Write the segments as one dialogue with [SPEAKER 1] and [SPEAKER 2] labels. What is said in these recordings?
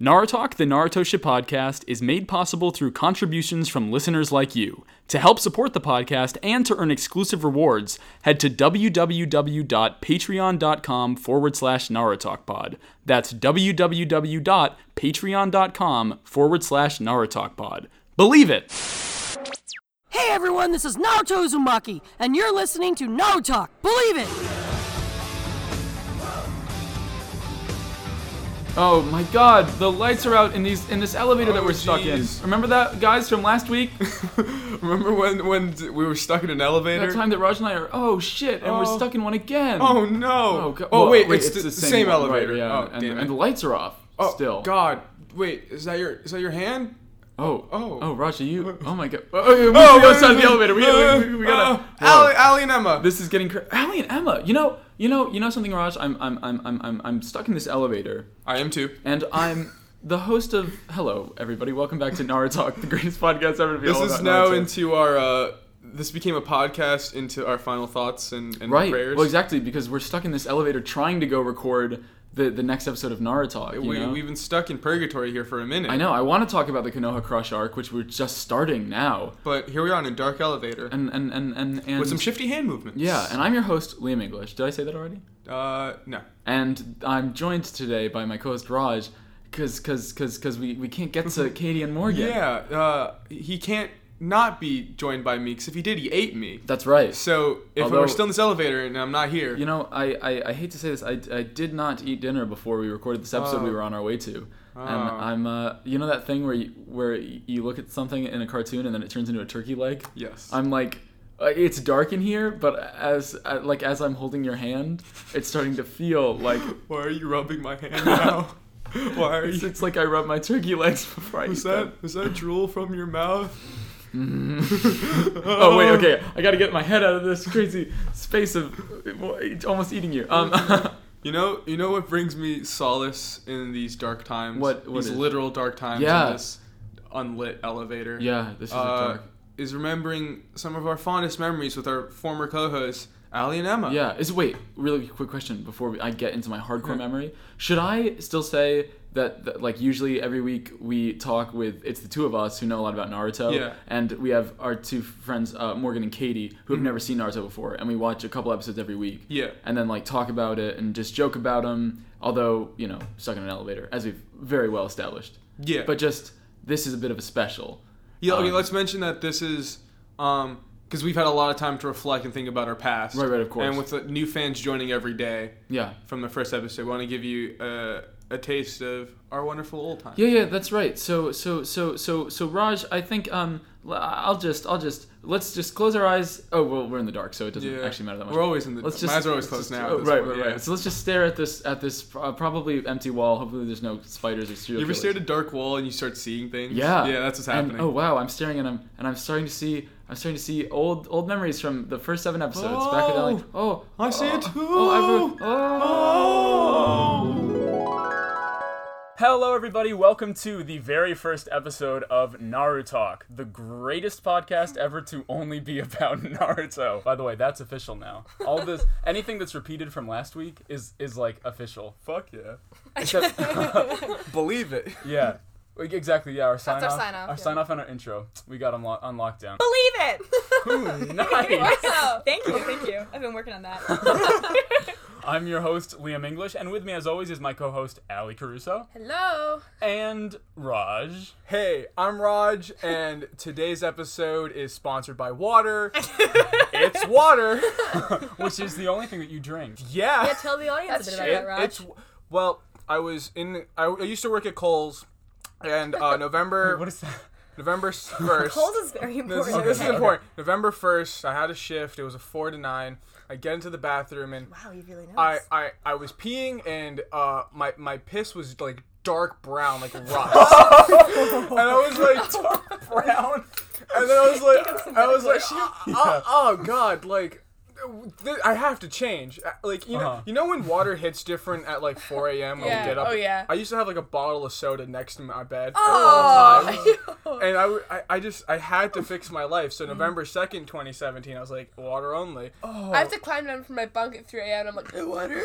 [SPEAKER 1] Narutalk, the Naruto Ship podcast, is made possible through contributions from listeners like you. To help support the podcast and to earn exclusive rewards, head to www.patreon.com forward slash Narutalkpod. That's www.patreon.com forward slash Narutalkpod. Believe it!
[SPEAKER 2] Hey everyone, this is Naoto Uzumaki, and you're listening to No Talk. Believe it!
[SPEAKER 1] Oh my god, the lights are out in these in this elevator that
[SPEAKER 3] Oh,
[SPEAKER 1] we're stuck in.
[SPEAKER 3] jeez.
[SPEAKER 1] Remember that guys from last week?
[SPEAKER 3] Remember when when d- we were stuck in an elevator?
[SPEAKER 1] that time that Raj and I are oh shit, and we're
[SPEAKER 3] Oh.
[SPEAKER 1] stuck in one again.
[SPEAKER 3] Oh no!
[SPEAKER 1] Oh, go-
[SPEAKER 3] oh
[SPEAKER 1] well,
[SPEAKER 3] wait, it's, the, same,
[SPEAKER 1] one, right,
[SPEAKER 3] elevator.
[SPEAKER 1] yeah,
[SPEAKER 3] Oh
[SPEAKER 1] and,
[SPEAKER 3] damn
[SPEAKER 1] and the
[SPEAKER 3] it.
[SPEAKER 1] lights are off.
[SPEAKER 3] Oh,
[SPEAKER 1] still.
[SPEAKER 3] God, wait, is that your is that your hand?
[SPEAKER 1] Oh.
[SPEAKER 3] oh.
[SPEAKER 1] Oh, Raj, are you? Oh my God. Oh, yeah, we oh, to
[SPEAKER 3] wait,
[SPEAKER 1] go outside
[SPEAKER 3] wait,
[SPEAKER 1] the elevator. We,
[SPEAKER 3] uh,
[SPEAKER 1] gotta- we, we gotta.
[SPEAKER 3] uh,
[SPEAKER 1] Whoa.
[SPEAKER 3] Allie, Allie and Emma.
[SPEAKER 1] This is getting. Cra- Allie and Emma. You know. You know. You know something, Raj. I'm. I'm. I'm. I'm. I'm. I'm stuck in this elevator,
[SPEAKER 3] I am too.
[SPEAKER 1] and I'm. The host of Hello, everybody. Welcome back to Narutalk, the greatest podcast ever to be
[SPEAKER 3] This
[SPEAKER 1] all
[SPEAKER 3] is
[SPEAKER 1] about
[SPEAKER 3] now
[SPEAKER 1] Naruto.
[SPEAKER 3] into our. uh This became a podcast into our final thoughts and, and
[SPEAKER 1] right.
[SPEAKER 3] prayers.
[SPEAKER 1] Well, exactly because we're stuck in this elevator trying to go record the the next episode of Narutalk. You
[SPEAKER 3] We,
[SPEAKER 1] know?
[SPEAKER 3] We've been stuck in purgatory here for a minute.
[SPEAKER 1] I know. I want to talk about the Konoha Crush arc, which we're just starting now,
[SPEAKER 3] But here we are in a dark elevator
[SPEAKER 1] and and and and, and
[SPEAKER 3] with some shifty hand movements.
[SPEAKER 1] Yeah, and I'm your host, Liam English. Did I say that already?
[SPEAKER 3] uh, no.
[SPEAKER 1] And I'm joined today by my co-host Raj, cause cause cause 'cause we, we can't get to Katie and Morgan.
[SPEAKER 3] Yeah. Uh, he can't not be joined by me because if he did, he ate me.
[SPEAKER 1] that's right.
[SPEAKER 3] So if
[SPEAKER 1] Although-
[SPEAKER 3] we're still in this elevator and I'm not here,
[SPEAKER 1] you know, I, I, I hate to say this, I, I did not eat dinner before we recorded this episode. We
[SPEAKER 3] Oh.
[SPEAKER 1] were on our way to. And
[SPEAKER 3] Oh.
[SPEAKER 1] I'm uh, you know that thing where you, where you look at something in a cartoon and then it turns into a turkey leg.
[SPEAKER 3] Yes.
[SPEAKER 1] I'm like. uh, It's dark in here, but as uh, like as I'm holding your hand, it's starting to feel like
[SPEAKER 3] why are you rubbing my hand now? why are
[SPEAKER 1] it's,
[SPEAKER 3] you?
[SPEAKER 1] it's like I rub my turkey legs before I
[SPEAKER 3] Was
[SPEAKER 1] eat them.
[SPEAKER 3] that was that drool from your mouth?
[SPEAKER 1] Oh wait, okay. I gotta get my head out of this crazy space of uh, almost eating you. Um,
[SPEAKER 3] You know, you know what brings me solace in these dark times.
[SPEAKER 1] What- what
[SPEAKER 3] these
[SPEAKER 1] is-
[SPEAKER 3] literal dark times
[SPEAKER 1] Yeah.
[SPEAKER 3] in this unlit elevator.
[SPEAKER 1] yeah, this is a
[SPEAKER 3] Uh,
[SPEAKER 1] dark.
[SPEAKER 3] is remembering some of our fondest memories with our former co-hosts, Ali and Emma.
[SPEAKER 1] Yeah, is wait. Really quick question before we, I get into my hardcore memory. Should I still say that, that like usually every week we talk with it's the two of us who know a lot about Naruto.
[SPEAKER 3] Yeah.
[SPEAKER 1] And we have our two friends uh, Morgan and Katie who have never seen Naruto before, and we watch a couple episodes every week.
[SPEAKER 3] Mm-hmm. Yeah.
[SPEAKER 1] And then like talk about it and just joke about them. Although you know stuck in an elevator, as we've very well established.
[SPEAKER 3] Yeah.
[SPEAKER 1] But just this is a bit of a special.
[SPEAKER 3] Yeah, okay,
[SPEAKER 1] Um,
[SPEAKER 3] let's mention that this is um because we've had a lot of time to reflect and think about our past.
[SPEAKER 1] Right, right, of course.
[SPEAKER 3] And with the new fans joining every day
[SPEAKER 1] Yeah.
[SPEAKER 3] from the first episode, we want to give you uh, a taste of our wonderful old time.
[SPEAKER 1] Yeah, yeah, that's right. So, so, so, so, so, Raj, I think um, l- I'll just, I'll just, let's just close our eyes. Oh well, we're in the dark, so it doesn't
[SPEAKER 3] Yeah.
[SPEAKER 1] actually matter that much.
[SPEAKER 3] We're always in the
[SPEAKER 1] Let's
[SPEAKER 3] dark. My eyes are always
[SPEAKER 1] let's
[SPEAKER 3] closed
[SPEAKER 1] just-
[SPEAKER 3] now at
[SPEAKER 1] Oh,
[SPEAKER 3] this
[SPEAKER 1] right,
[SPEAKER 3] point,
[SPEAKER 1] right,
[SPEAKER 3] yeah.
[SPEAKER 1] right. So let's just stare at this, at this uh, probably empty wall. Hopefully, there's no spiders or serial
[SPEAKER 3] You ever
[SPEAKER 1] killers.
[SPEAKER 3] stare at a dark wall and you start seeing things?
[SPEAKER 1] Yeah.
[SPEAKER 3] Yeah, that's what's
[SPEAKER 1] And-
[SPEAKER 3] happening.
[SPEAKER 1] oh wow, I'm staring and I'm and I'm starting to see I'm starting to see old old memories from the first seven episodes. Back at that, like, oh,
[SPEAKER 3] I see
[SPEAKER 1] oh,
[SPEAKER 3] it
[SPEAKER 1] Oh, I wrote-
[SPEAKER 3] too.
[SPEAKER 1] oh.
[SPEAKER 4] Hello, everybody. Welcome to the very first episode of Narutalk, the greatest podcast ever to only be about Naruto. By the way, that's official now. All this, anything that's repeated from last week is is like official. Fuck yeah. Except,
[SPEAKER 3] Believe it.
[SPEAKER 4] yeah, Like, exactly. Yeah, our sign
[SPEAKER 5] our
[SPEAKER 4] off,
[SPEAKER 5] sign off,
[SPEAKER 4] our
[SPEAKER 5] yeah.
[SPEAKER 4] sign off, and our intro. We got on, lo- on lockdown.
[SPEAKER 5] Believe it.
[SPEAKER 4] nice.
[SPEAKER 5] Wow. Thank you. Thank you. I've been working on that.
[SPEAKER 4] I'm your host Liam English, and with me, as always, is my co-host Ali Caruso
[SPEAKER 5] Hello.
[SPEAKER 4] and Raj.
[SPEAKER 6] Hey, I'm Raj, and today's episode is sponsored by water. it's water.
[SPEAKER 4] Which is the only thing that you drink.
[SPEAKER 6] Yeah.
[SPEAKER 5] Tell the audience a bit about
[SPEAKER 6] It-
[SPEAKER 5] that, Raj.
[SPEAKER 6] It's well, I was in. I, I used to work at Kohl's, and uh, November
[SPEAKER 4] What is that?
[SPEAKER 6] November first.
[SPEAKER 5] Cold is very
[SPEAKER 6] No, this,
[SPEAKER 5] important.
[SPEAKER 6] is, this is
[SPEAKER 5] okay?
[SPEAKER 6] important. November first, I had a shift. It was a four to nine. I get into the bathroom and
[SPEAKER 5] Wow, you really know.
[SPEAKER 6] I,
[SPEAKER 5] this.
[SPEAKER 6] I I was peeing and uh my my piss was like dark brown like rust. and I was like
[SPEAKER 7] ah.
[SPEAKER 6] dark brown. And then I was like I was like oh, oh, god like
[SPEAKER 3] th- I have to change. Uh, Like you know,
[SPEAKER 8] Uh-huh.
[SPEAKER 3] you know when water hits different at like 4 a.m. when
[SPEAKER 7] Yeah.
[SPEAKER 3] we get up.
[SPEAKER 7] Oh, yeah.
[SPEAKER 3] I used to have like a bottle of soda next to my bed at all times.
[SPEAKER 7] Oh.
[SPEAKER 3] And I, w- I, I just, I had to fix my life. So
[SPEAKER 7] Mm-hmm.
[SPEAKER 3] November 2nd, 2017, I was like, water only.
[SPEAKER 7] Oh,
[SPEAKER 5] I have to climb down from my bunk at 3 a.m. I'm like, no water.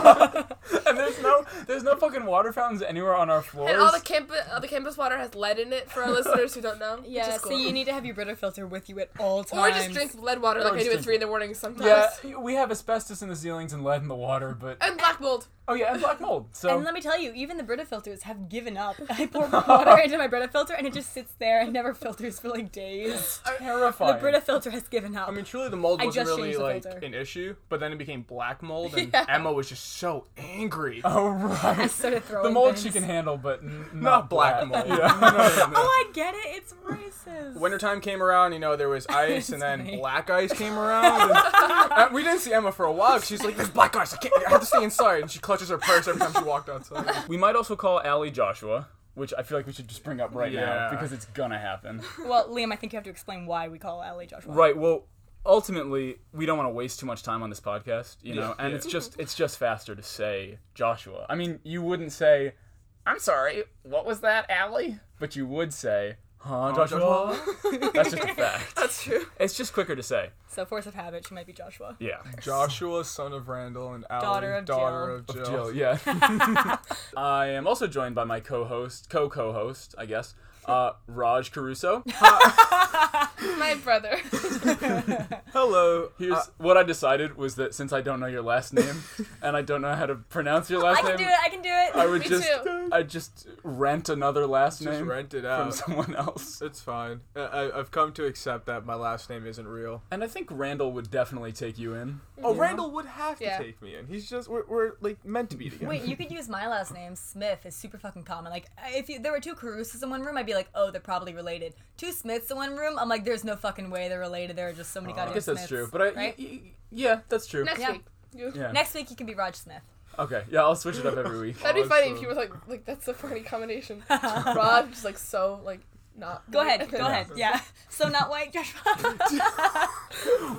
[SPEAKER 8] and there's no there's no fucking water fountains anywhere on our floors.
[SPEAKER 5] and all the campus, all the campus water has lead in it for our listeners who don't know. which
[SPEAKER 7] Yeah,
[SPEAKER 5] is
[SPEAKER 7] so
[SPEAKER 5] cool.
[SPEAKER 7] you need to have your Brita filter with you at all
[SPEAKER 5] or
[SPEAKER 7] times.
[SPEAKER 5] just drink lead water
[SPEAKER 8] Or
[SPEAKER 5] like I do
[SPEAKER 8] just
[SPEAKER 5] at three in the morning sometimes.
[SPEAKER 8] yeah, we have asbestos in the ceilings and lead in the water, but
[SPEAKER 5] And black mold.
[SPEAKER 8] oh yeah, and black mold. So
[SPEAKER 7] And let me tell you, even the Brita filters have given up. I pour water into my Brita filter and it just sits there and never filters for like days.
[SPEAKER 8] terrifying.
[SPEAKER 7] The Brita filter has given up.
[SPEAKER 3] I mean, truly, the mold
[SPEAKER 7] I
[SPEAKER 3] wasn't
[SPEAKER 7] just
[SPEAKER 3] really
[SPEAKER 7] changed the
[SPEAKER 3] like
[SPEAKER 7] filter.
[SPEAKER 3] an issue, but then it became black mold, and
[SPEAKER 5] Yeah.
[SPEAKER 3] Emma was just so angry.
[SPEAKER 8] oh
[SPEAKER 7] I
[SPEAKER 8] right.
[SPEAKER 7] started throwing
[SPEAKER 8] The mold
[SPEAKER 7] things.
[SPEAKER 8] she can handle, but n- not,
[SPEAKER 3] Not black mold. No, no, no.
[SPEAKER 7] Oh, I get it. It's racist.
[SPEAKER 3] Wintertime came around, you know, there was ice, and then
[SPEAKER 7] funny.
[SPEAKER 3] black ice came around. and- uh, we didn't see Emma for a while. 'cause She's like, "There's black ice. I can't. I have to stay inside." And she clutches her purse every time she walked outside.
[SPEAKER 8] We might also call Allie Joshua, which I feel like we should just bring up right now
[SPEAKER 3] Yeah.
[SPEAKER 8] because it's gonna happen.
[SPEAKER 7] well, Liam, I think you have to explain why we call Ally Joshua.
[SPEAKER 8] Right. Well, ultimately, we don't want to waste too much time on this podcast, you know, and it's just it's just faster to say Joshua. I mean, you wouldn't say, "I'm sorry, what was that, Allie?" But you would say, "Huh, Joshua?" That's just a fact.
[SPEAKER 5] That's true.
[SPEAKER 8] It's just quicker to say.
[SPEAKER 7] So, force of habit, she might be Joshua.
[SPEAKER 8] Yeah.
[SPEAKER 3] Joshua, son of Randall, and Allie,
[SPEAKER 7] Daughter of
[SPEAKER 3] daughter
[SPEAKER 7] Jill.
[SPEAKER 3] of Jill.
[SPEAKER 8] Jill, yeah. I am also joined by my co-host, co-co-host, I guess, uh, Raj Caruso.
[SPEAKER 5] My brother.
[SPEAKER 3] Hello.
[SPEAKER 8] Here's what I decided was that since I don't know your last name and I don't know how to pronounce your last
[SPEAKER 7] I can do
[SPEAKER 8] name,
[SPEAKER 7] it. I can do it.
[SPEAKER 8] I would
[SPEAKER 5] Me
[SPEAKER 8] just
[SPEAKER 5] too.
[SPEAKER 8] I just rent another last
[SPEAKER 3] Just
[SPEAKER 8] name
[SPEAKER 3] rent it
[SPEAKER 8] from
[SPEAKER 3] out.
[SPEAKER 8] someone else.
[SPEAKER 3] It's fine. I- I, I've come to accept that my last name isn't real.
[SPEAKER 8] And I think Randall would definitely take you in.
[SPEAKER 3] Oh, Randall would have to
[SPEAKER 5] Yeah.
[SPEAKER 3] take me in. He's just we're, we're like meant to be together.
[SPEAKER 7] Wait, you could use my last name. Smith is super fucking common. Like, I- if you, there were two Carusos in one room, I'd be like, oh, they're probably related. Two Smiths in one room, I'm like, there's no fucking way they're related. There are just so many goddamn
[SPEAKER 8] Uh, I guess that's
[SPEAKER 7] Smiths,
[SPEAKER 8] true. But I
[SPEAKER 7] right?
[SPEAKER 8] y- y- yeah, that's true.
[SPEAKER 5] Next
[SPEAKER 7] Yeah.
[SPEAKER 5] week. You-
[SPEAKER 8] yeah.
[SPEAKER 7] Next week you can be Raj Smith.
[SPEAKER 8] Okay. Yeah, I'll switch it up every week.
[SPEAKER 5] That'd be funny if
[SPEAKER 3] Awesome.
[SPEAKER 5] you were like, like that's a funny combination. Rob just like so like not.
[SPEAKER 7] Go
[SPEAKER 5] white,
[SPEAKER 7] ahead,
[SPEAKER 5] and then-
[SPEAKER 7] go ahead. Yeah. So not white, Joshua.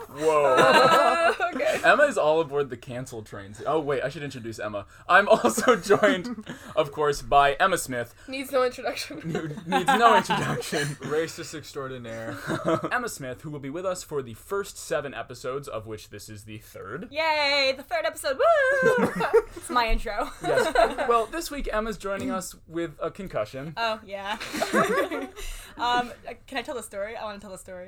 [SPEAKER 8] Whoa.
[SPEAKER 5] Uh, okay.
[SPEAKER 8] Emma is all aboard the cancel trains. Oh wait, I should introduce Emma. I'm also joined, of course, by Emma Smith,
[SPEAKER 5] Needs no introduction.
[SPEAKER 8] who needs no introduction.
[SPEAKER 3] Racist extraordinaire.
[SPEAKER 8] Emma Smith, who will be with us for the first seven episodes, of which this is the third.
[SPEAKER 7] Yay! The third episode. Woo! it's my intro.
[SPEAKER 8] Yes. Well, this week Emma's joining us with a concussion.
[SPEAKER 7] Oh yeah. um, can I tell the story? I want to tell the story.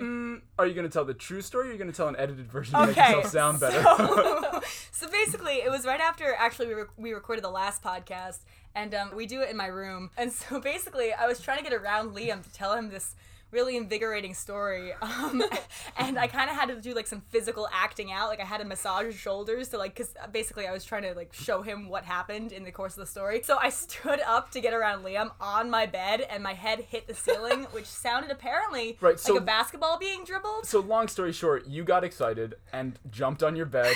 [SPEAKER 8] Are you going to tell the true story or are you going to tell an edited version to make
[SPEAKER 7] Okay,
[SPEAKER 8] yourself sound better?
[SPEAKER 7] So, so basically, it was right after actually we, rec we recorded the last podcast, and um, we do it in my room. And so basically, I was trying to get around Liam to tell him this really invigorating story, um, and I kind of had to do like some physical acting out. Like I had to massage his shoulders to like, because basically I was trying to like show him what happened in the course of the story. So I stood up to get around Liam on my bed, and my head hit the ceiling, which sounded apparently
[SPEAKER 8] Right,
[SPEAKER 7] like
[SPEAKER 8] so-
[SPEAKER 7] a basketball being dribbled.
[SPEAKER 8] so, long story short, you got excited and jumped on your bed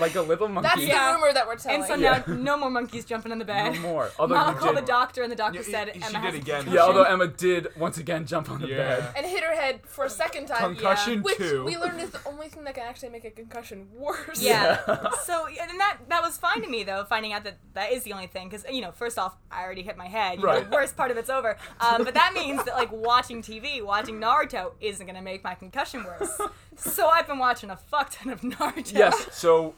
[SPEAKER 8] like a little monkey.
[SPEAKER 5] That's
[SPEAKER 7] Yeah.
[SPEAKER 5] the rumor that we're telling.
[SPEAKER 7] And so
[SPEAKER 8] Yeah.
[SPEAKER 7] now, no more monkeys jumping in the bed.
[SPEAKER 8] No more. Although
[SPEAKER 7] Mom
[SPEAKER 8] you
[SPEAKER 7] called
[SPEAKER 8] did.
[SPEAKER 7] the doctor, and the doctor
[SPEAKER 3] Yeah,
[SPEAKER 7] said
[SPEAKER 3] she
[SPEAKER 7] Emma
[SPEAKER 3] did
[SPEAKER 7] has
[SPEAKER 3] again.
[SPEAKER 8] yeah, although Emma did once again jump on the bed.
[SPEAKER 5] and hit her head for a second time.
[SPEAKER 3] Concussion
[SPEAKER 5] Which
[SPEAKER 3] two.
[SPEAKER 5] we learned is the only thing that can actually make a concussion worse.
[SPEAKER 7] Yeah. so and then that that was fine to me though, finding out that that is the only thing because you know, first off, I already hit my head. You know,
[SPEAKER 8] Right.
[SPEAKER 7] the worst part of it's over. Um, but that means that like watching TV, watching Naruto isn't gonna make my concussion worse. so I've been watching a fuck ton of Naruto.
[SPEAKER 8] Yes. So,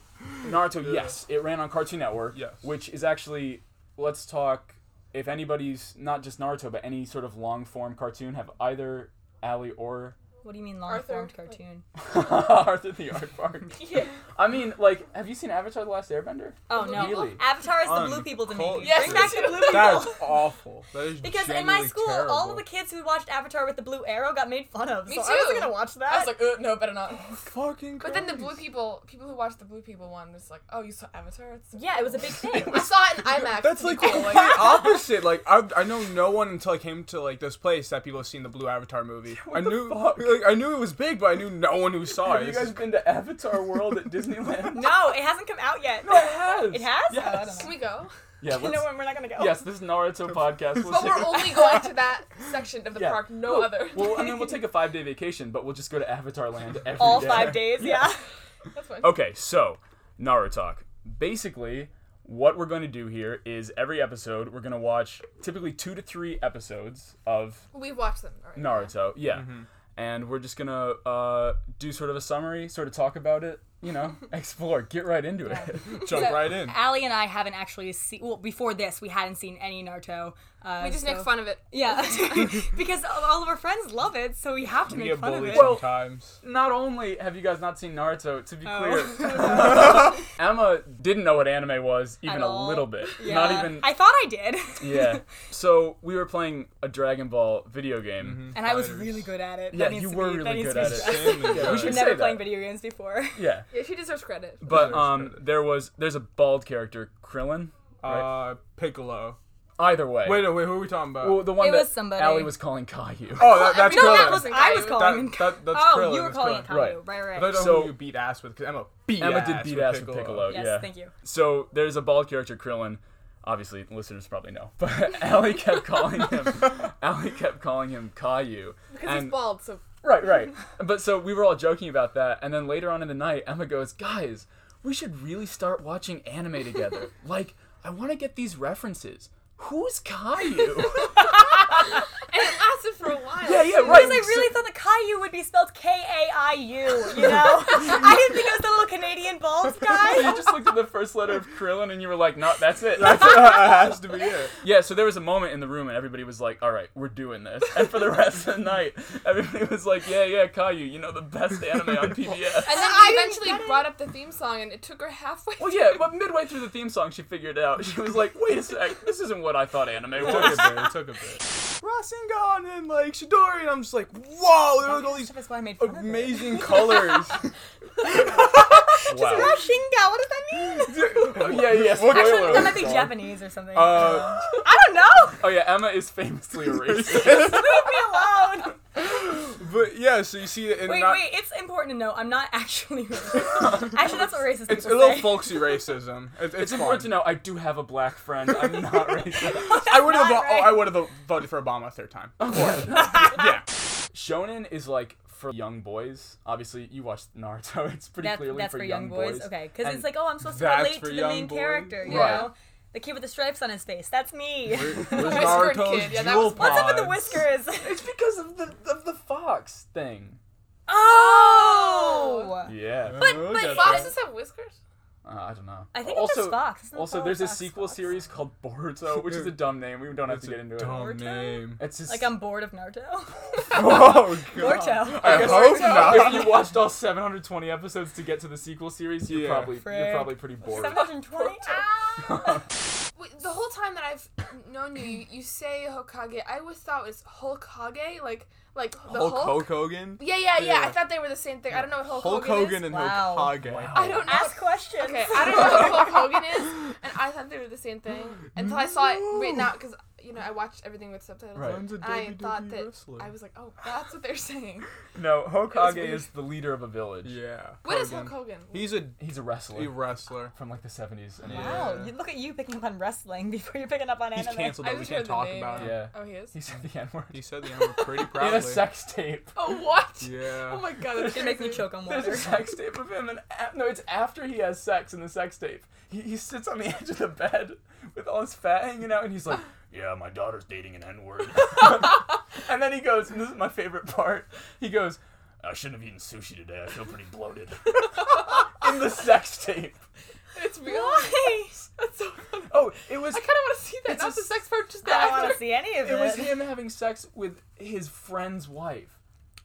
[SPEAKER 8] Naruto, yes, it ran on Cartoon Network,
[SPEAKER 3] Yes.
[SPEAKER 8] which is actually, let's talk, if anybody's, not just Naruto, but any sort of long form cartoon, have either Allie or
[SPEAKER 7] What do you mean long
[SPEAKER 5] Arthur,
[SPEAKER 7] form
[SPEAKER 5] like-
[SPEAKER 7] cartoon?
[SPEAKER 8] Arthur the Aardvark.
[SPEAKER 5] Yeah.
[SPEAKER 8] I mean, like, have you seen Avatar: The Last Airbender?
[SPEAKER 7] Oh no.
[SPEAKER 8] Really?
[SPEAKER 7] Avatar is the blue people to me.
[SPEAKER 3] Uncultured.
[SPEAKER 5] Yes,
[SPEAKER 7] Bring back the blue people.
[SPEAKER 3] That's awful. That is
[SPEAKER 7] because in my
[SPEAKER 3] genuinely
[SPEAKER 7] school,
[SPEAKER 3] terrible.
[SPEAKER 7] all of the kids who watched Avatar with the blue arrow got made fun of.
[SPEAKER 5] Me
[SPEAKER 7] so I wasn't
[SPEAKER 5] too.
[SPEAKER 7] gonna watch that.
[SPEAKER 5] I was like, uh, no, better not.
[SPEAKER 3] fucking.
[SPEAKER 5] But then the blue people, people who watch the blue people one, was like, oh, you saw Avatar? It's
[SPEAKER 7] yeah, it was a big thing.
[SPEAKER 5] I saw it in IMAX.
[SPEAKER 3] That's
[SPEAKER 5] to be
[SPEAKER 3] like
[SPEAKER 5] cool,
[SPEAKER 3] complete opposite. Like I, I know no one until I came to like this place that people have seen the Blue Avatar movie. I knew, like, I knew it was big, but I knew no one who saw
[SPEAKER 8] Have
[SPEAKER 3] it.
[SPEAKER 8] you
[SPEAKER 3] This
[SPEAKER 8] guys
[SPEAKER 3] is-
[SPEAKER 8] been to Avatar World at Disneyland?
[SPEAKER 7] No, it hasn't come out yet.
[SPEAKER 8] No, it has.
[SPEAKER 7] It has? Oh, I don't
[SPEAKER 8] Yes.
[SPEAKER 5] Can we go?
[SPEAKER 8] Yeah.
[SPEAKER 7] You
[SPEAKER 8] Let's,
[SPEAKER 7] know when we're not gonna go.
[SPEAKER 8] yes. This Naruto podcast. We'll
[SPEAKER 5] But
[SPEAKER 8] take
[SPEAKER 5] we're
[SPEAKER 8] a-
[SPEAKER 5] only going to that section of the
[SPEAKER 8] yeah.
[SPEAKER 5] park, no other.
[SPEAKER 8] Well, I mean, we'll take a five-day vacation, but we'll just go to Avatar Land every
[SPEAKER 7] All
[SPEAKER 8] day.
[SPEAKER 7] five days, yeah.
[SPEAKER 5] That's fine.
[SPEAKER 8] Okay, so Naruto talk. Basically, what we're going to do here is every episode we're going to watch typically 2 to 3 episodes of
[SPEAKER 5] We've watched them already.
[SPEAKER 8] Naruto. Yeah. And we're just going to uh, do sort of a summary, sort of talk about it, you know, explore, get right into it.
[SPEAKER 6] Jump right in.
[SPEAKER 7] Allie and I haven't actually seen. Well, before this, we hadn't seen any Naruto. Uh,
[SPEAKER 5] We just
[SPEAKER 7] so-
[SPEAKER 5] make fun of it.
[SPEAKER 7] Yeah, because all of our friends love it, so we have to
[SPEAKER 6] We
[SPEAKER 7] make
[SPEAKER 6] get
[SPEAKER 7] fun of
[SPEAKER 6] bullied
[SPEAKER 7] it.
[SPEAKER 6] sometimes.
[SPEAKER 8] not only have you guys not seen Naruto, to be
[SPEAKER 7] Oh.
[SPEAKER 8] clear, Emma didn't know what anime was even
[SPEAKER 7] At
[SPEAKER 8] a
[SPEAKER 7] all.
[SPEAKER 8] little bit.
[SPEAKER 7] Yeah.
[SPEAKER 8] Not even.
[SPEAKER 7] I thought I did.
[SPEAKER 8] yeah. So we were playing a Dragon Ball video game.
[SPEAKER 7] and I was really good at it.
[SPEAKER 8] Yeah,
[SPEAKER 7] That needs
[SPEAKER 8] you
[SPEAKER 7] to
[SPEAKER 8] were
[SPEAKER 7] be- that
[SPEAKER 8] really
[SPEAKER 7] needs to
[SPEAKER 8] good
[SPEAKER 7] be
[SPEAKER 8] at it.
[SPEAKER 7] stressed.
[SPEAKER 8] Yeah, we
[SPEAKER 7] I've
[SPEAKER 8] should say
[SPEAKER 7] never
[SPEAKER 8] that.
[SPEAKER 7] playing video games before.
[SPEAKER 8] Yeah.
[SPEAKER 5] Yeah, she deserves credit.
[SPEAKER 8] But um, there was there's a bald character, Krillin.
[SPEAKER 6] Uh, Piccolo.
[SPEAKER 8] Either way,
[SPEAKER 6] Wait, no, wait. Who are we talking about?
[SPEAKER 8] Well, the one
[SPEAKER 7] It
[SPEAKER 8] that
[SPEAKER 7] was somebody.
[SPEAKER 8] Allie was calling Caillou.
[SPEAKER 6] oh, that, that's
[SPEAKER 7] No,
[SPEAKER 6] Krillin.
[SPEAKER 7] that was I was
[SPEAKER 5] That-
[SPEAKER 7] calling. him
[SPEAKER 6] that, that, that's
[SPEAKER 7] oh,
[SPEAKER 6] Krillin.
[SPEAKER 7] you were
[SPEAKER 6] that's
[SPEAKER 7] calling
[SPEAKER 6] Krillin.
[SPEAKER 7] it Kaido. Right, right.
[SPEAKER 6] I don't know
[SPEAKER 8] So-
[SPEAKER 6] who you beat ass with because Emma beat
[SPEAKER 8] Emma
[SPEAKER 6] ass
[SPEAKER 8] did beat
[SPEAKER 6] with
[SPEAKER 8] ass
[SPEAKER 6] Piccolo.
[SPEAKER 8] with Piccolo.
[SPEAKER 7] yes,
[SPEAKER 8] yeah.
[SPEAKER 7] thank you.
[SPEAKER 8] So there's a bald character, Krillin. Obviously, listeners probably know, but Allie kept calling him. Allie kept calling him Caillou.
[SPEAKER 5] Because he's bald, so
[SPEAKER 8] Right, right. But so we were all joking about that, and then later on in the night, Emma goes, "Guys, we should really start watching anime together. like, I want to get these references. Who's Caillou?
[SPEAKER 5] and it lasted for a while.
[SPEAKER 8] yeah, yeah,
[SPEAKER 5] too.
[SPEAKER 8] right.
[SPEAKER 7] Because I really thought the Caillou would be spelled K A I U. You know, I didn't think it was the little Canadian bald
[SPEAKER 8] you
[SPEAKER 7] guy.
[SPEAKER 8] just looked at the first letter of Krillin, and you were like, "No, that's it."
[SPEAKER 6] that has to be it.
[SPEAKER 8] yeah. So there was a moment in the room, and everybody was like, "All right, we're doing this." And for the rest of the night, everybody was like, "Yeah, yeah, Caillou, you know the best anime on PBS."
[SPEAKER 5] And then
[SPEAKER 7] I
[SPEAKER 5] we
[SPEAKER 7] didn't get
[SPEAKER 5] eventually
[SPEAKER 7] it.
[SPEAKER 5] brought up the theme song, and it took her halfway.
[SPEAKER 8] Well, yeah, but midway through the theme song, she figured it out. She was like, "Wait a sec, this isn't what I thought anime
[SPEAKER 6] It took a
[SPEAKER 8] was."
[SPEAKER 6] bit. It took a bit. Rasengan and like Shidori, and I'm just like, whoa! There was all these
[SPEAKER 7] That's why I made fun of
[SPEAKER 6] amazing colors.
[SPEAKER 7] it.
[SPEAKER 8] Wow.
[SPEAKER 7] Rashinga, what does that mean?
[SPEAKER 8] Yeah, yeah.
[SPEAKER 7] Actually, that
[SPEAKER 8] Spoiler.
[SPEAKER 7] might be Japanese or something.
[SPEAKER 6] Uh,
[SPEAKER 7] I don't know.
[SPEAKER 8] Oh yeah, Emma is famously a racist.
[SPEAKER 7] Leave me alone.
[SPEAKER 6] but yeah, so you see it in
[SPEAKER 7] Wait,
[SPEAKER 6] not,
[SPEAKER 7] wait, it's important to know I'm not actually racist. actually, that's what racist
[SPEAKER 6] it's a
[SPEAKER 7] people
[SPEAKER 6] little
[SPEAKER 7] say.
[SPEAKER 6] folksy racism. It, it's
[SPEAKER 8] It's important to know I do have a black friend. I'm not racist.
[SPEAKER 6] I would have vo-
[SPEAKER 7] Not right.
[SPEAKER 6] oh, I would have voted for Obama a third time.
[SPEAKER 8] yeah. Shonen is like for young boys. Obviously, you watched Naruto. It's pretty
[SPEAKER 7] That-
[SPEAKER 8] clearly
[SPEAKER 7] that's
[SPEAKER 8] for,
[SPEAKER 7] for, young boys. Okay, because it's
[SPEAKER 8] And
[SPEAKER 7] like, oh, I'm supposed to
[SPEAKER 6] that's
[SPEAKER 7] relate
[SPEAKER 6] for
[SPEAKER 7] to the
[SPEAKER 6] young
[SPEAKER 7] main
[SPEAKER 6] boys.
[SPEAKER 7] character, you
[SPEAKER 8] Right.
[SPEAKER 7] know? The kid with the stripes on his face. That's me.
[SPEAKER 6] Where's
[SPEAKER 5] Whiskered
[SPEAKER 6] Naruto's
[SPEAKER 5] kid, yeah, that
[SPEAKER 6] jewel
[SPEAKER 5] was-
[SPEAKER 7] What's up with the
[SPEAKER 6] pods?
[SPEAKER 7] whiskers?
[SPEAKER 8] It's because of the of the fox thing.
[SPEAKER 7] oh!
[SPEAKER 8] Yeah.
[SPEAKER 7] But,
[SPEAKER 6] Oh,
[SPEAKER 7] but
[SPEAKER 6] that's
[SPEAKER 5] Foxes have whiskers.
[SPEAKER 8] Uh, I don't know.
[SPEAKER 7] I think it's
[SPEAKER 8] also,
[SPEAKER 7] just Fox. Isn't it
[SPEAKER 8] Also,
[SPEAKER 7] called
[SPEAKER 8] there's a
[SPEAKER 7] Fox
[SPEAKER 8] sequel
[SPEAKER 7] Fox?
[SPEAKER 8] series called Boruto, which is a dumb name. We don't have
[SPEAKER 6] It's
[SPEAKER 8] to get
[SPEAKER 6] a
[SPEAKER 8] into
[SPEAKER 6] dumb
[SPEAKER 8] it.
[SPEAKER 6] name.
[SPEAKER 8] It's just
[SPEAKER 7] Like, I'm bored of Naruto.
[SPEAKER 6] Oh god.
[SPEAKER 7] Borto.
[SPEAKER 6] I hope
[SPEAKER 8] if
[SPEAKER 6] not.
[SPEAKER 8] you watched all 720 episodes to get to the sequel series, you're
[SPEAKER 6] Yeah.
[SPEAKER 8] probably you're
[SPEAKER 7] Frick.
[SPEAKER 8] probably pretty bored.
[SPEAKER 7] 720?
[SPEAKER 6] Ah.
[SPEAKER 5] Wait, the whole time that I've known you, you, you say Hokage. I always thought it was Hulkage, like like the
[SPEAKER 6] Hulk
[SPEAKER 5] Hulk.
[SPEAKER 6] Hulk Hogan.
[SPEAKER 5] Yeah, yeah, yeah,
[SPEAKER 6] Yeah.
[SPEAKER 5] I thought they were the same thing. I don't know what Hulk,
[SPEAKER 6] Hulk
[SPEAKER 5] Hogan,
[SPEAKER 6] Hogan
[SPEAKER 5] is.
[SPEAKER 6] and
[SPEAKER 7] Wow.
[SPEAKER 6] Hokage.
[SPEAKER 5] I don't know.
[SPEAKER 7] Ask questions.
[SPEAKER 5] Okay, I don't know what Hulk Hogan is, and I thought they were the same thing until I saw it written out because you know I watched everything with subtitles.
[SPEAKER 8] Right.
[SPEAKER 5] And
[SPEAKER 6] Son's a
[SPEAKER 5] I
[SPEAKER 6] WWE
[SPEAKER 5] thought that
[SPEAKER 6] wrestler.
[SPEAKER 5] I was like, oh, that's what they're saying.
[SPEAKER 8] No, Hokage
[SPEAKER 5] weird.
[SPEAKER 8] is the leader of a village.
[SPEAKER 6] Yeah.
[SPEAKER 5] What is Hulk Hogan?
[SPEAKER 6] He's a
[SPEAKER 8] He's a wrestler
[SPEAKER 6] a wrestler.
[SPEAKER 8] from like the 70s. And
[SPEAKER 6] Yeah.
[SPEAKER 7] Wow, you, look at you picking up on wrestling before you're picking up on
[SPEAKER 6] He's
[SPEAKER 7] anime.
[SPEAKER 6] canceled.
[SPEAKER 5] I
[SPEAKER 6] though. We
[SPEAKER 5] just
[SPEAKER 6] can't
[SPEAKER 5] heard the
[SPEAKER 6] talk
[SPEAKER 5] name.
[SPEAKER 6] about
[SPEAKER 8] he-
[SPEAKER 6] it.
[SPEAKER 8] Yeah.
[SPEAKER 5] Oh, he is.
[SPEAKER 8] He said the N
[SPEAKER 6] He
[SPEAKER 8] word.
[SPEAKER 6] said the N word pretty
[SPEAKER 8] In
[SPEAKER 6] proudly.
[SPEAKER 8] a sex tape.
[SPEAKER 5] Oh what?
[SPEAKER 6] Yeah.
[SPEAKER 5] Oh my god, that's
[SPEAKER 7] It's gonna make me
[SPEAKER 5] crazy.
[SPEAKER 7] choke on water.
[SPEAKER 8] There's a sex tape of him, and a- no, it's after he has sex in the sex tape. He, he sits on the edge of the bed with all his fat hanging out, and he's like, "Yeah, my daughter's dating an N-word." and then he goes, and this is my favorite part. He goes, "I shouldn't have eaten sushi today. I feel pretty bloated." in the sex tape.
[SPEAKER 5] It's real.
[SPEAKER 7] Why?
[SPEAKER 5] That's so funny.
[SPEAKER 8] Oh, it was.
[SPEAKER 5] I kind of want to see that.
[SPEAKER 8] It's
[SPEAKER 5] Not
[SPEAKER 8] a
[SPEAKER 5] the
[SPEAKER 8] s-
[SPEAKER 5] sex part, just the
[SPEAKER 7] I don't want
[SPEAKER 5] actor.
[SPEAKER 7] to see any of it.
[SPEAKER 8] It was him having sex with his friend's wife.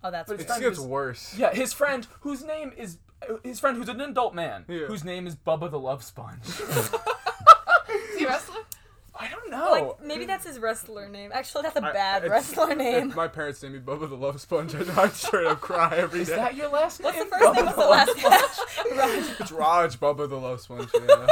[SPEAKER 7] oh, that's
[SPEAKER 8] But
[SPEAKER 7] weird.
[SPEAKER 8] it's
[SPEAKER 6] It
[SPEAKER 8] not-
[SPEAKER 6] gets worse.
[SPEAKER 8] Yeah, his friend, whose name is his friend, who's an adult man,
[SPEAKER 6] Yeah.
[SPEAKER 8] whose name is Bubba the Love Sponge.
[SPEAKER 5] Is he a wrestler?
[SPEAKER 8] I don't
[SPEAKER 7] Like
[SPEAKER 8] know.
[SPEAKER 7] maybe that's his wrestler name. Actually, that's a
[SPEAKER 6] I-
[SPEAKER 7] bad
[SPEAKER 6] it's-
[SPEAKER 7] wrestler name.
[SPEAKER 6] If my parents named me Bubba the Love Sponge, I'd, I'd straight up cry every day.
[SPEAKER 8] is that your last
[SPEAKER 7] What's the
[SPEAKER 8] name?
[SPEAKER 7] first name? What's the last name? Raj.
[SPEAKER 6] It's Raj Bubba the Love Sponge. Yeah.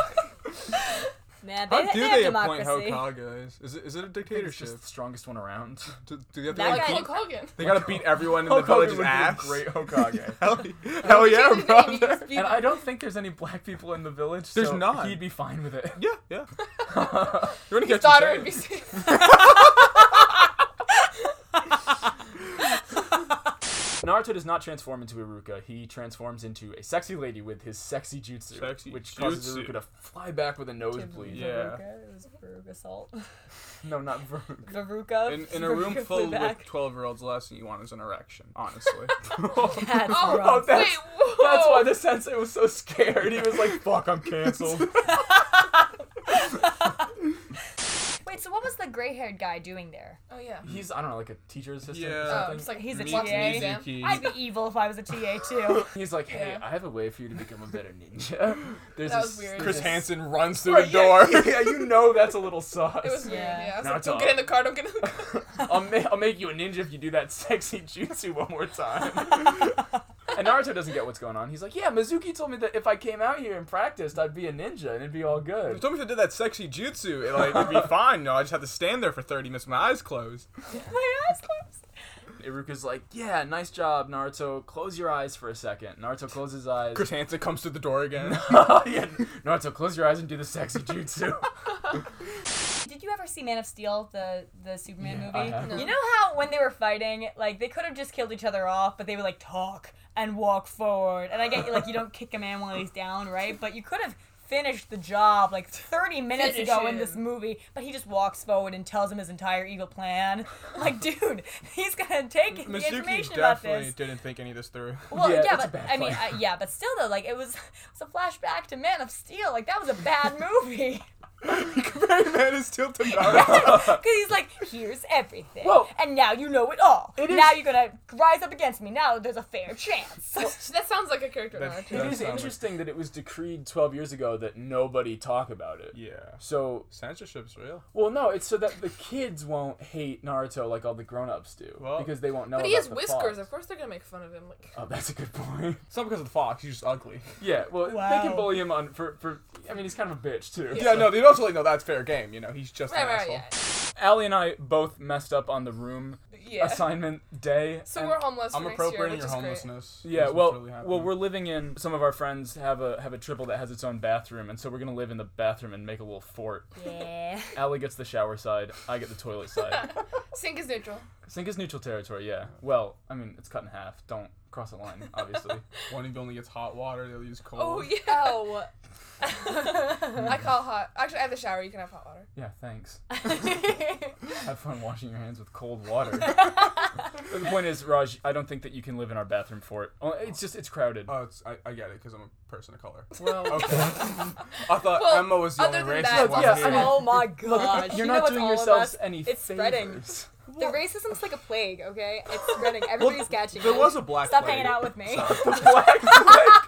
[SPEAKER 7] Man, they,
[SPEAKER 6] How do
[SPEAKER 7] they
[SPEAKER 6] they
[SPEAKER 7] have
[SPEAKER 6] appoint
[SPEAKER 7] democracy.
[SPEAKER 6] Hokages? Is it, is it a
[SPEAKER 8] It's
[SPEAKER 6] dictatorship?
[SPEAKER 8] just the strongest one around.
[SPEAKER 6] Do, do they have to,
[SPEAKER 7] That
[SPEAKER 6] like,
[SPEAKER 5] Like
[SPEAKER 7] guy-
[SPEAKER 6] beat,
[SPEAKER 5] Hulk Hogan.
[SPEAKER 6] they gotta beat everyone in the
[SPEAKER 8] Hulk Hogan
[SPEAKER 6] village's
[SPEAKER 8] would be a
[SPEAKER 6] ass?
[SPEAKER 8] great Hokage.
[SPEAKER 6] hell, hell yeah,
[SPEAKER 5] Change his name, he
[SPEAKER 6] brother.
[SPEAKER 5] just be-
[SPEAKER 8] and I don't think there's any black people in the village.
[SPEAKER 6] There's
[SPEAKER 8] so
[SPEAKER 6] none.
[SPEAKER 8] He'd be fine with it.
[SPEAKER 6] Yeah, yeah. You wanna get
[SPEAKER 5] Daughter would be safe.
[SPEAKER 8] Naruto does does not transform into Iruka. He transforms into a sexy lady with his sexy jutsu,
[SPEAKER 3] Sexy
[SPEAKER 8] which causes
[SPEAKER 3] jutsu.
[SPEAKER 8] Iruka to fly back with a nosebleed.
[SPEAKER 3] Yeah.
[SPEAKER 7] Veruca. It was Veruca Salt.
[SPEAKER 8] No, not Veruca.
[SPEAKER 7] Veruca.
[SPEAKER 3] In, in a room
[SPEAKER 7] Veruca
[SPEAKER 3] full
[SPEAKER 7] flew
[SPEAKER 3] with
[SPEAKER 7] back.
[SPEAKER 3] 12 year olds, the last thing you want is an erection, honestly.
[SPEAKER 7] That's
[SPEAKER 5] Oh,
[SPEAKER 7] rough.
[SPEAKER 8] that's-
[SPEAKER 5] Wait, whoa.
[SPEAKER 8] That's why the sensei was so scared. He was like, "Fuck, I'm canceled."
[SPEAKER 7] Wait, so what was the gray-haired guy doing there?
[SPEAKER 5] Oh yeah.
[SPEAKER 8] He's I don't know, like a teacher assistant.
[SPEAKER 3] Yeah.
[SPEAKER 8] Or
[SPEAKER 5] Oh,
[SPEAKER 8] something.
[SPEAKER 5] just like
[SPEAKER 7] He's a
[SPEAKER 5] walking
[SPEAKER 7] TA.
[SPEAKER 5] exam.
[SPEAKER 3] Mizuki.
[SPEAKER 7] I'd be evil if I was a TA too.
[SPEAKER 8] He's like, "Hey,
[SPEAKER 5] Yeah.
[SPEAKER 8] I have a way for you to become a better ninja." There's
[SPEAKER 5] That
[SPEAKER 8] a
[SPEAKER 5] was
[SPEAKER 8] s-
[SPEAKER 5] weird.
[SPEAKER 8] there's
[SPEAKER 3] Chris
[SPEAKER 8] a s-
[SPEAKER 3] Hansen runs through
[SPEAKER 8] Right,
[SPEAKER 3] the door.
[SPEAKER 8] Yeah, yeah, you know that's a little sauce.
[SPEAKER 5] It was weird.
[SPEAKER 7] Yeah.
[SPEAKER 5] Yeah. I was
[SPEAKER 8] Now
[SPEAKER 5] like,
[SPEAKER 8] it's
[SPEAKER 5] don't
[SPEAKER 8] all-
[SPEAKER 5] get in the car. Don't get in the car.
[SPEAKER 8] I'll, ma- I'll make you a ninja if you do that sexy jutsu one more time. and Naruto doesn't get what's going on. He's like, yeah, Mizuki told me that if I came out here and practiced, I'd be a ninja and it'd be all
[SPEAKER 3] You
[SPEAKER 8] good.
[SPEAKER 3] told me if I did that sexy jutsu, it, like, it'd be fine. No, I just have to stand there for 30 minutes with my eyes closed.
[SPEAKER 7] My eyes closed.
[SPEAKER 8] Iruka's like, yeah, nice job, Naruto. Close your eyes for a second. Naruto closes his eyes.
[SPEAKER 3] Chris Hansen comes through the door again.
[SPEAKER 8] yeah, Naruto, close your eyes and do the sexy jutsu.
[SPEAKER 7] Did you ever see Man of Steel, the the Superman
[SPEAKER 8] Yeah, I
[SPEAKER 7] movie?
[SPEAKER 8] have.
[SPEAKER 7] You know how when they were fighting, like they could have just killed each other off, but they would like talk and walk forward. And I get like you don't kick a man while he's down, right? But you could have finished the job like 30 minutes
[SPEAKER 5] Finish
[SPEAKER 7] ago in
[SPEAKER 5] him.
[SPEAKER 7] this movie, but he just walks forward and tells him his entire evil plan. I'm like, dude, he's gonna take the
[SPEAKER 3] Mizuki
[SPEAKER 7] information about
[SPEAKER 3] definitely
[SPEAKER 7] this.
[SPEAKER 3] didn't think any of this through.
[SPEAKER 7] Well,
[SPEAKER 8] Yeah,
[SPEAKER 7] yeah,
[SPEAKER 8] it's a
[SPEAKER 7] but
[SPEAKER 8] bad
[SPEAKER 7] I mean, uh,
[SPEAKER 8] fight.
[SPEAKER 7] yeah, but still though, like it was, it's a flashback to Man of Steel. Like that was a bad movie.
[SPEAKER 3] Man is still to Naruto.
[SPEAKER 7] Because he's like, here's everything.
[SPEAKER 8] Well-
[SPEAKER 7] and now you know it all.
[SPEAKER 8] It
[SPEAKER 7] now
[SPEAKER 8] is-
[SPEAKER 7] you're going to rise up against me. Now there's a fair chance.
[SPEAKER 5] that sounds like a character. in
[SPEAKER 3] That's-
[SPEAKER 5] Naruto.
[SPEAKER 8] It
[SPEAKER 3] Does
[SPEAKER 8] is
[SPEAKER 3] sound like-
[SPEAKER 8] interesting that it was decreed 12 years ago that nobody talk about it.
[SPEAKER 3] yeah.
[SPEAKER 8] So,
[SPEAKER 3] Censorship's real.
[SPEAKER 8] well, no, it's so that the kids won't hate Naruto like all the grown-ups do,
[SPEAKER 3] Well-
[SPEAKER 8] because they won't know.
[SPEAKER 5] But he
[SPEAKER 8] about
[SPEAKER 5] has
[SPEAKER 8] the
[SPEAKER 5] whiskers.
[SPEAKER 8] fox.
[SPEAKER 5] Of course, they're gonna make fun of him. Like,
[SPEAKER 8] Oh, that's a good point.
[SPEAKER 3] It's not because of the fox, he's just ugly.
[SPEAKER 8] Yeah, well, they can
[SPEAKER 7] Wow.
[SPEAKER 8] bully him on for for. I mean, he's kind of a bitch too.
[SPEAKER 3] Yeah, no, they'd also like, no, that's fair game, you know, he's just
[SPEAKER 5] right,
[SPEAKER 3] an
[SPEAKER 5] right,
[SPEAKER 3] asshole.
[SPEAKER 5] yeah,
[SPEAKER 8] Allie and I both messed up on the room
[SPEAKER 5] yeah.
[SPEAKER 8] assignment day.
[SPEAKER 5] so
[SPEAKER 8] and-
[SPEAKER 5] we're homeless.
[SPEAKER 3] I'm
[SPEAKER 5] for next year,
[SPEAKER 3] appropriating
[SPEAKER 5] which
[SPEAKER 3] your
[SPEAKER 5] is great.
[SPEAKER 3] homelessness.
[SPEAKER 8] Yeah,
[SPEAKER 3] That's what's
[SPEAKER 8] well,
[SPEAKER 3] really
[SPEAKER 8] well,
[SPEAKER 3] happening.
[SPEAKER 8] we're living in. Some of our friends have a have a triple that has its own bathroom, and so we're gonna live in the bathroom and make a little fort.
[SPEAKER 7] yeah.
[SPEAKER 8] Allie gets the shower side. I get the toilet side.
[SPEAKER 5] Sink is neutral.
[SPEAKER 8] Sink is neutral territory. Yeah. Well, I mean, it's cut in half. Don't cross the line, obviously.
[SPEAKER 3] One of you only gets hot water, the other uses cold.
[SPEAKER 5] Oh yeah.
[SPEAKER 7] Oh.
[SPEAKER 5] I call hot. Actually, I have the shower. You can have hot water.
[SPEAKER 8] yeah. Thanks. Have fun washing your hands with cold water. But the point is, Raj, I don't think that you can live in our bathroom fort. Oh, It's just it's crowded.
[SPEAKER 3] Oh, it's, I, I get it because I'm a person of color.
[SPEAKER 8] Well,
[SPEAKER 3] Okay. I thought
[SPEAKER 5] Well,
[SPEAKER 3] Emma was the
[SPEAKER 5] other
[SPEAKER 3] only
[SPEAKER 5] than
[SPEAKER 3] racist
[SPEAKER 5] that,
[SPEAKER 3] one
[SPEAKER 8] yeah,
[SPEAKER 3] here.
[SPEAKER 8] I mean-
[SPEAKER 7] oh my gosh.
[SPEAKER 8] you're
[SPEAKER 7] You know
[SPEAKER 8] not
[SPEAKER 7] it's
[SPEAKER 8] doing
[SPEAKER 7] all of
[SPEAKER 8] yourselves
[SPEAKER 7] us.
[SPEAKER 8] any
[SPEAKER 7] It's spreading.
[SPEAKER 8] favors.
[SPEAKER 7] The racism's like a plague, okay? It's spreading. Everybody's catching
[SPEAKER 3] There
[SPEAKER 7] it.
[SPEAKER 3] was a black.
[SPEAKER 7] Stop
[SPEAKER 3] plague.
[SPEAKER 7] hanging out with me.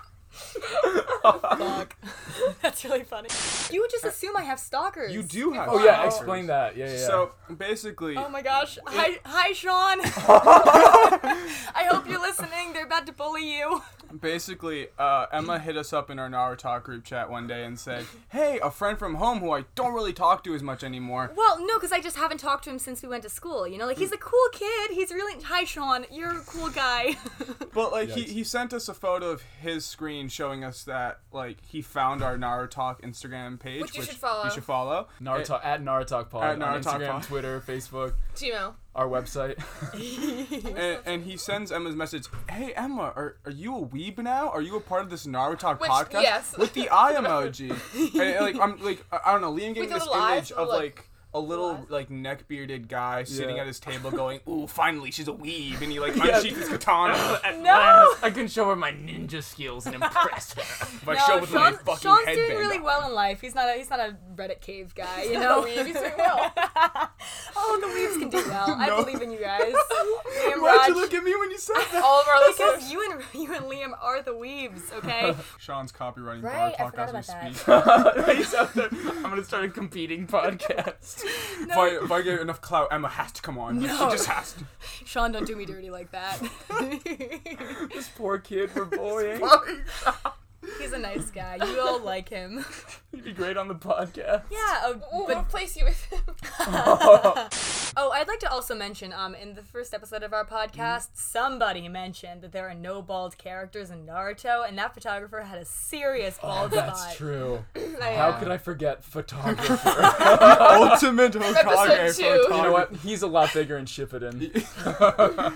[SPEAKER 7] Fuck. That's really funny. You would just
[SPEAKER 8] Uh,
[SPEAKER 7] assume I have stalkers.
[SPEAKER 3] You do have.
[SPEAKER 8] Oh yeah,
[SPEAKER 3] flowers.
[SPEAKER 8] explain that. Yeah, yeah.
[SPEAKER 3] So basically,
[SPEAKER 7] Oh my gosh. Hi, hi Sean. I hope you're listening. They're about to bully you.
[SPEAKER 3] basically, uh, Emma hit us up in our Naruto group chat one day and said, "Hey, a friend from home who I don't really talk to as much anymore."
[SPEAKER 7] Well, no, because I just haven't talked to him since we went to school. You know, like he's a cool kid. He's really hi, Sean. You're a cool guy.
[SPEAKER 3] But like he, he sent us a photo of his screen showing us that like he found our Naruto Instagram page,
[SPEAKER 5] Which you should follow.
[SPEAKER 3] You should follow.
[SPEAKER 8] Naruto Eh, at Naruto Pod
[SPEAKER 3] At
[SPEAKER 8] on
[SPEAKER 3] Naruto
[SPEAKER 8] Instagram,
[SPEAKER 3] Pod.
[SPEAKER 8] Twitter, Facebook,
[SPEAKER 5] Gmail.
[SPEAKER 8] our website.
[SPEAKER 3] And, and he sends Emma's message, "Hey Emma, are, are you a weeb now? Are you a part of this Naruto Talk
[SPEAKER 5] Which-
[SPEAKER 3] podcast?"
[SPEAKER 5] yes.
[SPEAKER 3] With the eye emoji, and like I'm like I I don't know. Liam gave
[SPEAKER 5] With
[SPEAKER 3] me this
[SPEAKER 5] little eyes,
[SPEAKER 3] image of
[SPEAKER 5] little,
[SPEAKER 3] like a little like neck bearded guy sitting
[SPEAKER 8] Yeah.
[SPEAKER 3] at his table going, "Ooh, finally she's a weeb," and he like unsheathes his katana.
[SPEAKER 7] No.
[SPEAKER 8] I can show her my ninja skills and impress her.
[SPEAKER 3] But
[SPEAKER 7] no,
[SPEAKER 3] show with my
[SPEAKER 7] Sean's,
[SPEAKER 3] fucking
[SPEAKER 7] Sean's
[SPEAKER 3] headband.
[SPEAKER 7] doing really
[SPEAKER 3] on.
[SPEAKER 7] well in life. He's not a he's not a Reddit cave guy. You know,
[SPEAKER 5] He's doing well.
[SPEAKER 7] oh, the weaves can do well. I
[SPEAKER 3] No.
[SPEAKER 7] believe in you guys. Liam
[SPEAKER 3] Why'd you
[SPEAKER 7] Raj,
[SPEAKER 3] look at me when you said that?
[SPEAKER 5] All of our listeners.
[SPEAKER 7] Because you and you and Liam are the weaves, okay?
[SPEAKER 3] Sean's copywriting
[SPEAKER 7] Right, I
[SPEAKER 3] Naruto Talk
[SPEAKER 7] forgot
[SPEAKER 3] as we
[SPEAKER 7] about
[SPEAKER 3] speak.
[SPEAKER 8] He's out there. I'm gonna start a competing podcast.
[SPEAKER 3] If I, if I get enough clout, Emma has to come on. She just has to.
[SPEAKER 7] Sean, don't do me dirty like that.
[SPEAKER 8] this poor kid eh? we're bullying.
[SPEAKER 7] He's a nice guy. You all like him.
[SPEAKER 8] He'd be great on the podcast.
[SPEAKER 7] Yeah, oh,
[SPEAKER 5] We'll
[SPEAKER 7] but
[SPEAKER 5] replace you with him.
[SPEAKER 7] Oh, I'd like to also mention, um, in the first episode of our podcast, somebody mentioned that there are no bald characters in Naruto, and that photographer had a serious bald
[SPEAKER 8] That's
[SPEAKER 7] spot.
[SPEAKER 8] true. How
[SPEAKER 5] Yeah.
[SPEAKER 8] could I forget photographer?
[SPEAKER 3] Ultimate Hokage
[SPEAKER 5] Episode two.
[SPEAKER 3] photography.
[SPEAKER 8] you know what? He's a lot bigger in Shippuden.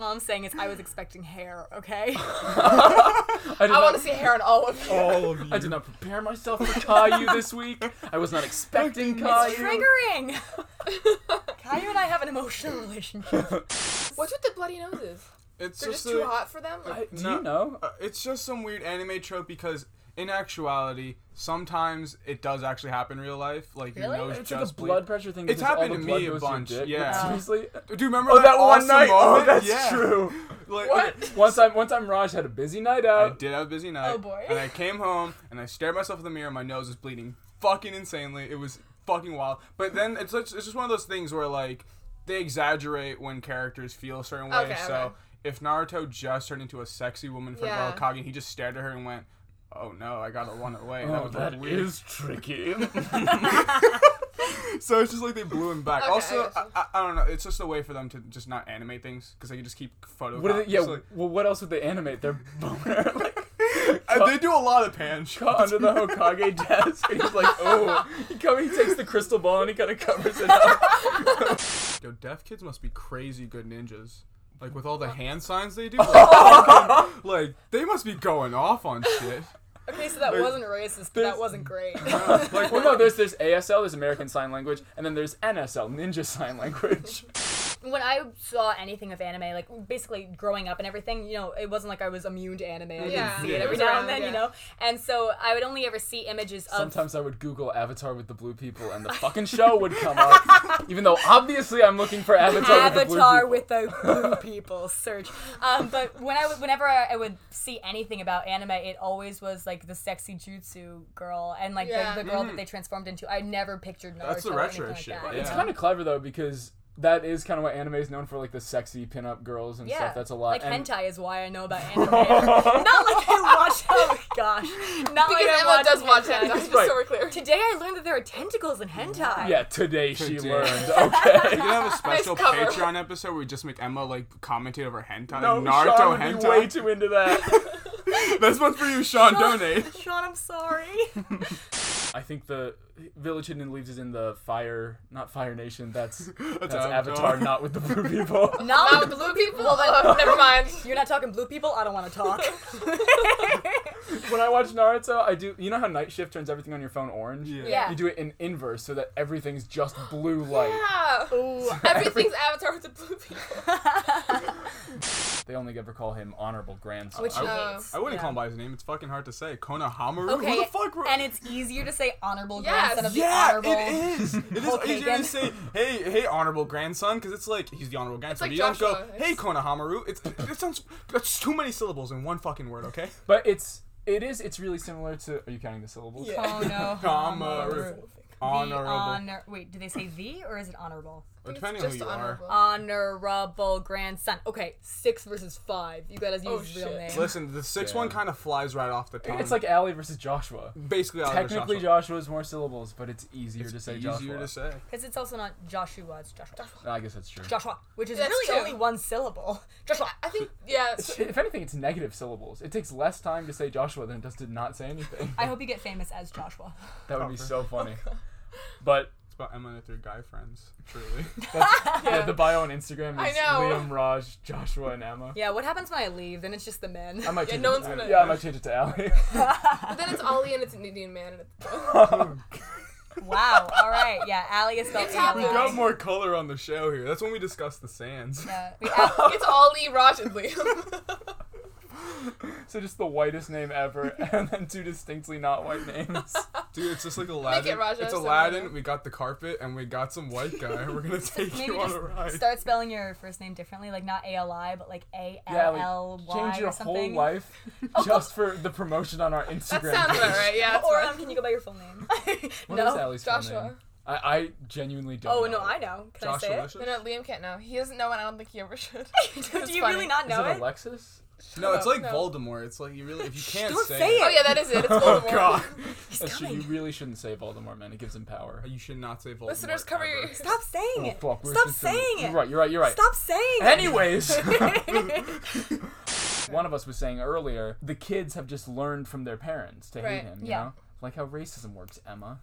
[SPEAKER 7] All I'm saying is I was expecting hair, okay?
[SPEAKER 8] I, did
[SPEAKER 5] I want
[SPEAKER 8] not-
[SPEAKER 5] to see hair on all of you.
[SPEAKER 3] All of you.
[SPEAKER 8] I did not prepare myself for Caillou this week. I was not expecting Caillou.
[SPEAKER 7] Triggering! Caillou and I have an emotional relationship.
[SPEAKER 5] What's with the bloody noses?
[SPEAKER 3] It's
[SPEAKER 5] They're
[SPEAKER 3] just,
[SPEAKER 5] just, too
[SPEAKER 3] a-
[SPEAKER 5] hot for them. Like,
[SPEAKER 8] Do
[SPEAKER 3] No.
[SPEAKER 8] you know?
[SPEAKER 3] uh, it's just some weird anime trope because in actuality, sometimes it does actually happen in real life. Like your
[SPEAKER 7] Really?
[SPEAKER 3] nose
[SPEAKER 8] It's like a
[SPEAKER 3] just bleed.
[SPEAKER 8] blood pressure thing.
[SPEAKER 3] It's
[SPEAKER 8] because all
[SPEAKER 3] happened to
[SPEAKER 8] the blood
[SPEAKER 3] me a
[SPEAKER 8] goes to your
[SPEAKER 3] bunch,
[SPEAKER 8] dick.
[SPEAKER 3] yeah.
[SPEAKER 8] Seriously?
[SPEAKER 3] Do you remember
[SPEAKER 8] Oh, that one
[SPEAKER 3] awesome
[SPEAKER 8] night. Oh,
[SPEAKER 3] moment?
[SPEAKER 8] that's
[SPEAKER 3] Yeah.
[SPEAKER 8] true.
[SPEAKER 3] Like,
[SPEAKER 5] What?
[SPEAKER 8] One time, one time, Raj had a busy night
[SPEAKER 3] I
[SPEAKER 8] out.
[SPEAKER 3] did have a busy night.
[SPEAKER 5] Oh, boy.
[SPEAKER 3] And I came home and I stared myself in the mirror. My nose was bleeding fucking insanely. It was fucking wild. But then it's such, it's just one of those things where like they exaggerate when characters feel a certain way.
[SPEAKER 5] Okay,
[SPEAKER 3] so
[SPEAKER 5] okay.
[SPEAKER 3] if Naruto just turned into a sexy woman for
[SPEAKER 5] Yeah.
[SPEAKER 3] yeah. Kage, he just stared at her and went, "Oh no, I gotta run away." was
[SPEAKER 8] Oh,
[SPEAKER 3] like,
[SPEAKER 8] that
[SPEAKER 3] weird.
[SPEAKER 8] is tricky.
[SPEAKER 3] So it's just like they blew him back.
[SPEAKER 5] Okay, I
[SPEAKER 3] also,
[SPEAKER 5] got
[SPEAKER 3] I,
[SPEAKER 5] you.
[SPEAKER 3] I, I don't know. It's just a way for them to just not animate things because they can just keep photo.
[SPEAKER 8] what? Are they, yeah.
[SPEAKER 3] like,
[SPEAKER 8] well, what else would they animate? Their boner, like
[SPEAKER 3] Uh, they do a lot of pan
[SPEAKER 8] caught
[SPEAKER 3] shots.
[SPEAKER 8] under the Hokage desk, and he's like, "Oh." He comes, he takes the crystal ball, and he kind of covers it up.
[SPEAKER 3] Yo, deaf kids must be crazy good ninjas. Like with all the hand signs they do, like they must be going off on shit.
[SPEAKER 7] Okay, so that wasn't racist, but that wasn't great.
[SPEAKER 3] Like
[SPEAKER 8] Well, no, there's there's ASL, there's American Sign Language, and then there's NSL, Ninja Sign Language.
[SPEAKER 7] when I saw anything of anime, like basically growing up and everything, you know, it wasn't like I was immune to anime. I
[SPEAKER 5] Yeah.
[SPEAKER 7] didn't see
[SPEAKER 3] Yeah.
[SPEAKER 7] it every
[SPEAKER 5] It was
[SPEAKER 7] now
[SPEAKER 5] around,
[SPEAKER 7] and then,
[SPEAKER 5] yeah.
[SPEAKER 7] you know? And so I would only ever see images of.
[SPEAKER 8] Sometimes I would Google Avatar with the blue people, and the fucking show would come up. Even though obviously I'm looking for Avatar, with the blue
[SPEAKER 7] Avatar
[SPEAKER 8] people.
[SPEAKER 7] with the blue people search. Um, but when I would, whenever I, I would see anything about anime, it always was like the sexy jutsu girl and like
[SPEAKER 5] Yeah.
[SPEAKER 7] the, the girl that
[SPEAKER 8] Mm-hmm.
[SPEAKER 7] they transformed into. I never pictured Naruto.
[SPEAKER 3] That's the
[SPEAKER 7] or
[SPEAKER 3] retro
[SPEAKER 7] anything like
[SPEAKER 3] shit,
[SPEAKER 7] that.
[SPEAKER 3] right?
[SPEAKER 8] It's
[SPEAKER 3] Yeah.
[SPEAKER 8] kind of clever though because that is kind of what anime is known for, like the sexy pinup girls and
[SPEAKER 7] Yeah,
[SPEAKER 8] stuff. That's a lot.
[SPEAKER 7] Like
[SPEAKER 8] and
[SPEAKER 7] hentai is why I know about anime. not like I watch. Oh my gosh! Not like
[SPEAKER 5] because
[SPEAKER 7] I
[SPEAKER 5] Emma
[SPEAKER 7] watch
[SPEAKER 5] does watch
[SPEAKER 7] hentai.
[SPEAKER 5] hentai, just
[SPEAKER 8] Right.
[SPEAKER 5] so we're clear.
[SPEAKER 7] Today I learned that there are tentacles in hentai.
[SPEAKER 8] Yeah, today, she
[SPEAKER 3] Today.
[SPEAKER 8] learned. Okay.
[SPEAKER 3] we can have a special
[SPEAKER 5] cover.
[SPEAKER 3] Patreon episode where we just make Emma like commentate over hentai.
[SPEAKER 8] No,
[SPEAKER 3] Naruto
[SPEAKER 8] Sean would
[SPEAKER 3] hentai.
[SPEAKER 8] be way too into that.
[SPEAKER 3] That's one for you, Sean. Donate.
[SPEAKER 7] Sean, I'm sorry.
[SPEAKER 8] I think the Village Hidden Leaves is in the Fire, not Fire Nation. That's that's,
[SPEAKER 3] Avatar.
[SPEAKER 8] Avatar, not with the blue people.
[SPEAKER 7] Not
[SPEAKER 5] Not with the blue people. Oh, never mind.
[SPEAKER 7] You're not talking blue people. I don't want to talk.
[SPEAKER 8] when I watch Naruto, I do. You know how Night Shift turns everything on your phone orange?
[SPEAKER 7] Yeah.
[SPEAKER 8] You do it in inverse so that everything's just blue light.
[SPEAKER 5] Yeah. Everything's Avatar with the blue people.
[SPEAKER 8] They only ever call him Honorable Grandson.
[SPEAKER 7] Which he
[SPEAKER 5] Uh,
[SPEAKER 7] hates.
[SPEAKER 3] I wouldn't
[SPEAKER 7] Yeah.
[SPEAKER 3] call him by his name. It's fucking hard to say. Konohamaru.
[SPEAKER 7] Okay,
[SPEAKER 3] Who the fuck? wrote-
[SPEAKER 7] and it's easier to say honorable
[SPEAKER 5] Yes.
[SPEAKER 7] grandson of the
[SPEAKER 3] yeah,
[SPEAKER 7] honorable.
[SPEAKER 3] it is. It is
[SPEAKER 7] Hulk
[SPEAKER 3] easier to
[SPEAKER 7] Hogan.
[SPEAKER 3] say, "Hey, hey, honorable grandson," because it's like he's the honorable grandson.
[SPEAKER 5] like
[SPEAKER 3] but you
[SPEAKER 5] Joshua.
[SPEAKER 3] don't go, "Hey, Konohamaru." It's it sounds that's too many syllables in one fucking word. Okay.
[SPEAKER 8] but it's it is it's really similar to. Are you counting the syllables? Yeah.
[SPEAKER 7] Oh no.
[SPEAKER 3] Kamaru. Honorable.
[SPEAKER 7] The honor- wait, do they say the or is it honorable?
[SPEAKER 3] Depending on
[SPEAKER 5] Just
[SPEAKER 3] who you
[SPEAKER 5] honorable.
[SPEAKER 3] are.
[SPEAKER 7] Honorable grandson. Okay, six versus five. You gotta use real
[SPEAKER 5] Oh, shit.
[SPEAKER 7] name.
[SPEAKER 3] Listen, the six one kind of flies right off the
[SPEAKER 5] Um,
[SPEAKER 3] tongue.
[SPEAKER 8] It's like Ali versus Joshua.
[SPEAKER 3] basically Oliver
[SPEAKER 8] Technically,
[SPEAKER 3] Joshua.
[SPEAKER 8] Joshua is more syllables, but it's easier to say
[SPEAKER 3] Easier
[SPEAKER 8] Joshua.
[SPEAKER 3] to say.
[SPEAKER 7] Because it's also not Joshua, it's Joshua.
[SPEAKER 8] I guess that's true.
[SPEAKER 7] Joshua, which is
[SPEAKER 5] That's
[SPEAKER 7] really
[SPEAKER 5] true.
[SPEAKER 7] only one syllable. Joshua.
[SPEAKER 5] I think yeah.
[SPEAKER 8] If anything, it's negative syllables. It takes less time to say Joshua than it does to not say anything.
[SPEAKER 7] I hope you get famous as Joshua.
[SPEAKER 8] That would be so funny. But
[SPEAKER 3] It's about Emma and her three guy friends. Truly.
[SPEAKER 8] yeah, the bio on Instagram
[SPEAKER 5] I
[SPEAKER 8] is
[SPEAKER 5] know.
[SPEAKER 8] Liam, Raj, Joshua, and Emma.
[SPEAKER 7] Yeah, what happens when I leave? Then it's just the men.
[SPEAKER 8] I might
[SPEAKER 5] Yeah,
[SPEAKER 8] change
[SPEAKER 5] no
[SPEAKER 8] it
[SPEAKER 5] one's
[SPEAKER 8] to-
[SPEAKER 5] gonna-
[SPEAKER 8] Yeah, I might change it to Ali.
[SPEAKER 5] But then it's Ollie and it's an Indian man. And it's,
[SPEAKER 7] Wow. All right. Yeah, Ali is spelled
[SPEAKER 5] It's
[SPEAKER 7] A-L-I.
[SPEAKER 3] we got more color on the show here. That's when we discussed the sands.
[SPEAKER 7] Yeah, we- Al-
[SPEAKER 5] it's Ollie, Raj, and Liam.
[SPEAKER 8] so just the whitest name ever, and then two distinctly not white names.
[SPEAKER 3] Dude, it's just like Aladdin.
[SPEAKER 5] Raja
[SPEAKER 3] it's
[SPEAKER 5] Sarah.
[SPEAKER 3] Aladdin. We got the carpet and we got some white guy. We're gonna take
[SPEAKER 7] Maybe
[SPEAKER 3] you on a ride.
[SPEAKER 7] just start spelling your first name differently, like not A L I, but like A
[SPEAKER 8] Yeah,
[SPEAKER 7] L L
[SPEAKER 8] like
[SPEAKER 7] Y
[SPEAKER 8] change your
[SPEAKER 7] or something.
[SPEAKER 8] whole life just for the promotion on our Instagram.
[SPEAKER 5] Oh. that sounds
[SPEAKER 8] page.
[SPEAKER 5] about right. Yeah. That's
[SPEAKER 7] Or
[SPEAKER 5] fine.
[SPEAKER 7] um, can you go by your full name?
[SPEAKER 8] What is
[SPEAKER 7] no.
[SPEAKER 8] Ali's full
[SPEAKER 5] Joshua.
[SPEAKER 8] name? I, I genuinely don't.
[SPEAKER 7] Oh
[SPEAKER 8] know.
[SPEAKER 7] no, I know. Can
[SPEAKER 3] Josh
[SPEAKER 7] I say
[SPEAKER 3] Delicious?
[SPEAKER 5] No, no, Liam can't know. He doesn't know, and I don't think he ever should.
[SPEAKER 7] it? Do you
[SPEAKER 5] funny.
[SPEAKER 7] really not know
[SPEAKER 8] Is it
[SPEAKER 7] it?
[SPEAKER 8] Alexis?
[SPEAKER 3] No, it's
[SPEAKER 5] No,
[SPEAKER 3] like
[SPEAKER 5] no.
[SPEAKER 3] Voldemort. It's like you really if you can't
[SPEAKER 7] Don't
[SPEAKER 3] say,
[SPEAKER 7] say
[SPEAKER 5] Oh yeah, that is it. It's Voldemort.
[SPEAKER 7] He's
[SPEAKER 8] That's true.
[SPEAKER 7] coming.
[SPEAKER 8] You really shouldn't say Voldemort, man. It gives him power.
[SPEAKER 3] you should not say Voldemort.
[SPEAKER 5] Listeners, cover
[SPEAKER 3] ever.
[SPEAKER 5] your ears.
[SPEAKER 7] Stop saying
[SPEAKER 8] Oh,
[SPEAKER 7] it.
[SPEAKER 8] fuck, we're
[SPEAKER 7] Stop
[SPEAKER 8] just doing-
[SPEAKER 7] saying it.
[SPEAKER 8] You're right. You're right. You're right.
[SPEAKER 7] Stop saying it.
[SPEAKER 8] Anyways, one of us was saying earlier, the kids have just learned from their parents to hate
[SPEAKER 5] Right.
[SPEAKER 8] him. You
[SPEAKER 7] Yeah.
[SPEAKER 8] Know? Like how racism works, Emma.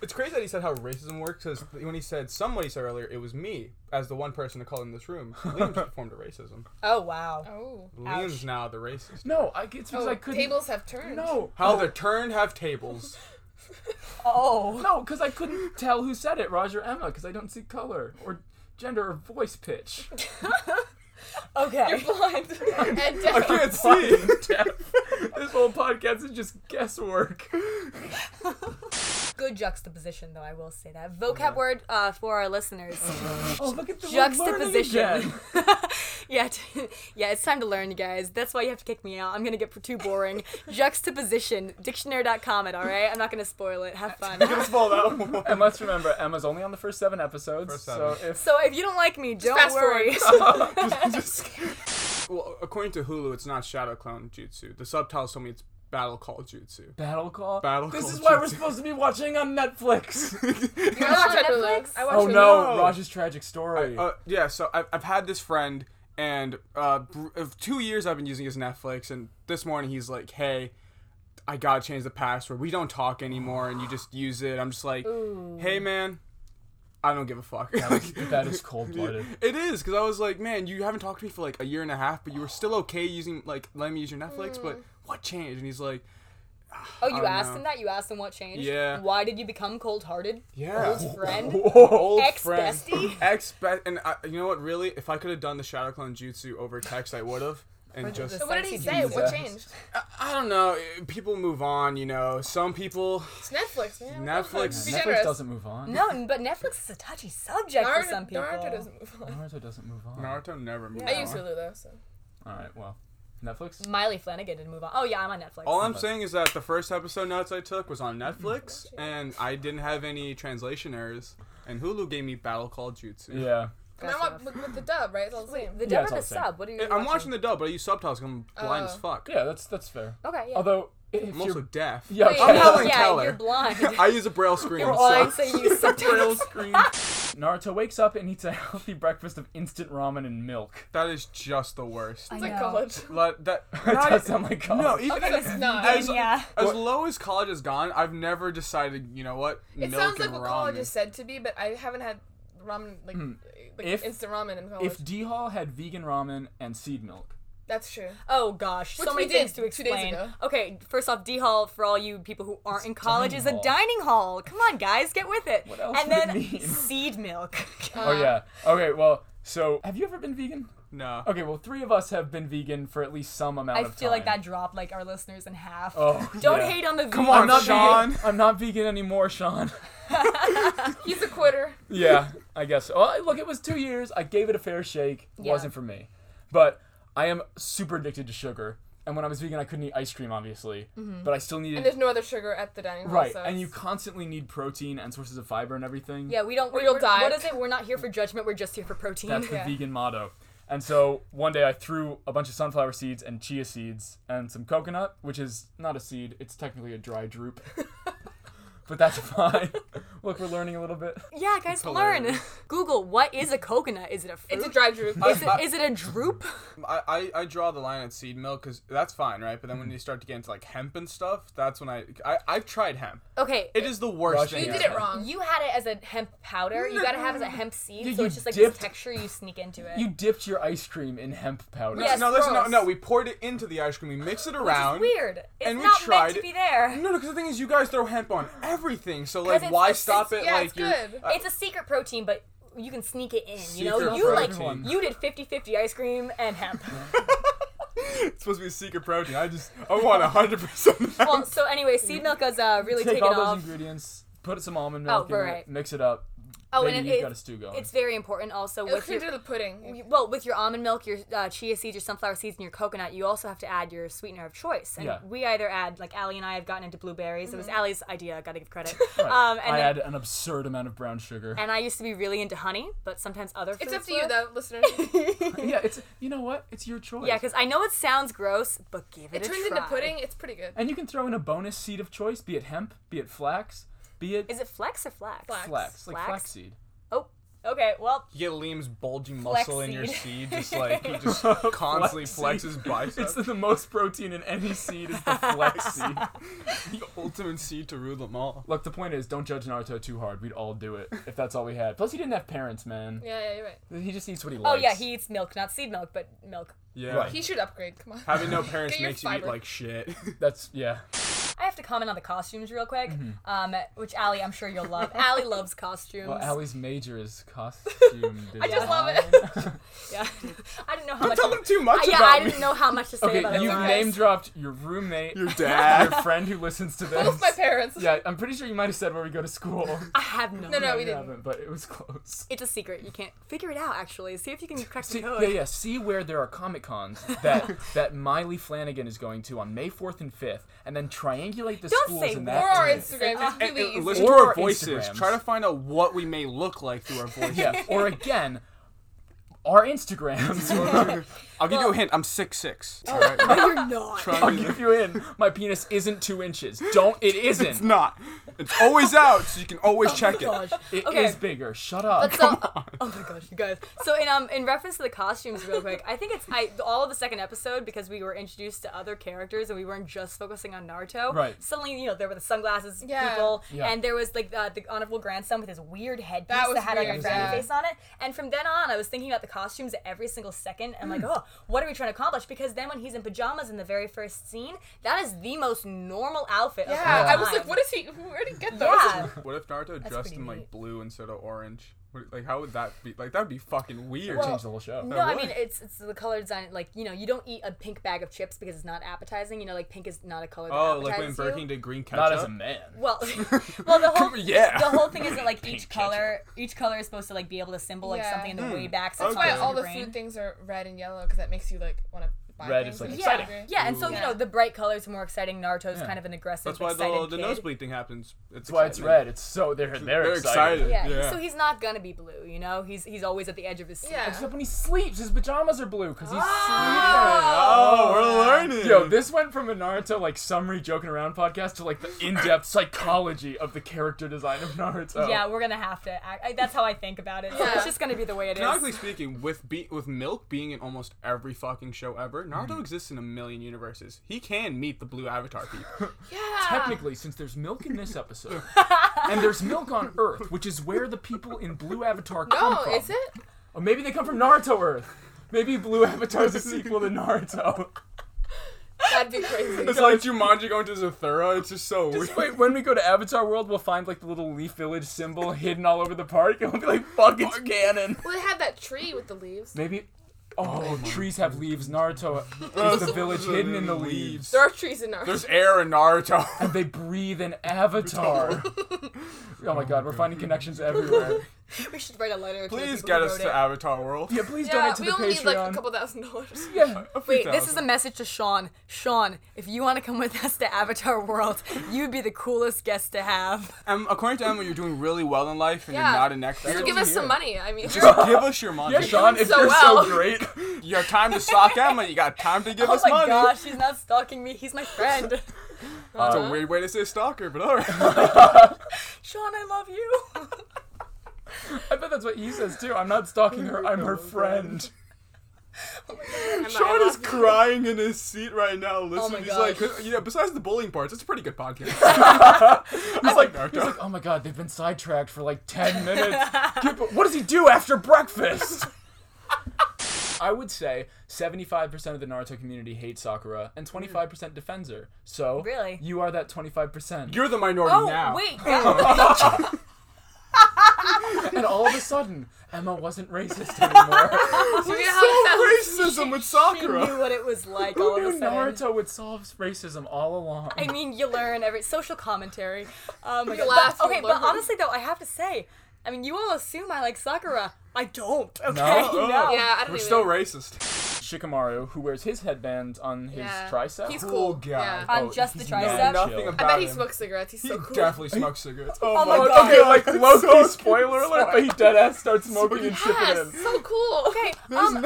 [SPEAKER 3] It's crazy that he said how racism works because when he said somebody said earlier, it was me as the one person to call in this room. Liam just performed a racism.
[SPEAKER 7] Oh wow.
[SPEAKER 5] Oh.
[SPEAKER 3] Liam's now the racist.
[SPEAKER 8] no, I, it's because
[SPEAKER 5] Oh,
[SPEAKER 8] I couldn't.
[SPEAKER 5] tables have turned.
[SPEAKER 8] No,
[SPEAKER 3] How the turn have tables.
[SPEAKER 7] Oh.
[SPEAKER 8] no, because I couldn't tell who said it, Roger, or Emma, because I don't see color or gender or voice pitch.
[SPEAKER 7] Okay.
[SPEAKER 5] Blind and deaf.
[SPEAKER 3] I can't see.
[SPEAKER 8] this whole podcast is just guesswork.
[SPEAKER 7] Good juxtaposition, though I will say that vocab word uh, for our listeners.
[SPEAKER 8] Oh, look at the
[SPEAKER 7] Juxtaposition. yeah, t- yeah. It's time to learn, you guys. That's why you have to kick me out. I'm gonna get p- too boring. Juxtaposition. Dictionary.com. It. All right. I'm not gonna spoil it. Have fun.
[SPEAKER 8] and let's remember, Emma's only on the first seven episodes.
[SPEAKER 3] First seven.
[SPEAKER 8] So if
[SPEAKER 7] so if you don't like me, don't
[SPEAKER 5] fast
[SPEAKER 7] worry.
[SPEAKER 3] well, according to Hulu, it's not Shadow Clone Jutsu. The subtitles told me it's Battle Call Jutsu.
[SPEAKER 8] Battle Call.
[SPEAKER 3] Battle
[SPEAKER 8] this
[SPEAKER 3] Call
[SPEAKER 8] is why we're
[SPEAKER 3] Jutsu.
[SPEAKER 8] supposed to be watching on Netflix.
[SPEAKER 5] I watch Netflix.
[SPEAKER 7] Netflix?
[SPEAKER 5] I watch
[SPEAKER 8] oh
[SPEAKER 5] Hulu.
[SPEAKER 8] no, Roger's tragic story.
[SPEAKER 3] Uh, yeah, so I've, I've had this friend, and uh, br- of two years I've been using his Netflix, and this morning he's like, "Hey, I gotta change the password. We don't talk anymore, and you just use it." I'm just like, "Hey, man, I don't give a fuck."
[SPEAKER 8] that is cold blooded.
[SPEAKER 3] it is because I was like, "Man, you haven't talked to me for like a year and a half, but you were still okay using like let me use your Netflix." But what changed? And he's like,
[SPEAKER 7] Oh, you
[SPEAKER 3] don't
[SPEAKER 7] asked
[SPEAKER 3] know.
[SPEAKER 7] him that? You asked him what changed?
[SPEAKER 3] Yeah.
[SPEAKER 7] Why did you become cold hearted?
[SPEAKER 3] "Yeah."
[SPEAKER 7] Old friend?
[SPEAKER 3] Old
[SPEAKER 7] Ex
[SPEAKER 3] friend.
[SPEAKER 7] bestie?
[SPEAKER 3] Ex best, and I, you know what? Really, if I could have done the Shadow Clone Jutsu over text, I would have. And just
[SPEAKER 5] So what did he say? What changed?
[SPEAKER 3] I don't know. eh, People move on, you know. Some people.
[SPEAKER 5] It's Netflix, man.
[SPEAKER 3] Netflix.
[SPEAKER 5] Be
[SPEAKER 8] Netflix
[SPEAKER 5] generous.
[SPEAKER 8] doesn't move on.
[SPEAKER 7] No, n- but Netflix is a touchy subject for
[SPEAKER 5] Naruto,
[SPEAKER 7] some people.
[SPEAKER 5] Naruto doesn't move on.
[SPEAKER 8] Naruto doesn't move on.
[SPEAKER 3] Naruto never moves
[SPEAKER 5] I use
[SPEAKER 3] on.
[SPEAKER 5] Hulu though, so.
[SPEAKER 8] All right, well, Netflix.
[SPEAKER 7] Miley Flanagan didn't move on. Oh, yeah, I'm on Netflix.
[SPEAKER 3] All I'm saying is that the first episode notes I took was on Netflix, and I didn't have any translation errors. And Hulu gave me Battle Call Jutsu.
[SPEAKER 8] Yeah.
[SPEAKER 5] And I want with, with the dub, right? It's all the same.
[SPEAKER 7] the dub
[SPEAKER 8] Yeah, it's
[SPEAKER 7] or the
[SPEAKER 8] all the same.
[SPEAKER 7] sub? What are you
[SPEAKER 3] Eh, I'm watching the dub, but I use subtitles. 'cause I'm blind
[SPEAKER 5] Oh.
[SPEAKER 3] as fuck.
[SPEAKER 8] Yeah, that's that's fair.
[SPEAKER 7] Okay, yeah.
[SPEAKER 8] Although if
[SPEAKER 3] I'm also
[SPEAKER 8] you're
[SPEAKER 3] deaf.
[SPEAKER 8] yeah,
[SPEAKER 7] Wait, oh,
[SPEAKER 8] okay.
[SPEAKER 3] I'm Helen
[SPEAKER 7] yeah,
[SPEAKER 3] Keller.
[SPEAKER 7] you're blind.
[SPEAKER 3] I use a braille screen.
[SPEAKER 7] You're
[SPEAKER 3] so-
[SPEAKER 7] blind, so you use
[SPEAKER 3] braille
[SPEAKER 7] subtitles.
[SPEAKER 3] screen.
[SPEAKER 8] Naruto wakes up and eats a healthy breakfast of instant ramen and milk.
[SPEAKER 3] That is just the worst.
[SPEAKER 7] I
[SPEAKER 5] It's like
[SPEAKER 7] know.
[SPEAKER 5] college.
[SPEAKER 3] Let that.
[SPEAKER 8] That
[SPEAKER 3] not- e-,
[SPEAKER 8] does sound like God.
[SPEAKER 3] no, even
[SPEAKER 5] Okay,
[SPEAKER 3] if-
[SPEAKER 5] it's not.
[SPEAKER 3] as,
[SPEAKER 7] Yeah.
[SPEAKER 3] as low as college has gone, I've never decided. You know what?
[SPEAKER 5] It
[SPEAKER 3] milk
[SPEAKER 5] sounds like
[SPEAKER 3] and
[SPEAKER 5] what college
[SPEAKER 3] ramen.
[SPEAKER 5] is said to be, but I haven't had ramen like, like
[SPEAKER 8] Hmm. If-
[SPEAKER 5] instant ramen in college.
[SPEAKER 8] If D Hall had vegan ramen and seed milk,
[SPEAKER 5] That's true.
[SPEAKER 7] Oh gosh,
[SPEAKER 5] Which
[SPEAKER 7] so
[SPEAKER 5] we
[SPEAKER 7] many things
[SPEAKER 5] did
[SPEAKER 7] to
[SPEAKER 5] two days
[SPEAKER 7] explain.
[SPEAKER 5] ago.
[SPEAKER 7] Okay, first off, D Hall for all you people who aren't in college
[SPEAKER 8] dining
[SPEAKER 7] is a
[SPEAKER 8] hall.
[SPEAKER 7] dining hall. Come on, guys, get with it.
[SPEAKER 8] What else
[SPEAKER 7] and
[SPEAKER 8] would it
[SPEAKER 7] then
[SPEAKER 8] mean?
[SPEAKER 7] seed milk.
[SPEAKER 8] oh yeah. Okay, well, so have you ever been vegan?
[SPEAKER 3] No.
[SPEAKER 8] Okay, well, three of us have been vegan for at least some amount
[SPEAKER 7] I
[SPEAKER 8] of time.
[SPEAKER 7] feel like that dropped like our listeners in half.
[SPEAKER 8] Oh,
[SPEAKER 7] Don't
[SPEAKER 8] yeah.
[SPEAKER 7] hate on the
[SPEAKER 3] Come on,
[SPEAKER 8] I'm not
[SPEAKER 3] Sean.
[SPEAKER 8] vegan. I'm not vegan anymore, Sean.
[SPEAKER 5] He's a quitter.
[SPEAKER 8] yeah, I guess. so. Well, look, it was two years. I gave it a fair shake. It
[SPEAKER 7] Yeah.
[SPEAKER 8] Wasn't for me, but I am super addicted to sugar. And when I was vegan, I couldn't eat ice cream, obviously,
[SPEAKER 7] Mm-hmm.
[SPEAKER 8] but I still needed
[SPEAKER 5] And there's no other sugar at the dining hall.
[SPEAKER 8] right.
[SPEAKER 5] so
[SPEAKER 8] And you
[SPEAKER 5] it's-
[SPEAKER 8] constantly need protein and sources of fiber and everything.
[SPEAKER 7] Yeah, we don't.
[SPEAKER 5] Or
[SPEAKER 7] we-
[SPEAKER 5] you'll
[SPEAKER 7] we're,
[SPEAKER 5] die.
[SPEAKER 7] What is it? We're not here for judgment. We're just here for protein.
[SPEAKER 8] That's the
[SPEAKER 5] Yeah.
[SPEAKER 8] vegan motto. And so one day I threw a bunch of sunflower seeds and chia seeds and some coconut, which is not a seed, it's technically a dry droop. but that's fine. Look, we're learning a little bit.
[SPEAKER 7] yeah, guys, learn. Google what is a coconut? Is it a fruit?
[SPEAKER 5] It's a dry droop.
[SPEAKER 7] is, it, is it a droop?
[SPEAKER 3] I, I, I draw the line at seed milk because that's fine, right? But then
[SPEAKER 8] Mm-hmm.
[SPEAKER 3] when you start to get into like hemp and stuff, that's when I, I I've tried hemp.
[SPEAKER 7] Okay,
[SPEAKER 3] It is the worst
[SPEAKER 8] Russian
[SPEAKER 3] thing.
[SPEAKER 5] you
[SPEAKER 8] Yeah.
[SPEAKER 5] did
[SPEAKER 3] ever.
[SPEAKER 5] it wrong.
[SPEAKER 7] you had it as a hemp powder. You gotta have it as a hemp seed,
[SPEAKER 8] Yeah,
[SPEAKER 7] so
[SPEAKER 8] you
[SPEAKER 7] it's just like
[SPEAKER 8] dipped-
[SPEAKER 7] this texture you sneak into it.
[SPEAKER 8] You dipped your ice cream in hemp powder.
[SPEAKER 7] Yes.
[SPEAKER 3] no, listen, no,
[SPEAKER 7] gross.
[SPEAKER 3] no. We poured it into the ice cream. We mixed it around.
[SPEAKER 7] It's weird. It's
[SPEAKER 3] And we
[SPEAKER 7] not
[SPEAKER 3] tried
[SPEAKER 7] meant to
[SPEAKER 3] it.
[SPEAKER 7] be there.
[SPEAKER 3] No, no, because the thing is, you guys throw hemp on everything. So like,
[SPEAKER 7] it's-
[SPEAKER 3] why
[SPEAKER 7] it's-
[SPEAKER 3] stop it?
[SPEAKER 5] it's- yeah,
[SPEAKER 3] like,
[SPEAKER 5] it's
[SPEAKER 3] you're,
[SPEAKER 5] good.
[SPEAKER 3] I-
[SPEAKER 7] It's a secret protein, but you can sneak it in. You know,
[SPEAKER 3] Secret
[SPEAKER 7] you
[SPEAKER 3] protein.
[SPEAKER 7] like you did 50-50 ice cream and hemp.
[SPEAKER 3] it's supposed to be secret protein. I just I want hundred percent.
[SPEAKER 7] well, so anyway, seed milk has uh, really
[SPEAKER 8] Take
[SPEAKER 7] taken
[SPEAKER 8] all those
[SPEAKER 7] off. Oh,
[SPEAKER 8] ingredients, put some almond milk in
[SPEAKER 7] right.
[SPEAKER 8] it, mix it up.
[SPEAKER 7] Oh,
[SPEAKER 8] Maybe
[SPEAKER 7] and it-
[SPEAKER 8] you've
[SPEAKER 7] it-
[SPEAKER 8] got a stew going.
[SPEAKER 7] It's very important also
[SPEAKER 5] It looks
[SPEAKER 7] with your
[SPEAKER 5] into the pudding.
[SPEAKER 7] You- well with your almond milk your uh, chia seeds your sunflower seeds and your coconut you also have to add your sweetener of choice and
[SPEAKER 8] Yeah.
[SPEAKER 7] we either add like Allie and I have gotten into blueberries it was
[SPEAKER 5] Mm-hmm.
[SPEAKER 7] Allie's idea I gotta give credit
[SPEAKER 8] Right.
[SPEAKER 7] um, and,
[SPEAKER 8] I
[SPEAKER 7] then-
[SPEAKER 8] add an absurd amount of brown sugar.
[SPEAKER 7] and I used to be really into honey but sometimes other
[SPEAKER 5] It's up
[SPEAKER 7] fruits
[SPEAKER 5] to you
[SPEAKER 7] were.
[SPEAKER 5] though, listeners.
[SPEAKER 8] yeah, it's you know what? It's your choice.
[SPEAKER 7] yeah because I know it sounds gross but give it,
[SPEAKER 5] It
[SPEAKER 7] a
[SPEAKER 5] turns
[SPEAKER 7] try.
[SPEAKER 5] into pudding. It's pretty good.
[SPEAKER 8] And you can throw in a bonus seed of choice, be it hemp, be it flax, be it
[SPEAKER 7] is it flax or flax
[SPEAKER 5] Flax.
[SPEAKER 8] flax, like
[SPEAKER 7] Flax?
[SPEAKER 8] flaxseed.
[SPEAKER 7] oh Okay, well,
[SPEAKER 3] You get Liam's bulging
[SPEAKER 7] Flex
[SPEAKER 3] muscle in your
[SPEAKER 7] seed.
[SPEAKER 3] seed, just like he just constantly
[SPEAKER 8] Flex seed.
[SPEAKER 3] flexes biceps.
[SPEAKER 8] It's the, the most protein in any seed is the flex seed.
[SPEAKER 3] the ultimate seed to rule them all.
[SPEAKER 8] Look, the point is, don't judge Naruto too hard. We'd all do it if that's all we had. Plus, he didn't have parents, man.
[SPEAKER 5] Yeah, yeah, you're right.
[SPEAKER 8] He just eats what he
[SPEAKER 7] oh
[SPEAKER 8] likes.
[SPEAKER 7] yeah, he eats milk, not seed milk, but milk.
[SPEAKER 3] Yeah.
[SPEAKER 8] Right.
[SPEAKER 5] He should upgrade. Come on.
[SPEAKER 3] Having no parents
[SPEAKER 5] Get your
[SPEAKER 3] makes you eat
[SPEAKER 5] fiber.
[SPEAKER 3] like shit.
[SPEAKER 8] That's yeah.
[SPEAKER 7] I have to comment on the costumes real quick, um, which Allie, I'm sure you'll love. Allie loves costumes.
[SPEAKER 8] Mm-hmm. Well, Allie's major is costume design.
[SPEAKER 5] I just love
[SPEAKER 7] yeah, I didn't know how much.
[SPEAKER 3] Tell him too much
[SPEAKER 7] yeah,
[SPEAKER 3] about
[SPEAKER 7] I didn't know how much to say
[SPEAKER 8] Okay,
[SPEAKER 7] about it.
[SPEAKER 8] you
[SPEAKER 7] otherwise.
[SPEAKER 8] name dropped your roommate, your
[SPEAKER 3] dad.
[SPEAKER 8] friend who listens to this.
[SPEAKER 5] Both my parents.
[SPEAKER 8] Yeah, I'm pretty sure you might have said where we go to school.
[SPEAKER 7] I have no.
[SPEAKER 5] No, no,
[SPEAKER 8] You
[SPEAKER 5] we didn't.
[SPEAKER 8] haven't, but it was close.
[SPEAKER 7] It's a secret. You can't figure it out. Actually, see if you can crack
[SPEAKER 8] See,
[SPEAKER 7] the code.
[SPEAKER 8] yeah, yeah. See where there are comic cons that that Miley Flanagan is going to on May fourth and fifth, and then triangulate the
[SPEAKER 7] Don't
[SPEAKER 8] schools
[SPEAKER 7] say
[SPEAKER 8] in
[SPEAKER 5] Or
[SPEAKER 8] that.
[SPEAKER 5] our
[SPEAKER 8] area.
[SPEAKER 5] Instagram. It's
[SPEAKER 3] And-
[SPEAKER 5] really
[SPEAKER 3] and
[SPEAKER 5] easy.
[SPEAKER 3] listen
[SPEAKER 8] Or
[SPEAKER 3] to our
[SPEAKER 8] our
[SPEAKER 3] voices.
[SPEAKER 8] Instagrams.
[SPEAKER 3] Try to find out what we may look like through our voices.
[SPEAKER 8] Yeah, or again, our Instagrams.
[SPEAKER 3] I'll give you a hint. I'm six six.
[SPEAKER 7] Oh.
[SPEAKER 3] All right.
[SPEAKER 7] No, you're not.
[SPEAKER 8] I'll give you in. My penis isn't two inches. Don't. It isn't.
[SPEAKER 3] It's not. It's always out, so you can always
[SPEAKER 7] Oh
[SPEAKER 3] check it.
[SPEAKER 7] Gosh.
[SPEAKER 8] It
[SPEAKER 7] Okay.
[SPEAKER 8] is bigger. Shut up.
[SPEAKER 7] So, oh my gosh, you guys. So in um in reference to the costumes, real quick, I think it's I all of the second episode because we were introduced to other characters and we weren't just focusing on Naruto.
[SPEAKER 8] Right.
[SPEAKER 7] Suddenly, you know, there were the sunglasses
[SPEAKER 5] Yeah.
[SPEAKER 7] people,
[SPEAKER 8] Yeah.
[SPEAKER 7] and there was like the, the honorable grandson with his weird headpiece
[SPEAKER 5] That
[SPEAKER 7] that,
[SPEAKER 5] was
[SPEAKER 7] had like
[SPEAKER 5] weird,
[SPEAKER 7] a dragon
[SPEAKER 5] yeah.
[SPEAKER 7] face on it. And from then on, I was thinking about the costumes every single second. I'm
[SPEAKER 5] Mm.
[SPEAKER 7] like, oh, what are we trying to accomplish? Because then when he's in pajamas in the very first scene, that is the most normal outfit. of
[SPEAKER 5] Yeah,
[SPEAKER 7] all
[SPEAKER 5] I was
[SPEAKER 7] time.
[SPEAKER 5] like, what is he? Where did he get those?
[SPEAKER 7] Yeah.
[SPEAKER 3] What if Naruto dressed
[SPEAKER 7] pretty
[SPEAKER 3] in like
[SPEAKER 7] neat.
[SPEAKER 3] blue instead of orange? What, like how would that be? Like that'd be fucking weird.
[SPEAKER 8] Change the whole show.
[SPEAKER 7] No, I mean it's it's the color design. Like you know, you don't eat a pink bag of chips because it's not appetizing. You know, like pink is not a color. That
[SPEAKER 3] oh, like when
[SPEAKER 7] appetizes you.
[SPEAKER 3] Birkin did green ketchup.
[SPEAKER 8] Not as a man.
[SPEAKER 7] Well, well, the whole
[SPEAKER 3] Yeah.
[SPEAKER 7] the whole thing is that like each
[SPEAKER 8] Pink
[SPEAKER 7] color each color is supposed to like be able to symbolize
[SPEAKER 5] Yeah.
[SPEAKER 7] something in the way back. So
[SPEAKER 5] That's
[SPEAKER 7] it's
[SPEAKER 5] why
[SPEAKER 7] not
[SPEAKER 5] all
[SPEAKER 7] in your
[SPEAKER 5] the
[SPEAKER 7] brain.
[SPEAKER 5] food things are red and yellow because that makes you like want to buy
[SPEAKER 8] Red
[SPEAKER 5] things.
[SPEAKER 8] is, like,
[SPEAKER 5] and
[SPEAKER 7] Yeah,
[SPEAKER 5] hungry.
[SPEAKER 7] yeah, and so you
[SPEAKER 5] Ooh.
[SPEAKER 7] know the bright colors are more exciting. Naruto's
[SPEAKER 8] Yeah.
[SPEAKER 7] kind of an aggressive,
[SPEAKER 3] That's why the,
[SPEAKER 7] excited
[SPEAKER 3] the
[SPEAKER 7] kid.
[SPEAKER 3] nosebleed thing happens. It's
[SPEAKER 8] That's why it's
[SPEAKER 3] exciting.
[SPEAKER 8] red. It's so they're they're,
[SPEAKER 3] They're
[SPEAKER 8] excited.
[SPEAKER 3] excited.
[SPEAKER 7] Yeah.
[SPEAKER 3] Yeah.
[SPEAKER 7] so he's not gonna be blue. You know, he's he's always at the edge of his seat.
[SPEAKER 5] Yeah.
[SPEAKER 8] Except when he sleeps, his pajamas are blue because he's
[SPEAKER 3] Oh, we're learning.
[SPEAKER 8] sleeping. Yo, this went from a Naruto like summary joking around podcast to like the in-depth psychology of the character design of Naruto.
[SPEAKER 7] Yeah, we're gonna have to. Act, I, that's how I think about it. So
[SPEAKER 5] Yeah.
[SPEAKER 7] It's just gonna be the way it is.
[SPEAKER 3] Canonically speaking, with be- with milk being in almost every fucking show ever, Naruto
[SPEAKER 8] Mm-hmm.
[SPEAKER 3] exists in a million universes. He can meet the blue avatar people.
[SPEAKER 5] Yeah.
[SPEAKER 8] Technically, since there's milk in this episode, and there's milk on Earth, which is where the people in Blue Avatar come
[SPEAKER 5] No,
[SPEAKER 8] from.
[SPEAKER 5] Oh, is it?
[SPEAKER 8] Or maybe they come from Naruto Earth. Maybe Blue Avatar is a sequel to Naruto.
[SPEAKER 5] That'd be crazy.
[SPEAKER 3] it's like Jumanji going to Zathura. It's just so weird.
[SPEAKER 8] Wait, when we go to Avatar World, we'll find like the little Leaf Village symbol hidden all over the park, and we'll be like, "Fuck, it's canon."
[SPEAKER 5] Well, they had that tree with the leaves.
[SPEAKER 8] Maybe. Oh, trees have leaves. Naruto is the village hidden in the leaves.
[SPEAKER 5] There are trees in ours.
[SPEAKER 3] There's air in Naruto.
[SPEAKER 8] And they breathe in Avatar. oh my god, we're finding connections everywhere.
[SPEAKER 7] we should write a letter. to the
[SPEAKER 3] Please
[SPEAKER 7] people
[SPEAKER 3] get
[SPEAKER 7] who
[SPEAKER 3] us
[SPEAKER 7] wrote
[SPEAKER 3] to
[SPEAKER 7] it.
[SPEAKER 3] Avatar World.
[SPEAKER 8] Yeah, please
[SPEAKER 5] Yeah,
[SPEAKER 8] donate to
[SPEAKER 5] we
[SPEAKER 8] the
[SPEAKER 5] only need like a
[SPEAKER 8] Patreon.
[SPEAKER 5] couple thousand dollars.
[SPEAKER 8] yeah.
[SPEAKER 7] Wait, this is a message to Sean. Sean, if you want to come with us to Avatar World, you'd be the coolest guest to have.
[SPEAKER 3] Um, according to Emma, you're doing really well in life, and
[SPEAKER 5] Yeah.
[SPEAKER 3] you're not an expert.
[SPEAKER 5] Just give us some money. I mean,
[SPEAKER 3] Just give us your money.
[SPEAKER 8] Yeah, Sean, if
[SPEAKER 5] so
[SPEAKER 8] you're
[SPEAKER 5] well.
[SPEAKER 8] so great.
[SPEAKER 3] You got time to sock Emma. You got time to give
[SPEAKER 7] Oh
[SPEAKER 3] us
[SPEAKER 7] my
[SPEAKER 3] money.
[SPEAKER 7] gosh, he's not stalking me. He's my friend.
[SPEAKER 3] It's a weird way to say stalker, but all right.
[SPEAKER 7] Sean, I love you.
[SPEAKER 8] I bet that's what he says too. I'm not stalking her, I'm her friend.
[SPEAKER 5] Oh
[SPEAKER 3] Sean is crying in his seat right now. Listen,
[SPEAKER 7] my
[SPEAKER 3] he's
[SPEAKER 7] gosh.
[SPEAKER 3] like, you know, besides the bullying parts, it's a pretty good podcast.
[SPEAKER 8] He's like, he's like, oh my god, they've been sidetracked for like 10 minutes. Kid, but what does he do after breakfast? I would say 75% of the Naruto community hates Sakura and 25% defends her. So,
[SPEAKER 7] Hmm. Really?
[SPEAKER 8] you are that 25%.
[SPEAKER 3] You're the minority
[SPEAKER 7] Oh,
[SPEAKER 3] now.
[SPEAKER 7] wait. that-
[SPEAKER 8] and all of a sudden, Emma wasn't racist anymore.
[SPEAKER 5] we have
[SPEAKER 3] Racism with
[SPEAKER 7] she
[SPEAKER 3] Sakura.
[SPEAKER 7] knew what it was like all
[SPEAKER 8] Who
[SPEAKER 7] of a
[SPEAKER 8] knew
[SPEAKER 7] sudden.
[SPEAKER 8] Naruto would solve racism all along?
[SPEAKER 7] I mean, you learn every social commentary. Oh my God.
[SPEAKER 5] laugh,
[SPEAKER 7] But-
[SPEAKER 5] you
[SPEAKER 7] okay,
[SPEAKER 5] learn.
[SPEAKER 7] but honestly though, I have to say, I mean, you all assume I like Sakura. I don't. Okay,
[SPEAKER 3] Oh.
[SPEAKER 7] no.
[SPEAKER 5] yeah, I don't
[SPEAKER 3] We're
[SPEAKER 5] even.
[SPEAKER 3] still racist.
[SPEAKER 8] Shikamaru, who wears his headband on his
[SPEAKER 5] Yeah.
[SPEAKER 8] tricep.
[SPEAKER 5] He's
[SPEAKER 3] Cool
[SPEAKER 5] cool.
[SPEAKER 3] guy.
[SPEAKER 5] Yeah.
[SPEAKER 7] On
[SPEAKER 8] Oh,
[SPEAKER 7] just the
[SPEAKER 8] he's
[SPEAKER 7] tricep. Um,
[SPEAKER 8] not
[SPEAKER 3] Nothing
[SPEAKER 8] chill.
[SPEAKER 3] about
[SPEAKER 5] I bet he
[SPEAKER 3] him.
[SPEAKER 5] smokes cigarettes. He's
[SPEAKER 3] He
[SPEAKER 5] so cool.
[SPEAKER 3] definitely smokes cigarettes. Oh,
[SPEAKER 7] Oh my
[SPEAKER 3] god.
[SPEAKER 7] God.
[SPEAKER 8] Okay, like low key spoiler alert, but he dead ass starts smoking and shipping
[SPEAKER 5] Yes,
[SPEAKER 8] in.
[SPEAKER 5] so cool.
[SPEAKER 7] Okay. Um,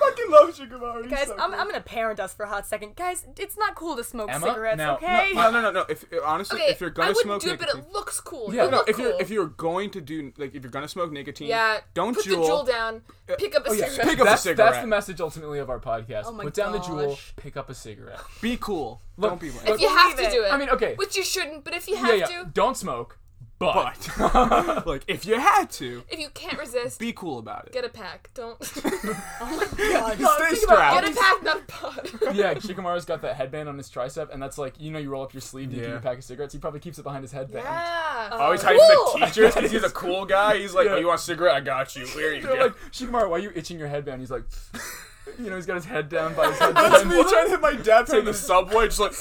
[SPEAKER 3] fucking love Shikamaru.
[SPEAKER 7] Guys, I'm, I'm gonna parent us for a hot second. Guys, it's not cool to smoke
[SPEAKER 8] Emma?
[SPEAKER 7] cigarettes,
[SPEAKER 8] No, uh,
[SPEAKER 7] okay?
[SPEAKER 3] No, no, no, no. If honestly,
[SPEAKER 5] Okay,
[SPEAKER 3] if you're gonna
[SPEAKER 5] I
[SPEAKER 3] smoke
[SPEAKER 5] wouldn't do it,
[SPEAKER 3] nicotine,
[SPEAKER 5] but it looks cool.
[SPEAKER 8] Yeah,
[SPEAKER 5] It
[SPEAKER 3] no.
[SPEAKER 5] looked
[SPEAKER 3] If you're
[SPEAKER 5] cool.
[SPEAKER 3] if you're going to do like if you're gonna smoke nicotine,
[SPEAKER 5] yeah,
[SPEAKER 3] don't
[SPEAKER 5] put
[SPEAKER 3] jewel.
[SPEAKER 5] the jewel down. Pick up a
[SPEAKER 3] yeah,
[SPEAKER 5] cigarette.
[SPEAKER 3] pick up-
[SPEAKER 8] that's,
[SPEAKER 3] cigarette.
[SPEAKER 8] that's the message ultimately of our podcast.
[SPEAKER 7] my
[SPEAKER 8] Put down the jewel,
[SPEAKER 7] gosh.
[SPEAKER 8] pick up a cigarette.
[SPEAKER 3] Be cool. don't be lame.
[SPEAKER 5] if you have
[SPEAKER 7] Believe
[SPEAKER 5] to
[SPEAKER 7] it.
[SPEAKER 5] do it.
[SPEAKER 8] I mean, okay.
[SPEAKER 5] Which you shouldn't, but if you
[SPEAKER 8] yeah,
[SPEAKER 5] have
[SPEAKER 8] yeah.
[SPEAKER 5] to,
[SPEAKER 8] Don't smoke, but,
[SPEAKER 3] But like, if you had to,
[SPEAKER 5] if you can't resist,
[SPEAKER 3] be cool about it.
[SPEAKER 5] get a pack. Don't
[SPEAKER 3] Stay
[SPEAKER 8] think about
[SPEAKER 3] strapped.
[SPEAKER 5] get a pack, not a pod.
[SPEAKER 8] yeah, Shikamaru's got that headband on his tricep, and that's like you know you roll up your sleeve, you
[SPEAKER 3] Yeah.
[SPEAKER 8] keep a pack of cigarettes. He probably keeps it behind his headband.
[SPEAKER 5] yeah.
[SPEAKER 3] Always
[SPEAKER 5] cool.
[SPEAKER 3] hiding the teachers because he's a cool guy. He's like,
[SPEAKER 8] Yeah.
[SPEAKER 3] oh, you want a cigarette? I got you. Here you
[SPEAKER 8] They're
[SPEAKER 3] go.
[SPEAKER 8] like, Shikamaru, why are you itching your headband? He's like, you know, he's got his head down by his headband.
[SPEAKER 3] me trying to hit my dad in the subway, just like,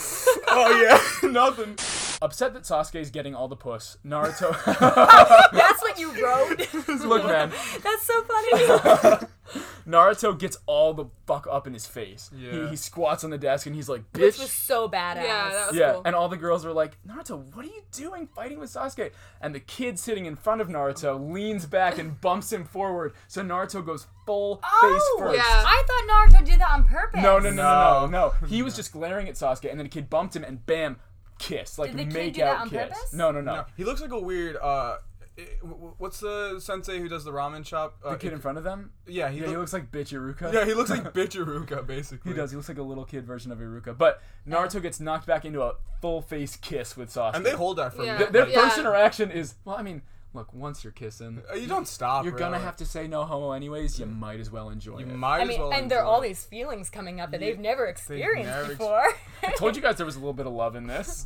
[SPEAKER 3] oh yeah, nothing.
[SPEAKER 8] Upset that Sasuke's getting all the puss. Naruto,
[SPEAKER 7] That's what you wrote.
[SPEAKER 8] look, man,
[SPEAKER 7] That's so funny.
[SPEAKER 8] Naruto gets all the fuck up in his face. He,
[SPEAKER 3] Yeah.
[SPEAKER 8] he squats on the desk and he's like,
[SPEAKER 7] Which was
[SPEAKER 8] bitch.
[SPEAKER 7] so badass.
[SPEAKER 5] Yeah, that was
[SPEAKER 8] Yeah,
[SPEAKER 5] cool.
[SPEAKER 8] and all the girls are like, Naruto, what are you doing fighting with Sasuke? And the kid sitting in front of Naruto leans back and bumps him forward, so Naruto goes full
[SPEAKER 7] Oh,
[SPEAKER 8] face first.
[SPEAKER 5] Yeah.
[SPEAKER 7] I thought Naruto did that on purpose.
[SPEAKER 8] No, no, no, no, no, no. He was just glaring at Sasuke, and then a kid bumped him, and bam, kiss, like
[SPEAKER 7] Did the kid
[SPEAKER 8] make
[SPEAKER 7] do that
[SPEAKER 8] out
[SPEAKER 7] on
[SPEAKER 8] kiss.
[SPEAKER 7] purpose?
[SPEAKER 8] No, no, no,
[SPEAKER 3] He looks like a weird. uh i- w- What's the sensei who does the ramen shop? Uh,
[SPEAKER 8] The kid in front of them.
[SPEAKER 3] yeah, he,
[SPEAKER 8] yeah, he
[SPEAKER 3] look-
[SPEAKER 8] looks like bitch Iruka.
[SPEAKER 3] yeah, he looks like bitch Iruka, basically.
[SPEAKER 8] He does. He looks like a little kid version of Iruka. But Naruto gets knocked back into a full face kiss with Sasuke.
[SPEAKER 3] And they hold that for
[SPEAKER 5] Yeah.
[SPEAKER 3] yeah.
[SPEAKER 8] Th- Their
[SPEAKER 5] Yeah.
[SPEAKER 8] first interaction is well. I mean, look, once you're kissing,
[SPEAKER 3] You don't stop.
[SPEAKER 8] you're gonna
[SPEAKER 3] really.
[SPEAKER 8] have to say no homo anyways. Mm. You might as well enjoy
[SPEAKER 3] You
[SPEAKER 8] it.
[SPEAKER 3] might
[SPEAKER 7] I
[SPEAKER 3] as
[SPEAKER 7] mean,
[SPEAKER 3] well
[SPEAKER 7] and there are
[SPEAKER 3] enjoy
[SPEAKER 7] all
[SPEAKER 3] it.
[SPEAKER 7] these feelings coming up that they've never experienced
[SPEAKER 3] never ex-
[SPEAKER 7] before.
[SPEAKER 8] I told you guys there was a little bit of love in this.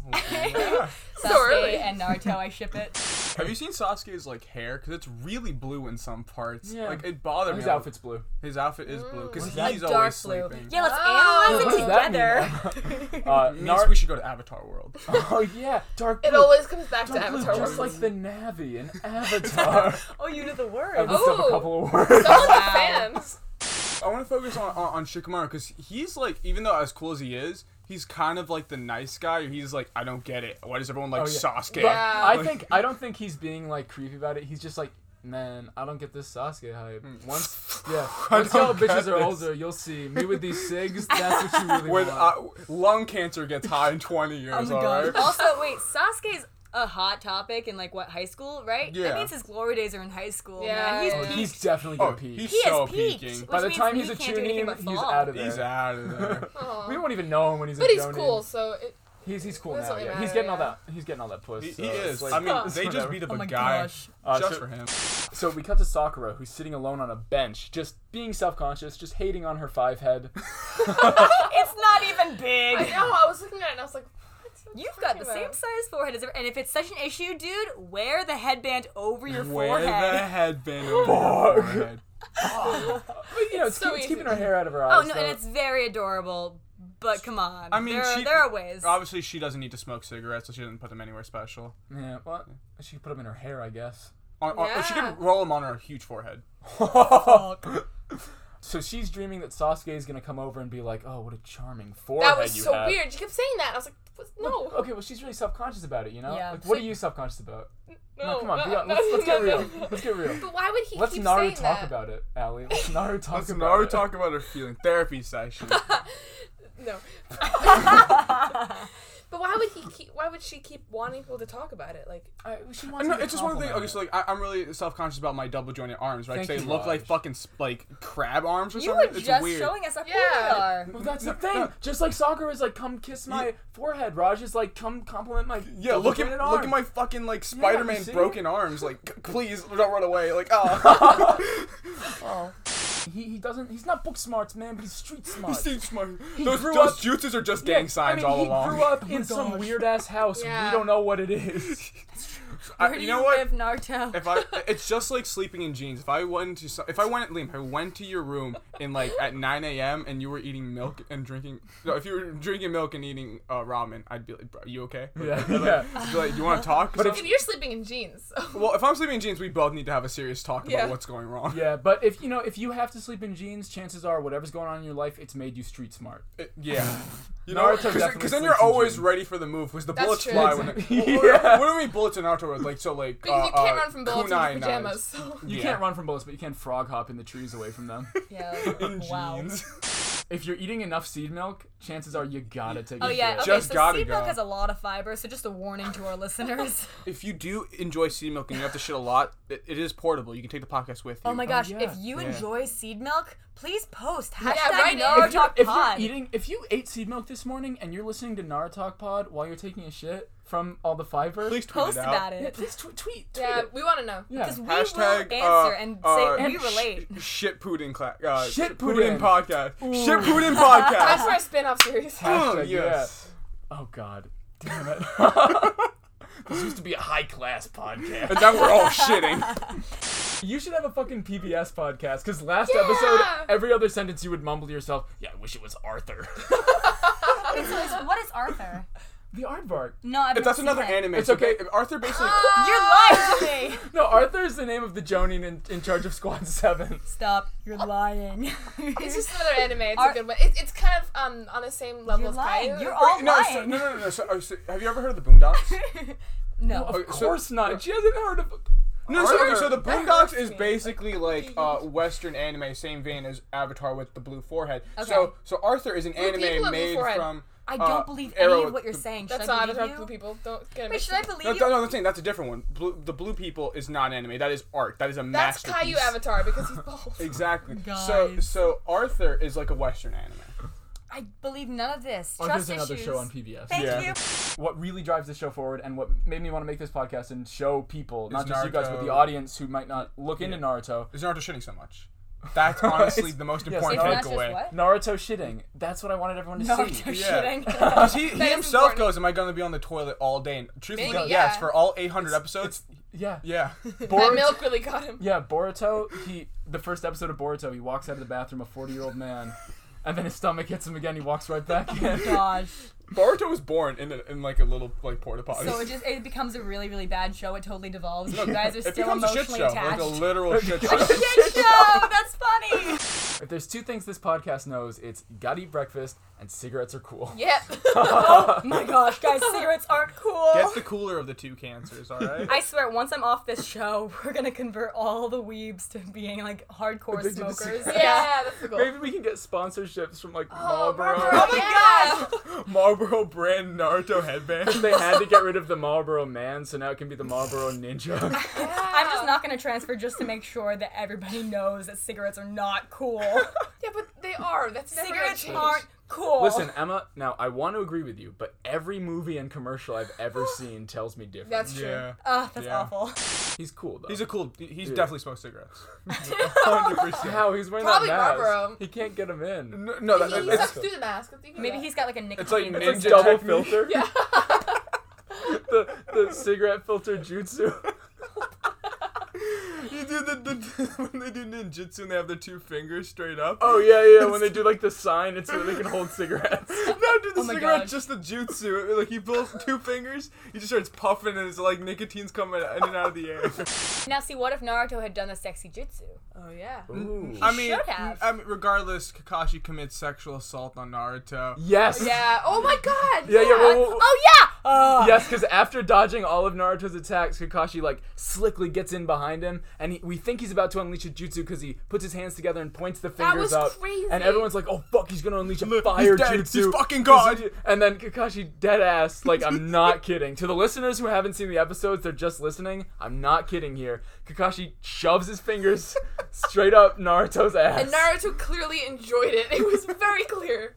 [SPEAKER 7] Sasuke
[SPEAKER 5] early.
[SPEAKER 7] and Naruto, I ship it.
[SPEAKER 3] Have you seen Sasuke's like hair? Because it's really blue in some parts.
[SPEAKER 8] Yeah.
[SPEAKER 3] Like it bothered me.
[SPEAKER 8] His outfit's blue.
[SPEAKER 3] His outfit is blue because he's
[SPEAKER 7] Mm. Like
[SPEAKER 3] always
[SPEAKER 7] dark blue.
[SPEAKER 3] sleeping.
[SPEAKER 7] Yeah, let's
[SPEAKER 5] Oh.
[SPEAKER 7] analyze it
[SPEAKER 8] What does that
[SPEAKER 7] together.
[SPEAKER 8] mean? uh,
[SPEAKER 3] It means
[SPEAKER 8] Nar-
[SPEAKER 3] we should go to Avatar World.
[SPEAKER 8] oh yeah, dark blue.
[SPEAKER 5] It always comes back to
[SPEAKER 8] Dark blue,
[SPEAKER 5] Avatar.
[SPEAKER 8] just
[SPEAKER 5] World.
[SPEAKER 8] like the Navi in Avatar.
[SPEAKER 7] Oh, you knew the word.
[SPEAKER 8] I looked up a
[SPEAKER 5] Ooh.
[SPEAKER 8] couple of words.
[SPEAKER 5] Someone's a fan.
[SPEAKER 3] I want to focus on, on on Shikamaru because he's like, even though as cool as he is, he's kind of like the nice guy. He's like, I don't get it. Why does everyone like
[SPEAKER 8] Oh, yeah.
[SPEAKER 3] Sasuke?
[SPEAKER 5] Yeah.
[SPEAKER 8] I think I don't think he's being like creepy about it. He's just like, man, I don't get this Sasuke hype. Once, yeah, once y'all
[SPEAKER 3] don't get
[SPEAKER 8] bitches are
[SPEAKER 3] this."
[SPEAKER 8] older, you'll see me with these cigs. That's what you really
[SPEAKER 3] When
[SPEAKER 8] want.
[SPEAKER 3] uh, lung cancer gets high in 20 years, alright?
[SPEAKER 7] Oh Also, wait, Sasuke's a hot topic in like what high school, right?
[SPEAKER 3] Yeah.
[SPEAKER 7] That means his glory days are in high school.
[SPEAKER 5] Yeah,
[SPEAKER 7] man. He's
[SPEAKER 5] yeah.
[SPEAKER 7] peaked.
[SPEAKER 8] he's definitely
[SPEAKER 3] Oh,
[SPEAKER 8] gonna peak.
[SPEAKER 3] he's
[SPEAKER 7] He
[SPEAKER 3] so
[SPEAKER 7] has peaked.
[SPEAKER 3] peaking.
[SPEAKER 7] Which
[SPEAKER 8] By the
[SPEAKER 7] means
[SPEAKER 8] time
[SPEAKER 7] he
[SPEAKER 8] he's a
[SPEAKER 7] can't do anything
[SPEAKER 8] tuning,
[SPEAKER 7] but
[SPEAKER 8] he's
[SPEAKER 7] fall.
[SPEAKER 8] out of there.
[SPEAKER 3] He's out of there.
[SPEAKER 8] We won't even know him when he's a
[SPEAKER 5] But he's
[SPEAKER 8] Jonin.
[SPEAKER 5] cool, so it,
[SPEAKER 8] He's he's cool
[SPEAKER 5] Doesn't
[SPEAKER 8] now.
[SPEAKER 5] really
[SPEAKER 8] Yeah. He's
[SPEAKER 5] matter,
[SPEAKER 8] getting all
[SPEAKER 5] yeah.
[SPEAKER 8] that. He's getting all that puss.
[SPEAKER 3] he,
[SPEAKER 8] so
[SPEAKER 3] he
[SPEAKER 8] it's
[SPEAKER 3] is.
[SPEAKER 8] like-
[SPEAKER 3] I mean,
[SPEAKER 8] it's
[SPEAKER 3] they just
[SPEAKER 8] whatever.
[SPEAKER 3] beat up
[SPEAKER 7] Oh my
[SPEAKER 3] a guy
[SPEAKER 7] gosh.
[SPEAKER 8] Uh,
[SPEAKER 3] just
[SPEAKER 8] so-
[SPEAKER 3] for him.
[SPEAKER 8] So we cut to Sakura, who's sitting alone on a bench, just being self-conscious, just hating on her five head.
[SPEAKER 7] It's not even
[SPEAKER 5] I
[SPEAKER 7] big.
[SPEAKER 5] know. I was looking at it and I was like, what's he
[SPEAKER 7] You've got
[SPEAKER 5] talking
[SPEAKER 7] the same
[SPEAKER 5] about?
[SPEAKER 7] size forehead as ever. And if it's such an issue, dude, wear the headband over your
[SPEAKER 3] Wear the
[SPEAKER 7] forehead.
[SPEAKER 3] headband over your forehead.
[SPEAKER 8] But you know, it's,
[SPEAKER 5] so
[SPEAKER 8] keep- it's
[SPEAKER 5] easy.
[SPEAKER 8] keeping her hair out of her
[SPEAKER 7] Oh
[SPEAKER 8] eyes.
[SPEAKER 7] no,
[SPEAKER 8] so-
[SPEAKER 7] and it's very adorable. But come on,
[SPEAKER 3] I mean,
[SPEAKER 7] there,
[SPEAKER 3] she-
[SPEAKER 7] are, there are ways.
[SPEAKER 3] Obviously, she doesn't need to smoke cigarettes, so she doesn't put them anywhere special.
[SPEAKER 8] yeah. Well, she could put them in her hair, I guess.
[SPEAKER 3] On, on, She
[SPEAKER 5] Yeah.
[SPEAKER 3] can roll them on her huge forehead.
[SPEAKER 8] So she's dreaming that Sasuke is gonna come over and be like, "Oh, what a charming forehead
[SPEAKER 5] That was
[SPEAKER 8] you
[SPEAKER 5] so
[SPEAKER 8] have."
[SPEAKER 5] weird. You kept saying that. and I was like, what? no,
[SPEAKER 8] Okay, well, she's really self-conscious about it, you know.
[SPEAKER 7] Yeah.
[SPEAKER 8] Like, what are you self-conscious about?
[SPEAKER 5] no,
[SPEAKER 8] No, come on,
[SPEAKER 5] no,
[SPEAKER 8] be hon-
[SPEAKER 5] no,
[SPEAKER 8] let's, let's get
[SPEAKER 5] no, no,
[SPEAKER 8] real.
[SPEAKER 5] no.
[SPEAKER 8] Let's get real.
[SPEAKER 5] But why would he
[SPEAKER 8] Let's
[SPEAKER 5] keep
[SPEAKER 8] Naru
[SPEAKER 5] saying
[SPEAKER 8] talk
[SPEAKER 5] that?
[SPEAKER 8] about it, Allie. Let's Naru talk
[SPEAKER 3] Let's
[SPEAKER 8] about
[SPEAKER 3] now
[SPEAKER 8] it.
[SPEAKER 3] talk about her feeling. Therapy session.
[SPEAKER 5] No. but why would he keep? Why would she keep wanting people to talk about it? Like,
[SPEAKER 8] I, she wants
[SPEAKER 3] no,
[SPEAKER 8] to be
[SPEAKER 3] it's just one thing. Okay,
[SPEAKER 8] complimented.
[SPEAKER 3] so like I, I'm really self conscious about my double jointed arms, right? 'Cause
[SPEAKER 8] Thank
[SPEAKER 3] they
[SPEAKER 8] you,
[SPEAKER 3] look like
[SPEAKER 8] Raj.
[SPEAKER 3] fucking s- like crab arms or
[SPEAKER 7] you were
[SPEAKER 3] something.
[SPEAKER 7] just
[SPEAKER 3] it's weird.
[SPEAKER 7] showing us how cool
[SPEAKER 5] Yeah.
[SPEAKER 7] we are.
[SPEAKER 8] Well, that's the thing. Just like Sakura is like, "Come kiss my forehead," Raj is like, "Come compliment my."
[SPEAKER 3] yeah, look at
[SPEAKER 8] double-jointed
[SPEAKER 3] look at
[SPEAKER 8] arm."
[SPEAKER 3] my fucking like Spider Man
[SPEAKER 8] see?
[SPEAKER 3] broken arms. Like, c- please don't run away. Like, oh,
[SPEAKER 8] He, he doesn't. He's not book smart, man, but he's street smart.
[SPEAKER 3] Steve Smart.
[SPEAKER 8] He
[SPEAKER 3] Those,
[SPEAKER 8] grew
[SPEAKER 3] those
[SPEAKER 8] up-
[SPEAKER 3] jutsus are just
[SPEAKER 8] Yeah,
[SPEAKER 3] gang signs
[SPEAKER 8] I mean,
[SPEAKER 3] all
[SPEAKER 8] he
[SPEAKER 3] along. Oh
[SPEAKER 8] grew up in some weird ass house. We
[SPEAKER 5] Yeah.
[SPEAKER 8] don't know what it is.
[SPEAKER 3] I- Uh,
[SPEAKER 7] Where do
[SPEAKER 3] you
[SPEAKER 7] you,
[SPEAKER 3] know what?
[SPEAKER 7] live, Naruto?
[SPEAKER 3] if I, it's just like sleeping in jeans. If I went to, some, if I went, Liam, if I went to your room in like at 9 a.m. and you were eating milk and drinking, no, if you were drinking milk and eating uh, ramen, I'd be like, bro, you okay?
[SPEAKER 8] yeah, yeah.
[SPEAKER 3] I'd be like, you want to talk? But
[SPEAKER 5] if you're sleeping in jeans. so-
[SPEAKER 3] well, if I'm sleeping in jeans, we both need to have a serious talk
[SPEAKER 5] Yeah.
[SPEAKER 3] about what's going wrong.
[SPEAKER 8] Yeah, but if you know if you have to sleep in jeans, chances are whatever's going on in your life, it's made you street smart.
[SPEAKER 3] It- yeah.
[SPEAKER 8] You know, Naruto definitely
[SPEAKER 3] Because then you're
[SPEAKER 8] sleeps in
[SPEAKER 3] always
[SPEAKER 8] dreams.
[SPEAKER 3] ready for the move. Because the
[SPEAKER 5] That's
[SPEAKER 3] bullets
[SPEAKER 5] true.
[SPEAKER 3] fly when.
[SPEAKER 8] Exactly.
[SPEAKER 3] What,
[SPEAKER 8] Yeah.
[SPEAKER 3] what do we bullets in Naruto? are, Like so, like.
[SPEAKER 5] Because
[SPEAKER 3] uh,
[SPEAKER 5] you can't
[SPEAKER 3] uh,
[SPEAKER 5] run from bullets in your
[SPEAKER 3] kunai knives.
[SPEAKER 5] pajamas. So.
[SPEAKER 8] You
[SPEAKER 3] Yeah.
[SPEAKER 8] can't run from bullets, but you can frog hop in the trees away from them.
[SPEAKER 7] Yeah. wow.
[SPEAKER 3] Jeans.
[SPEAKER 8] if you're eating enough seed milk, chances are you gotta take.
[SPEAKER 7] Oh
[SPEAKER 8] a
[SPEAKER 7] yeah.
[SPEAKER 8] shit.
[SPEAKER 7] Okay,
[SPEAKER 3] Just
[SPEAKER 7] so
[SPEAKER 3] gotta
[SPEAKER 7] seed milk
[SPEAKER 3] go.
[SPEAKER 7] has a lot of fiber, so just a warning to our listeners.
[SPEAKER 3] If you do enjoy sea milk and you have to shit a lot, it, it is portable. You can take the pockets with you.
[SPEAKER 7] Oh my gosh,
[SPEAKER 8] yeah.
[SPEAKER 7] if you enjoy seed milk, please post hashtag
[SPEAKER 5] write in.
[SPEAKER 7] Nara
[SPEAKER 5] If
[SPEAKER 7] Talk
[SPEAKER 8] If you're
[SPEAKER 7] Pod.
[SPEAKER 8] eating, if you ate seed milk this morning and you're listening to Naruto Pod while you're taking a shit from all the fiber,
[SPEAKER 3] Please tweet
[SPEAKER 7] post
[SPEAKER 3] it out.
[SPEAKER 7] about
[SPEAKER 8] yeah,
[SPEAKER 7] it.
[SPEAKER 8] please tw- tweet, tweet
[SPEAKER 5] Yeah,
[SPEAKER 8] it.
[SPEAKER 5] we want to know.
[SPEAKER 8] Yeah.
[SPEAKER 7] Because we
[SPEAKER 3] Hashtag,
[SPEAKER 7] will
[SPEAKER 3] uh,
[SPEAKER 7] answer and
[SPEAKER 3] uh,
[SPEAKER 7] say we
[SPEAKER 3] sh-
[SPEAKER 7] relate.
[SPEAKER 3] Shit pudding class. Uh,
[SPEAKER 8] Shit pudding.
[SPEAKER 3] podcast. Shit pudding podcast. Mm,
[SPEAKER 5] That's for a spin-off series.
[SPEAKER 8] Hashtag,
[SPEAKER 3] yes.
[SPEAKER 8] yeah. Oh god, damn it. this used to be a high class podcast.
[SPEAKER 3] And now we're all shitting.
[SPEAKER 8] You should have a fucking PBS podcast because last episode, every other sentence you would mumble to yourself, yeah, I wish it was Arthur.
[SPEAKER 7] what is Arthur?
[SPEAKER 8] the aardvark.
[SPEAKER 7] No, I've
[SPEAKER 3] That's another anime.
[SPEAKER 8] It's
[SPEAKER 3] so
[SPEAKER 8] okay.
[SPEAKER 3] ba- Arthur basically.
[SPEAKER 7] You're lying to me.
[SPEAKER 8] No, Arthur is the name of the Jonin in, in charge of Squad 7.
[SPEAKER 7] Stop. You're lying.
[SPEAKER 5] It's just another anime. It's
[SPEAKER 7] Are-
[SPEAKER 5] a good one. It, it's kind of um on the same level
[SPEAKER 7] You're
[SPEAKER 5] as
[SPEAKER 7] lying.
[SPEAKER 5] Caillou.
[SPEAKER 7] You're all
[SPEAKER 3] no, so,
[SPEAKER 7] lying.
[SPEAKER 3] no, no, no, no. So, uh, so, have you ever heard of the Boondocks?
[SPEAKER 7] no.
[SPEAKER 8] Of
[SPEAKER 3] so-
[SPEAKER 8] course not. She hasn't heard of.
[SPEAKER 3] No, so, okay,
[SPEAKER 8] Arthur.
[SPEAKER 3] so the
[SPEAKER 5] That
[SPEAKER 3] Boondocks
[SPEAKER 5] hurts
[SPEAKER 3] is
[SPEAKER 5] me.
[SPEAKER 3] basically like uh, Western anime, same vein as Avatar with the blue forehead.
[SPEAKER 7] Okay.
[SPEAKER 3] So, so Arthur is an
[SPEAKER 5] people
[SPEAKER 3] anime
[SPEAKER 5] have blue
[SPEAKER 3] made
[SPEAKER 5] forehead.
[SPEAKER 3] from.
[SPEAKER 7] I
[SPEAKER 3] uh,
[SPEAKER 7] don't believe any
[SPEAKER 3] Arrow-
[SPEAKER 7] of what you're
[SPEAKER 3] the-
[SPEAKER 7] saying. Should
[SPEAKER 5] That's not
[SPEAKER 7] I believe
[SPEAKER 5] Avatar Blue
[SPEAKER 7] you?
[SPEAKER 5] People. Don't get it.
[SPEAKER 7] Wait,
[SPEAKER 5] mixed
[SPEAKER 7] should I
[SPEAKER 5] up.
[SPEAKER 7] believe
[SPEAKER 3] No,
[SPEAKER 7] you?
[SPEAKER 3] no, no, that's saying that's a different one. Blue, the blue people is not anime. That is art. That is a
[SPEAKER 5] That's
[SPEAKER 3] masterpiece.
[SPEAKER 5] Caillou Avatar because he's bald.
[SPEAKER 3] Exactly. So,
[SPEAKER 7] Guys.
[SPEAKER 3] so Arthur is like a Western anime.
[SPEAKER 7] I believe none of this.
[SPEAKER 3] Oh,
[SPEAKER 8] Arthur's
[SPEAKER 7] Trust
[SPEAKER 8] another
[SPEAKER 7] issues.
[SPEAKER 8] show on PBS.
[SPEAKER 7] Thank
[SPEAKER 3] Yeah.
[SPEAKER 7] you.
[SPEAKER 8] What really drives the show forward and what made me want to make this podcast and show people, not just you guys, but the
[SPEAKER 3] Naruto-
[SPEAKER 8] audience who might not look into Naruto,
[SPEAKER 3] Is Naruto shitting so much? That's honestly the most
[SPEAKER 8] Yes,
[SPEAKER 3] important
[SPEAKER 8] it's
[SPEAKER 7] Not
[SPEAKER 8] not
[SPEAKER 7] just
[SPEAKER 3] takeaway.
[SPEAKER 7] what?
[SPEAKER 8] Naruto shitting. That's what I wanted everyone to see.
[SPEAKER 7] Naruto
[SPEAKER 3] Yeah.
[SPEAKER 7] shitting.
[SPEAKER 3] 'Cause He, he
[SPEAKER 5] is
[SPEAKER 3] himself
[SPEAKER 5] important.
[SPEAKER 3] goes, "Am I going to be on the toilet all day?" And truthfully,
[SPEAKER 5] Maybe,
[SPEAKER 3] yes.
[SPEAKER 5] yeah.
[SPEAKER 3] For all 800 episodes,
[SPEAKER 8] Yeah.
[SPEAKER 3] yeah.
[SPEAKER 5] That
[SPEAKER 8] Boruto-
[SPEAKER 5] milk really got him.
[SPEAKER 8] Yeah, Boruto. He the first episode of Boruto, he walks out of the bathroom, a forty-year-old man, and then his stomach hits him again. He walks right back in.
[SPEAKER 7] Gosh.
[SPEAKER 3] Boruto was born in a, in like a little like porta potty.
[SPEAKER 7] So it just it becomes a really really bad show. It totally devolves. You guys are
[SPEAKER 3] it
[SPEAKER 7] still
[SPEAKER 3] becomes a shit
[SPEAKER 7] emotionally
[SPEAKER 3] show, like
[SPEAKER 7] attached.
[SPEAKER 3] a literal shit show.
[SPEAKER 7] shit show. That's funny.
[SPEAKER 8] if there's two things this podcast knows, it's gotta eat breakfast and cigarettes are cool.
[SPEAKER 5] Yep.
[SPEAKER 7] my gosh, guys, cigarettes aren't cool.
[SPEAKER 3] Get the cooler of the two cancers, all right?
[SPEAKER 7] I swear, once I'm off this show, we're gonna convert all the weebs to being like hardcore
[SPEAKER 8] Addicted to
[SPEAKER 7] smokers.
[SPEAKER 8] cigarettes.
[SPEAKER 5] yeah, that's the goal.
[SPEAKER 8] Maybe we can get sponsorships from like
[SPEAKER 5] Oh,
[SPEAKER 8] Marlboro.
[SPEAKER 5] Marlboro, yeah.
[SPEAKER 7] gosh!
[SPEAKER 3] Marlboro brand Naruto headband.
[SPEAKER 8] they had to get rid of the Marlboro Man, so now it can be the Marlboro Ninja.
[SPEAKER 7] I'm just not gonna transfer just to make sure that everybody knows that cigarettes are not cool.
[SPEAKER 5] Yeah, but they are. That's never gonna
[SPEAKER 7] cigarettes
[SPEAKER 5] change.
[SPEAKER 7] aren't cool.
[SPEAKER 8] Listen, Emma. Now I want to agree with you, but every movie and commercial I've ever seen tells me different.
[SPEAKER 5] That's true.
[SPEAKER 3] Yeah.
[SPEAKER 7] Ugh, that's
[SPEAKER 3] Yeah.
[SPEAKER 7] awful.
[SPEAKER 8] He's cool though.
[SPEAKER 3] He's a cool. He's
[SPEAKER 8] Yeah.
[SPEAKER 3] definitely smoked cigarettes.
[SPEAKER 8] How he's wearing
[SPEAKER 5] Oh, Probably
[SPEAKER 8] that mask.
[SPEAKER 5] Marlboro.
[SPEAKER 8] He can't get him in.
[SPEAKER 3] No, no that,
[SPEAKER 5] He, he
[SPEAKER 3] it's-
[SPEAKER 5] sucks through the mask. You can
[SPEAKER 7] Maybe
[SPEAKER 5] do
[SPEAKER 7] he's got like a
[SPEAKER 3] it's like
[SPEAKER 7] nicotine.
[SPEAKER 3] ninja
[SPEAKER 8] It's like double
[SPEAKER 3] technique.
[SPEAKER 8] filter. Yeah. the the cigarette filter jutsu.
[SPEAKER 3] You do the, the when they do ninjutsu and they have their two fingers straight up.
[SPEAKER 8] Oh yeah, yeah. When they do like the sign, it's so they can hold cigarettes.
[SPEAKER 3] No, dude, the
[SPEAKER 7] my
[SPEAKER 3] cigarette,
[SPEAKER 7] God.
[SPEAKER 3] just the jutsu. Like, he pulls two fingers, he just starts puffing, and it's like nicotine's coming in and out of the air.
[SPEAKER 7] now, see, what if Naruto had done the sexy jutsu?
[SPEAKER 5] Oh yeah.
[SPEAKER 3] I mean,
[SPEAKER 7] should have.
[SPEAKER 3] I mean, regardless, Kakashi commits sexual assault on Naruto.
[SPEAKER 8] Yes.
[SPEAKER 5] Yeah. Oh my God.
[SPEAKER 8] Yeah, yeah, well, well-
[SPEAKER 5] Oh yeah.
[SPEAKER 7] Oh,
[SPEAKER 8] Yes, because after dodging all of Naruto's attacks, Kakashi like slickly gets in behind him, and he, we think he's about to unleash a jutsu because he puts his hands together and points the fingers
[SPEAKER 5] was
[SPEAKER 8] up,
[SPEAKER 5] crazy.
[SPEAKER 8] and everyone's like, "Oh fuck, he's gonna unleash a
[SPEAKER 3] Look, he's
[SPEAKER 8] fire
[SPEAKER 3] dead.
[SPEAKER 8] jutsu!"
[SPEAKER 3] He's fucking gone.
[SPEAKER 8] He's- And then Kakashi dead ass, like I'm not kidding. To the listeners who haven't seen the episodes, they're just listening. I'm not kidding here. Kakashi shoves his fingers straight up Naruto's ass.
[SPEAKER 5] And Naruto clearly enjoyed it. It was very clear.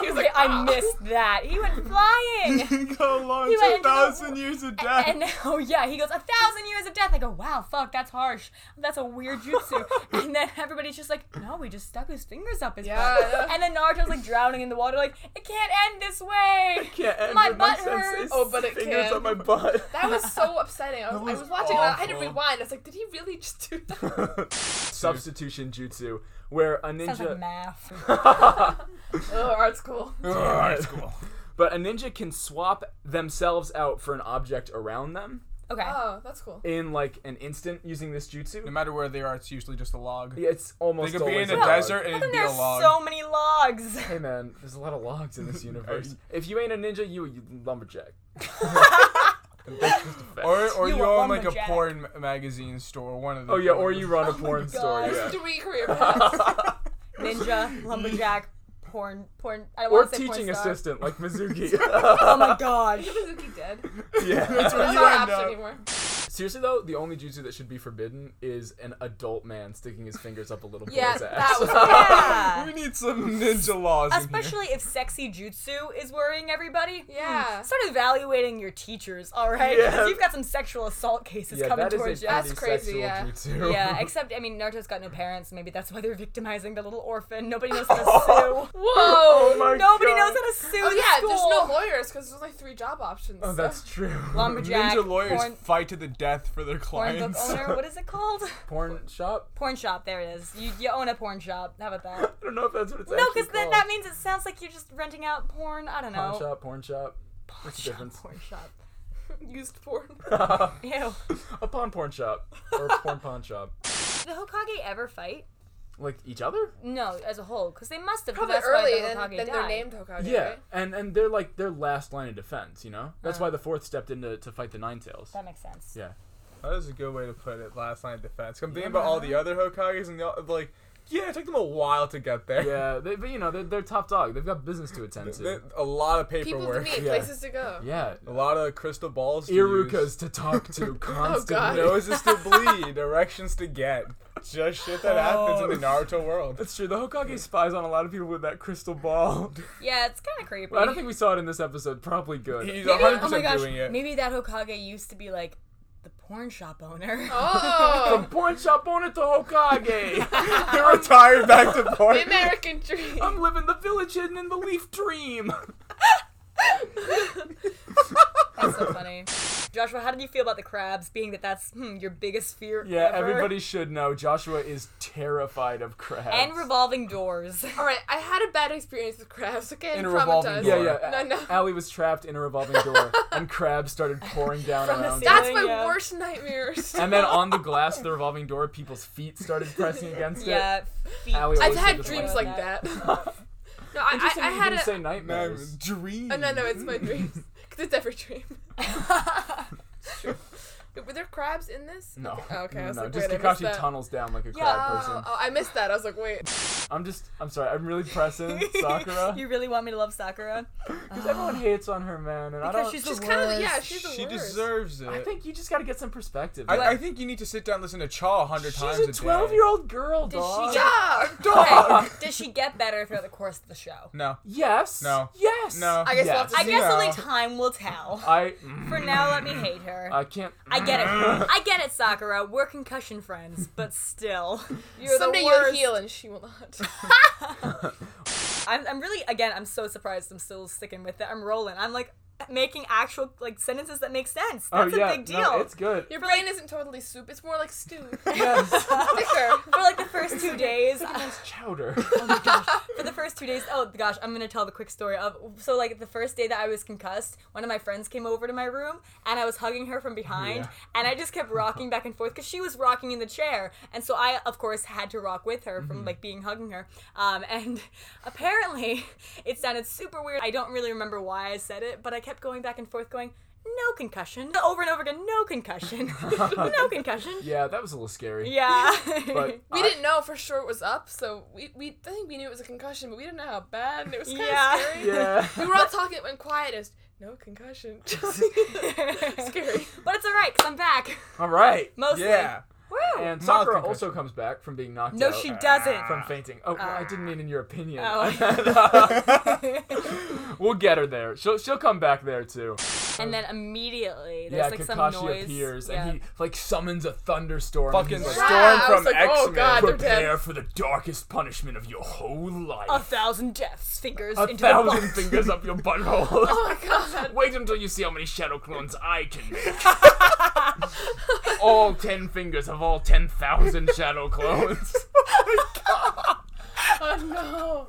[SPEAKER 5] He was
[SPEAKER 7] Okay,
[SPEAKER 5] like,
[SPEAKER 7] I missed that. He went flying.
[SPEAKER 3] Go along
[SPEAKER 7] He went into the-
[SPEAKER 3] 2,000 years of death.
[SPEAKER 7] And oh yeah, he goes a thousand years of death. I go, wow, fuck, that's harsh. That's a weird jutsu. and then everybody's just like, no, we just stuck his fingers up his
[SPEAKER 5] Yeah.
[SPEAKER 7] butt. And then Naruto's like drowning in the water, like it can't end this way.
[SPEAKER 8] can't end
[SPEAKER 7] my
[SPEAKER 8] with
[SPEAKER 7] butt hurts.
[SPEAKER 8] sensei's
[SPEAKER 5] Oh, but it
[SPEAKER 8] fingers
[SPEAKER 5] can.
[SPEAKER 8] up my butt.
[SPEAKER 5] That was so upsetting. I was, I
[SPEAKER 3] was
[SPEAKER 5] was watching that. I had to
[SPEAKER 3] awful.
[SPEAKER 5] rewind. I was like, did he really just do that?
[SPEAKER 8] Substitution jutsu, where a
[SPEAKER 7] Sounds
[SPEAKER 8] ninja
[SPEAKER 7] like math.
[SPEAKER 5] oh, art's cool.
[SPEAKER 3] Ugh, it's cool.
[SPEAKER 8] But a ninja can swap themselves out for an object around them.
[SPEAKER 7] Okay.
[SPEAKER 5] Oh, that's cool.
[SPEAKER 8] in like an instant using this jutsu.
[SPEAKER 6] No matter where they are, it's usually just a log.
[SPEAKER 8] Yeah, It's almost
[SPEAKER 6] They could be
[SPEAKER 8] always
[SPEAKER 6] in a
[SPEAKER 8] a log.
[SPEAKER 6] desert and it'd
[SPEAKER 7] Well, then
[SPEAKER 6] be a
[SPEAKER 7] there's
[SPEAKER 6] log.
[SPEAKER 7] so many logs.
[SPEAKER 8] Hey man, there's a lot of logs in this universe. if you ain't a ninja, you, you lumberjack.
[SPEAKER 6] or or
[SPEAKER 7] You
[SPEAKER 6] you,
[SPEAKER 7] a
[SPEAKER 6] own like a
[SPEAKER 7] lumberjack.
[SPEAKER 6] porn ma- magazine store. One of the
[SPEAKER 8] Oh yeah, or you run a
[SPEAKER 7] my
[SPEAKER 8] porn store.
[SPEAKER 7] God.
[SPEAKER 8] Yeah.
[SPEAKER 5] Three career paths.
[SPEAKER 7] Ninja, lumberjack, porn, porn. I don't
[SPEAKER 8] Or
[SPEAKER 7] wanna say porn
[SPEAKER 8] teaching
[SPEAKER 7] star.
[SPEAKER 8] assistant like Mizuki.
[SPEAKER 7] Oh my god.
[SPEAKER 5] Suzuki dead.
[SPEAKER 8] yeah.
[SPEAKER 5] That's not an option anymore.
[SPEAKER 8] Seriously though, the only jutsu that should be forbidden is an adult man sticking his fingers up a little boy's
[SPEAKER 5] Yeah,
[SPEAKER 8] ass.
[SPEAKER 5] that was.
[SPEAKER 7] Yeah.
[SPEAKER 6] We need some ninja laws. in
[SPEAKER 7] Especially if sexy jutsu is worrying everybody.
[SPEAKER 5] Yeah.
[SPEAKER 7] Start evaluating your teachers, all right?
[SPEAKER 8] Hmm. Yeah.
[SPEAKER 7] Because you've got some sexual assault cases
[SPEAKER 8] yeah,
[SPEAKER 7] coming
[SPEAKER 8] that is a
[SPEAKER 7] towards you.
[SPEAKER 5] That's
[SPEAKER 8] pretty
[SPEAKER 5] crazy,
[SPEAKER 8] sexual
[SPEAKER 5] yeah.
[SPEAKER 8] jutsu.
[SPEAKER 7] Yeah, except I mean, Naruto's got no parents. Maybe that's why they're victimizing the little orphan. Nobody knows how to sue.
[SPEAKER 5] Whoa!
[SPEAKER 8] Oh my
[SPEAKER 7] Nobody
[SPEAKER 8] God.
[SPEAKER 7] knows how to sue.
[SPEAKER 5] oh
[SPEAKER 7] the
[SPEAKER 5] yeah,
[SPEAKER 7] school.
[SPEAKER 5] there's no lawyers because there's only three job options.
[SPEAKER 8] Oh,
[SPEAKER 5] so-
[SPEAKER 8] that's true.
[SPEAKER 6] here.
[SPEAKER 7] lumberjack.
[SPEAKER 6] Ninja lawyers
[SPEAKER 7] porn,
[SPEAKER 6] fight to the death for their
[SPEAKER 7] porn book
[SPEAKER 6] clients.
[SPEAKER 7] owner. What is it called?
[SPEAKER 8] Porn shop?
[SPEAKER 7] Porn shop. There it is. You, you own a porn shop. How about that?
[SPEAKER 8] I don't know if that's what it's
[SPEAKER 7] No,
[SPEAKER 8] actually
[SPEAKER 7] because that,
[SPEAKER 8] called.
[SPEAKER 7] that means it sounds like you're just renting out porn. I don't know.
[SPEAKER 8] Pawn shop, porn shop. What's the difference?
[SPEAKER 7] Porn shop.
[SPEAKER 5] used porn.
[SPEAKER 7] Ew.
[SPEAKER 8] A pawn porn shop. Or a porn pawn shop.
[SPEAKER 7] Did the Hokage ever fight?
[SPEAKER 8] Like each other?
[SPEAKER 7] No, as a whole, because they must have. 'cause
[SPEAKER 5] Probably
[SPEAKER 7] that's
[SPEAKER 5] early,
[SPEAKER 7] why the
[SPEAKER 5] and
[SPEAKER 7] Hokage
[SPEAKER 5] then
[SPEAKER 7] died.
[SPEAKER 5] they're named Hokage.
[SPEAKER 8] Yeah,
[SPEAKER 5] right?
[SPEAKER 8] and and they're like their last line of defense, you know. That's why the fourth stepped in to, to fight the Nine Tails.
[SPEAKER 7] That makes sense.
[SPEAKER 8] Yeah,
[SPEAKER 6] That is a good way to put it. Last line of defense. I'm thinking about all the other Hokages and the, like, yeah, it took them a while to get there.
[SPEAKER 8] yeah, they, but you know they're, they're top dog. They've got business to attend
[SPEAKER 6] Th-
[SPEAKER 8] to.
[SPEAKER 6] A lot of
[SPEAKER 5] People to
[SPEAKER 6] paperwork.
[SPEAKER 5] meet,
[SPEAKER 8] Yeah.
[SPEAKER 5] places to go.
[SPEAKER 8] Yeah,
[SPEAKER 6] A lot of crystal balls. to
[SPEAKER 8] Iruka's to talk to constantly.
[SPEAKER 6] use, noses to bleed, erections to get. Just shit that happens in
[SPEAKER 8] Oh.
[SPEAKER 6] the Naruto world.
[SPEAKER 8] That's true. The Hokage spies on a lot of people with that crystal ball.
[SPEAKER 7] Yeah, it's kind of creepy.
[SPEAKER 8] Well, I don't think we saw it in this episode. Probably good.
[SPEAKER 6] He's
[SPEAKER 7] Maybe,
[SPEAKER 6] 100%
[SPEAKER 7] oh my gosh,
[SPEAKER 6] doing it.
[SPEAKER 7] maybe that Hokage used to be like the porn shop owner.
[SPEAKER 5] Oh,
[SPEAKER 8] Porn shop owner to Hokage.
[SPEAKER 6] He retired back to
[SPEAKER 5] the
[SPEAKER 6] porn.
[SPEAKER 5] American dream.
[SPEAKER 8] I'm living the village hidden in the leaf dream.
[SPEAKER 7] That's so funny. Joshua, how did you feel about the crabs? Being that that's hmm, your biggest fear.
[SPEAKER 8] Yeah,
[SPEAKER 7] ever?
[SPEAKER 8] everybody should know. Joshua is terrified of crabs.
[SPEAKER 7] And revolving doors.
[SPEAKER 5] All right, I had a bad experience with crabs. Okay,
[SPEAKER 6] In
[SPEAKER 5] I'm
[SPEAKER 6] a revolving
[SPEAKER 5] traumatized.
[SPEAKER 8] Yeah,
[SPEAKER 6] Or-
[SPEAKER 8] yeah.
[SPEAKER 5] No, no.
[SPEAKER 8] Allie was trapped in a revolving door, and crabs started pouring down
[SPEAKER 7] From the
[SPEAKER 8] around.
[SPEAKER 7] ceiling.
[SPEAKER 5] That's my
[SPEAKER 7] Yeah.
[SPEAKER 5] worst nightmares.
[SPEAKER 8] And then on the glass of the revolving door, people's feet started pressing against it.
[SPEAKER 7] yeah. Feet.
[SPEAKER 8] Allie
[SPEAKER 5] I've
[SPEAKER 8] always
[SPEAKER 5] had
[SPEAKER 8] said
[SPEAKER 5] dreams
[SPEAKER 8] this
[SPEAKER 5] like
[SPEAKER 8] one.
[SPEAKER 5] that. no, I, I,
[SPEAKER 8] Interesting
[SPEAKER 5] I
[SPEAKER 8] you
[SPEAKER 5] had
[SPEAKER 8] didn't say
[SPEAKER 5] a.
[SPEAKER 6] Man,
[SPEAKER 8] nightmares.
[SPEAKER 6] dream.
[SPEAKER 5] Oh, no, no, it's my dreams. Because it's every dream. It's true. Were there crabs in this?
[SPEAKER 8] No.
[SPEAKER 5] Okay, okay, I
[SPEAKER 8] no,
[SPEAKER 5] was
[SPEAKER 8] no.
[SPEAKER 5] like,
[SPEAKER 8] just
[SPEAKER 5] wait, I missed
[SPEAKER 8] Kakashi
[SPEAKER 5] that.
[SPEAKER 8] tunnels down like a crab
[SPEAKER 5] Oh,
[SPEAKER 8] person.
[SPEAKER 5] oh, I missed that. I was like, wait.
[SPEAKER 8] I'm just, I'm sorry, I'm really pressing Sakura
[SPEAKER 7] you really want me to love Sakura?
[SPEAKER 8] because everyone hates on her, man, and I
[SPEAKER 7] Because
[SPEAKER 8] don't.
[SPEAKER 7] she's
[SPEAKER 5] She's
[SPEAKER 7] just
[SPEAKER 5] kind of, yeah, she's the
[SPEAKER 6] She
[SPEAKER 5] worst.
[SPEAKER 6] deserves it.
[SPEAKER 8] I think you just got to get some perspective.
[SPEAKER 6] I,
[SPEAKER 8] Like,
[SPEAKER 6] I think you need to sit down and listen to Chaw a hundred times
[SPEAKER 8] she's
[SPEAKER 6] a
[SPEAKER 8] a
[SPEAKER 6] day.
[SPEAKER 8] 12 year old girl,
[SPEAKER 7] she
[SPEAKER 8] dog.
[SPEAKER 7] get-
[SPEAKER 5] Yeah!
[SPEAKER 7] Okay. Does she get better throughout the course of the show?
[SPEAKER 6] No.
[SPEAKER 8] Yes.
[SPEAKER 6] No.
[SPEAKER 8] Yes.
[SPEAKER 6] No.
[SPEAKER 5] I guess we'll have to
[SPEAKER 7] I
[SPEAKER 5] see.
[SPEAKER 7] guess
[SPEAKER 6] No.
[SPEAKER 7] only time will tell.
[SPEAKER 8] I,
[SPEAKER 7] For now, let me hate her.
[SPEAKER 8] I can't.
[SPEAKER 7] I get it. I get it, Sakura. We're concussion friends, but still, you're
[SPEAKER 5] Someday
[SPEAKER 7] the
[SPEAKER 5] you'll
[SPEAKER 7] worst.
[SPEAKER 5] heal and she will not.
[SPEAKER 7] I'm, I'm really, again, I'm so surprised. I'm still sticking with it. I'm rolling. I'm like making actual like sentences that make sense.
[SPEAKER 8] Oh
[SPEAKER 7] That's
[SPEAKER 8] yeah,
[SPEAKER 7] a big deal.
[SPEAKER 8] No, it's good.
[SPEAKER 5] Your brain isn't totally soup, it's more like stew.
[SPEAKER 8] Yes.
[SPEAKER 5] Thicker.
[SPEAKER 7] for like the first two days,
[SPEAKER 8] It's chowder.
[SPEAKER 7] for the first two days, oh gosh, I'm gonna tell the quick story of so like the first day that I was concussed, one of my friends came over to my room and I was hugging her from behind and I just kept rocking back and forth because she was rocking in the chair and so I of course had to rock with her from like being hugging her um, and apparently it sounded super weird. I don't really remember why I said it, but I kept going back and forth going. No concussion. Over and over again, no concussion. no concussion.
[SPEAKER 8] Yeah, that was a little scary.
[SPEAKER 7] Yeah.
[SPEAKER 8] But
[SPEAKER 5] We
[SPEAKER 8] I-
[SPEAKER 5] didn't know for sure it was up, so we, we I think we knew it was a concussion, but we didn't know how bad. and It was kind of
[SPEAKER 7] Yeah.
[SPEAKER 5] scary.
[SPEAKER 8] Yeah.
[SPEAKER 5] We were all talking in quiet. It was no concussion. scary.
[SPEAKER 7] but it's alright, because I'm back.
[SPEAKER 8] All right.
[SPEAKER 7] Mostly.
[SPEAKER 6] Yeah.
[SPEAKER 7] Woo!
[SPEAKER 8] And
[SPEAKER 6] Mild
[SPEAKER 8] Sakura
[SPEAKER 6] concussion.
[SPEAKER 8] also comes back from being knocked
[SPEAKER 7] no,
[SPEAKER 8] out.
[SPEAKER 7] she doesn't.
[SPEAKER 8] From fainting. Oh, no,
[SPEAKER 5] Ah.
[SPEAKER 8] I didn't mean in your opinion.
[SPEAKER 7] Oh.
[SPEAKER 8] we'll get her there. She'll she'll come back there too.
[SPEAKER 7] And then immediately there's
[SPEAKER 8] yeah,
[SPEAKER 7] like some
[SPEAKER 8] Kakashi
[SPEAKER 7] noise.
[SPEAKER 8] appears
[SPEAKER 7] yeah.
[SPEAKER 8] and he like summons a thunderstorm.
[SPEAKER 6] Fucking
[SPEAKER 8] and he's
[SPEAKER 6] Storm
[SPEAKER 8] like,
[SPEAKER 5] Yeah, I was
[SPEAKER 6] from
[SPEAKER 5] like, oh,
[SPEAKER 6] X-Men.
[SPEAKER 5] God, they're dead.
[SPEAKER 8] prepare for the darkest punishment of your whole life.
[SPEAKER 7] a thousand deaths, fingers
[SPEAKER 8] A
[SPEAKER 7] into the
[SPEAKER 8] thousand
[SPEAKER 7] butt.
[SPEAKER 8] fingers up your butthole.
[SPEAKER 5] Oh my god.
[SPEAKER 8] Wait until you see how many shadow clones I can make. all ten fingers of all ten thousand shadow clones.
[SPEAKER 5] Oh no.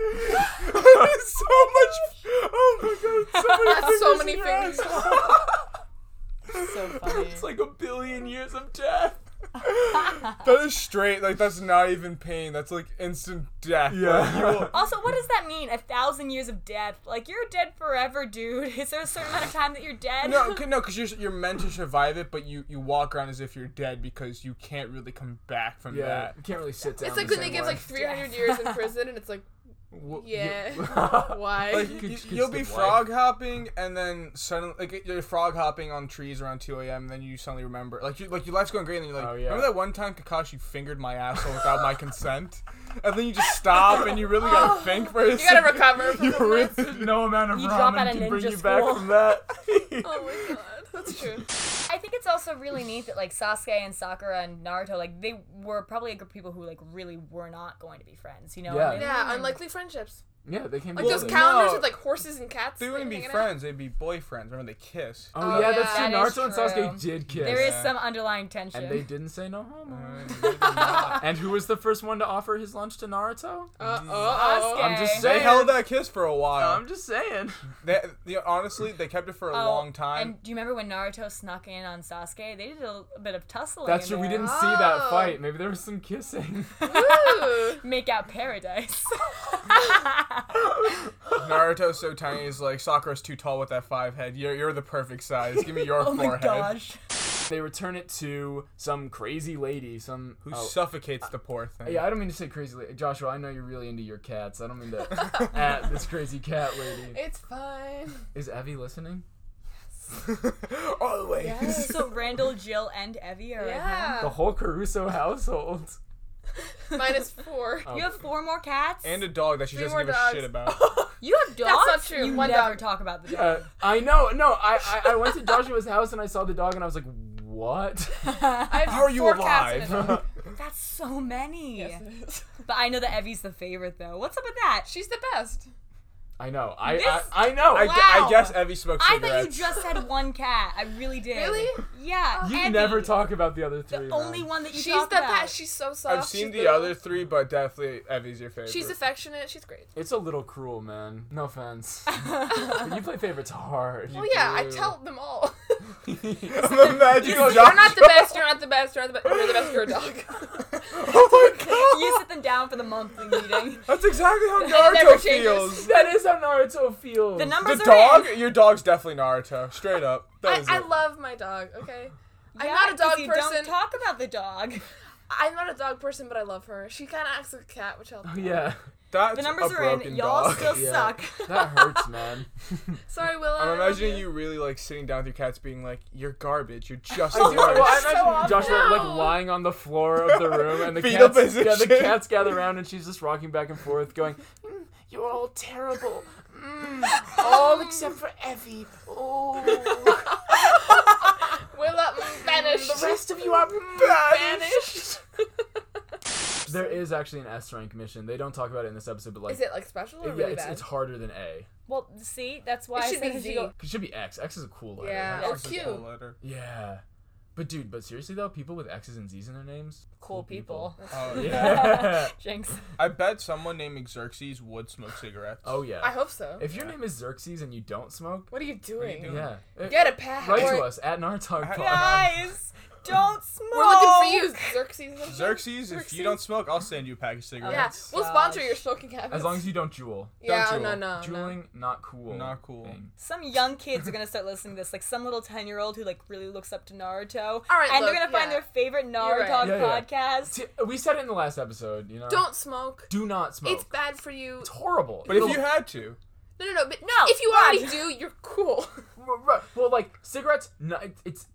[SPEAKER 6] so much. Oh my god. So many
[SPEAKER 5] That's
[SPEAKER 6] fingers
[SPEAKER 5] so many
[SPEAKER 6] in your ass.
[SPEAKER 5] things.
[SPEAKER 7] So funny.
[SPEAKER 3] It's like a billion years of death. that is straight. Like that's not even pain. That's like instant death. Yeah.
[SPEAKER 7] also, what does that mean? A thousand years of death? Like you're dead forever, dude. Is there a certain amount of time that you're dead?
[SPEAKER 3] no, c- no, because you're you're meant to survive it, but you you walk around as if you're dead because you can't really come back from
[SPEAKER 8] Yeah,
[SPEAKER 3] that.
[SPEAKER 8] you can't really sit down.
[SPEAKER 5] It's like
[SPEAKER 8] the
[SPEAKER 5] when they
[SPEAKER 8] same
[SPEAKER 5] give
[SPEAKER 8] way.
[SPEAKER 5] like 300 years in prison, and it's like, yeah, why?
[SPEAKER 3] Like,
[SPEAKER 8] could-
[SPEAKER 3] you,
[SPEAKER 8] could
[SPEAKER 3] you'll be
[SPEAKER 8] still
[SPEAKER 3] frog hopping, and then suddenly, like you're frog hopping on trees around 2 a.m. Then you suddenly remember, like, you, like your life's going great, and then you're like,
[SPEAKER 8] Oh, yeah.
[SPEAKER 3] remember that one time Kakashi fingered my asshole without my consent, and then you just stop, and you really gotta
[SPEAKER 7] Oh.
[SPEAKER 3] think for a
[SPEAKER 5] you gotta recover. From the
[SPEAKER 3] really-
[SPEAKER 8] no amount of
[SPEAKER 7] You drop out
[SPEAKER 8] ramen
[SPEAKER 7] of
[SPEAKER 8] can bring
[SPEAKER 7] ninja
[SPEAKER 8] you back
[SPEAKER 7] school.
[SPEAKER 8] from that.
[SPEAKER 5] Oh my god, that's true.
[SPEAKER 7] I think it's also really neat that like Sasuke and Sakura and Naruto, like they were probably a group of people who like really were not going to be friends. You know?
[SPEAKER 8] Yeah.
[SPEAKER 7] And they-
[SPEAKER 5] Yeah, unlikely friendships.
[SPEAKER 8] Yeah, they came.
[SPEAKER 5] Like
[SPEAKER 8] together.
[SPEAKER 5] those calendars
[SPEAKER 3] no.
[SPEAKER 5] with like horses and cats.
[SPEAKER 3] They wouldn't be
[SPEAKER 5] hanging out.
[SPEAKER 3] friends; they'd be boyfriends. Remember they kiss.
[SPEAKER 8] Oh,
[SPEAKER 5] Oh,
[SPEAKER 8] yeah,
[SPEAKER 5] yeah.
[SPEAKER 8] that's
[SPEAKER 7] That
[SPEAKER 8] true.
[SPEAKER 7] is
[SPEAKER 8] Naruto and Sasuke did kiss.
[SPEAKER 7] There is some underlying tension.
[SPEAKER 8] And they didn't say no homo. and who was the first one to offer his lunch to Naruto?
[SPEAKER 5] Uh, oh,
[SPEAKER 7] Sasuke.
[SPEAKER 5] oh.
[SPEAKER 8] I'm just
[SPEAKER 3] They
[SPEAKER 8] saying.
[SPEAKER 3] held that kiss for a while.
[SPEAKER 8] I'm just saying.
[SPEAKER 3] They, they- honestly, they kept it for a
[SPEAKER 7] Oh,
[SPEAKER 3] long time.
[SPEAKER 7] And do you remember when Naruto snuck in on Sasuke? They did a, l- bit of tussling.
[SPEAKER 8] That's
[SPEAKER 7] in
[SPEAKER 8] true. We
[SPEAKER 7] there.
[SPEAKER 8] didn't see that
[SPEAKER 5] Oh.
[SPEAKER 8] fight. Maybe there was some kissing.
[SPEAKER 5] Ooh.
[SPEAKER 7] make out paradise.
[SPEAKER 3] Naruto's so tiny, he's like Sakura's too tall with that five head. You're you're the perfect size. Give me your
[SPEAKER 7] oh my
[SPEAKER 3] forehead.
[SPEAKER 7] gosh.
[SPEAKER 8] they return it to some crazy lady. Some
[SPEAKER 3] Who
[SPEAKER 8] oh.
[SPEAKER 3] suffocates the poor thing?
[SPEAKER 8] Yeah, I don't mean to say crazy lady. Joshua, I know you're really into your cats. I don't mean to at this crazy cat lady.
[SPEAKER 5] It's fine.
[SPEAKER 8] Is Evie listening?
[SPEAKER 3] Always.
[SPEAKER 7] So Randall, Jill, and Evie are at home.
[SPEAKER 8] The
[SPEAKER 5] Yeah.
[SPEAKER 8] whole Caruso household.
[SPEAKER 5] Minus four.
[SPEAKER 7] You have four more cats.
[SPEAKER 3] And a dog that she
[SPEAKER 5] Three
[SPEAKER 3] doesn't give
[SPEAKER 5] more
[SPEAKER 3] a shit
[SPEAKER 5] dogs. Oh,
[SPEAKER 3] about.
[SPEAKER 7] you have dogs.
[SPEAKER 5] not true.
[SPEAKER 7] You
[SPEAKER 5] One
[SPEAKER 7] never
[SPEAKER 5] dog.
[SPEAKER 7] talk about the dog.
[SPEAKER 8] Uh, I know. No, I, I I went to Joshua's house and I saw the dog and I was like, what?
[SPEAKER 5] I have
[SPEAKER 3] How are you
[SPEAKER 5] four Cats
[SPEAKER 3] alive?
[SPEAKER 5] and a dog.
[SPEAKER 7] That's so many.
[SPEAKER 5] Yes, it is.
[SPEAKER 7] But I know that Evie's the favorite though. What's up with that?
[SPEAKER 5] She's the best.
[SPEAKER 8] I know. I I,
[SPEAKER 7] This-
[SPEAKER 8] I know.
[SPEAKER 3] I,
[SPEAKER 8] I,
[SPEAKER 3] gu- I
[SPEAKER 7] Wow.
[SPEAKER 3] guess Evie smokes
[SPEAKER 7] I
[SPEAKER 3] cigarettes.
[SPEAKER 7] thought you just had one cat. I really did.
[SPEAKER 5] Really?
[SPEAKER 7] Yeah.
[SPEAKER 8] you
[SPEAKER 7] Evie,
[SPEAKER 8] never talk about the other three.
[SPEAKER 7] The
[SPEAKER 8] man.
[SPEAKER 7] only one that you
[SPEAKER 5] She's
[SPEAKER 7] talk
[SPEAKER 5] the
[SPEAKER 7] about.
[SPEAKER 5] best. She's so soft.
[SPEAKER 3] I've seen
[SPEAKER 5] she's
[SPEAKER 3] the
[SPEAKER 5] little.
[SPEAKER 3] other three, but definitely Evie's your favorite.
[SPEAKER 5] She's affectionate. She's great.
[SPEAKER 8] It's a little cruel, man. No offense. but you play favorites hard.
[SPEAKER 5] Well, Oh, yeah, I tell them all.
[SPEAKER 3] I'm imagining
[SPEAKER 5] you're not the best. You're not the best. You're not the best. You're the best. You're a dog.
[SPEAKER 3] Oh my god!
[SPEAKER 7] you sit them down for the monthly meeting.
[SPEAKER 3] That's exactly how
[SPEAKER 5] never
[SPEAKER 3] Naruto
[SPEAKER 5] changes.
[SPEAKER 3] feels.
[SPEAKER 8] That is how Naruto feels.
[SPEAKER 7] The
[SPEAKER 3] The
[SPEAKER 7] numbers are in.
[SPEAKER 3] dog? Your dog's definitely Naruto. Straight up. That
[SPEAKER 5] I,
[SPEAKER 3] is
[SPEAKER 5] I
[SPEAKER 3] it.
[SPEAKER 5] love my dog. Okay. I'm
[SPEAKER 7] Yeah,
[SPEAKER 5] not a
[SPEAKER 7] 'cause
[SPEAKER 5] dog
[SPEAKER 7] you
[SPEAKER 5] person.
[SPEAKER 7] Don't talk about the dog.
[SPEAKER 5] I'm not a dog person, but I love her. She kind of acts like a cat, which I'll.
[SPEAKER 8] yeah.
[SPEAKER 3] That's
[SPEAKER 7] The numbers
[SPEAKER 3] a
[SPEAKER 7] are
[SPEAKER 3] broken
[SPEAKER 7] in. Y'all
[SPEAKER 3] dog.
[SPEAKER 7] still
[SPEAKER 8] Yeah.
[SPEAKER 7] suck.
[SPEAKER 8] That hurts, man.
[SPEAKER 5] Sorry, Willow. I
[SPEAKER 3] I'm
[SPEAKER 5] love
[SPEAKER 3] imagining you really like sitting down with your cats, being like, "You're garbage. You're just
[SPEAKER 8] Well, I
[SPEAKER 3] garbage."
[SPEAKER 8] imagine Joshua
[SPEAKER 5] No.
[SPEAKER 8] like lying on the floor of the room, and the
[SPEAKER 3] Fetal
[SPEAKER 8] cats, yeah, the
[SPEAKER 3] position.
[SPEAKER 8] cats gather around, and she's just rocking back and forth, going, "Mm, "You're all terrible, mm, all except for Evie. Oh,
[SPEAKER 5] Willow mm, banished.
[SPEAKER 8] the rest of you are." mm,
[SPEAKER 5] banished.
[SPEAKER 8] There is actually an S rank mission. They don't talk about it in this episode, but like,
[SPEAKER 5] Is it like special or
[SPEAKER 8] yeah,
[SPEAKER 5] really
[SPEAKER 8] it's,
[SPEAKER 5] bad?
[SPEAKER 8] it's harder than A.
[SPEAKER 7] Well, see, that's why
[SPEAKER 5] It
[SPEAKER 7] I
[SPEAKER 5] should
[SPEAKER 7] said
[SPEAKER 5] be
[SPEAKER 7] that you
[SPEAKER 5] Z.
[SPEAKER 7] go-
[SPEAKER 8] It should be X. X is a cool letter.
[SPEAKER 5] Yeah.
[SPEAKER 3] That's
[SPEAKER 5] Oh,
[SPEAKER 3] just a
[SPEAKER 5] cute.
[SPEAKER 3] cool letter.
[SPEAKER 8] Yeah. But dude, but seriously though, people with X's and Z's in their names.
[SPEAKER 7] cool people.
[SPEAKER 3] Oh yeah.
[SPEAKER 8] Yeah.
[SPEAKER 7] Jinx.
[SPEAKER 3] I bet someone named Xerxes would smoke cigarettes.
[SPEAKER 8] oh yeah.
[SPEAKER 5] I hope so.
[SPEAKER 8] if your name is Xerxes and you don't smoke,
[SPEAKER 5] What are you doing?
[SPEAKER 8] yeah. Uh,
[SPEAKER 5] Get a pack.
[SPEAKER 8] Write to
[SPEAKER 5] We're-
[SPEAKER 8] us at Nartog Pod.
[SPEAKER 7] Guys, don't smoke.
[SPEAKER 5] We're looking for you, Xerxes. or something.
[SPEAKER 3] Xerxes, if you don't smoke, I'll send you a pack of
[SPEAKER 5] Yeah,
[SPEAKER 3] cigarettes.
[SPEAKER 5] we'll
[SPEAKER 7] Gosh.
[SPEAKER 5] sponsor your smoking habits.
[SPEAKER 8] As long as you don't jewel.
[SPEAKER 5] Yeah,
[SPEAKER 3] Don't
[SPEAKER 5] no,
[SPEAKER 3] jewel.
[SPEAKER 5] no, no.
[SPEAKER 8] Jeweling, not cool.
[SPEAKER 3] Not cool.
[SPEAKER 7] Some young kids are gonna start listening to this, like some little ten year old who like really looks up to Naruto.
[SPEAKER 5] All right,
[SPEAKER 7] and
[SPEAKER 5] look,
[SPEAKER 7] they're gonna find
[SPEAKER 5] yeah.
[SPEAKER 7] their favorite
[SPEAKER 5] You're right.
[SPEAKER 7] Naruto
[SPEAKER 8] Yeah,
[SPEAKER 7] podcast.
[SPEAKER 8] See, we said it in the last episode, you know.
[SPEAKER 5] Don't smoke.
[SPEAKER 8] Do not smoke.
[SPEAKER 5] It's bad for you.
[SPEAKER 8] It's horrible.
[SPEAKER 3] But if you had to,
[SPEAKER 5] No, no, no. But
[SPEAKER 7] No,
[SPEAKER 5] if you
[SPEAKER 7] God.
[SPEAKER 5] already do, you're cool.
[SPEAKER 8] well, like cigarettes, no, it- it's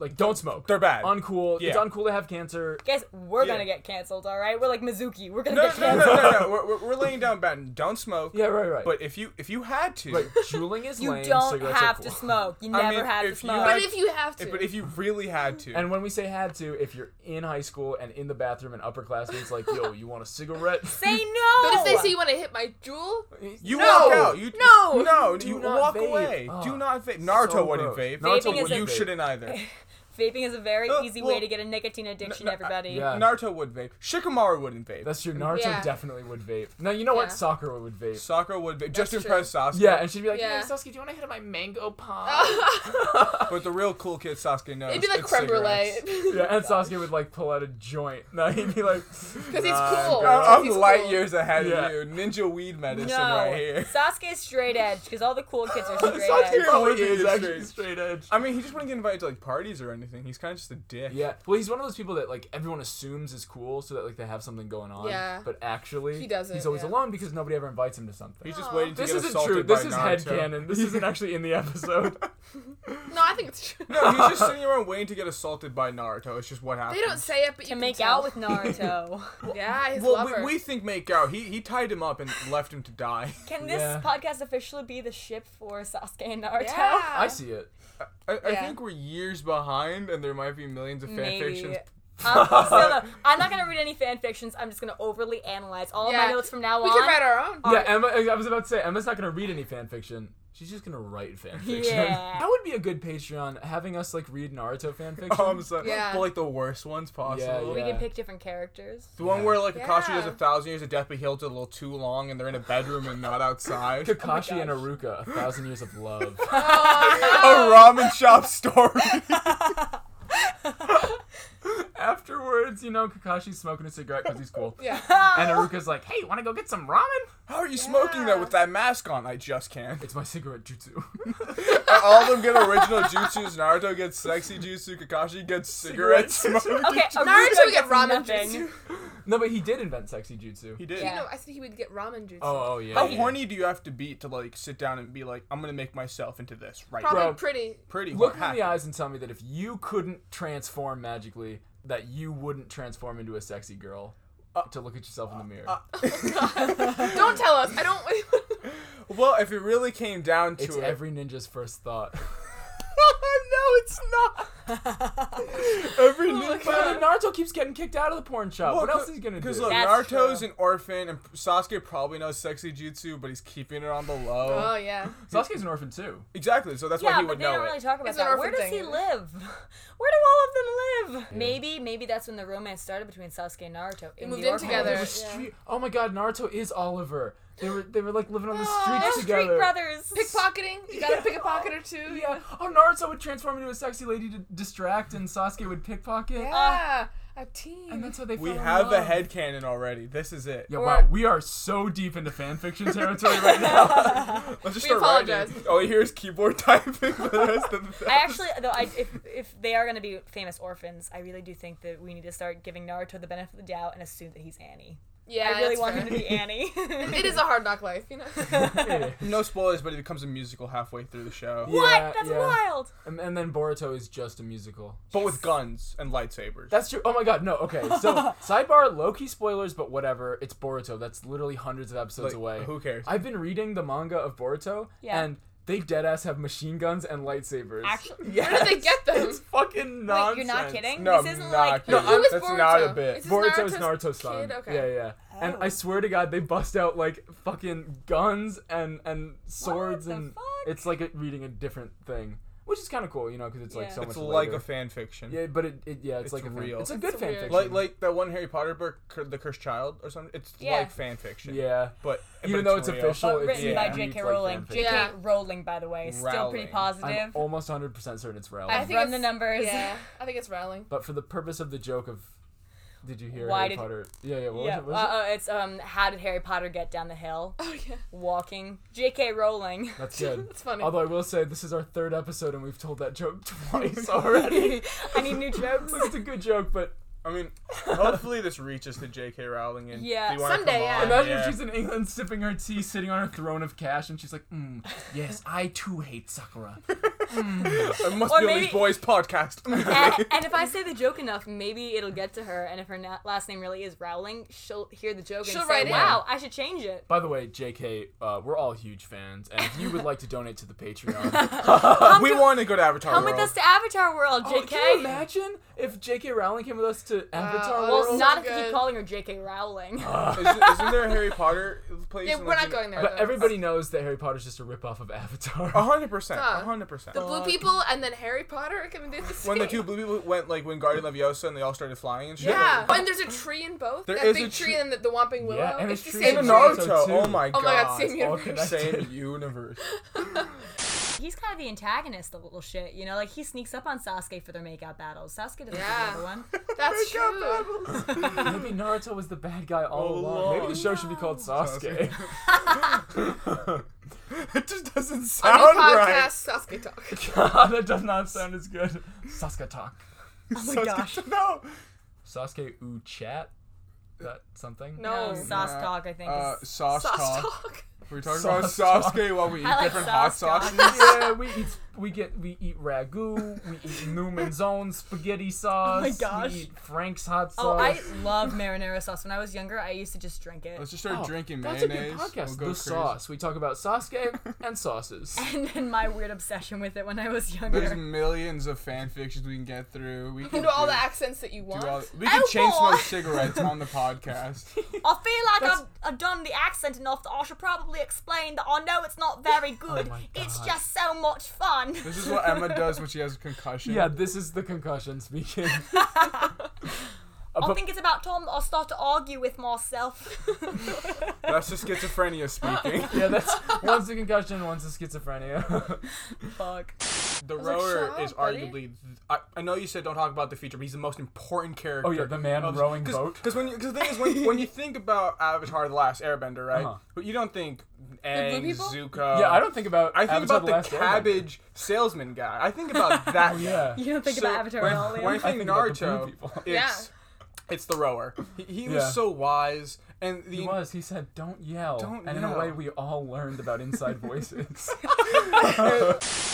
[SPEAKER 8] like don't smoke.
[SPEAKER 3] they're bad.
[SPEAKER 8] Uncool.
[SPEAKER 3] Yeah.
[SPEAKER 8] It's uncool to have cancer.
[SPEAKER 7] Guys, we're
[SPEAKER 3] Yeah.
[SPEAKER 7] gonna get canceled, all right? We're like Mizuki. We're gonna
[SPEAKER 3] no,
[SPEAKER 7] get
[SPEAKER 3] no,
[SPEAKER 7] canceled.
[SPEAKER 3] no, no, no. We're, we're- we're laying down bad. Don't smoke.
[SPEAKER 8] Yeah, right, right.
[SPEAKER 3] But if you if you had to,
[SPEAKER 8] Right, jeweling is
[SPEAKER 7] You
[SPEAKER 8] lame.
[SPEAKER 7] don't
[SPEAKER 8] cigarettes are
[SPEAKER 7] have
[SPEAKER 8] cool.
[SPEAKER 7] to smoke. You
[SPEAKER 3] I
[SPEAKER 7] never
[SPEAKER 3] mean,
[SPEAKER 7] have to
[SPEAKER 3] if you
[SPEAKER 7] smoke.
[SPEAKER 5] But
[SPEAKER 3] had-
[SPEAKER 5] if you have to.
[SPEAKER 3] eh, but if you really had to,
[SPEAKER 8] And when we say had to, if you're in high school and in the bathroom and upperclassmen, it's like, yo, you want a cigarette?
[SPEAKER 7] Say no.
[SPEAKER 5] but if they say you want to hit my jewel,
[SPEAKER 3] you
[SPEAKER 8] No!
[SPEAKER 3] walk out. You
[SPEAKER 5] No!
[SPEAKER 3] no.
[SPEAKER 8] Do
[SPEAKER 3] you
[SPEAKER 8] not
[SPEAKER 3] walk
[SPEAKER 8] vape.
[SPEAKER 3] away.
[SPEAKER 8] Ah,
[SPEAKER 3] Do not vape. Naruto
[SPEAKER 8] so
[SPEAKER 3] wouldn't
[SPEAKER 8] gross.
[SPEAKER 3] vape.
[SPEAKER 8] Naruto
[SPEAKER 7] Vaping is
[SPEAKER 8] wouldn't
[SPEAKER 7] a-
[SPEAKER 3] you
[SPEAKER 8] vape.
[SPEAKER 3] shouldn't either.
[SPEAKER 7] Vaping is a very
[SPEAKER 3] Uh,
[SPEAKER 7] easy
[SPEAKER 3] well-
[SPEAKER 7] way to get a nicotine addiction,
[SPEAKER 3] no, I-
[SPEAKER 7] everybody.
[SPEAKER 8] Yeah.
[SPEAKER 3] Naruto would vape. Shikamaru wouldn't vape.
[SPEAKER 8] That's true. Naruto
[SPEAKER 5] Yeah.
[SPEAKER 8] definitely would vape. No, you know
[SPEAKER 5] Yeah.
[SPEAKER 8] what? Sakura would vape.
[SPEAKER 3] Sakura would vape. Just to
[SPEAKER 5] That's
[SPEAKER 3] impress Sasuke.
[SPEAKER 8] yeah, and she'd be like,
[SPEAKER 5] Yeah. Oh.
[SPEAKER 8] yeah. hey, Sasuke, do you want to hit my mango palm?
[SPEAKER 3] But the real cool kid Sasuke knows.
[SPEAKER 5] It'd be like
[SPEAKER 3] it's
[SPEAKER 5] creme brulee.
[SPEAKER 3] cigarettes.
[SPEAKER 5] Because
[SPEAKER 8] yeah, and Sasuke would like pull out a joint. No, he'd be like, "Oh,
[SPEAKER 5] he's
[SPEAKER 8] "Nah,
[SPEAKER 5] cool.
[SPEAKER 8] girl."
[SPEAKER 3] I'm, I'm
[SPEAKER 5] He's
[SPEAKER 3] light
[SPEAKER 5] cool.
[SPEAKER 3] years ahead
[SPEAKER 8] Yeah.
[SPEAKER 3] of you. Ninja weed medicine
[SPEAKER 7] No,
[SPEAKER 3] right here.
[SPEAKER 7] Sasuke's straight edge because all the cool kids are straight
[SPEAKER 3] Sasuke
[SPEAKER 7] edge.
[SPEAKER 3] probably
[SPEAKER 8] He is actually
[SPEAKER 3] straight.
[SPEAKER 8] straight edge.
[SPEAKER 3] I mean, he just wouldn't get invited to like parties or anything. He's kind of just a dick.
[SPEAKER 8] Yeah. Well, he's one of those people that like everyone assumes is cool, so that like they have something going on.
[SPEAKER 5] Yeah.
[SPEAKER 8] But actually,
[SPEAKER 5] He doesn't,
[SPEAKER 8] He's always
[SPEAKER 5] yeah.
[SPEAKER 8] alone because nobody ever invites him to something.
[SPEAKER 3] He's just
[SPEAKER 5] Aw.
[SPEAKER 3] waiting to
[SPEAKER 8] This
[SPEAKER 3] get
[SPEAKER 8] isn't
[SPEAKER 3] assaulted
[SPEAKER 8] true.
[SPEAKER 3] by
[SPEAKER 8] This is
[SPEAKER 3] Naruto.
[SPEAKER 8] headcanon. This isn't actually in the episode.
[SPEAKER 5] No, I think it's true.
[SPEAKER 3] No, he's just sitting around waiting to get assaulted by Naruto. It's just what happens.
[SPEAKER 5] They don't say it, but
[SPEAKER 7] To
[SPEAKER 5] you
[SPEAKER 7] make
[SPEAKER 5] can tell.
[SPEAKER 7] out with Naruto.
[SPEAKER 5] Yeah, his
[SPEAKER 3] Well,
[SPEAKER 5] lover.
[SPEAKER 3] we, we think make out. He he tied him up and left him to die.
[SPEAKER 7] Can this
[SPEAKER 8] Yeah.
[SPEAKER 7] podcast officially be the ship for Sasuke and Naruto?
[SPEAKER 5] yeah.
[SPEAKER 8] I see it.
[SPEAKER 3] I, I
[SPEAKER 5] Yeah.
[SPEAKER 3] think we're years behind, and there might be millions of fan
[SPEAKER 7] Maybe.
[SPEAKER 3] fictions.
[SPEAKER 7] Um, so, no, I'm not gonna read any fan fictions. I'm just gonna overly analyze all of
[SPEAKER 5] Yeah.
[SPEAKER 7] my notes from now
[SPEAKER 5] We
[SPEAKER 7] on.
[SPEAKER 5] could write our own.
[SPEAKER 8] yeah, Emma. I was about to say Emma's not gonna read any fan fiction. She's just gonna write fan fiction.
[SPEAKER 7] Yeah.
[SPEAKER 8] that would be a good Patreon. Having us like read Naruto fan fiction.
[SPEAKER 3] Um, so,
[SPEAKER 5] Yeah.
[SPEAKER 3] But like the worst ones possible.
[SPEAKER 7] we
[SPEAKER 8] yeah.
[SPEAKER 7] can pick different characters.
[SPEAKER 3] The one where like Akashi does
[SPEAKER 5] Yeah.
[SPEAKER 3] a thousand years of death, but he holds it a little too long, and they're in a bedroom and not outside. a
[SPEAKER 8] Kakashi and Aruka, A Thousand Years of Love.
[SPEAKER 3] ramen shop story.
[SPEAKER 8] Afterwards, you know, Kakashi's smoking a cigarette because he's cool.
[SPEAKER 5] Yeah.
[SPEAKER 8] And Aruka's like, hey, want to go get some ramen?
[SPEAKER 3] How are you smoking that
[SPEAKER 5] Yeah.
[SPEAKER 3] with that mask on? I just can't.
[SPEAKER 8] It's my cigarette jutsu.
[SPEAKER 3] All of them get original jutsus. Naruto gets sexy jutsu. Kakashi gets cigarette
[SPEAKER 8] Cigarette
[SPEAKER 3] smoke.
[SPEAKER 7] Okay,
[SPEAKER 5] Naruto
[SPEAKER 7] Naruto
[SPEAKER 5] would get
[SPEAKER 7] gets
[SPEAKER 5] ramen
[SPEAKER 7] nothing.
[SPEAKER 5] juice.
[SPEAKER 8] no, but he did invent sexy jutsu.
[SPEAKER 3] He did.
[SPEAKER 7] Yeah.
[SPEAKER 5] No, I think he would get ramen juice.
[SPEAKER 8] Oh, oh yeah.
[SPEAKER 3] How
[SPEAKER 8] yeah.
[SPEAKER 3] horny do you have to be to like sit down and be like, I'm gonna make myself into this right
[SPEAKER 5] Probably
[SPEAKER 3] now?
[SPEAKER 8] Bro.
[SPEAKER 5] pretty.
[SPEAKER 3] Pretty
[SPEAKER 8] Look me
[SPEAKER 3] hard.
[SPEAKER 8] in the eyes and tell me that if you couldn't transform magically, that you wouldn't transform into a sexy girl
[SPEAKER 3] Uh,
[SPEAKER 8] to look at yourself in the mirror.
[SPEAKER 5] Don't tell us. I don't.
[SPEAKER 3] Well, if it really came down to
[SPEAKER 8] it's
[SPEAKER 3] it,
[SPEAKER 8] every ninja's first thought.
[SPEAKER 3] no, it's not.
[SPEAKER 5] Oh
[SPEAKER 3] every ninja.
[SPEAKER 8] but Naruto keeps getting kicked out of the porn shop. Oh, what else is he gonna do?
[SPEAKER 3] Because look,
[SPEAKER 7] That's
[SPEAKER 3] Naruto's
[SPEAKER 7] true.
[SPEAKER 3] an orphan, and Sasuke probably knows sexy jutsu, but he's keeping it on the low.
[SPEAKER 5] oh yeah.
[SPEAKER 8] Sasuke's an orphan too.
[SPEAKER 3] exactly, so that's why
[SPEAKER 7] Uh, yeah,
[SPEAKER 3] he
[SPEAKER 7] but
[SPEAKER 3] would
[SPEAKER 7] they don't
[SPEAKER 3] know
[SPEAKER 7] really
[SPEAKER 3] it.
[SPEAKER 7] talk about
[SPEAKER 5] It's an
[SPEAKER 7] that. Where
[SPEAKER 5] orphan
[SPEAKER 7] does he
[SPEAKER 5] thing.
[SPEAKER 7] live? Where do all of them live? Maybe, maybe that's when the romance started between Sasuke and Naruto. In
[SPEAKER 5] moved
[SPEAKER 7] the
[SPEAKER 5] in
[SPEAKER 7] orphanage.
[SPEAKER 5] together.
[SPEAKER 8] Oh, they were
[SPEAKER 5] Yeah.
[SPEAKER 8] street- oh my god, Naruto is Oliver. They were they were like living on the
[SPEAKER 5] Ah,
[SPEAKER 7] They're
[SPEAKER 8] streets together.
[SPEAKER 7] street brothers.
[SPEAKER 5] Pickpocketing. You gotta pick a pocket or two.
[SPEAKER 8] Yeah. Oh, Naruto would transform into a sexy lady to distract, and Sasuke would pickpocket. Oh,
[SPEAKER 5] Yeah. a
[SPEAKER 8] And
[SPEAKER 5] team.
[SPEAKER 8] that's how they.
[SPEAKER 3] We
[SPEAKER 8] fell in
[SPEAKER 3] have a
[SPEAKER 8] love.
[SPEAKER 3] headcanon already. This is it.
[SPEAKER 8] Yeah.
[SPEAKER 5] Or-
[SPEAKER 8] Wow. We are so deep into fanfiction territory right now.
[SPEAKER 3] Let's just
[SPEAKER 5] We
[SPEAKER 3] start writing.
[SPEAKER 5] apologize.
[SPEAKER 3] All you hear is keyboard typing for the rest of the
[SPEAKER 7] I actually, though, I, if if they are gonna be famous orphans, I really do think that we need to start giving Naruto the benefit of the doubt and assume that he's Annie.
[SPEAKER 5] Yeah.
[SPEAKER 7] I really
[SPEAKER 5] that's
[SPEAKER 7] want
[SPEAKER 5] fair.
[SPEAKER 7] him to be Annie.
[SPEAKER 5] It is a hard knock life, you know.
[SPEAKER 3] No spoilers, but it becomes a musical halfway through the show.
[SPEAKER 7] what?
[SPEAKER 8] Yeah,
[SPEAKER 7] That's
[SPEAKER 8] yeah.
[SPEAKER 7] wild.
[SPEAKER 8] And, and then Boruto is just a musical.
[SPEAKER 3] But with guns and lightsabers.
[SPEAKER 8] That's true. Oh my god, no. Okay, so sidebar, low key spoilers, but whatever. It's Boruto. That's literally hundreds of
[SPEAKER 3] Like,
[SPEAKER 8] episodes away.
[SPEAKER 3] who cares?
[SPEAKER 8] I've been reading the manga of Boruto,
[SPEAKER 7] Yeah.
[SPEAKER 8] and they dead ass have machine guns and lightsabers.
[SPEAKER 7] Actually,
[SPEAKER 8] yes.
[SPEAKER 5] Where did they get them?
[SPEAKER 8] It's fucking
[SPEAKER 7] Wait,
[SPEAKER 8] nonsense.
[SPEAKER 7] you're not kidding?
[SPEAKER 3] No,
[SPEAKER 7] this isn't
[SPEAKER 3] I'm
[SPEAKER 7] like
[SPEAKER 3] not kidding.
[SPEAKER 5] Who is
[SPEAKER 3] That's
[SPEAKER 5] Boruto?
[SPEAKER 3] not a bit.
[SPEAKER 5] Is this
[SPEAKER 8] Boruto's Naruto's
[SPEAKER 5] Naruto's
[SPEAKER 8] son.
[SPEAKER 5] kid? Okay.
[SPEAKER 8] Yeah, yeah. And I swear to God, they bust out like fucking guns and and swords,
[SPEAKER 7] the
[SPEAKER 8] and
[SPEAKER 7] fuck?
[SPEAKER 8] it's like a, reading a different thing, which is kind of cool, you know, because it's like
[SPEAKER 7] Yeah.
[SPEAKER 8] so
[SPEAKER 3] It's
[SPEAKER 8] much
[SPEAKER 3] like
[SPEAKER 8] later.
[SPEAKER 3] a fan fiction.
[SPEAKER 8] yeah, but it, it yeah, it's,
[SPEAKER 3] It's
[SPEAKER 8] like a fan-
[SPEAKER 3] real.
[SPEAKER 8] It's a
[SPEAKER 5] It's
[SPEAKER 8] good
[SPEAKER 5] so
[SPEAKER 8] fan
[SPEAKER 5] weird.
[SPEAKER 8] fiction.
[SPEAKER 3] Like like that one Harry Potter book, Cur- The Cursed Child or something. It's
[SPEAKER 7] Yeah.
[SPEAKER 3] like fan fiction.
[SPEAKER 8] yeah,
[SPEAKER 3] But
[SPEAKER 8] even
[SPEAKER 3] but
[SPEAKER 8] though it's,
[SPEAKER 3] real.
[SPEAKER 8] official,
[SPEAKER 7] But
[SPEAKER 8] it's
[SPEAKER 7] written by
[SPEAKER 3] yeah.
[SPEAKER 7] J.K.
[SPEAKER 8] like
[SPEAKER 7] Rowling.
[SPEAKER 8] fanfiction.
[SPEAKER 7] J.K.
[SPEAKER 5] Yeah.
[SPEAKER 7] Rowling, by the way, still pretty
[SPEAKER 3] Rowling.
[SPEAKER 8] I'm
[SPEAKER 7] positive.
[SPEAKER 8] almost 100 percent certain it's Rowling.
[SPEAKER 7] I- Run the
[SPEAKER 5] it's-
[SPEAKER 7] numbers.
[SPEAKER 5] Yeah, I think it's Rowling.
[SPEAKER 8] but for the purpose of the joke of, did you hear
[SPEAKER 7] Why
[SPEAKER 8] Harry
[SPEAKER 7] did-
[SPEAKER 8] Potter? Yeah, yeah. What
[SPEAKER 7] yeah,
[SPEAKER 8] was it? Was it?
[SPEAKER 7] uh, uh, it's um, how did Harry Potter get down the hill?
[SPEAKER 5] Oh yeah,
[SPEAKER 7] Walking. J.K. Rowling.
[SPEAKER 8] That's good.
[SPEAKER 5] it's funny.
[SPEAKER 8] Although I will say this is our third episode and we've told that joke twice already.
[SPEAKER 7] I need new jokes.
[SPEAKER 8] it's a good joke, but
[SPEAKER 3] I mean, hopefully this reaches to J.K. Rowling and
[SPEAKER 7] Yeah,
[SPEAKER 3] they wanna
[SPEAKER 5] someday,
[SPEAKER 3] come
[SPEAKER 5] yeah.
[SPEAKER 3] on,
[SPEAKER 8] Imagine
[SPEAKER 3] yeah.
[SPEAKER 8] if she's in England sipping her tea, sitting on her throne of cash, and she's like, mm, yes, I too hate Sakura.
[SPEAKER 3] It must
[SPEAKER 7] Or
[SPEAKER 3] be on
[SPEAKER 7] maybe-
[SPEAKER 3] these boys'
[SPEAKER 5] Eh,
[SPEAKER 3] podcast.
[SPEAKER 7] and, and if I say the joke enough, maybe it'll get to her. And if her na- last name really is Rowling, she'll hear the joke
[SPEAKER 5] She'll
[SPEAKER 7] and say,
[SPEAKER 5] write it.
[SPEAKER 7] "Wow, I should change it."
[SPEAKER 8] By the way, JK, uh, we're all huge fans, and if you would like to donate to the Patreon,
[SPEAKER 3] we want to go to Avatar
[SPEAKER 7] Come
[SPEAKER 3] World.
[SPEAKER 7] with us to Avatar World,
[SPEAKER 8] Oh,
[SPEAKER 7] JK.
[SPEAKER 8] can you imagine if J.K. Rowling came with us to Avatar
[SPEAKER 5] oh,
[SPEAKER 8] World.
[SPEAKER 7] Well,
[SPEAKER 5] so
[SPEAKER 7] not if you
[SPEAKER 5] good.
[SPEAKER 7] keep calling her J.K. Rowling.
[SPEAKER 3] Isn't, isn't there a Harry Potter place?
[SPEAKER 5] Yeah,
[SPEAKER 3] in,
[SPEAKER 5] we're
[SPEAKER 3] like,
[SPEAKER 5] not
[SPEAKER 3] an-
[SPEAKER 5] going there.
[SPEAKER 8] but
[SPEAKER 5] though.
[SPEAKER 8] everybody knows that Harry Potter's just a ripoff of Avatar.
[SPEAKER 3] A hundred percent.
[SPEAKER 5] Huh.
[SPEAKER 3] A hundred percent.
[SPEAKER 5] The blue people and then Harry Potter can do the same.
[SPEAKER 3] When the two blue people went like when Guardian Leviosa and they all started flying and shit.
[SPEAKER 5] Yeah, and there's a tree in both.
[SPEAKER 3] There
[SPEAKER 5] that
[SPEAKER 3] is
[SPEAKER 5] big
[SPEAKER 3] a
[SPEAKER 5] tree,
[SPEAKER 3] tree-
[SPEAKER 5] and the, the Whomping Willow.
[SPEAKER 8] and
[SPEAKER 5] it's
[SPEAKER 8] a
[SPEAKER 5] the
[SPEAKER 8] tree
[SPEAKER 5] same
[SPEAKER 3] Even
[SPEAKER 5] tree.
[SPEAKER 8] in
[SPEAKER 3] Naruto.
[SPEAKER 8] Naruto, too.
[SPEAKER 3] Oh my god.
[SPEAKER 5] Oh my god, same
[SPEAKER 3] It's
[SPEAKER 5] universe.
[SPEAKER 8] all connected.
[SPEAKER 3] Same universe.
[SPEAKER 7] He's kind of the antagonist of little shit, you know. Like he sneaks up on Sasuke for their makeout battles. Sasuke doesn't
[SPEAKER 5] Yeah.
[SPEAKER 7] remember one.
[SPEAKER 5] That's true.
[SPEAKER 8] Maybe Naruto was the bad guy all
[SPEAKER 3] Oh,
[SPEAKER 8] along. Maybe the show should be called Sasuke.
[SPEAKER 3] it just doesn't
[SPEAKER 5] On
[SPEAKER 3] sound
[SPEAKER 5] your
[SPEAKER 3] right.
[SPEAKER 5] podcast, Sasuke Talk.
[SPEAKER 8] God, that does not sound as good. Sasuke talk.
[SPEAKER 7] Oh my gosh.
[SPEAKER 3] No.
[SPEAKER 8] Sasuke ooh chat. That something.
[SPEAKER 7] No,
[SPEAKER 5] No.
[SPEAKER 7] sauce
[SPEAKER 3] Nah,
[SPEAKER 7] talk. I think.
[SPEAKER 3] Uh,
[SPEAKER 7] is,
[SPEAKER 3] sauce
[SPEAKER 5] Sauce
[SPEAKER 3] talk.
[SPEAKER 5] Talk.
[SPEAKER 3] We're talking
[SPEAKER 8] Sauce
[SPEAKER 3] about
[SPEAKER 8] talk.
[SPEAKER 3] Sasuke while we eat
[SPEAKER 7] I like
[SPEAKER 3] different hot
[SPEAKER 7] sauce talk.
[SPEAKER 3] sauces.
[SPEAKER 8] yeah, we eat we get we eat ragu, we eat Newman's own spaghetti sauce.
[SPEAKER 7] Oh my gosh.
[SPEAKER 8] We eat Frank's hot sauce.
[SPEAKER 7] oh, I love marinara sauce. When I was younger, I used to just drink it.
[SPEAKER 3] Let's just start
[SPEAKER 8] Oh,
[SPEAKER 3] drinking
[SPEAKER 8] That's a
[SPEAKER 3] mayonnaise.
[SPEAKER 8] good podcast.
[SPEAKER 3] We'll
[SPEAKER 8] the
[SPEAKER 3] go crazy.
[SPEAKER 8] sauce. We talk about Sasuke and sauces.
[SPEAKER 7] and then my weird obsession with it when I was
[SPEAKER 3] There's
[SPEAKER 7] younger.
[SPEAKER 3] millions of fan fictions we can get through. We
[SPEAKER 5] You
[SPEAKER 3] can
[SPEAKER 5] can do all
[SPEAKER 3] do-
[SPEAKER 5] the accents that you want.
[SPEAKER 3] do all- we can
[SPEAKER 7] Oh,
[SPEAKER 3] chain
[SPEAKER 7] boy.
[SPEAKER 3] smoke cigarettes on the podcast.
[SPEAKER 7] I feel like I've, I've done the accent enough that I should probably explain that I know it's not very good.
[SPEAKER 8] my
[SPEAKER 7] it's
[SPEAKER 8] God.
[SPEAKER 7] just so much fun.
[SPEAKER 3] This is what Emma does when she has a concussion.
[SPEAKER 8] Yeah, this is the concussion speaking. Uh,
[SPEAKER 7] I
[SPEAKER 8] but-
[SPEAKER 7] think it's about time that I start to argue with myself.
[SPEAKER 3] that's just schizophrenia speaking.
[SPEAKER 8] yeah, that's one's the concussion, one's the schizophrenia.
[SPEAKER 7] Fuck.
[SPEAKER 3] The
[SPEAKER 5] like,
[SPEAKER 3] rower
[SPEAKER 5] "Shut
[SPEAKER 3] is
[SPEAKER 5] up, buddy."
[SPEAKER 3] arguably. th- I, I know you said don't talk about the feature, but he's the most important character.
[SPEAKER 8] Oh, yeah, the man rowing boat.
[SPEAKER 3] Because when you, cause the thing is, when, when you think about Avatar: The Last Airbender, right?
[SPEAKER 8] Uh-huh.
[SPEAKER 3] But you don't think Aang,
[SPEAKER 5] people?
[SPEAKER 3] Zuko.
[SPEAKER 8] yeah, I don't think about.
[SPEAKER 3] I think
[SPEAKER 8] Avatar
[SPEAKER 3] about the
[SPEAKER 8] Last Airbender.
[SPEAKER 3] cabbage salesman guy. I think about that.
[SPEAKER 8] Oh yeah.
[SPEAKER 7] You don't think
[SPEAKER 3] So
[SPEAKER 7] about Avatar
[SPEAKER 3] when,
[SPEAKER 7] at all, Liam?
[SPEAKER 3] when I think,
[SPEAKER 8] think about the blue
[SPEAKER 3] Naruto,
[SPEAKER 8] people.
[SPEAKER 3] it's it's the rower. He, he was so wise, and the
[SPEAKER 8] He was. He said, "Don't yell."
[SPEAKER 3] Don't
[SPEAKER 8] and in
[SPEAKER 3] yell.
[SPEAKER 8] a way, we all learned about inside voices.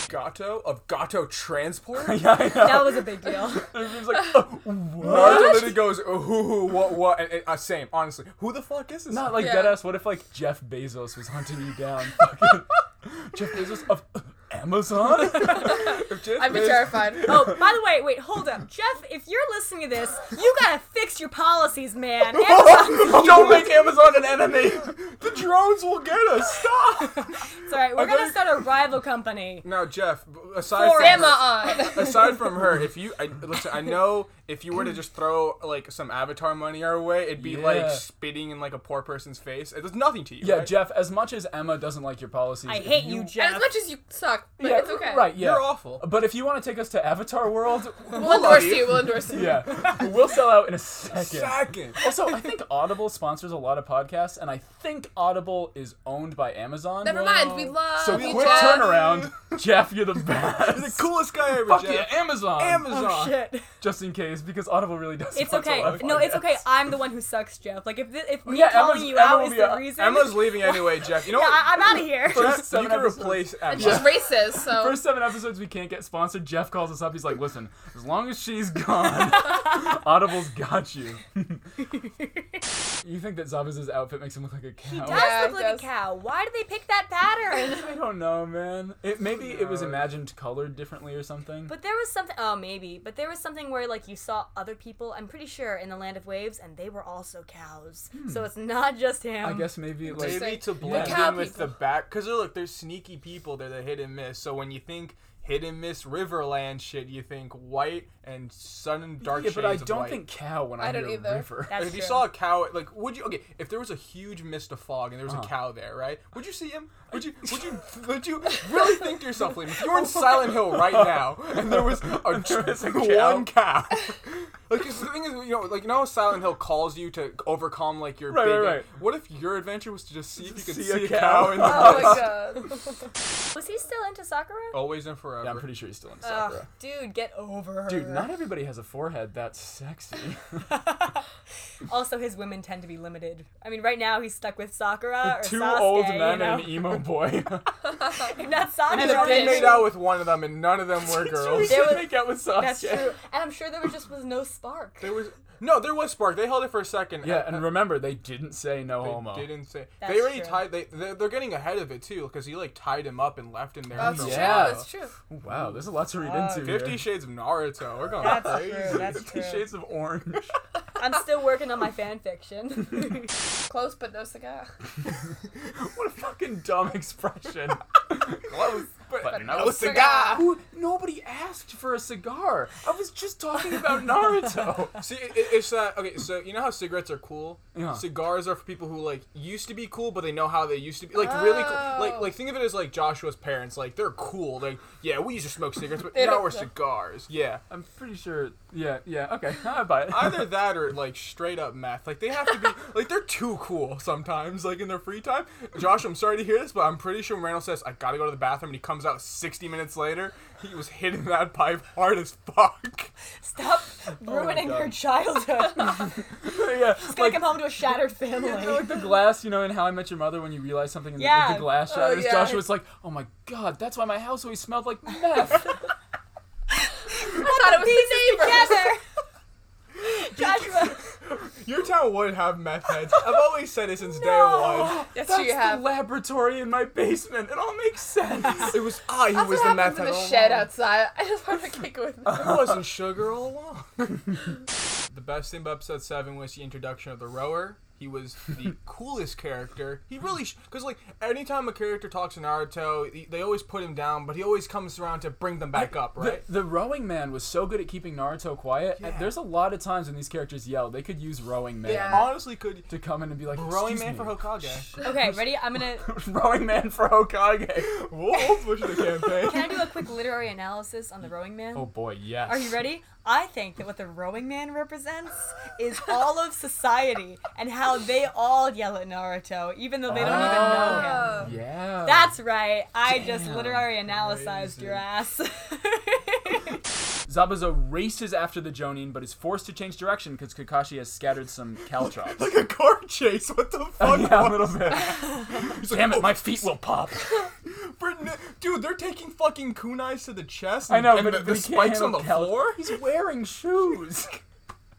[SPEAKER 3] Gato of Gato Transport.
[SPEAKER 8] yeah, I know.
[SPEAKER 7] That was a big deal.
[SPEAKER 8] He was like, "Oh,
[SPEAKER 3] Naruto literally goes, oh, who, who, what, what, and, and, uh, same, honestly. Who the fuck is this?
[SPEAKER 8] Not like
[SPEAKER 5] Yeah.
[SPEAKER 8] deadass. What if like Jeff Bezos was hunting you down? Fucking Jeff Bezos of Amazon.
[SPEAKER 3] If Jeff
[SPEAKER 5] I'd be
[SPEAKER 3] Bezos-
[SPEAKER 5] terrified.
[SPEAKER 7] Oh, by the way, wait, hold up. Jeff, if you're listening to this, you gotta fix your policies, man. Amazon-
[SPEAKER 3] Don't make Amazon an enemy! The drones will get us! Stop!
[SPEAKER 7] Sorry, we're gonna start a rival company.
[SPEAKER 3] now, Jeff, b- aside
[SPEAKER 7] For
[SPEAKER 3] from
[SPEAKER 5] Emma
[SPEAKER 3] her,
[SPEAKER 5] on.
[SPEAKER 3] aside from her, if you I, listen, I know if you were to just throw like some Avatar money our way, it'd be
[SPEAKER 8] Yeah.
[SPEAKER 3] like spitting in like a poor person's face. It does nothing to you.
[SPEAKER 8] yeah,
[SPEAKER 3] right?
[SPEAKER 8] Jeff. As much as Emma doesn't like your policies,
[SPEAKER 7] I
[SPEAKER 8] if
[SPEAKER 7] hate you, Jeff.
[SPEAKER 5] As much as you suck, but
[SPEAKER 8] Yeah,
[SPEAKER 5] it's okay.
[SPEAKER 8] Right. Yeah.
[SPEAKER 3] You're awful.
[SPEAKER 8] But if you want to take us to Avatar World,
[SPEAKER 5] We'll endorse you. We'll endorse you.
[SPEAKER 8] yeah, we'll sell out in a second.
[SPEAKER 3] Second.
[SPEAKER 8] Also, I think Audible sponsors a lot of podcasts, and I think Audible is owned by Amazon.
[SPEAKER 5] Never mind. We love
[SPEAKER 8] So
[SPEAKER 5] you,
[SPEAKER 8] quick
[SPEAKER 5] Jeff.
[SPEAKER 8] turnaround, Jeff. You're the
[SPEAKER 3] You're the
[SPEAKER 8] best.
[SPEAKER 3] coolest guy ever,
[SPEAKER 8] Fuck
[SPEAKER 3] Jeff.
[SPEAKER 8] yeah, Amazon.
[SPEAKER 3] Amazon.
[SPEAKER 7] Oh, shit.
[SPEAKER 8] Just in case, because Audible really does.
[SPEAKER 7] It's
[SPEAKER 8] sponsor
[SPEAKER 7] okay.
[SPEAKER 8] a lot of
[SPEAKER 7] No, it's
[SPEAKER 8] podcasts.
[SPEAKER 7] okay. I'm the one who sucks, Jeff. Like, if, thi- if me
[SPEAKER 8] Yeah,
[SPEAKER 7] calling
[SPEAKER 8] Emma's-
[SPEAKER 7] you
[SPEAKER 8] Emma
[SPEAKER 7] out
[SPEAKER 8] will
[SPEAKER 7] is
[SPEAKER 8] be
[SPEAKER 7] the
[SPEAKER 8] out.
[SPEAKER 7] reason.
[SPEAKER 3] Emma's leaving anyway, Jeff. You know
[SPEAKER 7] Yeah,
[SPEAKER 3] what?
[SPEAKER 7] I, I'm out of here.
[SPEAKER 8] First
[SPEAKER 3] Jeff, you
[SPEAKER 8] seven
[SPEAKER 3] can
[SPEAKER 8] episodes.
[SPEAKER 3] replace Emma.
[SPEAKER 5] She's racist, so
[SPEAKER 8] First seven episodes we can't get sponsored. Jeff calls us up. He's like, "Listen, as long as she's gone, Audible's got you." you think that Zabaz's outfit makes him look like a cow?
[SPEAKER 7] Does
[SPEAKER 5] Yeah,
[SPEAKER 7] look
[SPEAKER 5] it
[SPEAKER 7] like
[SPEAKER 5] does.
[SPEAKER 7] a cow. Why did they pick that pattern?
[SPEAKER 8] I don't know, man. It maybe it was imagined colored differently or something.
[SPEAKER 7] But there was something. Oh, maybe. But there was something where like you saw other people. I'm pretty sure in the land of waves, and they were also cows. So it's not just him.
[SPEAKER 8] I guess maybe like
[SPEAKER 3] Maybe
[SPEAKER 5] like
[SPEAKER 3] to blend
[SPEAKER 5] cow
[SPEAKER 3] in with
[SPEAKER 5] people.
[SPEAKER 3] the back, because look, there's sneaky people that are hit and miss. So when you think hit and miss Riverland shit, you think white and sun and dark
[SPEAKER 8] yeah,
[SPEAKER 3] shades
[SPEAKER 8] but I
[SPEAKER 3] of
[SPEAKER 8] don't
[SPEAKER 3] white.
[SPEAKER 8] think cow when I,
[SPEAKER 5] I don't
[SPEAKER 8] hear
[SPEAKER 5] either.
[SPEAKER 8] river.
[SPEAKER 7] That's
[SPEAKER 3] If you
[SPEAKER 7] true.
[SPEAKER 3] saw a cow, like, would you? Okay, if there was a huge mist of fog and there was
[SPEAKER 8] Uh-huh.
[SPEAKER 3] a cow there, right? Would you see him? Would you? Would you? would you really think to yourself, Liam, if you were in Silent Hill right now and there was a,
[SPEAKER 8] was a cow.
[SPEAKER 3] one cow? Like 'cause the thing is, you know, like you know, how Silent Hill calls you to overcome like your
[SPEAKER 8] Right,
[SPEAKER 3] big.
[SPEAKER 8] right, right.
[SPEAKER 3] What if your adventure was to just see if you could
[SPEAKER 8] See
[SPEAKER 3] see,
[SPEAKER 8] a
[SPEAKER 3] a
[SPEAKER 8] cow.
[SPEAKER 3] cow in the
[SPEAKER 5] Oh my god.
[SPEAKER 7] Was he still into Sakura?
[SPEAKER 3] always and forever?
[SPEAKER 8] Yeah, I'm pretty sure he's still in
[SPEAKER 7] Ugh,
[SPEAKER 8] Oh, Sakura.
[SPEAKER 7] dude, get over her.
[SPEAKER 8] Dude, not everybody has a forehead that's sexy.
[SPEAKER 7] also, his women tend to be limited. I mean, right now he's stuck with Sakura or
[SPEAKER 8] Two
[SPEAKER 7] Sasuke,
[SPEAKER 8] old men
[SPEAKER 7] you know?
[SPEAKER 8] and an emo boy.
[SPEAKER 7] If not Sakura.
[SPEAKER 3] He's already
[SPEAKER 7] then-
[SPEAKER 3] made out with one of them, and none of them were girls.
[SPEAKER 7] There was-
[SPEAKER 8] make out with Sasuke.
[SPEAKER 7] That's true. And I'm sure there was just was no spark.
[SPEAKER 3] There was no, there was spark. They held it for a second.
[SPEAKER 8] Yeah,
[SPEAKER 3] Uh, uh,
[SPEAKER 8] and remember they didn't say no
[SPEAKER 3] they
[SPEAKER 8] homo.
[SPEAKER 3] didn't say
[SPEAKER 7] That's
[SPEAKER 3] they already
[SPEAKER 7] true.
[SPEAKER 3] tied. They they're, they're getting ahead of it too because he like tied him up and left him there.
[SPEAKER 5] That's
[SPEAKER 3] for a
[SPEAKER 5] true.
[SPEAKER 8] Yeah.
[SPEAKER 5] That's true.
[SPEAKER 8] Wow, there's a lot to read
[SPEAKER 7] Wow.
[SPEAKER 8] into.
[SPEAKER 3] Fifty
[SPEAKER 8] here.
[SPEAKER 3] Shades of Naruto. We're going
[SPEAKER 7] That's
[SPEAKER 3] crazy.
[SPEAKER 7] true. That's
[SPEAKER 8] Fifty
[SPEAKER 7] true.
[SPEAKER 8] Shades of Orange.
[SPEAKER 7] I'm still working on my fan fiction.
[SPEAKER 5] Close but no cigar.
[SPEAKER 8] what a fucking dumb expression.
[SPEAKER 3] Close, but,
[SPEAKER 8] no
[SPEAKER 3] cigar.
[SPEAKER 8] Who, nobody asked for a cigar. I was just talking about Naruto.
[SPEAKER 3] See, it, it- it's that okay. So you know how cigarettes are cool.
[SPEAKER 8] Yeah.
[SPEAKER 3] Cigars are for people who like used to be cool, but they know how they used to be. Like really cool. Like
[SPEAKER 5] Oh.
[SPEAKER 3] like think of it as like Joshua's parents. Like they're cool. Like yeah, we used to smoke cigarettes, but
[SPEAKER 5] They
[SPEAKER 3] now
[SPEAKER 5] don't
[SPEAKER 3] we're
[SPEAKER 5] know.
[SPEAKER 3] cigars. Yeah.
[SPEAKER 8] I'm pretty sure. Yeah, yeah. Okay, I buy it.
[SPEAKER 3] Either that or like straight up meth. Like they have to be like they're too cool sometimes. Like in their free time. Josh, I'm sorry to hear this, but I'm pretty sure when Randall says I gotta go to the bathroom and he comes out 60 minutes later, he was hitting that pipe hard as fuck.
[SPEAKER 7] Stop
[SPEAKER 5] Oh
[SPEAKER 7] ruining her childhood. She's
[SPEAKER 8] yeah,
[SPEAKER 7] gonna
[SPEAKER 8] like,
[SPEAKER 7] come home to a shattered
[SPEAKER 8] you know,
[SPEAKER 7] family.
[SPEAKER 8] like the glass, you know, in How I Met Your Mother, when you realize something and the,
[SPEAKER 7] Yeah.
[SPEAKER 8] the glass
[SPEAKER 5] Oh,
[SPEAKER 8] shatters,
[SPEAKER 5] yeah.
[SPEAKER 8] Joshua's like, "Oh my god, that's why my house always smelled like meth."
[SPEAKER 5] I thought it was the neighbor.
[SPEAKER 7] Joshua,
[SPEAKER 3] Your town would have meth heads. I've always said it since day
[SPEAKER 7] Oh.
[SPEAKER 3] one.
[SPEAKER 5] Yes,
[SPEAKER 8] that's
[SPEAKER 5] you
[SPEAKER 8] the
[SPEAKER 5] have.
[SPEAKER 8] laboratory in my basement. It all makes sense.
[SPEAKER 3] It was I who
[SPEAKER 5] That's
[SPEAKER 3] was
[SPEAKER 5] what
[SPEAKER 3] the meth
[SPEAKER 5] happens in
[SPEAKER 3] head. Oh,
[SPEAKER 5] the
[SPEAKER 3] all
[SPEAKER 5] shed
[SPEAKER 3] along.
[SPEAKER 5] outside. I just want to kick with them.
[SPEAKER 3] It wasn't sugar all along. the best thing about episode seven was the introduction of the rower. He was the coolest character. He really, because like anytime a character talks in Naruto, he- they always put him down, but he always comes around to bring them back up, right?
[SPEAKER 8] The, the rowing man was so good at keeping Naruto quiet. and
[SPEAKER 3] Yeah.
[SPEAKER 8] There's a lot of times when these characters yell, they could use rowing man
[SPEAKER 5] Yeah.
[SPEAKER 3] Honestly, could
[SPEAKER 8] to come in and be like,
[SPEAKER 3] rowing man
[SPEAKER 8] "Excuse
[SPEAKER 3] for
[SPEAKER 8] me."
[SPEAKER 3] Hokage?
[SPEAKER 7] okay, ready? I'm gonna.
[SPEAKER 8] rowing man for Hokage.
[SPEAKER 3] Whoa, pushing the campaign.
[SPEAKER 7] Can I do a quick literary analysis on the Rowing Man?
[SPEAKER 8] Oh boy, yes.
[SPEAKER 7] Are you ready? I think that what the rowing man represents is all of society and how they all yell at Naruto, even though they don't even know him.
[SPEAKER 5] Oh.
[SPEAKER 8] Yeah.
[SPEAKER 7] That's right. I just
[SPEAKER 8] Damn.
[SPEAKER 7] literary analyzed your ass.
[SPEAKER 8] Zabuza races after the Jonin, but is forced to change direction because Kakashi has scattered some caltrops.
[SPEAKER 3] like a car chase. What the fuck?
[SPEAKER 8] yeah, a little bit. Damn it, my feet will pop.
[SPEAKER 3] For n- Dude, they're taking fucking kunais to the chest.
[SPEAKER 8] I know,
[SPEAKER 3] and
[SPEAKER 8] but,
[SPEAKER 3] the,
[SPEAKER 8] but
[SPEAKER 3] the
[SPEAKER 8] he can't
[SPEAKER 3] spikes on
[SPEAKER 8] handle
[SPEAKER 3] the
[SPEAKER 8] cal-
[SPEAKER 3] floor.
[SPEAKER 8] He's wearing shoes.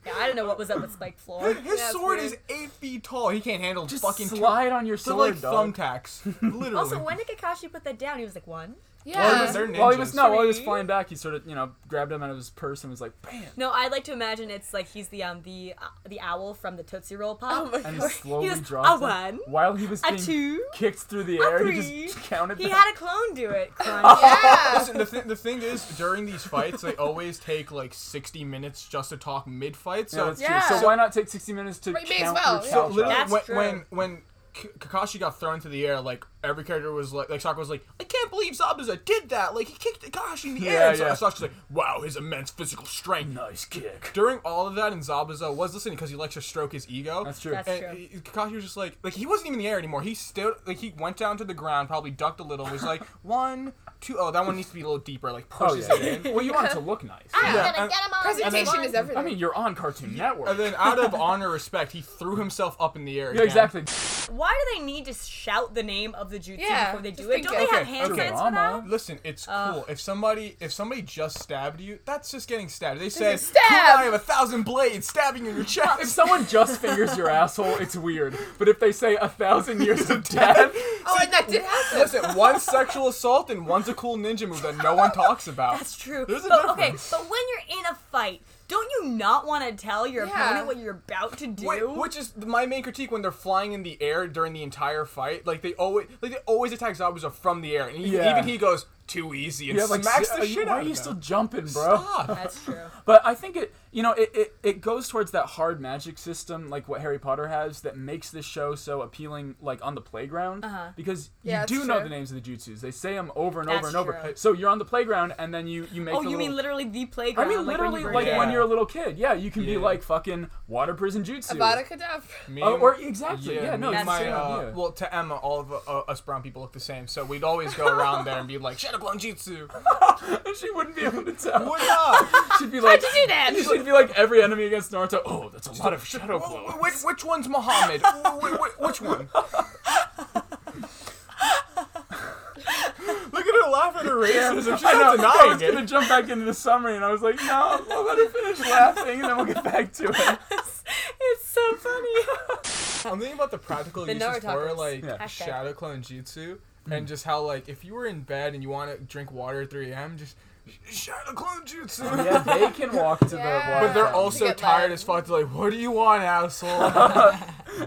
[SPEAKER 7] yeah, I don't know what was up with Spike Floor.
[SPEAKER 3] His
[SPEAKER 5] Yeah, it's
[SPEAKER 3] sword
[SPEAKER 5] weird.
[SPEAKER 3] is eight feet tall. He can't handle
[SPEAKER 8] Just
[SPEAKER 3] fucking two-
[SPEAKER 8] slide on your
[SPEAKER 3] They're
[SPEAKER 8] sword,
[SPEAKER 3] like
[SPEAKER 8] dog.
[SPEAKER 3] thumbtacks, literally.
[SPEAKER 7] Also, when did Kakashi put that down? He was like, one?
[SPEAKER 3] Well,
[SPEAKER 5] Yeah.
[SPEAKER 3] they're ninjas.
[SPEAKER 8] While he was no, while he was
[SPEAKER 7] Three.
[SPEAKER 8] flying back, he sort of you know grabbed him out of his purse and was like, bam.
[SPEAKER 7] No, I'd like to imagine it's like he's the um the uh, the owl from the Tootsie Roll Pop.
[SPEAKER 5] Oh my
[SPEAKER 8] and
[SPEAKER 5] god.
[SPEAKER 8] he slowly
[SPEAKER 7] goes,
[SPEAKER 8] dropped
[SPEAKER 7] "A
[SPEAKER 8] it.
[SPEAKER 7] one,
[SPEAKER 8] while he was
[SPEAKER 7] a
[SPEAKER 8] being
[SPEAKER 7] two,
[SPEAKER 8] kicked through the
[SPEAKER 7] a
[SPEAKER 8] air. He
[SPEAKER 7] three."
[SPEAKER 8] just counted.
[SPEAKER 7] He
[SPEAKER 8] them.
[SPEAKER 7] had a clone do it. Crunch.
[SPEAKER 5] Yeah.
[SPEAKER 3] Listen, the, th- the thing is, during these fights, they always take like 60 minutes just to talk mid fight.
[SPEAKER 8] yeah,
[SPEAKER 3] So,
[SPEAKER 8] that's
[SPEAKER 5] Yeah.
[SPEAKER 8] true. So why not take sixty minutes to
[SPEAKER 5] Right, may as
[SPEAKER 8] count
[SPEAKER 5] well,
[SPEAKER 8] your
[SPEAKER 5] yeah.
[SPEAKER 3] so
[SPEAKER 8] caltrops?
[SPEAKER 3] literally,
[SPEAKER 7] That's
[SPEAKER 3] when,
[SPEAKER 7] true.
[SPEAKER 3] when when K- Kakashi got thrown into the air, like every character was like, like Sakura was like, I can't believe Zabuza did that. Like he kicked Kakashi in the air.
[SPEAKER 8] Yeah,
[SPEAKER 3] And so,
[SPEAKER 8] yeah.
[SPEAKER 3] Sakura's like, wow, his immense physical strength.
[SPEAKER 8] nice kick.
[SPEAKER 3] During all of that, and Zabuza was listening because he likes to stroke his ego.
[SPEAKER 8] That's true.
[SPEAKER 7] That's
[SPEAKER 3] And
[SPEAKER 7] true.
[SPEAKER 3] he- Kakashi was just like, like he wasn't even in the air anymore. He still, like he went down to the ground, probably ducked a little, was like one, two, oh, that one needs to be a little deeper, like
[SPEAKER 8] Oh
[SPEAKER 3] pushes it
[SPEAKER 8] yeah.
[SPEAKER 3] in.
[SPEAKER 8] yeah. well, you want it to look nice.
[SPEAKER 3] and-
[SPEAKER 5] Presentation is everything.
[SPEAKER 8] I mean, you're on Cartoon Network.
[SPEAKER 3] And then, out of honor and respect, he threw himself up in the air.
[SPEAKER 8] yeah,
[SPEAKER 3] again.
[SPEAKER 8] exactly.
[SPEAKER 7] Why do they need to shout the name of the jutsu
[SPEAKER 5] Yeah,
[SPEAKER 7] before they
[SPEAKER 5] just
[SPEAKER 7] do it?
[SPEAKER 5] think
[SPEAKER 7] Don't
[SPEAKER 5] it.
[SPEAKER 7] they have
[SPEAKER 3] Okay,
[SPEAKER 7] hand
[SPEAKER 8] okay.
[SPEAKER 7] signs for that?
[SPEAKER 8] Drama.
[SPEAKER 3] Listen, it's cool. If somebody, if somebody just stabbed you, that's just getting stabbed. They said,
[SPEAKER 5] is stab!
[SPEAKER 3] "Kunai of a thousand blades stabbing you in your
[SPEAKER 8] If
[SPEAKER 3] chest."
[SPEAKER 8] someone just fingers your asshole, it's weird. But if they say a thousand years of death,
[SPEAKER 5] oh, and that did happen.
[SPEAKER 3] Listen, one's sexual assault and one's a cool ninja move that no one talks about.
[SPEAKER 7] That's true.
[SPEAKER 3] There's a
[SPEAKER 7] but okay,
[SPEAKER 3] difference.
[SPEAKER 7] but when you're in a fight, don't you not want to tell your
[SPEAKER 5] Yeah.
[SPEAKER 7] opponent what you're about to do?
[SPEAKER 3] Wait, which is my main critique when they're flying in the air during the entire fight. Like they always, like they always attack Zabuza from the air, and he,
[SPEAKER 8] Yeah.
[SPEAKER 3] even he goes too easy and
[SPEAKER 8] yeah, like
[SPEAKER 3] smacks
[SPEAKER 8] si-
[SPEAKER 3] the shit
[SPEAKER 8] why
[SPEAKER 3] out
[SPEAKER 8] are
[SPEAKER 3] of
[SPEAKER 8] you
[SPEAKER 3] them.
[SPEAKER 8] still jumping, bro? Uh,
[SPEAKER 3] Stop.
[SPEAKER 7] That's true.
[SPEAKER 8] But I think it, you know, it, it, it goes towards that hard magic system, like what Harry Potter has, that makes this show so appealing, like on the playground. Uh-huh. Because you
[SPEAKER 5] Yeah, that's
[SPEAKER 8] do know
[SPEAKER 5] true.
[SPEAKER 8] the names of the jutsus. They say them over and over
[SPEAKER 7] That's
[SPEAKER 8] and over.
[SPEAKER 7] true.
[SPEAKER 8] So you're on the playground, and then you you make.
[SPEAKER 7] Oh,
[SPEAKER 8] the
[SPEAKER 7] you mean
[SPEAKER 8] little-
[SPEAKER 7] literally the
[SPEAKER 8] I
[SPEAKER 7] playground?
[SPEAKER 8] mean literally,
[SPEAKER 3] were
[SPEAKER 7] when you were-
[SPEAKER 8] like, when
[SPEAKER 3] young.
[SPEAKER 8] you're a little kid. Yeah, you can
[SPEAKER 3] Yeah.
[SPEAKER 8] be like fucking water prison jutsu.
[SPEAKER 5] Avada Kedavra.
[SPEAKER 3] Me
[SPEAKER 8] Oh,
[SPEAKER 3] and-
[SPEAKER 8] or exactly. Yeah, no,
[SPEAKER 3] me and
[SPEAKER 8] it's
[SPEAKER 7] that's
[SPEAKER 8] the
[SPEAKER 3] my,
[SPEAKER 8] same
[SPEAKER 3] uh,
[SPEAKER 8] idea.
[SPEAKER 3] well, to Emma, all of uh, us brown people look the same, so we'd always go around there and be like, Shadow Clone Jutsu!
[SPEAKER 8] she wouldn't be able to tell.
[SPEAKER 3] What up?
[SPEAKER 8] She'd be like,
[SPEAKER 5] How'd you do that?
[SPEAKER 8] She'd be like every enemy against Naruto. Oh, that's a lot of shadow
[SPEAKER 3] Wh-
[SPEAKER 8] blow.
[SPEAKER 3] wh- which, which one's Muhammad? Wh- wh- wh- which one? look at her
[SPEAKER 9] off into racism. She's
[SPEAKER 8] I know.
[SPEAKER 9] not
[SPEAKER 8] I was
[SPEAKER 9] denying it.
[SPEAKER 8] gonna jump back into the summary, and I was like, no, I'll let her finish laughing, and then we'll get back to it.
[SPEAKER 7] it's so funny.
[SPEAKER 3] I'm thinking about the practical
[SPEAKER 7] The
[SPEAKER 3] uses for
[SPEAKER 7] Narutokas.
[SPEAKER 3] like
[SPEAKER 7] Hashtag.
[SPEAKER 3] shadow clone jutsu
[SPEAKER 8] Hmm.
[SPEAKER 3] and just how like if you were in bed and you want to drink water at 3 a.m. just shadow clone jutsu.
[SPEAKER 8] Yeah, they can walk to
[SPEAKER 5] Yeah.
[SPEAKER 8] the.
[SPEAKER 5] But
[SPEAKER 3] But they're
[SPEAKER 5] Um, to
[SPEAKER 3] also
[SPEAKER 5] get
[SPEAKER 3] tired
[SPEAKER 5] laid.
[SPEAKER 3] as fuck. They're like, "What do you want, asshole?"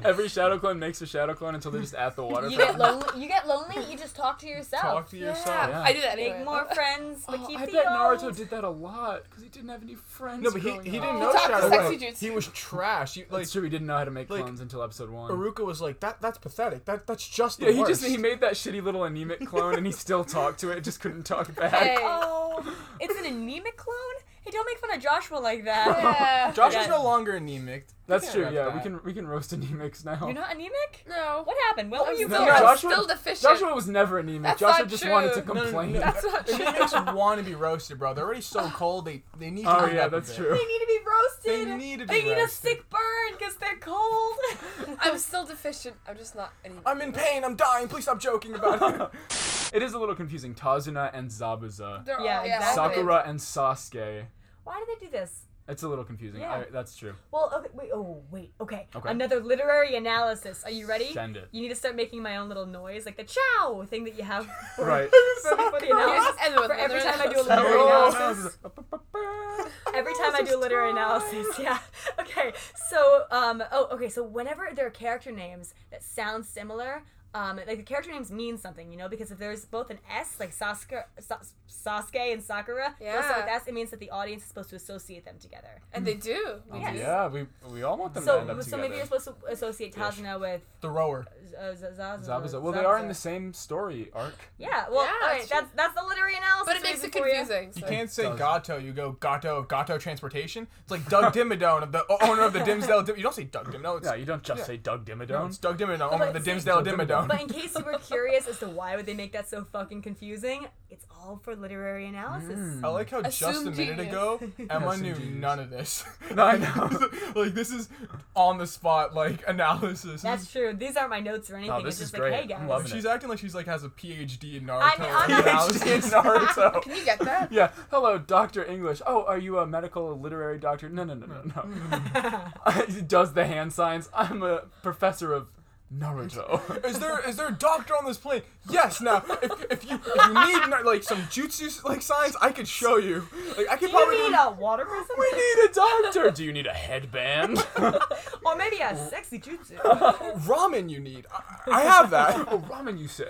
[SPEAKER 8] Every shadow clone makes a shadow clone until they're just at the water.
[SPEAKER 7] You get lonely. You get lonely. You just talk to yourself.
[SPEAKER 3] Talk to yourself.
[SPEAKER 5] I do that anyway.
[SPEAKER 7] Make more friends, but
[SPEAKER 8] Oh,
[SPEAKER 7] keep
[SPEAKER 8] I
[SPEAKER 7] the
[SPEAKER 8] bet Naruto
[SPEAKER 7] old.
[SPEAKER 8] did that a lot because he didn't have any friends.
[SPEAKER 3] No, but he,
[SPEAKER 8] growing
[SPEAKER 3] he
[SPEAKER 8] up.
[SPEAKER 3] didn't
[SPEAKER 5] He
[SPEAKER 3] know
[SPEAKER 5] talked to
[SPEAKER 3] shadow
[SPEAKER 5] sexy
[SPEAKER 3] clone.
[SPEAKER 5] dudes.
[SPEAKER 3] He was trash. You, like
[SPEAKER 8] It's true, he didn't know how to make
[SPEAKER 3] like,
[SPEAKER 8] clones until episode one.
[SPEAKER 3] Aruka was like, "That that's pathetic. That that's just the
[SPEAKER 8] yeah, he
[SPEAKER 3] worst."
[SPEAKER 8] just he made that shitty little anemic clone, and he still talked to it, just couldn't talk back.
[SPEAKER 5] Hey.
[SPEAKER 7] Oh, it's an anemic clone. Hey, don't make fun of Joshua like that.
[SPEAKER 5] Yeah.
[SPEAKER 3] Josh
[SPEAKER 7] Yeah.
[SPEAKER 3] is no longer anemic.
[SPEAKER 8] That's true.
[SPEAKER 3] about
[SPEAKER 8] Yeah, we
[SPEAKER 3] that.
[SPEAKER 8] can we can roast anemics now.
[SPEAKER 7] You're not anemic.
[SPEAKER 5] No.
[SPEAKER 7] What happened? What were you
[SPEAKER 5] No,
[SPEAKER 7] doing?
[SPEAKER 8] No,
[SPEAKER 5] I'm
[SPEAKER 8] Joshua-
[SPEAKER 5] still deficient.
[SPEAKER 8] Joshua was never anemic.
[SPEAKER 5] That's
[SPEAKER 8] Joshua
[SPEAKER 5] not
[SPEAKER 8] just
[SPEAKER 5] true.
[SPEAKER 8] wanted to
[SPEAKER 5] No,
[SPEAKER 3] no, no.
[SPEAKER 8] complain.
[SPEAKER 5] That's not true.
[SPEAKER 3] Anemics want to be roasted, bro. They're already so cold. They they need. to
[SPEAKER 8] Oh
[SPEAKER 3] heat
[SPEAKER 8] yeah,
[SPEAKER 3] up a
[SPEAKER 8] that's
[SPEAKER 3] bit.
[SPEAKER 8] true.
[SPEAKER 7] They need to be roasted.
[SPEAKER 3] They need to
[SPEAKER 7] They
[SPEAKER 3] be
[SPEAKER 7] need a
[SPEAKER 3] roasted.
[SPEAKER 7] sick burn because they're cold.
[SPEAKER 5] I'm still deficient. I'm just not any.
[SPEAKER 3] I'm in pain. I'm dying. Please stop joking about it.
[SPEAKER 8] It is a little confusing. Tazuna and Zabuza,
[SPEAKER 5] They're
[SPEAKER 7] Yeah,
[SPEAKER 5] all,
[SPEAKER 7] exactly.
[SPEAKER 5] all
[SPEAKER 8] Sakura and Sasuke.
[SPEAKER 7] Why do they do this?
[SPEAKER 8] It's a little confusing.
[SPEAKER 7] Yeah.
[SPEAKER 8] I, that's true.
[SPEAKER 7] Well, okay, wait. Oh, wait. Okay.
[SPEAKER 8] Okay.
[SPEAKER 7] Another literary analysis. Are you ready?
[SPEAKER 8] Send it.
[SPEAKER 7] You need to start making my own little noise, like the chow thing that you have for,
[SPEAKER 8] Right.
[SPEAKER 7] for, for the analysis.
[SPEAKER 5] and with
[SPEAKER 7] For every
[SPEAKER 5] literary
[SPEAKER 7] time I do a
[SPEAKER 5] analysis.
[SPEAKER 7] literary
[SPEAKER 8] Oh.
[SPEAKER 7] analysis. Every
[SPEAKER 5] Oh,
[SPEAKER 7] time I do literary analysis, yeah. Okay, so um, oh, okay, so whenever there are character names that sound similar, um, like the character names mean something, you know, because if there's both an S, like Sasuke, Sa- Sasuke and Sakura, yeah,
[SPEAKER 5] Yeah.
[SPEAKER 7] with S, it means that the audience is supposed to associate them together.
[SPEAKER 5] And they do. We do.
[SPEAKER 8] Yeah, we we all want them to end
[SPEAKER 7] So,
[SPEAKER 8] up
[SPEAKER 7] so
[SPEAKER 8] together.
[SPEAKER 7] maybe you're supposed to associate Tazuna with
[SPEAKER 3] The rower.
[SPEAKER 7] uh, Z- Z- Z-
[SPEAKER 8] Zabuza. Well, they are in
[SPEAKER 7] Zabuza.
[SPEAKER 8] the same story arc.
[SPEAKER 7] Yeah, well,
[SPEAKER 5] Yeah,
[SPEAKER 7] all right,
[SPEAKER 5] it's true.
[SPEAKER 7] that's that's the literary analysis.
[SPEAKER 5] But it makes
[SPEAKER 7] reason
[SPEAKER 5] it
[SPEAKER 7] for you.
[SPEAKER 5] confusing.
[SPEAKER 3] You
[SPEAKER 5] so-
[SPEAKER 3] can't say
[SPEAKER 8] doesn't.
[SPEAKER 3] Gato. You go Gato of Gato Transportation. It's like Doug Dimmadome, of the o- owner of the Dimsdale. Dim- you don't say Doug Dimmadome. It's,
[SPEAKER 8] Yeah, you don't just say Doug
[SPEAKER 3] no, it's
[SPEAKER 8] Dimmadome.
[SPEAKER 3] Doug Dimmadome, owner of the
[SPEAKER 7] But see-
[SPEAKER 3] Dimsdale Dimmadome.
[SPEAKER 7] But in case you were curious as to why would they make that so fucking confusing, it's all for literary analysis.
[SPEAKER 8] Hmm.
[SPEAKER 3] I like how just a
[SPEAKER 5] Assumed
[SPEAKER 3] minute
[SPEAKER 5] genius.
[SPEAKER 3] ago Emma
[SPEAKER 8] Assumed
[SPEAKER 3] knew
[SPEAKER 8] genius.
[SPEAKER 3] none of this.
[SPEAKER 8] No, I know.
[SPEAKER 3] like this is on the spot like analysis.
[SPEAKER 7] That's true. These aren't my notes or anything.
[SPEAKER 8] this
[SPEAKER 7] it's just
[SPEAKER 8] is
[SPEAKER 7] like,
[SPEAKER 8] great.
[SPEAKER 7] hey guys.
[SPEAKER 8] I'm loving
[SPEAKER 3] she's acting like she's like has a PhD in Naruto.
[SPEAKER 7] I mean, I'm-
[SPEAKER 3] analysis.
[SPEAKER 8] PhD in Naruto.
[SPEAKER 5] Can you get that?
[SPEAKER 8] Yeah. Hello, Doctor English. Oh, are you a medical literary doctor? No, no, no, no, no. He Does the hand signs? I'm a professor of Naruto.
[SPEAKER 3] Is there is there a doctor on this plane? Yes. Now, if, if you if you need na- like some jutsu like signs, I could show you. Like I could
[SPEAKER 7] Do
[SPEAKER 3] probably.
[SPEAKER 7] you need a water or
[SPEAKER 8] we
[SPEAKER 7] something?
[SPEAKER 8] need a doctor. Do you need a headband?
[SPEAKER 7] or maybe a sexy jutsu.
[SPEAKER 3] ramen you need. I, I have that.
[SPEAKER 8] oh, ramen, you say.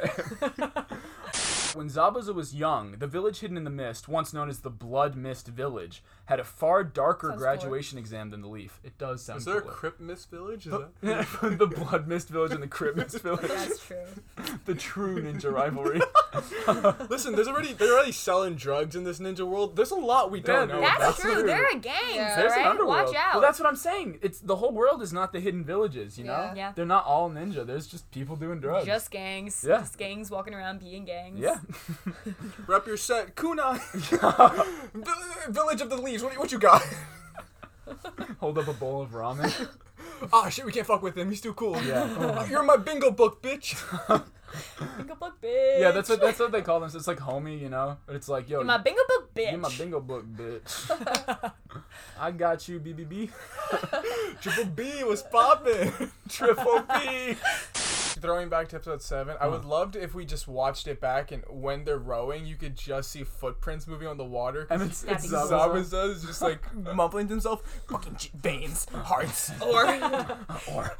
[SPEAKER 8] When Zabuza was young, the village hidden in the mist, once known as the Blood Mist Village, had a far darker
[SPEAKER 5] Sounds
[SPEAKER 8] graduation exam than the Leaf. It does sound.
[SPEAKER 3] Is there a
[SPEAKER 8] cooler.
[SPEAKER 3] Crip Miss Village? Is that-
[SPEAKER 8] the Blood Mist Village and the Crib Mist Village,
[SPEAKER 7] That's true.
[SPEAKER 8] the true ninja rivalry.
[SPEAKER 3] Listen, there's already they're already selling drugs in this ninja world. There's a lot we don't
[SPEAKER 8] Yeah,
[SPEAKER 3] know.
[SPEAKER 8] that-
[SPEAKER 3] About.
[SPEAKER 7] That's
[SPEAKER 8] That's
[SPEAKER 7] true.
[SPEAKER 8] true.
[SPEAKER 7] There are gangs,
[SPEAKER 5] Yeah.
[SPEAKER 8] There's an
[SPEAKER 7] alright?
[SPEAKER 8] underworld.
[SPEAKER 7] Watch out.
[SPEAKER 8] Well, that's what I'm saying. It's the whole world is not the hidden villages, you know.
[SPEAKER 5] Yeah.
[SPEAKER 7] Yeah.
[SPEAKER 8] They're not all ninja. There's just people doing drugs.
[SPEAKER 7] just gangs.
[SPEAKER 8] Yeah.
[SPEAKER 7] Just gangs walking around being gangs.
[SPEAKER 8] yeah.
[SPEAKER 3] Rep your set, Kuna. Vill- Village of the Leaves. What, what you got?
[SPEAKER 8] Hold up a bowl of ramen.
[SPEAKER 3] Ah, shit, we can't fuck with him. He's too cool.
[SPEAKER 8] Yeah.
[SPEAKER 3] You're in my bingo book, bitch.
[SPEAKER 7] Bingo book bitch.
[SPEAKER 8] yeah, that's what that's what they call them. So it's like homie, you know. But it's like yo,
[SPEAKER 7] my bingo book bitch.
[SPEAKER 8] you're my bingo book, bitch. I got you, BBB.
[SPEAKER 3] Triple B was popping.
[SPEAKER 8] Triple B.
[SPEAKER 3] Throwing back to episode seven, I would love to if we just watched it back and when they're rowing, you could just see footprints moving on the water.
[SPEAKER 8] And it's, it's
[SPEAKER 7] That'd be
[SPEAKER 8] Zabuza.
[SPEAKER 3] Zabuza is just like mumbling to himself, fucking j- veins, hearts,
[SPEAKER 7] or,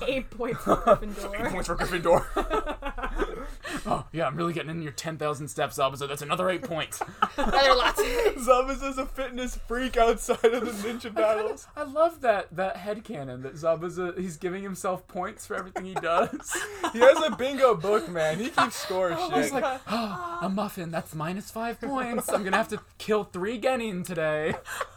[SPEAKER 7] eight points for Gryffindor.
[SPEAKER 3] points for Gryffindor.
[SPEAKER 8] Oh yeah, I'm really getting in your ten thousand steps, Zabuza. That's another eight points.
[SPEAKER 5] Another latte.
[SPEAKER 3] Zabuza's a fitness freak outside of the ninja battles.
[SPEAKER 8] I love that that headcanon that
[SPEAKER 10] uh,
[SPEAKER 8] Zabuza he's giving himself points for everything he does.
[SPEAKER 3] He has a bingo book, man. He keeps score shit.
[SPEAKER 8] He's like,
[SPEAKER 10] "Ah,
[SPEAKER 8] oh, a muffin, that's minus five points. I'm gonna have to kill three Genin today.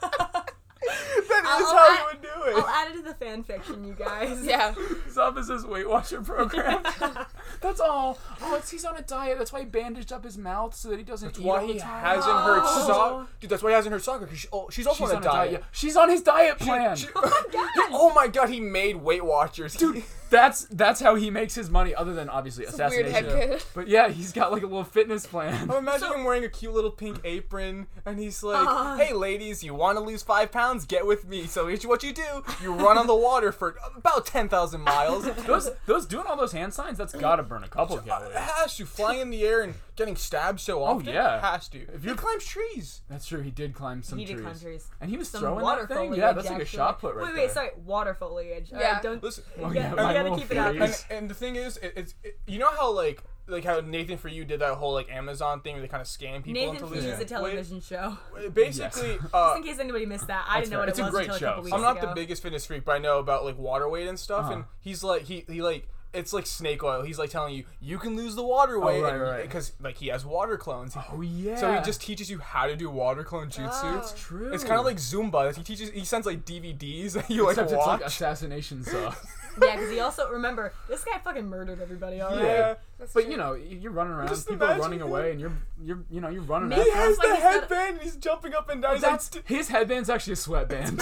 [SPEAKER 3] that is
[SPEAKER 7] I'll
[SPEAKER 3] how
[SPEAKER 7] add-
[SPEAKER 3] he would do it.
[SPEAKER 7] I'll add it to the fan fiction, you guys.
[SPEAKER 5] Yeah.
[SPEAKER 10] Zabuza's Weight Watcher program. That's all. Oh, it's, he's on a diet. That's why he bandaged up his mouth so that he doesn't eat
[SPEAKER 3] why
[SPEAKER 10] all the
[SPEAKER 3] he
[SPEAKER 10] time.
[SPEAKER 3] hasn't heard soccer. Dude, that's why he hasn't heard soccer because she, oh, she's also
[SPEAKER 10] She's
[SPEAKER 3] on a diet.
[SPEAKER 10] yeah. She's on his diet plan.
[SPEAKER 3] She- oh my god, he made Weight Watchers. Dude,
[SPEAKER 10] that's that's how he makes his money, other than obviously
[SPEAKER 5] a weird
[SPEAKER 10] assassination.
[SPEAKER 5] head
[SPEAKER 10] But yeah, he's got like a little fitness plan.
[SPEAKER 3] I'm imagining him wearing a cute little pink apron, and he's like, "Hey, ladies, you want to lose five pounds? Get with me. So here's what you do: you run on the water for about ten thousand miles.
[SPEAKER 8] Those, those doing all those hand signs, that's gotta burn a couple calories.
[SPEAKER 3] has to flying in the air and getting stabbed so often.
[SPEAKER 8] Oh, yeah.
[SPEAKER 3] has to. If you climbs trees,
[SPEAKER 8] That's true. He did climb some
[SPEAKER 7] He
[SPEAKER 8] trees.
[SPEAKER 7] did climb trees.
[SPEAKER 8] And he was
[SPEAKER 7] Some
[SPEAKER 8] throwing
[SPEAKER 7] water
[SPEAKER 8] that thing.
[SPEAKER 7] foliage,
[SPEAKER 8] Yeah, that's like a
[SPEAKER 7] actually.
[SPEAKER 8] shot put right
[SPEAKER 7] Wait,
[SPEAKER 8] there.
[SPEAKER 7] wait, sorry. Water foliage. All
[SPEAKER 5] Yeah.
[SPEAKER 7] right, don't.
[SPEAKER 3] listen.
[SPEAKER 7] yeah,
[SPEAKER 8] Oh, my
[SPEAKER 7] we gotta
[SPEAKER 8] little
[SPEAKER 7] keep it out.
[SPEAKER 8] fairies.
[SPEAKER 3] And,
[SPEAKER 7] there.
[SPEAKER 3] and the thing is, it, it's it, you know how like like how Nathan for you did that whole like Amazon thing where they kind of scam people
[SPEAKER 7] Nathan
[SPEAKER 3] into
[SPEAKER 7] Fuse
[SPEAKER 3] losing
[SPEAKER 7] is a television show.
[SPEAKER 3] weight. Basically, uh,
[SPEAKER 7] Just in case anybody missed that, I didn't know
[SPEAKER 8] fair.
[SPEAKER 7] what
[SPEAKER 8] It's
[SPEAKER 7] it
[SPEAKER 8] a
[SPEAKER 7] was
[SPEAKER 8] great
[SPEAKER 7] until a
[SPEAKER 8] show.
[SPEAKER 7] couple weeks
[SPEAKER 3] I'm not
[SPEAKER 7] ago.
[SPEAKER 3] the biggest fitness freak, but I know about like water weight and stuff.
[SPEAKER 8] Uh-huh.
[SPEAKER 3] And he's like, he he like, it's like snake oil. He's like telling you you can lose the water weight
[SPEAKER 8] Oh, right, right.
[SPEAKER 3] because like he has water clones.
[SPEAKER 8] Oh yeah.
[SPEAKER 3] So he just teaches you how to do water clone jutsu.
[SPEAKER 5] Oh.
[SPEAKER 8] true.
[SPEAKER 3] It's kind of like Zumba. He teaches. He sends like DVDs that you like
[SPEAKER 8] Except it's
[SPEAKER 3] watch.
[SPEAKER 8] like assassination saw.
[SPEAKER 7] Yeah, because he also remember this guy fucking murdered everybody. All right.
[SPEAKER 3] yeah.
[SPEAKER 8] but you know, you're running around,
[SPEAKER 3] Just
[SPEAKER 8] people are
[SPEAKER 3] imagine
[SPEAKER 8] running
[SPEAKER 3] him.
[SPEAKER 8] away, and you're you're you know you're running.
[SPEAKER 7] Maybe
[SPEAKER 8] After.
[SPEAKER 3] He has
[SPEAKER 7] Sounds like
[SPEAKER 3] the
[SPEAKER 7] he's got-
[SPEAKER 3] headband. and He's jumping up and down. He's like,
[SPEAKER 8] That's his headband's actually a sweatband.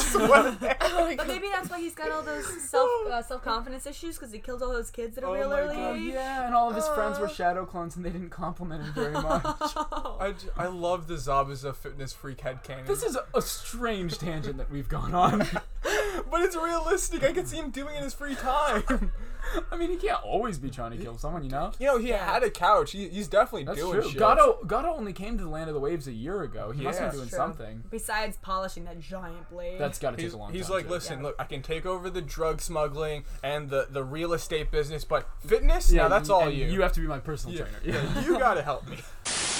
[SPEAKER 7] But maybe that's why he's got all those self uh, self confidence issues because he killed all those kids at a real
[SPEAKER 3] Oh my
[SPEAKER 7] early
[SPEAKER 3] God,
[SPEAKER 7] age.
[SPEAKER 8] Oh, yeah, and all of his friends
[SPEAKER 7] Uh.
[SPEAKER 8] were shadow clones, and they didn't compliment him very much.
[SPEAKER 3] I, j- I love the Zabuza fitness freak headcanon.
[SPEAKER 8] this is a, a strange tangent that we've gone on.
[SPEAKER 3] but it's realistic. I could see him doing it in his free time.
[SPEAKER 8] I mean, he can't always be trying to kill someone, you know.
[SPEAKER 3] you know, he had a couch. He, he's definitely
[SPEAKER 8] That's
[SPEAKER 3] doing
[SPEAKER 8] true.
[SPEAKER 3] shit.
[SPEAKER 8] Gatto, Gatto only came to the land of the waves a year ago. He must
[SPEAKER 3] Yeah.
[SPEAKER 8] be doing
[SPEAKER 3] That's
[SPEAKER 7] true.
[SPEAKER 8] something.
[SPEAKER 7] Besides polishing that giant blade.
[SPEAKER 8] That's got to take
[SPEAKER 3] He's,
[SPEAKER 8] a long
[SPEAKER 3] he's
[SPEAKER 8] time.
[SPEAKER 3] like,
[SPEAKER 8] too.
[SPEAKER 3] listen,
[SPEAKER 7] Yeah.
[SPEAKER 3] look, I can take over the drug smuggling and the, the real estate business, but fitness, yeah, that's all
[SPEAKER 8] and
[SPEAKER 3] you.
[SPEAKER 8] You have to be my personal trainer. Yeah.
[SPEAKER 3] You gotta help me.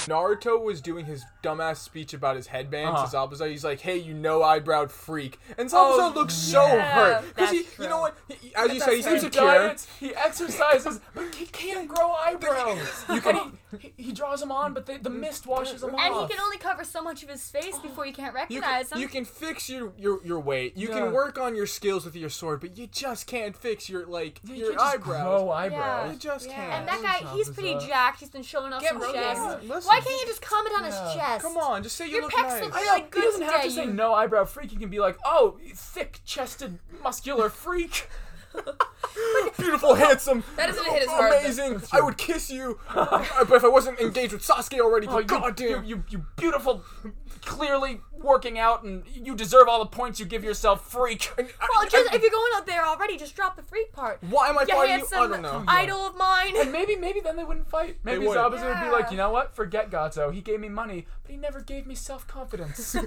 [SPEAKER 3] Naruto was doing his dumbass speech about his headband to Zabuza. He's like, "Hey, you no eyebrowed freak," and Zabuza
[SPEAKER 8] Uh-huh. Oh,
[SPEAKER 3] looks so
[SPEAKER 7] yeah,
[SPEAKER 3] hurt because he,
[SPEAKER 7] that's
[SPEAKER 3] you know
[SPEAKER 7] true.
[SPEAKER 3] what? He, he- as you said, he's
[SPEAKER 8] He
[SPEAKER 3] insecure.
[SPEAKER 8] diets, he exercises, but he can't grow eyebrows.
[SPEAKER 3] You
[SPEAKER 8] and
[SPEAKER 3] can,
[SPEAKER 8] he, he, he draws them on, but the, the mist washes them
[SPEAKER 7] and
[SPEAKER 8] off.
[SPEAKER 7] he can only cover so much of his face before you can't
[SPEAKER 3] you can,
[SPEAKER 7] recognize him.
[SPEAKER 3] you can fix your, your, your weight. You
[SPEAKER 8] Yeah.
[SPEAKER 3] can work on your skills with your sword, but you just can't fix your like
[SPEAKER 8] Yeah, you
[SPEAKER 3] your
[SPEAKER 8] can't just
[SPEAKER 3] eyebrows.
[SPEAKER 8] grow eyebrows.
[SPEAKER 3] You just can't.
[SPEAKER 7] and that guy, he's pretty jacked. He's been showing off some
[SPEAKER 3] rogue,
[SPEAKER 7] chest.
[SPEAKER 3] yeah, listen.
[SPEAKER 7] Why can't you just comment on his chest?
[SPEAKER 3] Come on, just say you
[SPEAKER 7] Your
[SPEAKER 3] look
[SPEAKER 7] pecs
[SPEAKER 3] nice.
[SPEAKER 7] look
[SPEAKER 3] I-
[SPEAKER 8] Oh, Yeah,
[SPEAKER 7] like
[SPEAKER 8] he doesn't
[SPEAKER 7] good
[SPEAKER 8] have
[SPEAKER 7] today.
[SPEAKER 8] to say
[SPEAKER 7] you-
[SPEAKER 8] no eyebrow freak. He can be like, oh, thick-chested, muscular freak.
[SPEAKER 3] beautiful, Oh, handsome.
[SPEAKER 5] That doesn't hit his heart. though.
[SPEAKER 3] Amazing! I would kiss you, uh, but if I wasn't engaged with Sasuke already,
[SPEAKER 8] Oh,
[SPEAKER 3] but
[SPEAKER 8] you, you,
[SPEAKER 3] goddamn,
[SPEAKER 8] you, you beautiful, clearly working out, and you deserve all the points you give yourself, freak.
[SPEAKER 3] I-
[SPEAKER 7] Well,
[SPEAKER 3] I-
[SPEAKER 7] just, if you're going up there already, just drop the freak part.
[SPEAKER 3] uh, why am I
[SPEAKER 7] You
[SPEAKER 3] fighting you? I don't
[SPEAKER 7] handsome
[SPEAKER 3] know.
[SPEAKER 7] idol of mine.
[SPEAKER 8] And maybe, maybe then they wouldn't fight. Maybe
[SPEAKER 3] would.
[SPEAKER 8] Zabuza would be like,
[SPEAKER 5] Yeah.
[SPEAKER 8] you know what? Forget Gato. He gave me money, but he never gave me self-confidence.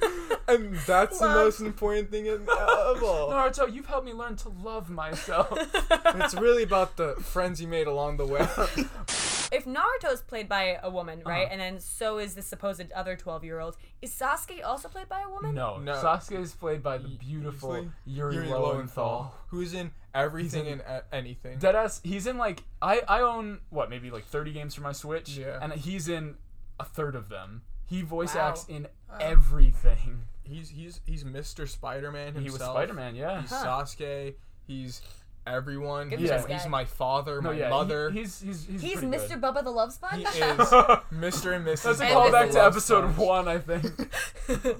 [SPEAKER 3] And that's the
[SPEAKER 7] Love.
[SPEAKER 3] most important thing in, uh, of all.
[SPEAKER 8] Naruto, you've helped me learn to love myself.
[SPEAKER 3] It's really about the friends you made along the way.
[SPEAKER 7] if Naruto's played by a woman, right, and then so is the supposed other 12 year old, is Sasuke also played by a woman?
[SPEAKER 8] No,
[SPEAKER 3] No.
[SPEAKER 8] Sasuke is played by the beautiful Yuri, Lowenthal.
[SPEAKER 3] who's in everything and a- anything.
[SPEAKER 8] Deadass, he's in like I I own what maybe like 30 games for my Switch,
[SPEAKER 3] Yeah.
[SPEAKER 8] and he's in a third of them. He voice
[SPEAKER 7] Wow.
[SPEAKER 8] acts in everything.
[SPEAKER 3] He's he's he's Mr. Spider-Man himself.
[SPEAKER 8] He was Spider Man, yeah.
[SPEAKER 3] He's Sasuke. He's everyone. He's,
[SPEAKER 8] Yeah.
[SPEAKER 3] he's my father,
[SPEAKER 8] No,
[SPEAKER 3] my
[SPEAKER 8] yeah, he-
[SPEAKER 3] mother.
[SPEAKER 8] he's he's he's,
[SPEAKER 7] He's
[SPEAKER 8] pretty
[SPEAKER 7] Mr.
[SPEAKER 8] Good.
[SPEAKER 7] Bubba the Love Sponge?
[SPEAKER 3] he is Mr. and Mrs.
[SPEAKER 8] That's a
[SPEAKER 3] Bubba
[SPEAKER 8] callback
[SPEAKER 3] the
[SPEAKER 8] to
[SPEAKER 3] Love
[SPEAKER 8] episode
[SPEAKER 3] Sponge.
[SPEAKER 8] one, I think,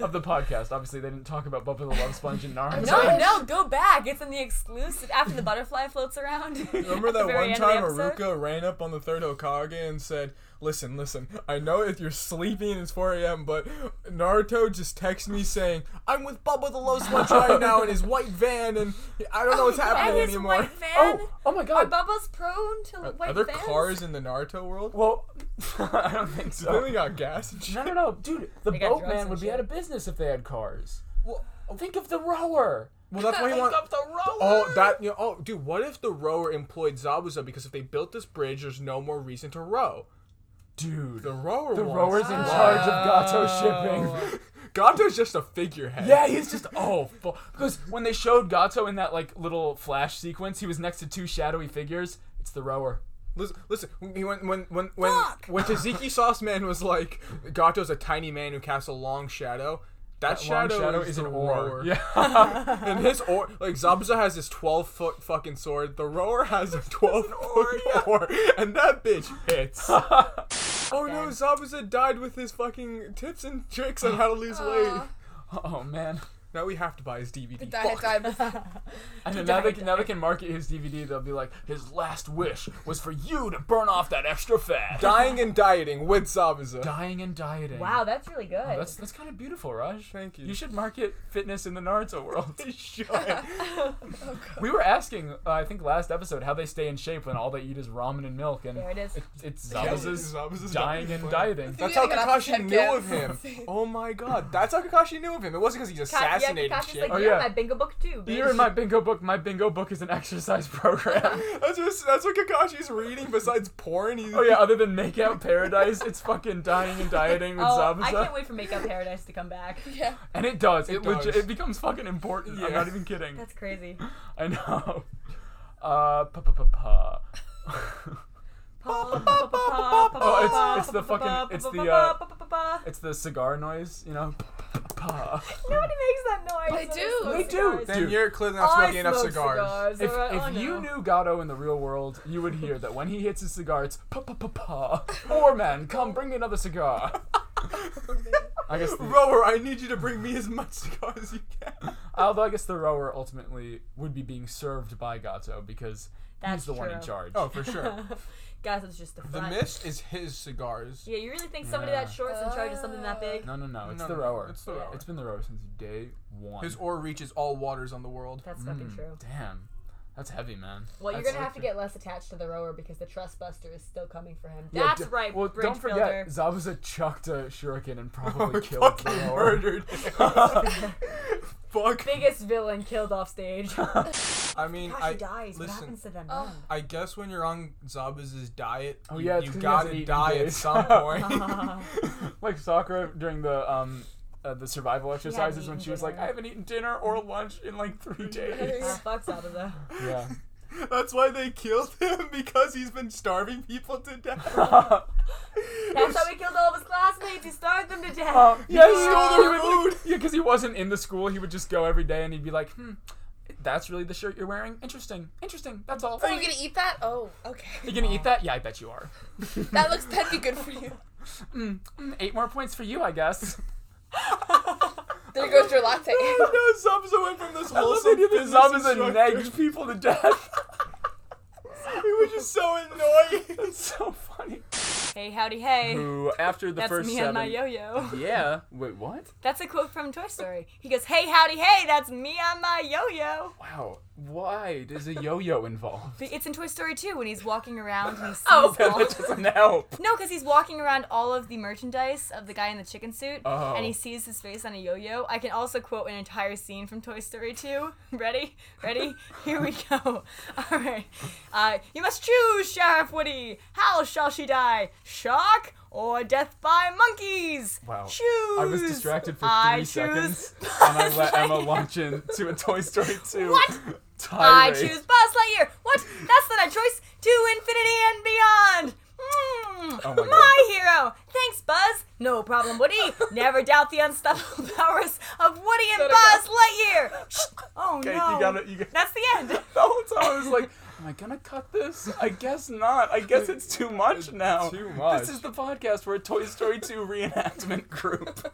[SPEAKER 8] of the podcast. Obviously, they didn't talk about Bubba the Love Sponge and Naruto.
[SPEAKER 7] no, no, go back. It's in the exclusive after the butterfly floats around.
[SPEAKER 3] Remember
[SPEAKER 7] At the
[SPEAKER 3] that
[SPEAKER 7] very
[SPEAKER 3] one
[SPEAKER 7] end of the
[SPEAKER 3] time
[SPEAKER 7] episode?
[SPEAKER 3] Aruka ran up on the third Hokage and said, Listen, listen, I know if you're sleeping and it's 4 a.m., but Naruto just texted me saying, I'm with Bubba the Love Sponge right now in his white van, and I don't know what's
[SPEAKER 7] And
[SPEAKER 3] happening
[SPEAKER 7] his
[SPEAKER 3] anymore.
[SPEAKER 7] white van?
[SPEAKER 8] Oh, oh my
[SPEAKER 7] Are
[SPEAKER 8] God.
[SPEAKER 7] Bubba's prone to white
[SPEAKER 3] Are there
[SPEAKER 7] vans?
[SPEAKER 3] cars in the Naruto world?
[SPEAKER 8] well, I don't think
[SPEAKER 3] They only
[SPEAKER 8] so.
[SPEAKER 3] got gas. and
[SPEAKER 8] No,
[SPEAKER 3] shit.
[SPEAKER 8] no, no, dude. The
[SPEAKER 7] got drugs
[SPEAKER 8] boatman
[SPEAKER 7] and
[SPEAKER 8] would be
[SPEAKER 7] shit.
[SPEAKER 8] out of business if they had cars.
[SPEAKER 3] Well,
[SPEAKER 8] Think of the rower.
[SPEAKER 3] well, that's why he
[SPEAKER 8] Think
[SPEAKER 3] wants.
[SPEAKER 8] of the rower.
[SPEAKER 3] Oh, that you know, oh, dude! What if the rower employed Zabuza because if they built this bridge, there's no more reason to row.
[SPEAKER 8] dude.
[SPEAKER 3] The rower.
[SPEAKER 8] The rower's
[SPEAKER 3] wants-
[SPEAKER 8] in charge of Gato shipping.
[SPEAKER 3] Ganto's just a figurehead.
[SPEAKER 8] Yeah, he's just oh, fu- because when they showed Gato in that like little flash sequence, he was next to two shadowy figures. It's the rower.
[SPEAKER 3] Listen, listen. He went when when when when Tzatziki Sauce Man was like, Gato's a tiny man who casts a long shadow. That,
[SPEAKER 8] Long
[SPEAKER 3] shadow,
[SPEAKER 8] Shadow
[SPEAKER 3] is,
[SPEAKER 8] is an
[SPEAKER 3] the
[SPEAKER 8] or.
[SPEAKER 3] roar.
[SPEAKER 8] Yeah.
[SPEAKER 3] and his or like Zabuza has his twelve foot fucking sword. The rower has a twelve foot oar, and that bitch hits. oh no, Zabuza died with his fucking tips and tricks on how to lose weight.
[SPEAKER 8] oh man.
[SPEAKER 3] Now we have to buy his DVD.
[SPEAKER 5] That
[SPEAKER 3] Fuck.
[SPEAKER 5] died with
[SPEAKER 8] And then now they, can, now they can market his DVD. They'll be like, his last wish was for you to burn off that extra fat.
[SPEAKER 3] Dying and dieting with Zabuza.
[SPEAKER 8] Dying and dieting.
[SPEAKER 7] Wow, that's really good.
[SPEAKER 8] Oh, that's that's kind of beautiful, Raj.
[SPEAKER 3] Thank you.
[SPEAKER 8] You should market fitness in the Naruto world.
[SPEAKER 7] Oh,
[SPEAKER 8] we were asking, uh, I think last episode, how they stay in shape when all they eat is ramen and milk, and
[SPEAKER 7] there it is.
[SPEAKER 8] it's
[SPEAKER 3] Yeah,
[SPEAKER 8] Zabuza's
[SPEAKER 3] Zabuza's
[SPEAKER 8] dying and dieting.
[SPEAKER 3] That's
[SPEAKER 5] Yeah,
[SPEAKER 3] how
[SPEAKER 5] I got off the
[SPEAKER 3] Kakashi
[SPEAKER 5] head
[SPEAKER 3] knew
[SPEAKER 5] cap.
[SPEAKER 3] of him. Oh my god, that's how Kakashi knew of him. It wasn't because he
[SPEAKER 7] Ka-
[SPEAKER 3] assassinated
[SPEAKER 7] yeah, Kakashi's
[SPEAKER 3] shit.
[SPEAKER 7] like,
[SPEAKER 8] Oh,
[SPEAKER 7] you're in my
[SPEAKER 8] yeah.
[SPEAKER 7] bingo book too.
[SPEAKER 8] You're in my bingo book. My bingo book is an exercise program.
[SPEAKER 3] that's what that's what Kakashi's reading. Besides porn, he's
[SPEAKER 8] oh yeah, other than Make Out Paradise, it's fucking dying and dieting with
[SPEAKER 7] Oh,
[SPEAKER 8] Zabuza.
[SPEAKER 7] I can't wait for Makeup Paradise to come back.
[SPEAKER 5] yeah.
[SPEAKER 8] And it does. It,
[SPEAKER 3] It
[SPEAKER 8] legit
[SPEAKER 3] does.
[SPEAKER 8] it becomes fucking important. I'm
[SPEAKER 3] Yeah.
[SPEAKER 8] not even kidding.
[SPEAKER 7] That's crazy.
[SPEAKER 8] I know. Uh, pa pa pa pa.
[SPEAKER 7] Oh,
[SPEAKER 8] it's- it's the fucking- it's the, uh, It's the cigar noise, you know. Pa, pa, pa, pa.
[SPEAKER 7] Nobody makes that noise.
[SPEAKER 5] They do.
[SPEAKER 7] Smoke
[SPEAKER 5] They
[SPEAKER 8] do.
[SPEAKER 7] cigars.
[SPEAKER 3] Then
[SPEAKER 8] Dude.
[SPEAKER 3] you're clearly not
[SPEAKER 7] I
[SPEAKER 3] smoking enough
[SPEAKER 7] smoke
[SPEAKER 3] cigars.
[SPEAKER 8] If,
[SPEAKER 7] alright, I
[SPEAKER 8] if you
[SPEAKER 7] know.
[SPEAKER 8] knew Gato in the real world, you would hear that when he hits his cigar, it's pa pa pa pa. Or man, come bring me another cigar. I guess. The,
[SPEAKER 3] Rower, I need you to bring me as much cigars as you can.
[SPEAKER 8] although I guess the rower ultimately would be being served by Gato because
[SPEAKER 7] That's
[SPEAKER 8] he's the one in
[SPEAKER 7] true.
[SPEAKER 8] charge.
[SPEAKER 3] Oh, for sure.
[SPEAKER 7] Guys, it's just a
[SPEAKER 3] The
[SPEAKER 7] front.
[SPEAKER 3] mist is his cigars.
[SPEAKER 7] Yeah, you really think somebody
[SPEAKER 8] Yeah.
[SPEAKER 7] that short's in charge of something that big?
[SPEAKER 8] No, no, no! It's
[SPEAKER 3] No,
[SPEAKER 8] the
[SPEAKER 3] no,
[SPEAKER 8] rower.
[SPEAKER 3] it's the rower.
[SPEAKER 8] It's been the rower since day one.
[SPEAKER 3] His ore reaches all waters on the world.
[SPEAKER 7] That's fucking true.
[SPEAKER 8] Damn, that's heavy, man.
[SPEAKER 7] Well, you're
[SPEAKER 8] mm, That's
[SPEAKER 7] gonna have to
[SPEAKER 8] like-
[SPEAKER 7] get less attached to the rower because the trust buster is still coming for him.
[SPEAKER 8] Yeah,
[SPEAKER 7] That's
[SPEAKER 8] d-
[SPEAKER 7] right,
[SPEAKER 8] Well,
[SPEAKER 7] bridge
[SPEAKER 8] don't
[SPEAKER 7] builder.
[SPEAKER 8] forget, Zabuza chucked a shuriken and probably killed the
[SPEAKER 3] Fucking
[SPEAKER 8] rower.
[SPEAKER 3] murdered. Fuck.
[SPEAKER 7] Biggest villain killed off stage. Gosh,
[SPEAKER 3] I mean,
[SPEAKER 7] he
[SPEAKER 3] I
[SPEAKER 7] dies. what
[SPEAKER 3] listen.
[SPEAKER 7] happens to them?
[SPEAKER 5] Oh.
[SPEAKER 7] then?
[SPEAKER 3] I guess when you're on Zabuza's diet,
[SPEAKER 8] Oh,
[SPEAKER 3] you-
[SPEAKER 8] yeah, it's
[SPEAKER 3] you
[SPEAKER 8] 'cause he hasn't
[SPEAKER 3] gotta
[SPEAKER 8] eaten
[SPEAKER 3] die at
[SPEAKER 8] days.
[SPEAKER 3] some point.
[SPEAKER 8] like Sakura during the um uh, the survival
[SPEAKER 7] hadn't
[SPEAKER 8] exercises when
[SPEAKER 7] eaten
[SPEAKER 8] she was like,
[SPEAKER 7] dinner.
[SPEAKER 8] I haven't eaten dinner or lunch in like three days.
[SPEAKER 7] Oh, fuck Zabuza.
[SPEAKER 8] yeah.
[SPEAKER 3] That's why they killed him because he's been starving people to death.
[SPEAKER 7] That's how he killed all of his classmates. He starved them to death.
[SPEAKER 8] yeah,
[SPEAKER 3] just stole their
[SPEAKER 8] food. Yeah, because he wasn't in the school. He would just go every day and he'd be like, hmm, that's really the shirt you're wearing. Interesting, interesting. That's all.
[SPEAKER 5] Are you gonna eat that? Oh, okay.
[SPEAKER 8] you gonna eat that? Yeah, I bet you are.
[SPEAKER 5] That looks that'd be good for you.
[SPEAKER 8] Mm, Eight more points for you, I guess.
[SPEAKER 5] There goes your latte.
[SPEAKER 3] no, Zabuza went from this
[SPEAKER 8] I love
[SPEAKER 3] wholesome
[SPEAKER 8] that the
[SPEAKER 3] fitness
[SPEAKER 8] Zabuza
[SPEAKER 3] instructor-
[SPEAKER 8] nags people to death.
[SPEAKER 3] He was just so annoying.
[SPEAKER 8] it's so funny.
[SPEAKER 7] Hey, howdy, hey.
[SPEAKER 11] Who after the
[SPEAKER 7] That's
[SPEAKER 11] first
[SPEAKER 7] me
[SPEAKER 11] seven?
[SPEAKER 7] and my yo-yo.
[SPEAKER 11] yeah. Wait, what?
[SPEAKER 7] That's a quote from Toy Story. He goes, "Hey, howdy, hey. That's me and my yo-yo."
[SPEAKER 11] Wow.
[SPEAKER 8] Why is a yo-yo involved?
[SPEAKER 7] But It's in Toy Story 2 when he's walking around and he sees
[SPEAKER 5] Oh.
[SPEAKER 7] all.
[SPEAKER 11] Doesn't help.
[SPEAKER 7] No, because he's walking around all of the merchandise of the guy in the chicken suit,
[SPEAKER 8] Oh.
[SPEAKER 7] and he sees his face on a yo-yo. I can also quote an entire scene from Toy Story 2. Ready? Ready? Here we go. All right. Uh, you must choose, Sheriff Woody. How shall she die? Shock or death by monkeys?
[SPEAKER 8] Wow.
[SPEAKER 7] Choose.
[SPEAKER 8] I was distracted for three
[SPEAKER 7] I choose-
[SPEAKER 8] seconds, and I let Emma launch into a Toy Story 2
[SPEAKER 7] What? I
[SPEAKER 8] tirade.
[SPEAKER 7] choose Buzz Lightyear. What? That's not a choice. To infinity and beyond. Mm,
[SPEAKER 8] my God.
[SPEAKER 7] hero. Thanks, Buzz. No problem, Woody. Never doubt the unstoppable powers of Woody and Buzz Lightyear. Shh. Oh
[SPEAKER 8] Okay,
[SPEAKER 7] no.
[SPEAKER 8] you gotta, you gotta,
[SPEAKER 7] That's the end.
[SPEAKER 8] the whole time I was like, am I gonna cut this? I guess not. I guess it's too much now.
[SPEAKER 3] Too much.
[SPEAKER 8] This is the podcast for a Toy Story 2 reenactment group.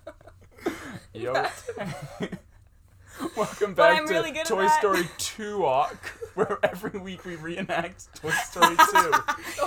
[SPEAKER 8] Yo. Welcome back
[SPEAKER 7] I'm
[SPEAKER 8] to
[SPEAKER 7] really good at
[SPEAKER 8] Toy
[SPEAKER 7] that.
[SPEAKER 8] Story 2 Walk, where every week we reenact Toy Story 2.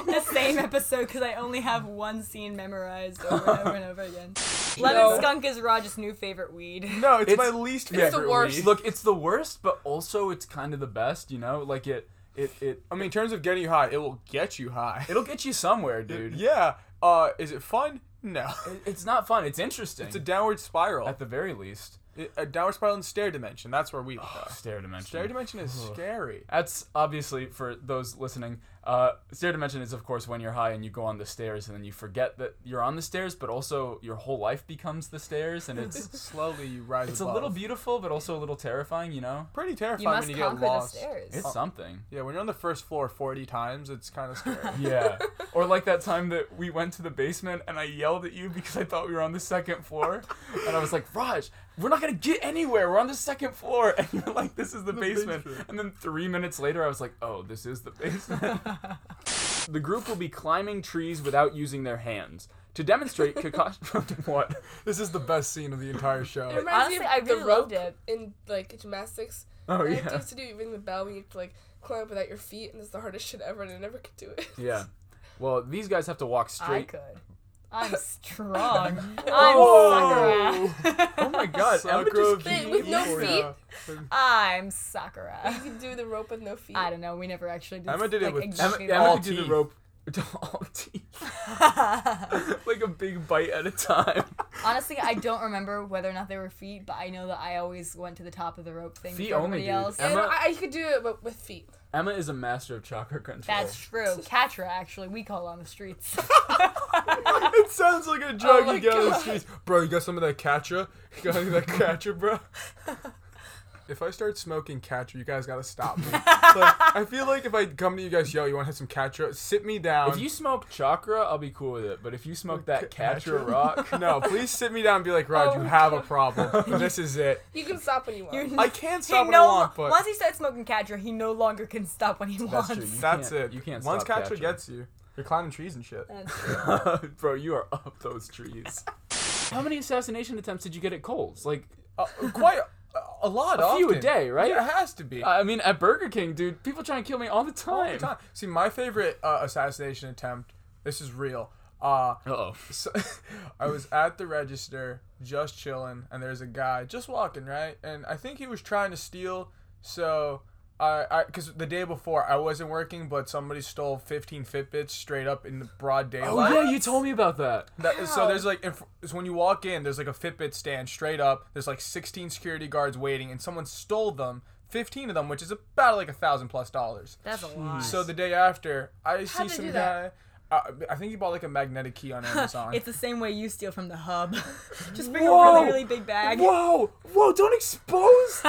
[SPEAKER 7] the same episode because I only have one scene memorized over and over and over again. Lemon skunk is Roger's new favorite weed.
[SPEAKER 3] No, it's,
[SPEAKER 8] It's-
[SPEAKER 3] my least favorite.
[SPEAKER 8] Yeah.
[SPEAKER 5] the worst.
[SPEAKER 3] weed.
[SPEAKER 8] Look, it's the worst, but also it's kind of the best, you know? Like it it it
[SPEAKER 3] I mean, in terms of getting you high, it will get you high.
[SPEAKER 8] it'll get you somewhere, dude.
[SPEAKER 3] yeah. Uh, is it fun? No.
[SPEAKER 8] It- It's not fun, it's interesting.
[SPEAKER 3] It's a downward spiral.
[SPEAKER 8] at the very least.
[SPEAKER 3] It- a downward spiral in stair dimension. That's where we go.
[SPEAKER 8] Stair dimension.
[SPEAKER 3] Stair dimension is scary.
[SPEAKER 8] That's obviously for those listening. Uh, stair dimension is, of course, when you're high and you go on the stairs and then you forget that you're on the stairs, but also your whole life becomes the stairs, and it's
[SPEAKER 3] Slowly you rise
[SPEAKER 8] it's a
[SPEAKER 3] above.
[SPEAKER 8] little beautiful, but also a little terrifying. You know,
[SPEAKER 3] pretty
[SPEAKER 7] You
[SPEAKER 3] terrifying
[SPEAKER 7] must
[SPEAKER 3] when you
[SPEAKER 7] conquer
[SPEAKER 3] get lost.
[SPEAKER 7] the stairs.
[SPEAKER 8] it's something.
[SPEAKER 3] Yeah, when you're on the first floor 40 times, it's kind of scary.
[SPEAKER 8] Yeah. or like that time that we went to the basement and I yelled at you because I thought we were on the second floor, and I was like, Raj, we're not gonna get anywhere. We're on the second floor, and you're like, this is the, basement. And then three minutes later, I was like, oh, this is the basement. the group will be climbing trees without using their hands. To demonstrate, Kakashi. what?
[SPEAKER 3] This is the best scene of the entire show.
[SPEAKER 5] It reminds
[SPEAKER 7] Honestly,
[SPEAKER 5] me
[SPEAKER 7] I
[SPEAKER 5] of the
[SPEAKER 7] really loved
[SPEAKER 5] rope
[SPEAKER 7] it.
[SPEAKER 5] in like gymnastics.
[SPEAKER 8] Oh,
[SPEAKER 5] Like,
[SPEAKER 8] yeah.
[SPEAKER 5] You have to do you ring the bell when you have to like climb up without your feet, and it's the hardest shit ever, and I never could do it.
[SPEAKER 8] Yeah. Well, these guys have to walk
[SPEAKER 7] I
[SPEAKER 8] straight.
[SPEAKER 7] could. I'm strong.
[SPEAKER 8] Whoa!
[SPEAKER 7] I'm Sakura.
[SPEAKER 8] Oh my god, Emma
[SPEAKER 3] Sakura
[SPEAKER 8] just
[SPEAKER 5] Wait,
[SPEAKER 8] keeps-
[SPEAKER 5] with no feet,
[SPEAKER 7] I'm Sakura.
[SPEAKER 5] you can do the rope with no feet.
[SPEAKER 7] I don't know. We never actually did.
[SPEAKER 3] Emma did it
[SPEAKER 7] like,
[SPEAKER 3] with-
[SPEAKER 7] exactly
[SPEAKER 8] Emma-
[SPEAKER 7] that.
[SPEAKER 8] Emma
[SPEAKER 3] All
[SPEAKER 8] did the
[SPEAKER 3] teeth.
[SPEAKER 8] rope to all teeth. like a big bite at a time.
[SPEAKER 7] Honestly, I don't remember whether or not they were feet, but I know that I always went to the top of the rope thing.
[SPEAKER 8] Feet
[SPEAKER 7] before
[SPEAKER 8] only,
[SPEAKER 7] everybody
[SPEAKER 8] dude.
[SPEAKER 7] Else.
[SPEAKER 5] Yeah,
[SPEAKER 8] Emma-
[SPEAKER 5] no, I, I could do it, but with feet.
[SPEAKER 8] Emma is a master of chakra control.
[SPEAKER 7] That's true. Katra, actually, we call on the streets.
[SPEAKER 3] it sounds Oh, like a drug
[SPEAKER 5] Oh my
[SPEAKER 3] you get on the
[SPEAKER 5] God.
[SPEAKER 3] streets. Bro, you got some of that Katra? You got any of that Katra, bro? If I start smoking Katra, you guys gotta stop me. Like, I feel like if I come to you guys, yo, you wanna have some Katra? Sit me down.
[SPEAKER 8] If you smoke chakra, I'll be cool with it. But if you smoke that Katra
[SPEAKER 3] Katra?
[SPEAKER 8] rock,
[SPEAKER 3] no, please sit me down and be like, Rod,
[SPEAKER 5] Oh
[SPEAKER 3] you
[SPEAKER 5] my
[SPEAKER 3] have a problem. this is it.
[SPEAKER 5] You can stop when you want.
[SPEAKER 7] You're-
[SPEAKER 3] I can't
[SPEAKER 7] he
[SPEAKER 3] stop when I
[SPEAKER 7] no,
[SPEAKER 3] want, but
[SPEAKER 7] once he starts smoking Katra, he no longer can stop when he
[SPEAKER 8] That's
[SPEAKER 7] wants.
[SPEAKER 8] true. You
[SPEAKER 3] that's
[SPEAKER 8] can't-
[SPEAKER 3] it.
[SPEAKER 8] you can't
[SPEAKER 3] Once
[SPEAKER 8] stop
[SPEAKER 3] Katra
[SPEAKER 8] Katra.
[SPEAKER 3] gets you, you're climbing trees and shit.
[SPEAKER 7] That's true.
[SPEAKER 8] bro, you are up those trees. How many assassination attempts did you get at Cole's? Like
[SPEAKER 3] Uh, quite a, a lot.
[SPEAKER 8] a
[SPEAKER 3] often.
[SPEAKER 8] few a day, right?
[SPEAKER 3] Yeah, it has to be.
[SPEAKER 8] I mean, at Burger King, dude, people try and kill me all the time.
[SPEAKER 3] Uh, All the time. See, my favorite uh, assassination attempt. This is real. Uh,
[SPEAKER 8] Uh-oh.
[SPEAKER 3] so, I was at the register just chilling, and there's a guy just walking right, and I think he was trying to steal. So I, I, because the day before I wasn't working, but somebody stole 15 Fitbits straight up in the broad daylight.
[SPEAKER 8] Oh yeah, you told me about that.
[SPEAKER 3] That, so there's like, if, so when you walk in, there's like a Fitbit stand straight up. There's like 16 security guards waiting, and someone stole them, 15 of them, which is about like a thousand plus dollars.
[SPEAKER 7] That's a lot.
[SPEAKER 3] So the day after, I see
[SPEAKER 5] they
[SPEAKER 3] some
[SPEAKER 5] do
[SPEAKER 3] guy.
[SPEAKER 5] that?
[SPEAKER 3] Uh, I think he bought like a magnetic key on Amazon.
[SPEAKER 7] it's the same way you steal from the hub. Just bring a
[SPEAKER 8] Whoa.
[SPEAKER 7] really, really big bag.
[SPEAKER 8] Whoa, whoa! Don't expose.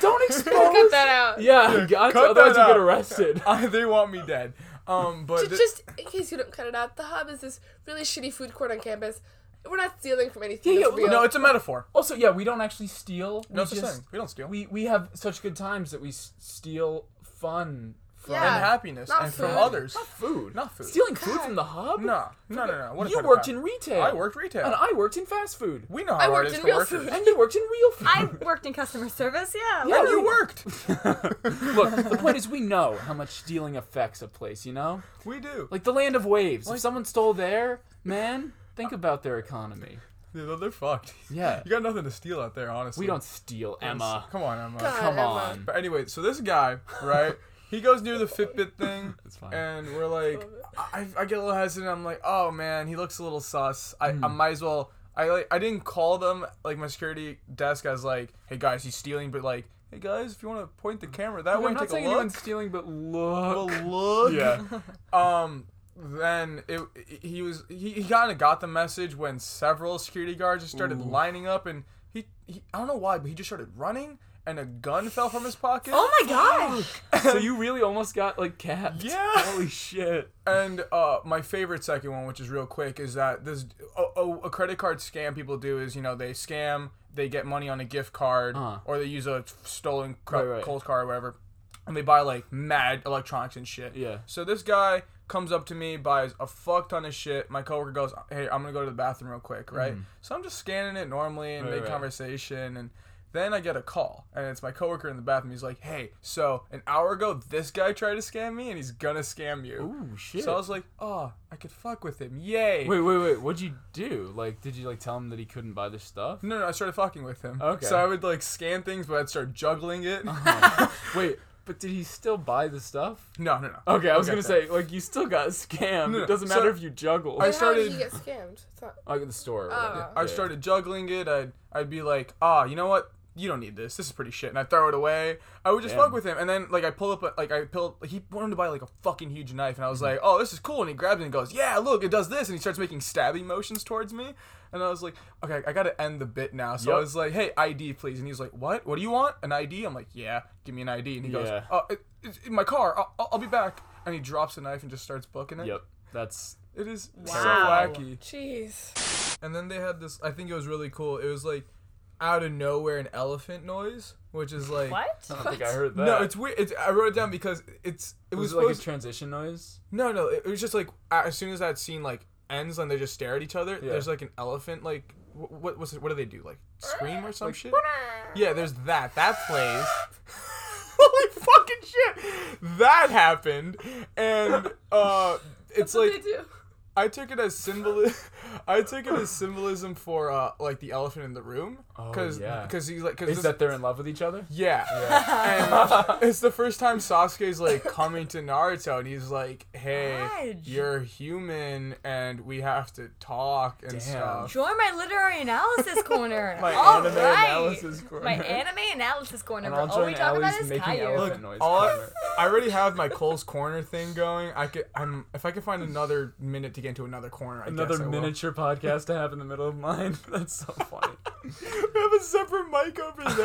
[SPEAKER 8] Don't expose.
[SPEAKER 5] Cut that out.
[SPEAKER 8] Yeah,
[SPEAKER 3] that
[SPEAKER 8] otherwise you get
[SPEAKER 3] out.
[SPEAKER 8] arrested.
[SPEAKER 3] Uh, they want me dead. Um, but
[SPEAKER 5] Ju-
[SPEAKER 3] th-
[SPEAKER 5] Just in case you don't cut it out, the hub is this really shitty food court on campus. We're not stealing from anything.
[SPEAKER 8] Yeah,
[SPEAKER 5] that's
[SPEAKER 8] yeah,
[SPEAKER 5] real.
[SPEAKER 3] no, it's a metaphor.
[SPEAKER 8] Also, yeah, we don't actually steal.
[SPEAKER 3] No
[SPEAKER 8] we
[SPEAKER 3] such
[SPEAKER 8] just
[SPEAKER 3] thing. We don't steal.
[SPEAKER 8] we we have such good times that we s- steal fun from
[SPEAKER 5] Yeah.
[SPEAKER 3] and happiness
[SPEAKER 5] Not
[SPEAKER 3] and from
[SPEAKER 5] food.
[SPEAKER 3] others.
[SPEAKER 8] food.
[SPEAKER 3] Not food.
[SPEAKER 8] Stealing food from the hub?
[SPEAKER 3] No, no, no, no. What a
[SPEAKER 8] You
[SPEAKER 3] pedophile.
[SPEAKER 8] worked in retail.
[SPEAKER 3] I worked retail.
[SPEAKER 8] And I worked in fast food.
[SPEAKER 3] we know
[SPEAKER 5] I
[SPEAKER 3] how hard
[SPEAKER 5] worked
[SPEAKER 3] it is
[SPEAKER 5] in
[SPEAKER 3] for
[SPEAKER 5] real
[SPEAKER 3] workers.
[SPEAKER 5] food.
[SPEAKER 8] And you worked in real food.
[SPEAKER 7] I worked in customer service. Yeah.
[SPEAKER 8] Yeah,
[SPEAKER 7] like-
[SPEAKER 3] No, you worked.
[SPEAKER 8] Look, the point is we know how much stealing affects a place, you know?
[SPEAKER 3] we do.
[SPEAKER 8] Like the land of waves. if someone stole there, man, think about their economy.
[SPEAKER 3] Dude, they're- they're fucked.
[SPEAKER 8] Yeah.
[SPEAKER 3] You got nothing to steal out there, honestly.
[SPEAKER 8] We don't steal, Emma.
[SPEAKER 3] Come on, Emma.
[SPEAKER 5] God,
[SPEAKER 8] Come
[SPEAKER 5] Emma.
[SPEAKER 8] on.
[SPEAKER 3] But anyway, so this guy, right? He goes near the Fitbit thing,
[SPEAKER 8] fine.
[SPEAKER 3] and we're like, I, I get a little hesitant. I'm like, oh man, he looks a little sus. I,
[SPEAKER 8] Hmm.
[SPEAKER 3] I might as well. I like, I didn't call them like my security desk. I was like, hey guys, he's stealing, but like, hey guys, if you want to point the camera that way,
[SPEAKER 8] I'm
[SPEAKER 3] and
[SPEAKER 8] not
[SPEAKER 3] take
[SPEAKER 8] saying
[SPEAKER 3] a look.
[SPEAKER 8] anyone's stealing, but
[SPEAKER 3] Well,
[SPEAKER 8] look.
[SPEAKER 3] look.
[SPEAKER 8] Yeah.
[SPEAKER 3] Um. Then it, he was he, he kind of got the message when several security guards just started lining up, and he, he I don't know why, but he just started running, and a gun fell from his pocket.
[SPEAKER 7] Oh my gosh.
[SPEAKER 8] so you really almost got like capped.
[SPEAKER 3] Yeah.
[SPEAKER 8] Holy shit.
[SPEAKER 3] And uh, my favorite second one, which is real quick, is that this a, a, a credit card scam people do is you know they scam, they get money on a gift card,
[SPEAKER 8] Uh-huh.
[SPEAKER 3] or they use a stolen cr-
[SPEAKER 8] Right, right.
[SPEAKER 3] cold card or whatever, and they buy like mad electronics and shit.
[SPEAKER 8] Yeah.
[SPEAKER 3] So this guy comes up to me, buys a fuck ton of shit. My coworker goes, "Hey, I'm gonna go to the bathroom real quick, right?" So I'm just scanning it normally and
[SPEAKER 8] Mm-hmm. Right,
[SPEAKER 3] make
[SPEAKER 8] right.
[SPEAKER 3] conversation and. Then I get a call, and it's my coworker in the bathroom. He's like, "Hey, so an hour ago, this guy tried to scam me, and he's gonna scam you."
[SPEAKER 8] Ooh, shit.
[SPEAKER 3] So I was like, oh, I could fuck with him. Yay.
[SPEAKER 8] Wait, wait, wait. What'd you do? Like, did you like tell him that he couldn't buy this stuff?
[SPEAKER 3] No, no, I started fucking with him.
[SPEAKER 8] Okay.
[SPEAKER 3] So I would like scan things, but I'd start juggling it. Uh-huh.
[SPEAKER 8] Wait, but did he still buy the stuff?
[SPEAKER 3] no, no, no.
[SPEAKER 8] Okay, I was
[SPEAKER 3] We'll
[SPEAKER 8] gonna
[SPEAKER 3] get
[SPEAKER 8] say like you still got scammed.
[SPEAKER 3] no,
[SPEAKER 8] it doesn't
[SPEAKER 3] so-
[SPEAKER 8] matter if you juggle.
[SPEAKER 5] But
[SPEAKER 8] I,
[SPEAKER 3] I started-
[SPEAKER 5] How did he get scammed? It's not-
[SPEAKER 8] like in the store. Or whatever.
[SPEAKER 5] Oh.
[SPEAKER 3] I started juggling it. I'd, I'd be like, ah, you know what? You don't need this. This is pretty shit. And I'd throw it away. I would just
[SPEAKER 8] Damn.
[SPEAKER 3] fuck with him. And then, like, I pull up, a, like, I pulled, like, he wanted to buy, like, a fucking huge knife. And I was
[SPEAKER 8] Mm-hmm.
[SPEAKER 3] like, oh, this is cool. And he grabs it and goes, yeah, look, it does this. And he starts making stabbing motions towards me. And I was like, okay, I gotta end the bit now. So I
[SPEAKER 8] Yep.
[SPEAKER 3] was like, hey, ID, please. And he's like, what? What do you want? An ID? I'm like, yeah, give me an ID. And he goes,
[SPEAKER 8] Yeah.
[SPEAKER 3] oh, it, it's in my car. I'll- I'll, I'll be back. And he drops a knife and just starts booking it.
[SPEAKER 8] Yep, that's
[SPEAKER 3] It is
[SPEAKER 7] Wow.
[SPEAKER 3] so wacky.
[SPEAKER 5] Jeez.
[SPEAKER 3] And then they had this. I think it was really cool. It was like out of nowhere an elephant noise, which is like
[SPEAKER 12] What?
[SPEAKER 8] I don't think I heard that.
[SPEAKER 3] No, it's weird. It's, I wrote it down because it's it was,
[SPEAKER 8] was it like a
[SPEAKER 3] supposed.
[SPEAKER 8] transition noise.
[SPEAKER 3] no, no, it, it was just like a- as soon as that scene like ends and they just stare at each other. There's like an elephant like wh- what was it? What do they do? Like scream or some shit? Yeah, there's that. That plays. Holy fucking shit! That happened, and uh, it's
[SPEAKER 5] What
[SPEAKER 3] like
[SPEAKER 5] they do?
[SPEAKER 3] I took it as symbol. I took it as symbolism for uh, like the elephant in the room, because
[SPEAKER 8] yeah.
[SPEAKER 3] because he's like
[SPEAKER 8] Is
[SPEAKER 3] because
[SPEAKER 8] that they're in love with each other?
[SPEAKER 3] yeah. And it's the first time Sasuke's like coming to Naruto and he's like, "Hey,
[SPEAKER 7] Raj.
[SPEAKER 3] you're human and we have to talk and stuff."
[SPEAKER 7] Join my literary analysis corner.
[SPEAKER 3] My
[SPEAKER 7] All
[SPEAKER 3] anime
[SPEAKER 7] right.
[SPEAKER 3] analysis corner.
[SPEAKER 7] My anime analysis corner.
[SPEAKER 8] And
[SPEAKER 7] where
[SPEAKER 8] I'll
[SPEAKER 7] all we
[SPEAKER 8] join
[SPEAKER 7] talk about
[SPEAKER 8] Ellie's
[SPEAKER 7] is
[SPEAKER 8] making
[SPEAKER 7] Caillou.
[SPEAKER 8] elephant
[SPEAKER 3] Look,
[SPEAKER 8] noise
[SPEAKER 3] all I,
[SPEAKER 8] corner.
[SPEAKER 3] I already have my Cole's corner thing going. I could, I'm if I could find another minute to get into another corner. I
[SPEAKER 8] Another
[SPEAKER 3] guess I will.
[SPEAKER 8] miniature podcast to have in the middle of mine. That's so funny.
[SPEAKER 3] We have a separate mic over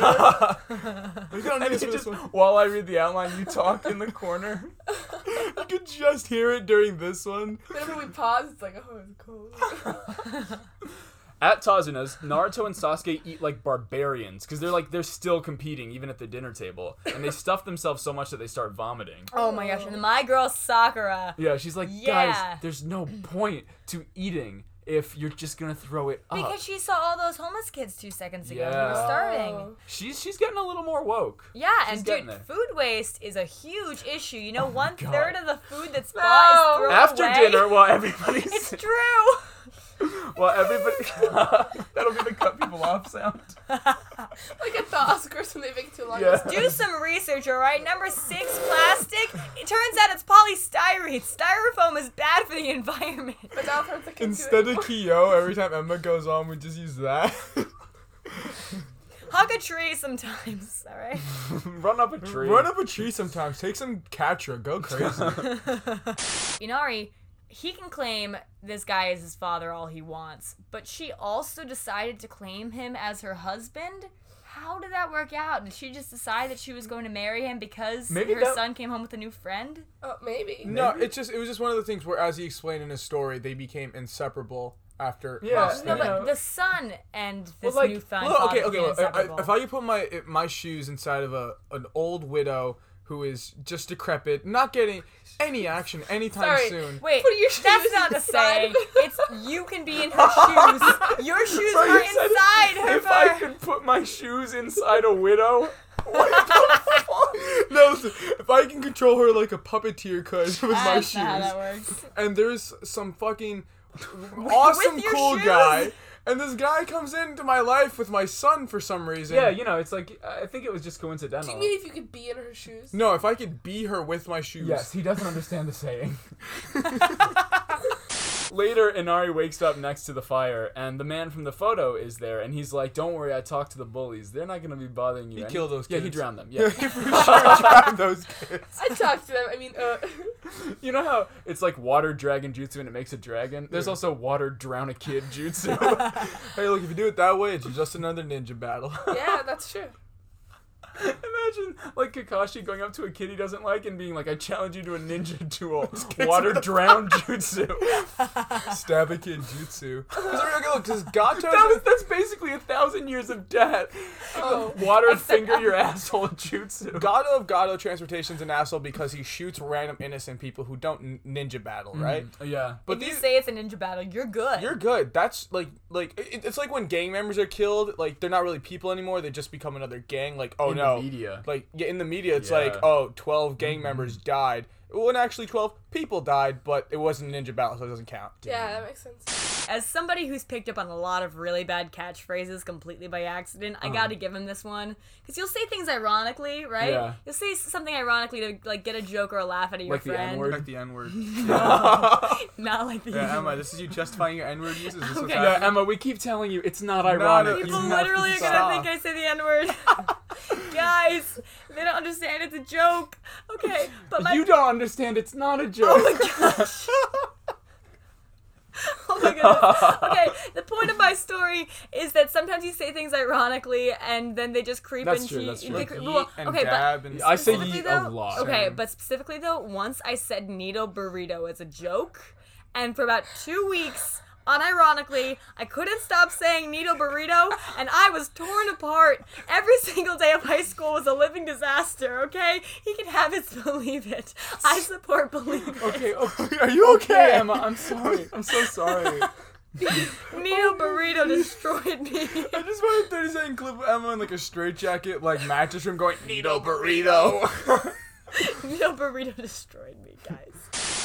[SPEAKER 3] there. we don't need this for this one.
[SPEAKER 8] While I read the outline, you talk in the corner.
[SPEAKER 3] You could just hear it during this one.
[SPEAKER 5] Whenever we pause, it's like, oh, it's cold.
[SPEAKER 8] At Tazuna's, Naruto and Sasuke eat like barbarians because they're like they're still competing even at the dinner table, and they stuff themselves so much that they start vomiting.
[SPEAKER 7] Oh my gosh, and then my girl Sakura.
[SPEAKER 8] Yeah, she's like,
[SPEAKER 7] Yeah.
[SPEAKER 8] guys, there's no point to eating if you're just gonna throw it up.
[SPEAKER 7] Because she saw all those homeless kids two seconds ago who were
[SPEAKER 8] Yeah.
[SPEAKER 5] Oh.
[SPEAKER 7] starving.
[SPEAKER 8] she's she's getting a little more woke.
[SPEAKER 7] Yeah, and
[SPEAKER 8] getting
[SPEAKER 7] dude,
[SPEAKER 8] there. Oh
[SPEAKER 7] food waste is a huge issue. You know, one
[SPEAKER 8] God.
[SPEAKER 7] third of the food that's bought is thrown
[SPEAKER 8] After
[SPEAKER 7] away.
[SPEAKER 8] dinner, while everybody's
[SPEAKER 7] It's true.
[SPEAKER 8] while everybody that'll be the cut people off sound.
[SPEAKER 5] like at the Oscars when they make too long.
[SPEAKER 8] Yeah.
[SPEAKER 7] Do some research, all right? Number six, plastic. It turns out it's polystyrene. Styrofoam is bad for the environment.
[SPEAKER 5] But now it's like
[SPEAKER 3] Instead of Kyo, every time Emma goes on, we just use that.
[SPEAKER 7] Hug a tree sometimes, all right?
[SPEAKER 8] Run up a tree.
[SPEAKER 3] Run up a tree sometimes. Take some Catra. Go crazy.
[SPEAKER 7] Inari, he can claim this guy is his father all he wants, but she also decided to claim him as her husband. How did that work out? Did she just decide that she was going to marry him because
[SPEAKER 8] Maybe
[SPEAKER 7] her
[SPEAKER 8] that-
[SPEAKER 7] son came home with a new friend?
[SPEAKER 5] oh, maybe.
[SPEAKER 3] no, it's just it was just one of the things where, as he explained in his story, they became inseparable after.
[SPEAKER 8] Yeah,
[SPEAKER 3] Lost
[SPEAKER 7] No,
[SPEAKER 3] Lane.
[SPEAKER 7] but the son and this
[SPEAKER 8] like,
[SPEAKER 7] new son.
[SPEAKER 3] Well, okay, okay.
[SPEAKER 7] father became
[SPEAKER 3] Well, I, I-
[SPEAKER 7] inseparable.
[SPEAKER 3] if I could put my my shoes inside of a an old widow who is just decrepit, not getting any action anytime
[SPEAKER 5] Sorry.
[SPEAKER 3] soon.
[SPEAKER 7] Wait,
[SPEAKER 5] Put your
[SPEAKER 7] that's
[SPEAKER 5] shoes
[SPEAKER 7] not the
[SPEAKER 5] inside.
[SPEAKER 7] saying. It's you can be in her shoes. Your shoes
[SPEAKER 8] Sorry,
[SPEAKER 7] are
[SPEAKER 8] you said
[SPEAKER 7] inside her.
[SPEAKER 8] If I
[SPEAKER 7] fur.
[SPEAKER 8] could put my shoes inside a widow,
[SPEAKER 3] no, listen, if I can control her like a puppeteer could with my
[SPEAKER 7] That's not how
[SPEAKER 3] shoes,
[SPEAKER 7] that works.
[SPEAKER 3] and there's some fucking awesome
[SPEAKER 7] With your
[SPEAKER 3] cool
[SPEAKER 7] shoes?
[SPEAKER 3] guy, and this guy comes into my life with my son for some reason.
[SPEAKER 8] yeah, you know, it's like I think it was just
[SPEAKER 5] Do
[SPEAKER 8] coincidental.
[SPEAKER 5] you mean if you could be in her shoes?
[SPEAKER 3] No, if I could be her with my shoes.
[SPEAKER 8] Yes, he doesn't understand the saying. Later, Inari wakes up next to the fire, and the man from the photo is there, and he's like, "Don't worry, I talked to the bullies. They're not gonna be bothering you." He
[SPEAKER 3] killed those
[SPEAKER 8] Yeah, he
[SPEAKER 3] kids.
[SPEAKER 8] drowned them. Yeah.
[SPEAKER 3] those kids.
[SPEAKER 5] I talked to them. I mean, uh,
[SPEAKER 8] you know how it's like water dragon jutsu, and it makes a dragon. There's also water drown a kid jutsu.
[SPEAKER 3] Hey, look, if you do it that way, it's just another ninja battle.
[SPEAKER 5] yeah, that's true.
[SPEAKER 8] Imagine like Kakashi going up to a kid he doesn't like and being like, "I challenge you to a ninja duel, water drown jutsu."
[SPEAKER 3] Stab a kid jutsu. 'Cause, okay, look, 'cause Gacho's
[SPEAKER 8] That was, that's basically a thousand years of death.
[SPEAKER 5] Oh,
[SPEAKER 8] Water finger your asshole jutsu.
[SPEAKER 3] Gato of Gato Transportation's an asshole because he shoots random innocent people who don't n- ninja battle,
[SPEAKER 8] Mm.
[SPEAKER 3] right?
[SPEAKER 8] Oh, Yeah.
[SPEAKER 3] But
[SPEAKER 7] If you
[SPEAKER 3] these,
[SPEAKER 7] say it's a ninja battle, you're good.
[SPEAKER 3] you're good. That's like like it, it's like when gang members are killed. Like they're not really people anymore. They just become another gang. Like oh
[SPEAKER 8] In the
[SPEAKER 3] no,
[SPEAKER 8] media.
[SPEAKER 3] Like yeah, in the media, it's like
[SPEAKER 8] Yeah. Mm-hmm.
[SPEAKER 3] oh 12 gang members died. Well, and actually twelve people died, but it wasn't a ninja battle, so it doesn't count.
[SPEAKER 5] Yeah, that makes sense.
[SPEAKER 7] As somebody who's picked up on a lot of really bad catchphrases completely by accident, I gotta give him this one. Because you'll say things ironically, right?
[SPEAKER 8] Uh-huh. Yeah.
[SPEAKER 7] You'll say something ironically to like get a joke or a laugh out of your
[SPEAKER 8] Like the
[SPEAKER 7] friend.
[SPEAKER 8] N-word?
[SPEAKER 6] the N word.
[SPEAKER 7] Not like the
[SPEAKER 6] Yeah, Emma, this is you justifying your N word uses. This okay.
[SPEAKER 8] Yeah,
[SPEAKER 3] uh,
[SPEAKER 8] Emma, we keep telling you it's not
[SPEAKER 6] no,
[SPEAKER 8] ironic.
[SPEAKER 6] it's
[SPEAKER 7] People literally are gonna
[SPEAKER 6] Stop.
[SPEAKER 7] think I say the N-word. Guys, they don't understand it's a joke. Okay. But my
[SPEAKER 8] you don't understand. It's not a joke.
[SPEAKER 7] Oh my goodness. Okay, the point of my story is that sometimes you say things ironically and then they just creep
[SPEAKER 8] That's
[SPEAKER 7] into
[SPEAKER 8] true,
[SPEAKER 7] you.
[SPEAKER 8] that's true.
[SPEAKER 7] they
[SPEAKER 8] Like
[SPEAKER 7] creep-
[SPEAKER 6] Yeet
[SPEAKER 7] well,
[SPEAKER 6] and
[SPEAKER 7] okay, but
[SPEAKER 6] dab and
[SPEAKER 8] I say
[SPEAKER 7] Specifically,
[SPEAKER 8] yeet
[SPEAKER 7] though,
[SPEAKER 8] a lot.
[SPEAKER 7] Okay, but specifically though, once I said needle burrito as a joke, and for about two weeks unironically, I couldn't stop saying needle burrito, and I was torn apart. Every single day of high school was a living disaster, okay? He can have his believe it. I support believe it.
[SPEAKER 8] Oh,
[SPEAKER 10] Okay, okay,
[SPEAKER 6] Are you okay?
[SPEAKER 10] Emma, I'm sorry. I'm so sorry.
[SPEAKER 8] oh,
[SPEAKER 7] Needle burrito destroyed me.
[SPEAKER 3] I just want a 30 second clip of Emma in like a straight jacket, like mattress room going, Needle burrito.
[SPEAKER 7] Needle burrito destroyed me, guys.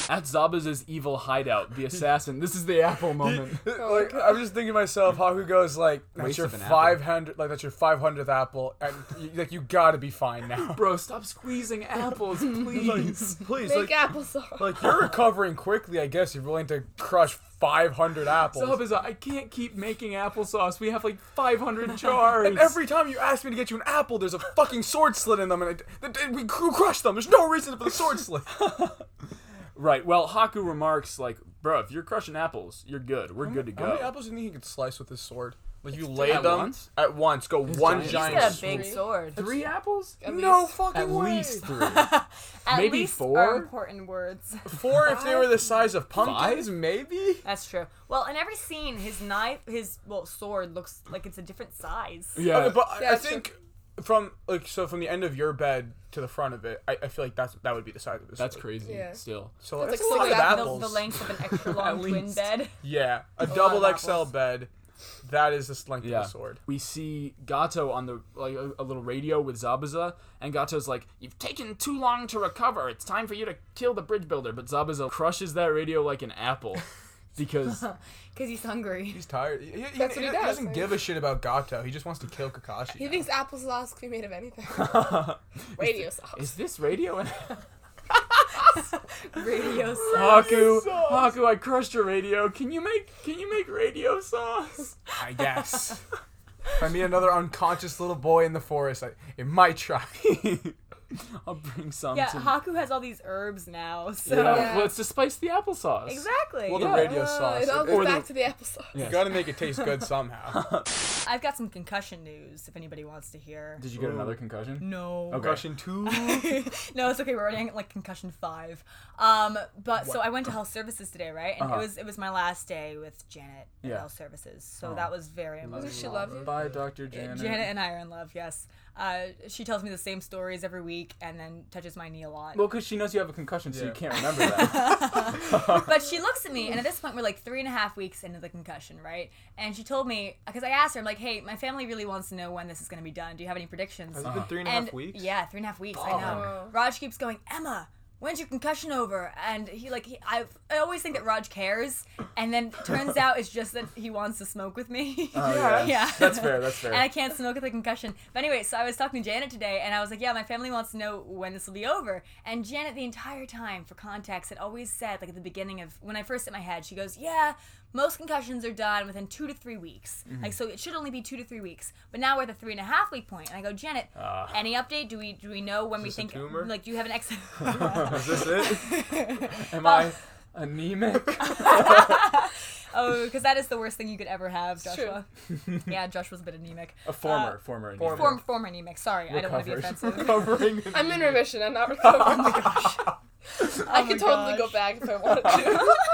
[SPEAKER 8] At Zabaz's evil hideout, the assassin. This is the
[SPEAKER 10] Apple moment.
[SPEAKER 3] like, I'm just thinking to myself, Hakugo's like, that's
[SPEAKER 6] Waste
[SPEAKER 3] your
[SPEAKER 6] of an apple.
[SPEAKER 3] 500, like, that's your 500th apple. And, you, like, you gotta be fine now.
[SPEAKER 8] bro. Stop squeezing apples, please.
[SPEAKER 3] Please, like,
[SPEAKER 5] Make applesauce.
[SPEAKER 3] like, you're recovering quickly, I guess, if you're willing to crush 500 apples.
[SPEAKER 8] Zabaz, I can't keep making applesauce. We have like 500 jars.
[SPEAKER 3] And every time you ask me to get you an apple, there's a fucking sword slit in them, and I, th- th- we cr- crush them. There's no reason for the sword slit.
[SPEAKER 8] Right. Well, Haku remarks like, "Bro, if you're crushing apples, you're good. We're good to
[SPEAKER 3] How many
[SPEAKER 8] go."
[SPEAKER 3] apples do you think he could slice with his sword? Like you lay
[SPEAKER 8] At
[SPEAKER 3] them
[SPEAKER 8] once?
[SPEAKER 3] at once, go one
[SPEAKER 6] giant.
[SPEAKER 3] giant.
[SPEAKER 7] Got a
[SPEAKER 3] sword.
[SPEAKER 7] big sword.
[SPEAKER 8] Three apples?
[SPEAKER 3] no fucking
[SPEAKER 8] At
[SPEAKER 3] way.
[SPEAKER 8] least three.
[SPEAKER 7] At
[SPEAKER 8] Maybe
[SPEAKER 7] least
[SPEAKER 8] four?
[SPEAKER 7] are important words.
[SPEAKER 3] four if they were the size of pumpkins, maybe.
[SPEAKER 7] That's true. Well, in every scene, his knife, his well sword looks like it's a different size.
[SPEAKER 3] Yeah, but I- I think from like so from the end of your bed to the front of it, I, I feel like that's that would be the size of this.
[SPEAKER 8] That's crazy.
[SPEAKER 5] Yeah.
[SPEAKER 8] Still.
[SPEAKER 3] So
[SPEAKER 5] That's
[SPEAKER 3] that's, a
[SPEAKER 5] like
[SPEAKER 3] lot
[SPEAKER 5] six
[SPEAKER 3] of
[SPEAKER 7] The-
[SPEAKER 3] apples.
[SPEAKER 7] The, length of an extra long twin
[SPEAKER 8] least.
[SPEAKER 7] bed.
[SPEAKER 3] yeah, a
[SPEAKER 7] of
[SPEAKER 3] double XL
[SPEAKER 7] apples.
[SPEAKER 3] bed. That is the length
[SPEAKER 8] Yeah.
[SPEAKER 3] of the sword.
[SPEAKER 8] We see Gato on the like a, a little radio with Zabuza, and Gato's like, "You've taken too long to recover. It's time for you to kill the bridge builder." But Zabuza crushes that radio like an apple, because
[SPEAKER 7] Because he's hungry.
[SPEAKER 3] He's tired. He, he- he-
[SPEAKER 5] That's what
[SPEAKER 3] he
[SPEAKER 5] he does,
[SPEAKER 3] doesn't
[SPEAKER 5] like-
[SPEAKER 3] give a shit about Gato. He just wants to kill Kakashi.
[SPEAKER 5] He
[SPEAKER 3] now.
[SPEAKER 5] thinks applesauce can be made of anything. Radio sauce.
[SPEAKER 8] is this radio? And
[SPEAKER 7] Radio
[SPEAKER 8] Haku, Haku, I crushed your radio. Can you make Can you make radio sauce?
[SPEAKER 3] I guess. if I meet another unconscious little boy in the forest, I, it might try.
[SPEAKER 8] I'll bring some.
[SPEAKER 7] Yeah,
[SPEAKER 8] to-
[SPEAKER 7] Haku has all these herbs now, so.
[SPEAKER 8] yeah. Well, it's to spice the applesauce.
[SPEAKER 7] Exactly.
[SPEAKER 3] well, the
[SPEAKER 7] yeah.
[SPEAKER 3] radio
[SPEAKER 5] Uh,
[SPEAKER 3] sauce.
[SPEAKER 5] it all
[SPEAKER 3] It-
[SPEAKER 5] goes
[SPEAKER 8] Or the-
[SPEAKER 5] back to the applesauce.
[SPEAKER 3] You gotta make it taste good somehow.
[SPEAKER 7] I've got some concussion news if anybody wants to hear.
[SPEAKER 8] Did you get another concussion?
[SPEAKER 7] No.
[SPEAKER 3] Crushing two.
[SPEAKER 7] no, it's okay. We're already at like concussion five. Um, but so I went to health services today, right? And it was it was my last day with Janet at
[SPEAKER 8] Uh-huh. Yeah. Oh.
[SPEAKER 7] health services, so that was very emotional.
[SPEAKER 5] Doesn't she love you?
[SPEAKER 8] Bye, Doctor Janet.
[SPEAKER 7] Janet. and I are in love. Yes, uh, she tells me the same stories every week, and then touches my knee a lot.
[SPEAKER 8] Well, because she knows you have a concussion, so you
[SPEAKER 3] Yeah.
[SPEAKER 8] can't remember that.
[SPEAKER 7] but she looks at me, and at this point, we're like three and a half weeks into the concussion, right? And she told me because I asked her, I'm like, "Hey, my family really wants to know when this is going to be done. Do you have any predictions?"
[SPEAKER 3] Has it been three and a half
[SPEAKER 7] and
[SPEAKER 3] weeks? Oh.
[SPEAKER 7] yeah, three and a half weeks. I know.
[SPEAKER 5] Whoa.
[SPEAKER 7] Raj keeps going, Emma. When's your concussion over? And he like he, I, I always think that Raj cares, and then turns out it's just that he wants to smoke with me.
[SPEAKER 3] Oh,
[SPEAKER 7] yeah.
[SPEAKER 8] That's fair. That's fair.
[SPEAKER 7] And I can't smoke with a concussion. But anyway, so I was talking to Janet today, and I was like, "Yeah, my family wants to know when this will be over." And Janet, the entire time, for context, had always said, like at the beginning of when I first hit my head, she goes, "Yeah, most concussions are done within two to three weeks.
[SPEAKER 8] Mm-hmm.
[SPEAKER 7] Like, so it should only be two to three weeks." But now we're at the three and a half week point, and I go, "Janet,
[SPEAKER 8] Ah.
[SPEAKER 7] any update? Do we do we know when we
[SPEAKER 3] this a
[SPEAKER 7] think?
[SPEAKER 3] tumor?
[SPEAKER 7] Like, do you have an ex?"
[SPEAKER 3] Is this it?
[SPEAKER 8] Am I anemic?
[SPEAKER 7] oh, because that is the worst thing you could ever have, Joshua. yeah, Joshua's a bit anemic. Uh,
[SPEAKER 8] A former, former anemic.
[SPEAKER 7] Form, former anemic. Sorry, I don't want to be
[SPEAKER 8] Recovered.
[SPEAKER 7] offensive.
[SPEAKER 3] Covering.
[SPEAKER 5] I'm in remission. I'm not recovered. I
[SPEAKER 7] Oh my
[SPEAKER 5] could totally go
[SPEAKER 7] gosh.
[SPEAKER 5] back if I wanted to.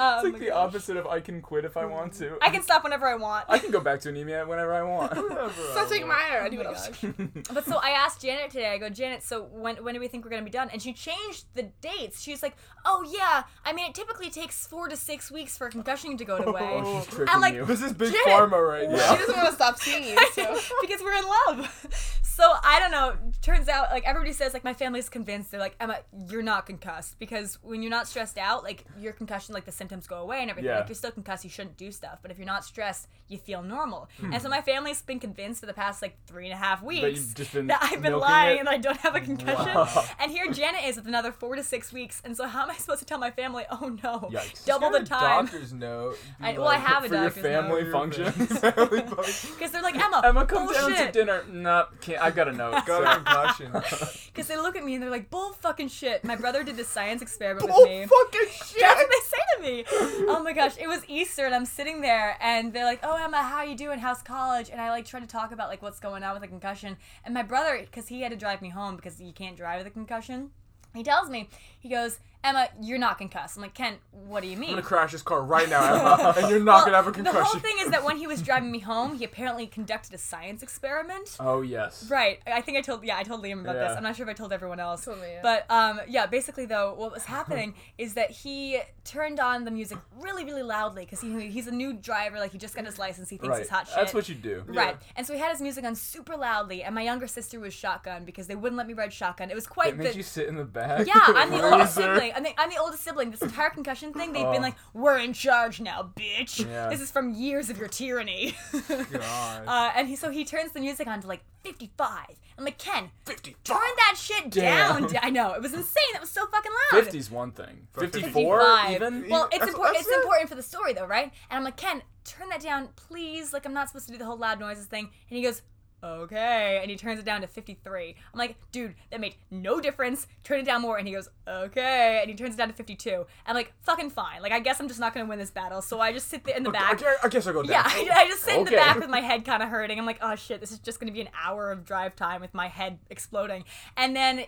[SPEAKER 7] Um,
[SPEAKER 8] It's like the opposite of I can quit if I want to.
[SPEAKER 7] Mm. I can stop whenever I want.
[SPEAKER 8] I can go back to anemia whenever I want.
[SPEAKER 5] Sounds like my era. I do what I
[SPEAKER 7] Oh my
[SPEAKER 5] was
[SPEAKER 7] But so I asked Janet today. I go, Janet, so when when do we think we're gonna be done? And she changed the dates. She's like, Oh yeah, I mean it typically takes four to six weeks for a concussion to go away.
[SPEAKER 8] Oh, She's tricking
[SPEAKER 7] And like
[SPEAKER 8] you.
[SPEAKER 3] This is big
[SPEAKER 7] Janet-
[SPEAKER 3] pharma right
[SPEAKER 5] She
[SPEAKER 3] now.
[SPEAKER 5] doesn't want to stop seeing you, so.
[SPEAKER 7] because we're in love. So I don't know. Turns out, like everybody says, like my family's convinced. They're like, Emma, you're not concussed because when you're not stressed out, like your concussion, like the symptoms go away and everything.
[SPEAKER 8] Yeah.
[SPEAKER 7] Like, if you're still concussed, you shouldn't do stuff. But if you're not stressed, you feel normal. And so my family's been convinced for the past like three and a half weeks
[SPEAKER 8] Hmm. you've just been
[SPEAKER 7] that I've been
[SPEAKER 8] milking
[SPEAKER 7] lying
[SPEAKER 8] it?
[SPEAKER 7] and I don't have a concussion. And here Janet is with another four to six weeks. And so how am I supposed to tell my family? Oh no,
[SPEAKER 8] Yikes.
[SPEAKER 7] double the
[SPEAKER 3] Got a
[SPEAKER 7] time.
[SPEAKER 3] Doctor's note.
[SPEAKER 7] I, well, I have a
[SPEAKER 8] For your
[SPEAKER 7] doctor's
[SPEAKER 8] family functions.
[SPEAKER 7] because they're like Emma.
[SPEAKER 8] Emma, come down to
[SPEAKER 7] bullshit."
[SPEAKER 8] dinner. Nah, can't. I got a note.
[SPEAKER 3] Got a concussion.
[SPEAKER 7] Because they look at me and they're like, bull fucking shit. My brother did this science experiment
[SPEAKER 3] oh
[SPEAKER 7] with me.
[SPEAKER 3] fucking
[SPEAKER 7] That's
[SPEAKER 3] shit!
[SPEAKER 7] what they say to me. Oh my gosh, it was Easter and I'm sitting there and they're like, "Oh Emma, how you doing? How's college?" And I like try to talk about like what's going on with the concussion. And my brother, because he had to drive me home because you can't drive with a concussion, he tells me, he goes, Emma, you're not concussed. I'm like, Ken, what do you mean?
[SPEAKER 6] I'm gonna crash this car right now, Emma, and you're not gonna have a
[SPEAKER 7] the whole
[SPEAKER 6] concussion.
[SPEAKER 7] thing is that when he was driving me home, he apparently conducted a science experiment.
[SPEAKER 8] Oh yes.
[SPEAKER 7] Right. I think I told yeah, I told Liam about
[SPEAKER 8] Yeah.
[SPEAKER 7] this. I'm not sure if I told everyone else.
[SPEAKER 5] Totally, yeah.
[SPEAKER 7] But um yeah, basically though, what was happening is that he turned on the music really, really loudly because he, he's a new driver, like he just got his license, he thinks
[SPEAKER 8] Right.
[SPEAKER 7] it's hot shit.
[SPEAKER 8] That's what you do.
[SPEAKER 7] Right. And so he had his music on super loudly and my younger sister was shotgun because they wouldn't let me ride shotgun. It was quite
[SPEAKER 8] It
[SPEAKER 7] the
[SPEAKER 8] makes you sit in the back.
[SPEAKER 7] yeah, I'm the oldest
[SPEAKER 8] Loser. Oh.
[SPEAKER 7] sibling. I'm the, I'm the oldest sibling. This entire concussion thing, they've been like, "We're in charge now, bitch."
[SPEAKER 8] Yeah.
[SPEAKER 7] This is from years of your tyranny. Uh, and he, so he turns the music on to like 55. I'm like, Ken,
[SPEAKER 6] 55.
[SPEAKER 7] turn that shit down. I know it was insane. That was so fucking loud.
[SPEAKER 8] 50's one thing.
[SPEAKER 7] 54
[SPEAKER 8] 54 even?
[SPEAKER 7] Well, it's
[SPEAKER 6] That's-
[SPEAKER 7] important.
[SPEAKER 6] that's
[SPEAKER 7] It's
[SPEAKER 6] it.
[SPEAKER 7] important for the story though, right? And I'm like, Ken, turn that down, please. Like, I'm not supposed to do the whole loud noises thing. And he goes, okay. And he turns it down to 53. I'm like, dude, that made no difference. Turn it down more. And he goes, okay. And he turns it down to 52. I'm like, fucking fine. Like, I guess I'm just not gonna win this battle. So I just sit there in the
[SPEAKER 6] I
[SPEAKER 7] back.
[SPEAKER 6] guess, I guess I'll go down.
[SPEAKER 7] Yeah, I, I just sit in the
[SPEAKER 8] Okay.
[SPEAKER 7] back with my head kind of hurting. I'm like, oh shit, this is just gonna be an hour of drive time with my head exploding. And then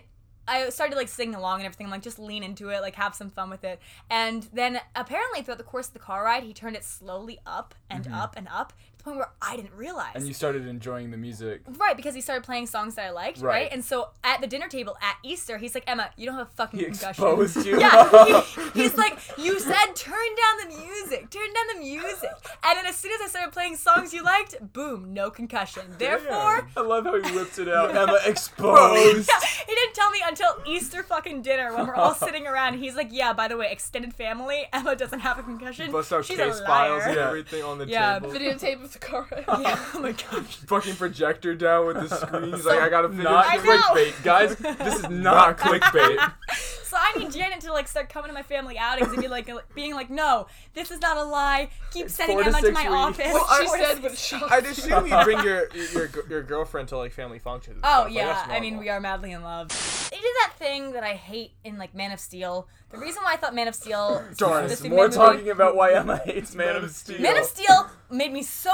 [SPEAKER 7] I started like singing along and everything. I'm like, just lean into it, like have some fun with it. And then apparently throughout the course of the car ride, he turned it slowly up and up and up to the point where I didn't realize.
[SPEAKER 8] Mm-hmm. And you started enjoying the music.
[SPEAKER 7] Right, because he started playing songs that I liked, right?
[SPEAKER 8] Right.
[SPEAKER 7] And so at the dinner table at Easter, he's like, Emma, you don't have a fucking
[SPEAKER 8] He
[SPEAKER 7] concussion.
[SPEAKER 8] exposed you.
[SPEAKER 7] Yeah, he, he's like, you said turn down the music, turn down the music, and then as soon as I started playing songs you liked, boom, no concussion. Therefore,
[SPEAKER 8] I love how he whipped it out. Emma
[SPEAKER 6] Exposed.
[SPEAKER 7] he didn't tell me until Easter fucking dinner when we're all sitting around. He's like, yeah, by the way, extended family, Emma doesn't have a concussion.
[SPEAKER 6] Bust out
[SPEAKER 7] She's
[SPEAKER 6] case
[SPEAKER 7] a
[SPEAKER 6] files and
[SPEAKER 7] liar.
[SPEAKER 6] everything on the
[SPEAKER 7] Yeah.
[SPEAKER 6] table.
[SPEAKER 5] Videotape of the car.
[SPEAKER 7] Yeah, oh my gosh.
[SPEAKER 6] Fucking projector down with the screen. He's like, I gotta figure
[SPEAKER 8] Not
[SPEAKER 7] I
[SPEAKER 6] this
[SPEAKER 7] know.
[SPEAKER 8] clickbait. Guys, this is not clickbait.
[SPEAKER 7] So I need Janet to like start coming to my family outings and be like, being like, no, this is not a lie. Keep sending
[SPEAKER 8] four to
[SPEAKER 7] Emma to
[SPEAKER 8] six
[SPEAKER 7] my
[SPEAKER 8] weeks.
[SPEAKER 7] office.
[SPEAKER 5] What she
[SPEAKER 7] Four to
[SPEAKER 5] said
[SPEAKER 7] six-
[SPEAKER 5] was shocking.
[SPEAKER 6] I'd assume you bring your your your girlfriend to like family functions. and
[SPEAKER 7] Oh
[SPEAKER 6] stuff. Like,
[SPEAKER 7] yeah,
[SPEAKER 6] that's
[SPEAKER 7] I mean
[SPEAKER 6] normal.
[SPEAKER 7] we are madly in love. They did that thing that I hate in like Man of Steel. The reason why I thought Man of Steel,
[SPEAKER 6] Darn,
[SPEAKER 7] this thing
[SPEAKER 8] More
[SPEAKER 7] made me really-
[SPEAKER 8] talking about why Emma hates Man of Steel.
[SPEAKER 7] Man of Steel made me so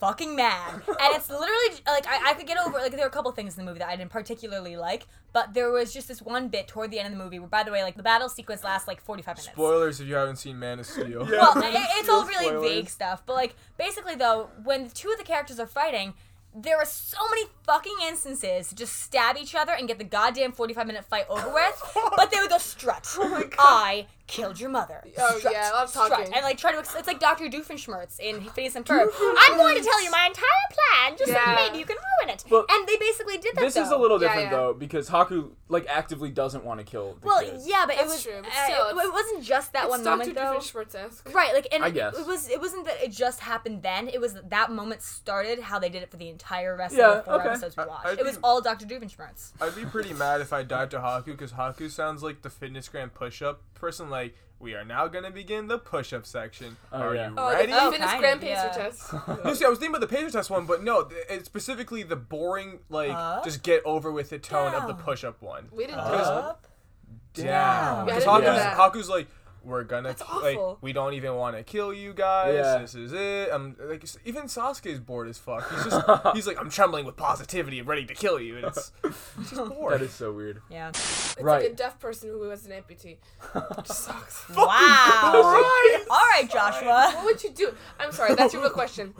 [SPEAKER 7] fucking mad, and it's literally like I, I could get over. Like there were a couple things in the movie that I didn't particularly like, but there was just this one bit toward the end of the movie where, by the way, like the battle sequence lasts like forty five minutes.
[SPEAKER 6] Spoilers if you haven't seen Man of Steel.
[SPEAKER 7] well, it, it's all really vague stuff. But like, basically though, when two of the characters are fighting, there are so many fucking instances to just stab each other and get the goddamn forty-five minute fight over with. but they would go strut. I killed your mother.
[SPEAKER 5] Oh,
[SPEAKER 7] Strut,
[SPEAKER 5] yeah, a lot of
[SPEAKER 7] strut."
[SPEAKER 5] talking.
[SPEAKER 7] And like try to, ex- it's like Doctor Doofenshmirtz in Phineas and Ferb. I'm going to tell you my entire plan, just
[SPEAKER 5] Yeah.
[SPEAKER 7] so maybe you can ruin it.
[SPEAKER 8] Well,
[SPEAKER 7] and they basically did that.
[SPEAKER 8] This is a
[SPEAKER 7] though.
[SPEAKER 8] little
[SPEAKER 5] Yeah,
[SPEAKER 8] different
[SPEAKER 5] yeah.
[SPEAKER 8] though because Haku like actively doesn't want to kill the
[SPEAKER 7] Well,
[SPEAKER 8] kid.
[SPEAKER 7] yeah, but it
[SPEAKER 5] That's
[SPEAKER 7] was.
[SPEAKER 5] true, but
[SPEAKER 7] uh,
[SPEAKER 5] still,
[SPEAKER 7] it-
[SPEAKER 5] it's-
[SPEAKER 7] it wasn't just that one
[SPEAKER 5] It's Dr.
[SPEAKER 7] moment though.
[SPEAKER 5] Doofenshmirtz-esque.
[SPEAKER 7] Right, like and
[SPEAKER 8] I
[SPEAKER 7] it-
[SPEAKER 8] guess.
[SPEAKER 7] it was it wasn't that it just happened then. It was that, that moment started how they did it for the entire rest
[SPEAKER 8] Yeah,
[SPEAKER 7] of the four
[SPEAKER 8] okay.
[SPEAKER 7] episodes we watched.
[SPEAKER 6] I
[SPEAKER 7] it was
[SPEAKER 6] think-
[SPEAKER 7] all Dr. Doofenshmirtz.
[SPEAKER 6] I'd be pretty mad if I died to Haku because Haku sounds like the fitness gram push up person. Like, we are now gonna begin the push up section. are
[SPEAKER 8] yeah.
[SPEAKER 6] you
[SPEAKER 5] Oh,
[SPEAKER 6] ready?
[SPEAKER 5] the
[SPEAKER 7] Oh,
[SPEAKER 5] Finnish
[SPEAKER 7] kind
[SPEAKER 5] Grand
[SPEAKER 7] of,
[SPEAKER 5] Pacer
[SPEAKER 7] yeah.
[SPEAKER 5] test.
[SPEAKER 6] No, see, I was thinking about the pager test one, but no, th- it's specifically the boring, like, just get over with the tone of the
[SPEAKER 7] Down.
[SPEAKER 6] push up one.
[SPEAKER 5] We didn't do that.
[SPEAKER 7] Up.
[SPEAKER 6] Down.
[SPEAKER 5] Yeah, I
[SPEAKER 6] Because
[SPEAKER 5] didn't do
[SPEAKER 6] Haku's,
[SPEAKER 5] that.
[SPEAKER 6] Haku's like, we're gonna,
[SPEAKER 5] That's
[SPEAKER 6] ki- like,
[SPEAKER 5] awful.
[SPEAKER 6] we don't even want to kill you guys.
[SPEAKER 8] Yeah.
[SPEAKER 6] This is it. I'm like, s- even Sasuke's bored as fuck. He's just, he's like, I'm trembling with positivity, ready to kill you, and it's, it's just bored.
[SPEAKER 8] That is so weird.
[SPEAKER 7] Yeah.
[SPEAKER 5] It's like a
[SPEAKER 8] Right.
[SPEAKER 5] deaf person who was an amputee. Which sucks.
[SPEAKER 7] Wow. All right, Joshua.
[SPEAKER 5] What would you do? I'm sorry, that's your real question.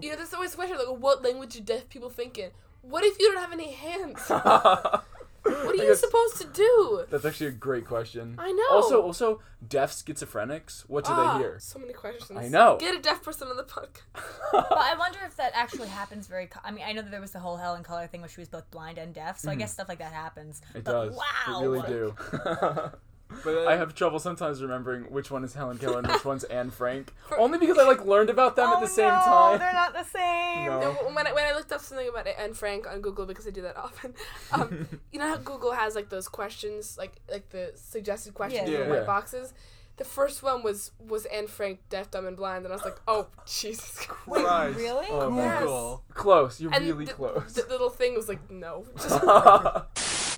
[SPEAKER 5] You know, there's always a question like, what language do deaf people think in? What if you don't have any hands? What are you
[SPEAKER 8] guess-
[SPEAKER 5] supposed to do?
[SPEAKER 8] That's actually a great question.
[SPEAKER 5] I know.
[SPEAKER 8] Also, also deaf schizophrenics. What do
[SPEAKER 5] Ah,
[SPEAKER 8] they hear?
[SPEAKER 5] So many questions.
[SPEAKER 8] I know.
[SPEAKER 5] Get a deaf person on the podcast.
[SPEAKER 7] But I wonder if that actually happens very. Co- I mean, I know that there was the whole Helen Color thing where she was both blind and deaf, so I guess stuff like that happens.
[SPEAKER 8] Hmm. It
[SPEAKER 7] but
[SPEAKER 8] does.
[SPEAKER 7] Wow.
[SPEAKER 8] It really do.
[SPEAKER 6] But then-
[SPEAKER 8] I have trouble sometimes remembering which one is Helen Keller and which one's Anne Frank. Only because I like learned about them
[SPEAKER 5] Oh,
[SPEAKER 8] at the same time.
[SPEAKER 7] Oh, they're not the same.
[SPEAKER 8] No.
[SPEAKER 5] No, when I, when I looked up something about Anne Frank on Google because I do that often, um, you know how Google has like those questions, like like the suggested questions
[SPEAKER 7] Yeah.
[SPEAKER 5] in the
[SPEAKER 8] Yeah.
[SPEAKER 5] white
[SPEAKER 8] Yeah.
[SPEAKER 5] boxes. The first one was was Anne Frank deaf, dumb, and blind, and I was like, oh Jesus Christ.
[SPEAKER 6] Christ.
[SPEAKER 7] Really?
[SPEAKER 8] Oh,
[SPEAKER 5] Yes.
[SPEAKER 6] Google.
[SPEAKER 8] Close. You're
[SPEAKER 5] And
[SPEAKER 8] really
[SPEAKER 5] the,
[SPEAKER 8] close.
[SPEAKER 5] The little thing was like, no. Just,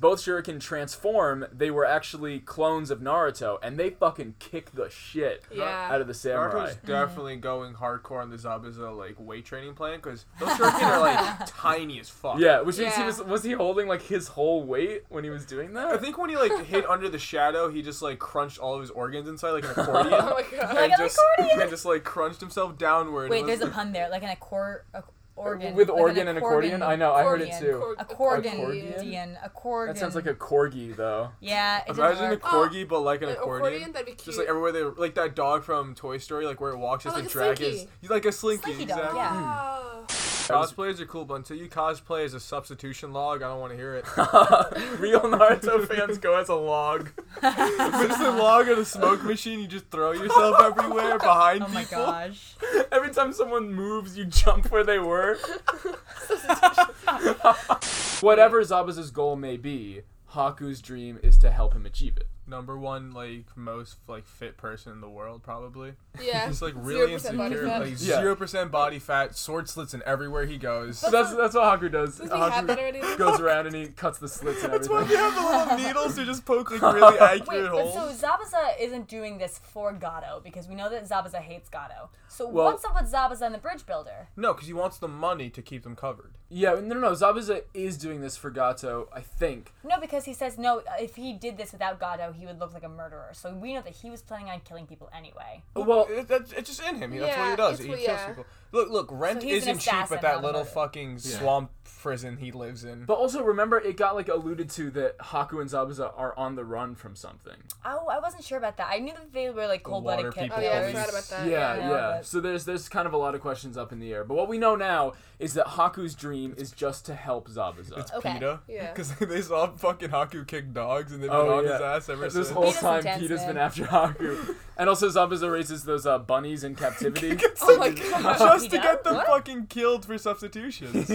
[SPEAKER 8] both Shuriken transform, they were actually clones of Naruto, and they fucking kick the shit
[SPEAKER 5] Yeah.
[SPEAKER 8] out of the samurai.
[SPEAKER 3] Naruto's definitely going hardcore on the Zabuza like weight training plan because those shuriken are like tiny as fuck.
[SPEAKER 8] Yeah, which means he
[SPEAKER 5] Yeah.
[SPEAKER 8] was was he holding like his whole weight when he was doing that?
[SPEAKER 3] I think when he like hid under the shadow, he just like crunched all of his organs inside like an accordion.
[SPEAKER 5] Oh my god.
[SPEAKER 7] Like
[SPEAKER 3] and
[SPEAKER 7] an
[SPEAKER 3] just,
[SPEAKER 7] accordion.
[SPEAKER 3] and just like crunched himself downward.
[SPEAKER 7] Wait,
[SPEAKER 3] It
[SPEAKER 7] there's
[SPEAKER 3] was-
[SPEAKER 7] a pun there, like an accor- a- organ.
[SPEAKER 8] With
[SPEAKER 7] like
[SPEAKER 8] organ and accordion? I know, I heard it
[SPEAKER 7] accordion.
[SPEAKER 8] too.
[SPEAKER 7] A corgan,
[SPEAKER 8] Accordion?
[SPEAKER 7] Dian, a corgan.
[SPEAKER 8] That sounds like a corgi though.
[SPEAKER 7] yeah. It doesn't
[SPEAKER 3] Imagine a
[SPEAKER 7] work.
[SPEAKER 3] corgi, but like an
[SPEAKER 5] An
[SPEAKER 3] accordion.
[SPEAKER 5] accordion, that'd be cute.
[SPEAKER 3] Just like everywhere they like that dog from Toy Story, like where it walks,
[SPEAKER 5] Oh,
[SPEAKER 3] just
[SPEAKER 5] like
[SPEAKER 3] like
[SPEAKER 5] a
[SPEAKER 3] drag
[SPEAKER 5] Slinky.
[SPEAKER 3] his. He's like a slinky,
[SPEAKER 7] Slinky dog,
[SPEAKER 3] exactly.
[SPEAKER 7] yeah.
[SPEAKER 5] Oh.
[SPEAKER 3] Cosplayers are cool, but until you cosplay as a substitution log, I don't want to hear it.
[SPEAKER 8] Real Naruto fans go as a log.
[SPEAKER 3] Just a log on a smoke machine, you just throw yourself everywhere behind
[SPEAKER 7] Oh my
[SPEAKER 3] people.
[SPEAKER 7] gosh.
[SPEAKER 8] Every time someone moves, you jump where they were. Whatever Zabuza's goal may be, Haku's dream is to help him achieve it.
[SPEAKER 3] Number one, like most like fit person in the world, probably.
[SPEAKER 5] Yeah.
[SPEAKER 3] He's like really
[SPEAKER 5] 0% body
[SPEAKER 3] insecure,
[SPEAKER 5] fat.
[SPEAKER 3] like
[SPEAKER 8] Yeah.
[SPEAKER 3] zero percent body fat, sword slits in everywhere he goes.
[SPEAKER 8] So that's that's what Haku does.
[SPEAKER 5] Does he have that
[SPEAKER 8] Haku
[SPEAKER 5] already?
[SPEAKER 8] goes around and he cuts the slits and
[SPEAKER 3] That's why they
[SPEAKER 8] everything.
[SPEAKER 3] have the little needles to just poke like really accurate
[SPEAKER 7] Wait, but
[SPEAKER 3] holes.
[SPEAKER 7] so Zabuza isn't doing this for Gato because we know that Zabuza hates Gato. So
[SPEAKER 8] Well-
[SPEAKER 7] what's up with Zabuza and the Bridge Builder?
[SPEAKER 3] no, because he wants the money to keep them covered.
[SPEAKER 8] Yeah, no, no, no. Zabuza is doing this for Gato, I think.
[SPEAKER 7] No, because he says no. uh, If he did this without Gato, he would look like a murderer. So we know that he was planning on killing people anyway.
[SPEAKER 8] Well,
[SPEAKER 3] It, that, it's just in him. That's what
[SPEAKER 5] Yeah,
[SPEAKER 3] he does.
[SPEAKER 5] it's
[SPEAKER 3] He
[SPEAKER 5] what-
[SPEAKER 3] kills
[SPEAKER 5] yeah.
[SPEAKER 3] people. Look, look, rent
[SPEAKER 7] So he's an
[SPEAKER 3] isn't cheap
[SPEAKER 7] assassin,
[SPEAKER 3] at
[SPEAKER 7] not
[SPEAKER 3] that
[SPEAKER 7] a
[SPEAKER 3] little
[SPEAKER 7] murderer.
[SPEAKER 3] fucking swamp prison he lives in.
[SPEAKER 8] but also remember, it got like alluded to that Haku and Zabuza are on the run from something.
[SPEAKER 7] Oh, I wasn't sure about that. I knew that they were like cold blooded
[SPEAKER 3] water
[SPEAKER 7] killers.
[SPEAKER 3] people
[SPEAKER 5] Oh yeah, I
[SPEAKER 3] Police.
[SPEAKER 5] forgot about that.
[SPEAKER 7] Yeah,
[SPEAKER 8] Yeah, yeah.
[SPEAKER 7] but-
[SPEAKER 8] So there's there's kind of a lot of questions up in the air. But what we know now is that Haku's dream is just to help Zabuza.
[SPEAKER 3] It's
[SPEAKER 7] Okay.
[SPEAKER 3] PETA.
[SPEAKER 5] Yeah.
[SPEAKER 3] Because they saw fucking Haku kick dogs and they've been
[SPEAKER 8] Oh,
[SPEAKER 3] on his
[SPEAKER 8] yeah.
[SPEAKER 3] ass ever
[SPEAKER 8] This
[SPEAKER 3] since.
[SPEAKER 8] whole
[SPEAKER 7] Peter's
[SPEAKER 8] time,
[SPEAKER 7] intense,
[SPEAKER 8] Peter's
[SPEAKER 7] man.
[SPEAKER 8] been after Haku, and also Zabuza raises those uh, bunnies in captivity.
[SPEAKER 5] Oh my god.
[SPEAKER 3] just
[SPEAKER 7] He
[SPEAKER 3] to
[SPEAKER 7] does?
[SPEAKER 3] get them
[SPEAKER 7] What?
[SPEAKER 3] fucking killed for substitutions.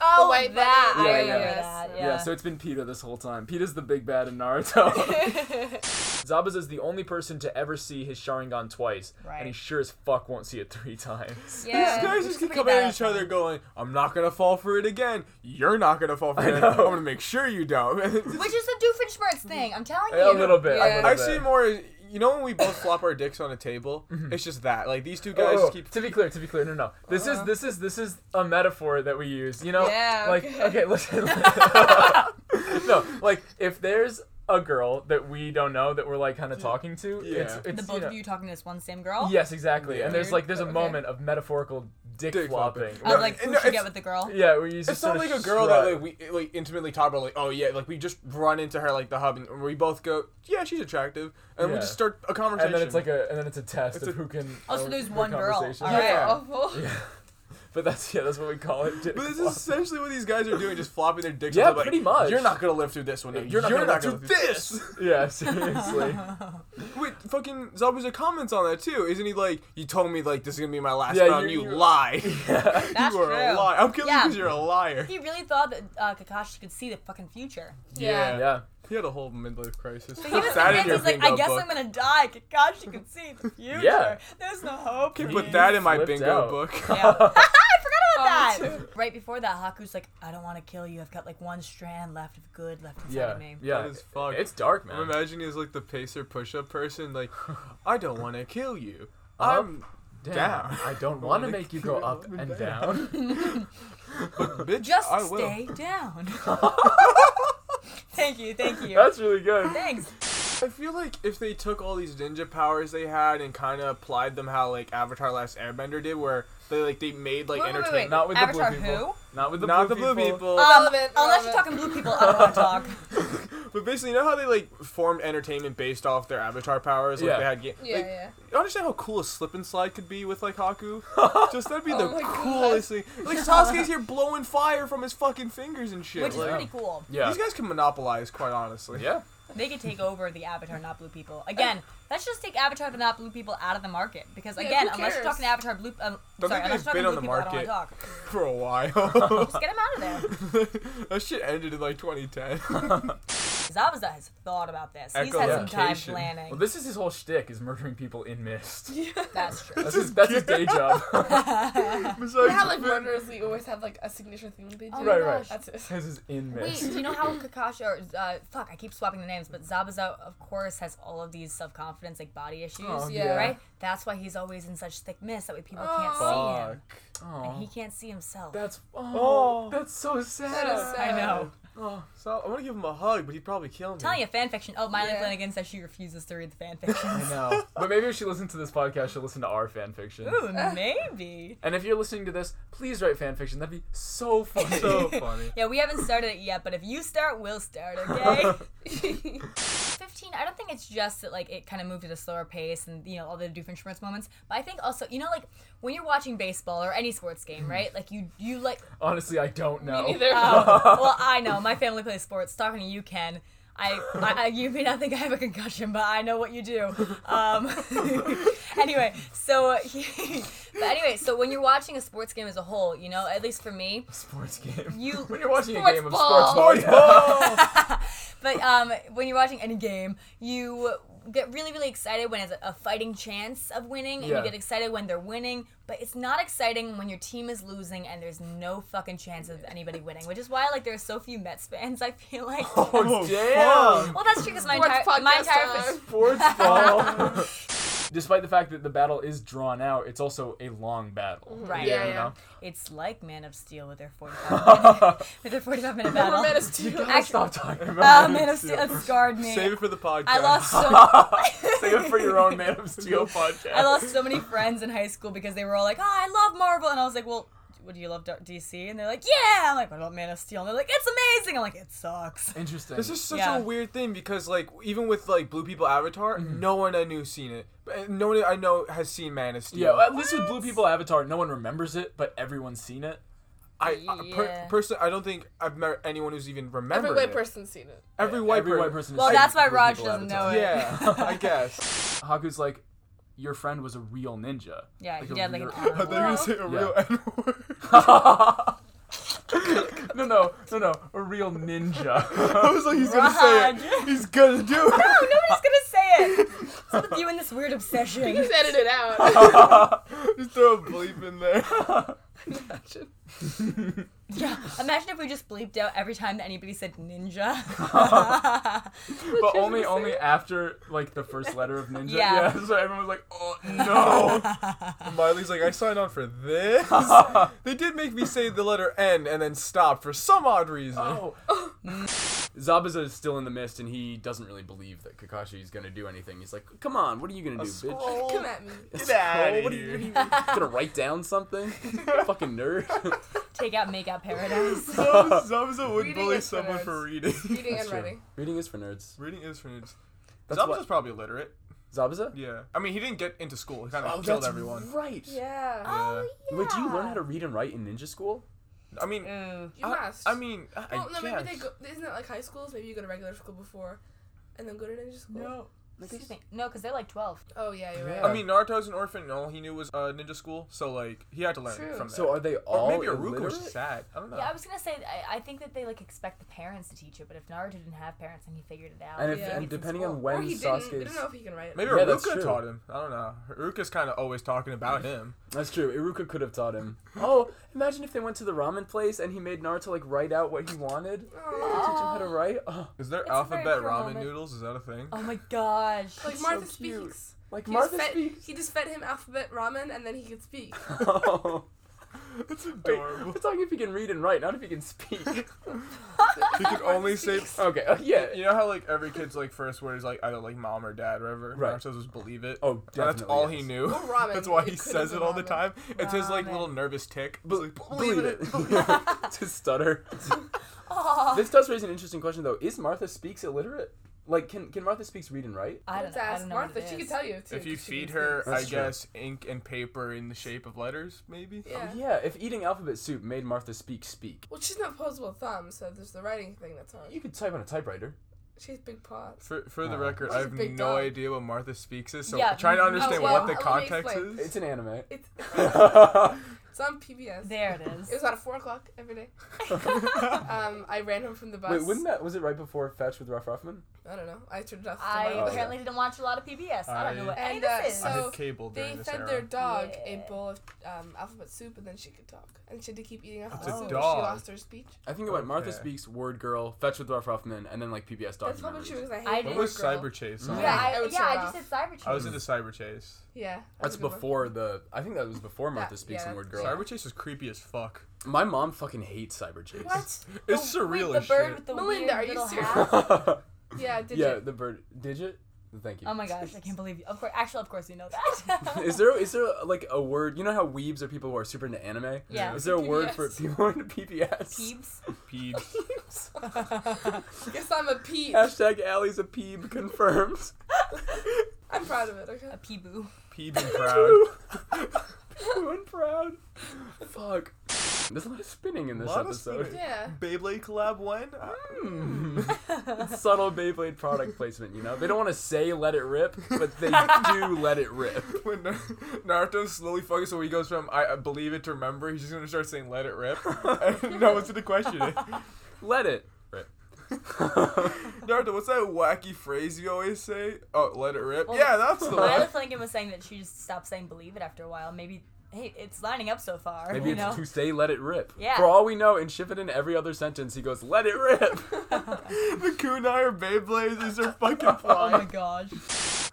[SPEAKER 7] Oh,
[SPEAKER 5] white
[SPEAKER 7] that
[SPEAKER 5] bunny.
[SPEAKER 7] I
[SPEAKER 8] Yeah,
[SPEAKER 7] remember
[SPEAKER 5] yeah.
[SPEAKER 7] that. Yeah.
[SPEAKER 8] Yeah, so it's been Peter this whole time. Peter's the big bad in Naruto. Zabuza's the only person to ever see his Sharingan twice,
[SPEAKER 7] Right.
[SPEAKER 8] and he sure as fuck won't see it three times.
[SPEAKER 7] yeah.
[SPEAKER 3] These guys just gonna
[SPEAKER 7] Pretty
[SPEAKER 3] come at
[SPEAKER 7] badass
[SPEAKER 3] each other
[SPEAKER 7] one.
[SPEAKER 3] going, I'm not gonna fall for it again. You're not gonna fall for it. again. I'm gonna make sure you don't.
[SPEAKER 7] Which is the Doofenshmirtz thing. I'm telling you.
[SPEAKER 8] A little bit.
[SPEAKER 5] Yeah.
[SPEAKER 8] A little
[SPEAKER 3] I
[SPEAKER 8] bit.
[SPEAKER 3] see more. as- You know when we both flop our dicks on a table? It's just that. Like these two guys
[SPEAKER 8] Mm-hmm. Oh,
[SPEAKER 3] just keep.
[SPEAKER 8] to be clear, to be clear, no, no. This
[SPEAKER 7] Uh-huh.
[SPEAKER 8] is this is this is a metaphor that we use. You know,
[SPEAKER 5] Yeah,
[SPEAKER 8] like
[SPEAKER 5] okay.
[SPEAKER 8] okay, listen. no, like if there's a girl that we don't know that we're like kind of talking to,
[SPEAKER 3] Yeah.
[SPEAKER 8] it's
[SPEAKER 7] Mm. The
[SPEAKER 8] it's
[SPEAKER 7] both
[SPEAKER 8] you know,
[SPEAKER 7] of you talking to this one same girl.
[SPEAKER 8] yes, exactly. And there's
[SPEAKER 5] Weird,
[SPEAKER 8] like there's a
[SPEAKER 5] but okay.
[SPEAKER 8] moment of metaphorical dick,
[SPEAKER 3] Dick
[SPEAKER 8] flopping.
[SPEAKER 3] flopping.
[SPEAKER 7] Of
[SPEAKER 3] No,
[SPEAKER 7] like who
[SPEAKER 3] no,
[SPEAKER 7] should get
[SPEAKER 3] it's-
[SPEAKER 7] with the girl.
[SPEAKER 8] Yeah, we use.
[SPEAKER 3] It's not like a girl that like we like intimately talk about like oh yeah like we just run into her like the hub and we both go yeah she's attractive and we
[SPEAKER 8] Yeah.
[SPEAKER 3] just start a conversation
[SPEAKER 8] and then it's like a and then it's a test
[SPEAKER 3] It's
[SPEAKER 8] of
[SPEAKER 3] a-
[SPEAKER 8] who can.
[SPEAKER 7] Oh, so
[SPEAKER 8] uh,
[SPEAKER 7] there's
[SPEAKER 8] her
[SPEAKER 7] one girl.
[SPEAKER 8] conversations.
[SPEAKER 7] All right.
[SPEAKER 3] Yeah.
[SPEAKER 5] Awful.
[SPEAKER 8] But that's yeah, that's what we call it. dick
[SPEAKER 3] But this
[SPEAKER 8] flop.
[SPEAKER 3] is essentially what these guys are doing, just flopping their dicks.
[SPEAKER 8] Yeah,
[SPEAKER 3] up, like,
[SPEAKER 8] pretty much.
[SPEAKER 3] You're not gonna live through this one. No, You're not
[SPEAKER 8] You're
[SPEAKER 3] gonna
[SPEAKER 8] not
[SPEAKER 3] live through this.
[SPEAKER 8] yeah, seriously.
[SPEAKER 3] Wait, fucking Zabuza comments on that too, isn't he? Like, you told me like this is gonna be my last
[SPEAKER 8] Yeah,
[SPEAKER 3] round.
[SPEAKER 8] you're-
[SPEAKER 3] You
[SPEAKER 8] you're-
[SPEAKER 3] lie.
[SPEAKER 7] That's
[SPEAKER 3] you are a
[SPEAKER 7] true.
[SPEAKER 3] liar. I'm killing
[SPEAKER 7] Yeah.
[SPEAKER 3] you because you're a liar.
[SPEAKER 7] He really thought that uh, Kakashi could see the fucking future.
[SPEAKER 5] Yeah.
[SPEAKER 8] yeah.
[SPEAKER 3] He had a whole midlife crisis.
[SPEAKER 7] He was
[SPEAKER 3] that in
[SPEAKER 7] convinced,
[SPEAKER 3] your
[SPEAKER 7] he's like,
[SPEAKER 3] bingo
[SPEAKER 7] I guess
[SPEAKER 3] book.
[SPEAKER 7] I'm gonna die. Kakashi could see the future.
[SPEAKER 8] Yeah.
[SPEAKER 7] There's no hope.
[SPEAKER 3] Can
[SPEAKER 7] Yeah.
[SPEAKER 3] put that in my
[SPEAKER 8] Flipped
[SPEAKER 3] bingo
[SPEAKER 8] out.
[SPEAKER 3] book.
[SPEAKER 7] I forgot about
[SPEAKER 5] Oh,
[SPEAKER 7] that.
[SPEAKER 5] me
[SPEAKER 7] Right before that, Haku's like, I don't want to kill you. I've got like one strand left of good left inside
[SPEAKER 8] Yeah,
[SPEAKER 7] of me.
[SPEAKER 8] yeah.
[SPEAKER 3] That is fucked.
[SPEAKER 8] It's dark, man.
[SPEAKER 3] I'm imagining he's like the pacer push-up person. Like, I don't want to kill you.
[SPEAKER 8] Uh-huh.
[SPEAKER 3] I'm down.
[SPEAKER 8] I don't want to make you go up and down.
[SPEAKER 3] bitch.
[SPEAKER 7] Just
[SPEAKER 3] I will.
[SPEAKER 7] stay down. thank you, thank you.
[SPEAKER 8] That's really good.
[SPEAKER 7] Thanks.
[SPEAKER 3] I feel like if they took all these ninja powers they had and kind of applied them how like Avatar: Last Airbender did, where they like they made like
[SPEAKER 7] Wait, wait, wait, wait.
[SPEAKER 3] entertainment.
[SPEAKER 8] Not with the blue
[SPEAKER 7] Avatar
[SPEAKER 8] people. Not with the
[SPEAKER 3] Not
[SPEAKER 8] blue
[SPEAKER 3] the blue people.
[SPEAKER 7] Uh,
[SPEAKER 5] Relevant,
[SPEAKER 7] Um, Unless
[SPEAKER 5] relevant.
[SPEAKER 7] you're talking blue people, I don't want to talk.
[SPEAKER 3] But basically, you know how they like formed entertainment based off their avatar powers. Like
[SPEAKER 8] Yeah.
[SPEAKER 3] they had game.
[SPEAKER 5] Yeah,
[SPEAKER 3] like,
[SPEAKER 5] yeah.
[SPEAKER 3] You understand how cool a slip and slide could be with like Haku? Just that'd be
[SPEAKER 5] Oh
[SPEAKER 3] the
[SPEAKER 5] my God.
[SPEAKER 3] coolest thing. Like Sasuke's here blowing fire from his fucking fingers and shit.
[SPEAKER 7] Which is
[SPEAKER 3] like,
[SPEAKER 7] pretty cool.
[SPEAKER 8] Yeah.
[SPEAKER 3] These guys can monopolize, quite honestly.
[SPEAKER 8] Yeah.
[SPEAKER 7] They could take over the Avatar, not blue people. Again, let's just take Avatar, the not blue people, out of the market because
[SPEAKER 5] Yeah,
[SPEAKER 7] again,
[SPEAKER 5] who
[SPEAKER 7] unless you're
[SPEAKER 5] cares?
[SPEAKER 7] talking Avatar blue, um,
[SPEAKER 3] Don't
[SPEAKER 7] sorry,
[SPEAKER 3] think
[SPEAKER 7] unless
[SPEAKER 3] they've
[SPEAKER 7] you're talking
[SPEAKER 3] been
[SPEAKER 7] blue
[SPEAKER 3] on the
[SPEAKER 7] people, I don't want to talk.
[SPEAKER 3] For a while.
[SPEAKER 7] Just get them out of there.
[SPEAKER 3] that shit ended in like 2010.
[SPEAKER 7] Zabuza has thought about this. He's had some time
[SPEAKER 10] Echolocation.
[SPEAKER 7] planning.
[SPEAKER 8] Well, this is his whole shtick: is murdering people in mist.
[SPEAKER 7] That's true.
[SPEAKER 8] That's his, that's his day job.
[SPEAKER 5] They have like murderers league always have like a signature thing that they do.
[SPEAKER 7] Oh my
[SPEAKER 8] Right, right.
[SPEAKER 5] That's it.
[SPEAKER 8] His is in
[SPEAKER 7] Wait,
[SPEAKER 8] mist.
[SPEAKER 7] do you know how Kakashi or uh, fuck? I keep swapping the names, but Zabuza, of course, has all of these self confidence like body issues,
[SPEAKER 3] Oh,
[SPEAKER 5] yeah.
[SPEAKER 7] right? That's why he's always in such thick mist that way people can't see him, and he can't see himself.
[SPEAKER 8] That's oh,
[SPEAKER 3] Oh.
[SPEAKER 8] that's so sad.
[SPEAKER 5] That is sad.
[SPEAKER 3] Oh, so I want to give him a hug, but he'd probably kill me.
[SPEAKER 7] telling you, fanfiction. Oh, Miley
[SPEAKER 5] Yeah.
[SPEAKER 7] Flanagan says she refuses to read the fanfiction.
[SPEAKER 8] I know. But maybe if she listens to this podcast, she'll listen to our fan fiction.
[SPEAKER 7] Ooh, maybe.
[SPEAKER 8] And if you're listening to this, please write fan fiction. That'd be so funny.
[SPEAKER 3] So funny.
[SPEAKER 7] Yeah, we haven't started it yet, but if you start, we'll start, okay? 15, I don't think it's just that, like, it kind of moved at a slower pace and, you know, all the Doofenshmirtz moments, but I think also, you know, like, when you're watching baseball or any sports game, right? Like, you, you like,
[SPEAKER 8] Honestly, I don't know.
[SPEAKER 5] Neither.
[SPEAKER 7] oh, well, I know, my family plays sports. Talking to you, Ken, I, I, I, you may not think I have a concussion, but I know what you do. Um, anyway, so, he, but anyway, so when you're watching a sports game as a whole, you know, at least for me,
[SPEAKER 8] Sports game.
[SPEAKER 7] you,
[SPEAKER 8] When you're watching a
[SPEAKER 5] Sports
[SPEAKER 8] game of
[SPEAKER 5] ball.
[SPEAKER 8] sports
[SPEAKER 3] Oh,
[SPEAKER 8] ball,
[SPEAKER 5] Sports
[SPEAKER 8] yeah.
[SPEAKER 7] But um, when you're watching any game, you get really, really excited when it's a fighting chance of winning, and
[SPEAKER 8] Yeah.
[SPEAKER 7] you get excited when they're winning. But it's not exciting when your team is losing and there's no fucking chance of anybody winning, which is why like there's so few Mets fans. I feel like.
[SPEAKER 8] Oh, damn.
[SPEAKER 7] Well, that's true because my
[SPEAKER 5] Sports
[SPEAKER 7] entire
[SPEAKER 5] podcast
[SPEAKER 7] my entire
[SPEAKER 5] time.
[SPEAKER 8] Sports ball. Despite the fact that the battle is drawn out, it's also a long battle.
[SPEAKER 7] Right.
[SPEAKER 5] Yeah,
[SPEAKER 8] You
[SPEAKER 5] yeah.
[SPEAKER 8] know?
[SPEAKER 7] It's like Man of Steel with their 45 minute, with their 45 minute battle.
[SPEAKER 5] Or Man of Steel.
[SPEAKER 7] Actually-
[SPEAKER 8] Stop talking
[SPEAKER 7] Ah,
[SPEAKER 8] about it.
[SPEAKER 7] Man of Steel, that scarred me.
[SPEAKER 3] Save it for the podcast.
[SPEAKER 7] I lost so.
[SPEAKER 8] Save it for your own Man of Steel podcast.
[SPEAKER 7] I lost so many friends in high school because they were all like, "Oh, I love Marvel," and I was like, "Well, what do you love Dar- DC?" And they're like, "Yeah." I'm like, "What about Man of Steel?" And they're like, "It's amazing." I'm like, "It sucks."
[SPEAKER 8] Interesting.
[SPEAKER 3] This is such
[SPEAKER 7] Yeah.
[SPEAKER 3] a weird thing because, like, even with like Blue People Avatar, no one I knew seen it. But No one I know has seen Man of Steel.
[SPEAKER 8] yeah, well, at least with Blue People Avatar, no one remembers it, but everyone's seen it.
[SPEAKER 3] I, I per,
[SPEAKER 7] Yeah.
[SPEAKER 3] personally, I don't think I've met anyone who's even remembered
[SPEAKER 5] Every white
[SPEAKER 3] it.
[SPEAKER 5] person's seen it.
[SPEAKER 3] Every white
[SPEAKER 8] Every
[SPEAKER 3] per-
[SPEAKER 8] white person. has
[SPEAKER 7] Well,
[SPEAKER 8] seen
[SPEAKER 7] that's why
[SPEAKER 8] Blue
[SPEAKER 7] Raj
[SPEAKER 8] People
[SPEAKER 7] doesn't
[SPEAKER 8] Avatar.
[SPEAKER 7] know it.
[SPEAKER 3] Yeah, I guess.
[SPEAKER 8] Haku's like, your friend was a real ninja.
[SPEAKER 7] Yeah,
[SPEAKER 8] Like
[SPEAKER 7] he
[SPEAKER 8] a
[SPEAKER 7] did like an
[SPEAKER 8] real-
[SPEAKER 3] I thought you were gonna say a
[SPEAKER 8] Yeah.
[SPEAKER 3] real N word.
[SPEAKER 8] no, no, no, no, a real ninja.
[SPEAKER 3] I was like, he's gonna say it. He's gonna do it.
[SPEAKER 7] No, nobody's gonna say it. What's with you and this weird obsession?
[SPEAKER 5] Just edit it out.
[SPEAKER 3] Just throw a bleep in there.
[SPEAKER 7] Yeah. Imagine if we just bleeped out every time that anybody said ninja.
[SPEAKER 8] but only, only after like the first letter of ninja.
[SPEAKER 7] Yeah.
[SPEAKER 8] so everyone was like, oh no.
[SPEAKER 3] Miley's like, I signed on for this. they did make me say the letter N and then stop for some odd reason.
[SPEAKER 8] Oh. Zabuza is still in the mist, and he doesn't really believe that Kakashi is gonna do anything. He's like, "Come on, what are you gonna do, bitch?
[SPEAKER 5] Come at me.
[SPEAKER 8] A scroll? What are you, what are you gonna write down something? Fucking nerd."
[SPEAKER 7] Take out, make out paradise.
[SPEAKER 3] Zabuza would
[SPEAKER 5] Reading
[SPEAKER 3] bully
[SPEAKER 5] is for
[SPEAKER 3] someone
[SPEAKER 5] nerds.
[SPEAKER 3] for reading.
[SPEAKER 5] Reading and
[SPEAKER 8] That's true.
[SPEAKER 5] writing.
[SPEAKER 8] Reading is for nerds.
[SPEAKER 3] reading is for nerds.
[SPEAKER 8] That's
[SPEAKER 3] Zabuza's
[SPEAKER 8] what
[SPEAKER 3] probably illiterate.
[SPEAKER 8] Zabuza.
[SPEAKER 3] Yeah. I mean, he didn't get into school. He kind of
[SPEAKER 8] Oh,
[SPEAKER 3] killed
[SPEAKER 8] that's
[SPEAKER 3] everyone.
[SPEAKER 8] right.
[SPEAKER 5] Yeah.
[SPEAKER 3] Yeah.
[SPEAKER 8] Wait, do you learn how to read and write in ninja school?
[SPEAKER 3] I mean,
[SPEAKER 7] Ooh.
[SPEAKER 5] You
[SPEAKER 3] I,
[SPEAKER 5] must.
[SPEAKER 3] I mean, I,
[SPEAKER 5] Well,
[SPEAKER 3] I
[SPEAKER 5] no, maybe they
[SPEAKER 3] guess.
[SPEAKER 5] go. Isn't it like high schools? Maybe you go to regular school before, and then go to ninja school.
[SPEAKER 3] No.
[SPEAKER 7] Excuse me. No, because they're like 12.
[SPEAKER 5] Oh yeah, you're right.
[SPEAKER 3] I mean, Naruto's an orphan, and all he knew was uh, ninja school, so like he had to learn
[SPEAKER 5] True.
[SPEAKER 3] it from there.
[SPEAKER 8] So are they all
[SPEAKER 3] or maybe Aruka
[SPEAKER 8] illiterate?
[SPEAKER 3] was just sad. I don't know.
[SPEAKER 7] Yeah, I was gonna say I, I think that they like expect the parents to teach it, but if Naruto didn't have parents, then he figured it out.
[SPEAKER 8] And, if,
[SPEAKER 5] Yeah.
[SPEAKER 8] and
[SPEAKER 7] It's in
[SPEAKER 8] depending
[SPEAKER 7] school.
[SPEAKER 8] on
[SPEAKER 5] or
[SPEAKER 8] when
[SPEAKER 5] he didn't. We
[SPEAKER 8] Sasuke's
[SPEAKER 5] don't know if he can write.
[SPEAKER 3] Maybe
[SPEAKER 8] Yeah, that's
[SPEAKER 3] Aruka
[SPEAKER 8] true.
[SPEAKER 3] taught him. I don't know. Aruka's kind of always talking about him.
[SPEAKER 8] That's true. Iruka could have taught him. Oh, imagine if they went to the ramen place and he made Naruto like write out what he wanted.
[SPEAKER 5] Oh.
[SPEAKER 8] Teach him how to write. Oh,
[SPEAKER 3] Is there
[SPEAKER 7] a very
[SPEAKER 3] alphabet
[SPEAKER 7] pure
[SPEAKER 3] ramen
[SPEAKER 7] moment.
[SPEAKER 3] noodles? Is that a thing?
[SPEAKER 7] Oh my gosh.
[SPEAKER 5] Like
[SPEAKER 8] so
[SPEAKER 5] Martha
[SPEAKER 8] cute.
[SPEAKER 5] speaks.
[SPEAKER 8] like
[SPEAKER 5] He
[SPEAKER 8] Martha
[SPEAKER 5] just fed,
[SPEAKER 8] speaks.
[SPEAKER 5] He just fed him alphabet ramen, and then he could speak.
[SPEAKER 8] Oh.
[SPEAKER 3] That's
[SPEAKER 8] Wait, we're talking if he can read and write, not if he can speak.
[SPEAKER 3] He could only say.
[SPEAKER 8] okay. uh, yeah.
[SPEAKER 3] You know how like every kid's like first word is like either like mom or dad, or whatever.
[SPEAKER 8] Right.
[SPEAKER 3] Naruto's was believe it.
[SPEAKER 8] Oh,
[SPEAKER 3] And that's
[SPEAKER 8] definitely,
[SPEAKER 3] all he
[SPEAKER 8] yes.
[SPEAKER 3] knew.
[SPEAKER 5] Or ramen.
[SPEAKER 3] That's why he
[SPEAKER 5] It could've
[SPEAKER 3] says it
[SPEAKER 5] been
[SPEAKER 3] all the
[SPEAKER 5] ramen.
[SPEAKER 3] time. It's his like
[SPEAKER 7] Ramen.
[SPEAKER 3] little nervous tick.
[SPEAKER 8] Be-
[SPEAKER 3] It's like,
[SPEAKER 8] believe it. to stutter. This does raise an interesting question though. Is Martha speaks illiterate? Like, can can Martha speaks read and write?
[SPEAKER 7] I don't
[SPEAKER 5] Let's
[SPEAKER 7] know. I
[SPEAKER 5] ask
[SPEAKER 7] don't know
[SPEAKER 5] Martha.
[SPEAKER 7] What it
[SPEAKER 5] She
[SPEAKER 7] is.
[SPEAKER 5] can tell you too.
[SPEAKER 3] If you
[SPEAKER 5] 'cause she
[SPEAKER 3] feed
[SPEAKER 5] can
[SPEAKER 3] her, uh,
[SPEAKER 5] speak.
[SPEAKER 3] I
[SPEAKER 8] That's true.
[SPEAKER 3] guess ink and paper in the shape of letters, maybe.
[SPEAKER 5] Yeah.
[SPEAKER 8] Oh, Yeah. If eating alphabet soup made Martha speak, speak.
[SPEAKER 5] Well, she's not opposable thumb, so there's the writing thing that's hard.
[SPEAKER 8] You could type on a typewriter.
[SPEAKER 5] She has big paws.
[SPEAKER 3] For, for the
[SPEAKER 8] Oh.
[SPEAKER 3] record,
[SPEAKER 5] She's
[SPEAKER 3] I
[SPEAKER 5] a
[SPEAKER 3] have no
[SPEAKER 5] big dog.
[SPEAKER 3] idea what Martha speaks is, so
[SPEAKER 7] Yeah,
[SPEAKER 3] I'm trying to
[SPEAKER 7] mm,
[SPEAKER 3] understand
[SPEAKER 5] oh, well,
[SPEAKER 3] what the
[SPEAKER 5] let me
[SPEAKER 3] context
[SPEAKER 5] explain.
[SPEAKER 3] is.
[SPEAKER 8] It's an anime.
[SPEAKER 5] It's It's on PBS.
[SPEAKER 7] There it
[SPEAKER 5] It
[SPEAKER 7] is.
[SPEAKER 5] was about four o'clock every day. um, I ran home from the bus.
[SPEAKER 8] Wait, wouldn't that was it right before Fetch with Ruff Ruffman?
[SPEAKER 5] I don't know. I turned it off.
[SPEAKER 7] I
[SPEAKER 5] tomorrow.
[SPEAKER 8] yeah.
[SPEAKER 7] apparently didn't watch a lot of PBS. I don't know what any
[SPEAKER 5] And,
[SPEAKER 7] of
[SPEAKER 5] uh,
[SPEAKER 7] this is.
[SPEAKER 3] I
[SPEAKER 5] So,
[SPEAKER 3] had cable
[SPEAKER 5] They
[SPEAKER 3] during this
[SPEAKER 5] fed
[SPEAKER 3] era.
[SPEAKER 5] their dog
[SPEAKER 7] Yeah.
[SPEAKER 5] a bowl of um, alphabet soup, and then she could talk. And she had to keep eating alphabet
[SPEAKER 3] a
[SPEAKER 5] soup. and
[SPEAKER 3] dog.
[SPEAKER 5] She lost her speech.
[SPEAKER 8] I think it went Martha
[SPEAKER 3] Okay.
[SPEAKER 8] Speaks, Word Girl, Fetch with Ruff Ruffman, and then like PBS
[SPEAKER 5] That's probably
[SPEAKER 8] documentaries.
[SPEAKER 5] true because I hate.
[SPEAKER 7] I
[SPEAKER 3] What
[SPEAKER 7] didn't-
[SPEAKER 5] Word
[SPEAKER 3] was
[SPEAKER 5] Girl.
[SPEAKER 3] Cyber Chase?
[SPEAKER 7] yeah,
[SPEAKER 3] on?
[SPEAKER 5] Yeah,
[SPEAKER 7] I,
[SPEAKER 5] I would
[SPEAKER 7] yeah, I
[SPEAKER 5] shut
[SPEAKER 7] just said Cyber
[SPEAKER 3] I was into Cyber Chase.
[SPEAKER 5] Yeah. that
[SPEAKER 8] That's
[SPEAKER 5] was a good one.
[SPEAKER 8] before the. I think that was before Martha
[SPEAKER 5] That-
[SPEAKER 8] Speaks
[SPEAKER 5] yeah,
[SPEAKER 8] and Word
[SPEAKER 5] that's-
[SPEAKER 8] Girl.
[SPEAKER 3] Cyber Chase was creepy as fuck.
[SPEAKER 8] My mom fucking hates Cyber Chase.
[SPEAKER 7] What?
[SPEAKER 3] It's
[SPEAKER 7] The-
[SPEAKER 3] surreal
[SPEAKER 7] Wait, the
[SPEAKER 3] as
[SPEAKER 7] bird
[SPEAKER 3] shit.
[SPEAKER 7] with the
[SPEAKER 5] Melinda,
[SPEAKER 7] weird
[SPEAKER 5] are you
[SPEAKER 7] little
[SPEAKER 5] serious?
[SPEAKER 7] hat?
[SPEAKER 5] Yeah. Did
[SPEAKER 8] yeah,
[SPEAKER 5] you? Um,
[SPEAKER 8] the bird digit. Thank you.
[SPEAKER 7] Oh my gosh, I can't believe you. Of course, actually, of course, you know that.
[SPEAKER 8] Is there is there like a word? You know how weebs are people who are super into anime.
[SPEAKER 7] Yeah.
[SPEAKER 8] Is there a word for
[SPEAKER 5] PBS.
[SPEAKER 8] people who are into PBS?
[SPEAKER 7] Peeps.
[SPEAKER 3] Peeps.
[SPEAKER 5] Guess I'm a peep.
[SPEAKER 8] Hashtag Allie's a peeb confirmed.
[SPEAKER 5] I'm proud of it. Okay.
[SPEAKER 7] A peeboo.
[SPEAKER 3] Peeb and proud.
[SPEAKER 8] Blue and proud. Fuck. There's a lot of spinning in this
[SPEAKER 3] Lot of
[SPEAKER 8] episode.
[SPEAKER 3] spinning.
[SPEAKER 5] Yeah.
[SPEAKER 3] Beyblade collab one.
[SPEAKER 8] Hmm. Subtle Beyblade product placement, you know? They don't want to say let it rip, but they do let it rip.
[SPEAKER 3] when Na- Naruto slowly focuses where he goes from I I believe it to remember, he's just gonna start saying let it rip. and no one's gonna question it.
[SPEAKER 8] Let it rip.
[SPEAKER 3] Naruto, what's that wacky phrase you always say? Oh, let it rip. yeah, that's the one.
[SPEAKER 7] Violet Flanagan was saying that she just stopped saying believe it after a while. Maybe, hey, it's lining up so far.
[SPEAKER 8] Maybe
[SPEAKER 7] you
[SPEAKER 8] it's
[SPEAKER 7] know?
[SPEAKER 8] to say let it rip.
[SPEAKER 7] Yeah.
[SPEAKER 8] For all we know, in Shippuden, every other sentence he goes, let it rip.
[SPEAKER 3] the kunai or Beyblades, these are fucking
[SPEAKER 7] Oh
[SPEAKER 3] fly.
[SPEAKER 7] my gosh.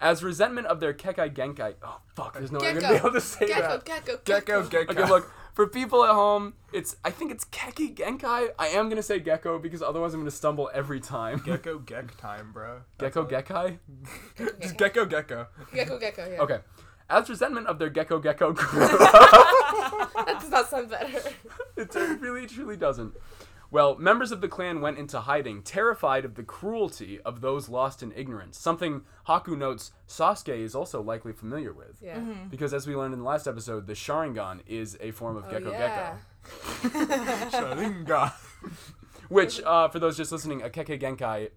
[SPEAKER 8] As resentment of their Kekai Genkai. Oh, fuck, there's no way I'm going to
[SPEAKER 5] Gecko.
[SPEAKER 8] be able to say
[SPEAKER 5] Gecko,
[SPEAKER 8] that.
[SPEAKER 5] gecko,
[SPEAKER 3] Gecko, gecko.
[SPEAKER 8] Okay, look. For people at home, it's I think it's Keki Genkai. I am gonna say gecko because otherwise I'm gonna stumble every time.
[SPEAKER 3] Gecko geck time, bro.
[SPEAKER 8] Gecko Gekai?
[SPEAKER 3] Just gecko gecko.
[SPEAKER 5] Gecko, gecko. Yeah.
[SPEAKER 8] Okay. As resentment of their gecko gecko grew up.
[SPEAKER 5] That does not sound better.
[SPEAKER 8] it really truly doesn't. Well, members of the clan went into hiding, terrified of the cruelty of those lost in ignorance, something Haku notes Sasuke is also likely familiar with.
[SPEAKER 5] Yeah.
[SPEAKER 7] Mm-hmm.
[SPEAKER 8] Because as we learned in the last episode, the Sharingan is a form of Gecko
[SPEAKER 5] Oh, yeah.
[SPEAKER 3] Sharinga.
[SPEAKER 8] Gecko. Which, uh, for those just listening, a Keke Genkai,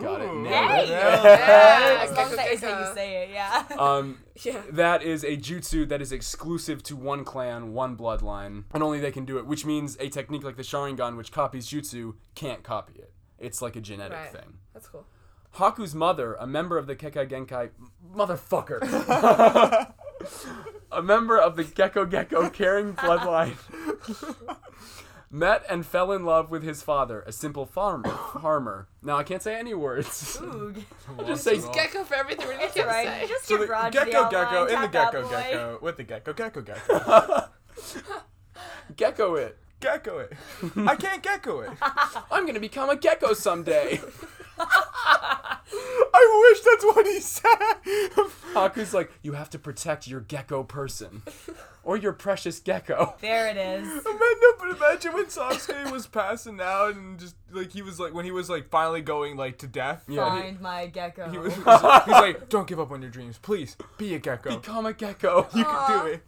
[SPEAKER 8] got it,
[SPEAKER 3] Ooh.
[SPEAKER 8] nailed
[SPEAKER 7] Hey!
[SPEAKER 8] it.
[SPEAKER 5] Yeah,
[SPEAKER 7] As long as that is how you
[SPEAKER 5] gecko.
[SPEAKER 7] say it, yeah.
[SPEAKER 8] Um,
[SPEAKER 5] Yeah.
[SPEAKER 8] That is a jutsu that is exclusive to one clan, one bloodline, and only they can do it, which means a technique like the Sharingan, which copies jutsu, can't copy it. It's like a genetic
[SPEAKER 5] Right.
[SPEAKER 8] thing.
[SPEAKER 5] That's cool.
[SPEAKER 8] Haku's mother, a member of the Kekai Genkai. Motherfucker! a member of the Gecko Gecko caring bloodline. Met and fell in love with his father, a simple farmer. farmer. Now I can't say any words.
[SPEAKER 7] Ooh,
[SPEAKER 8] Just say
[SPEAKER 5] Gecko for everything we're
[SPEAKER 7] it's all right.
[SPEAKER 5] say.
[SPEAKER 7] Just
[SPEAKER 3] So
[SPEAKER 7] give
[SPEAKER 3] the
[SPEAKER 7] Raj the
[SPEAKER 3] gecko gecko
[SPEAKER 7] outline,
[SPEAKER 3] in the
[SPEAKER 7] tap that
[SPEAKER 3] gecko
[SPEAKER 7] boy.
[SPEAKER 3] gecko with the gecko gecko gecko.
[SPEAKER 8] Gecko it.
[SPEAKER 3] gecko it. I can't gecko it.
[SPEAKER 8] I'm gonna become a gecko someday.
[SPEAKER 3] I wish that's what he said.
[SPEAKER 8] Haku's like, you have to protect your gecko person. Or your precious gecko.
[SPEAKER 7] There it is.
[SPEAKER 3] Man, no, but imagine when Sasuke was passing out and just like he was like when he was like finally going like to death.
[SPEAKER 8] Yeah.
[SPEAKER 7] Find my gecko.
[SPEAKER 3] He was, he's like, don't give up on your dreams, please. Be a gecko.
[SPEAKER 8] Become a gecko.
[SPEAKER 3] you can do it.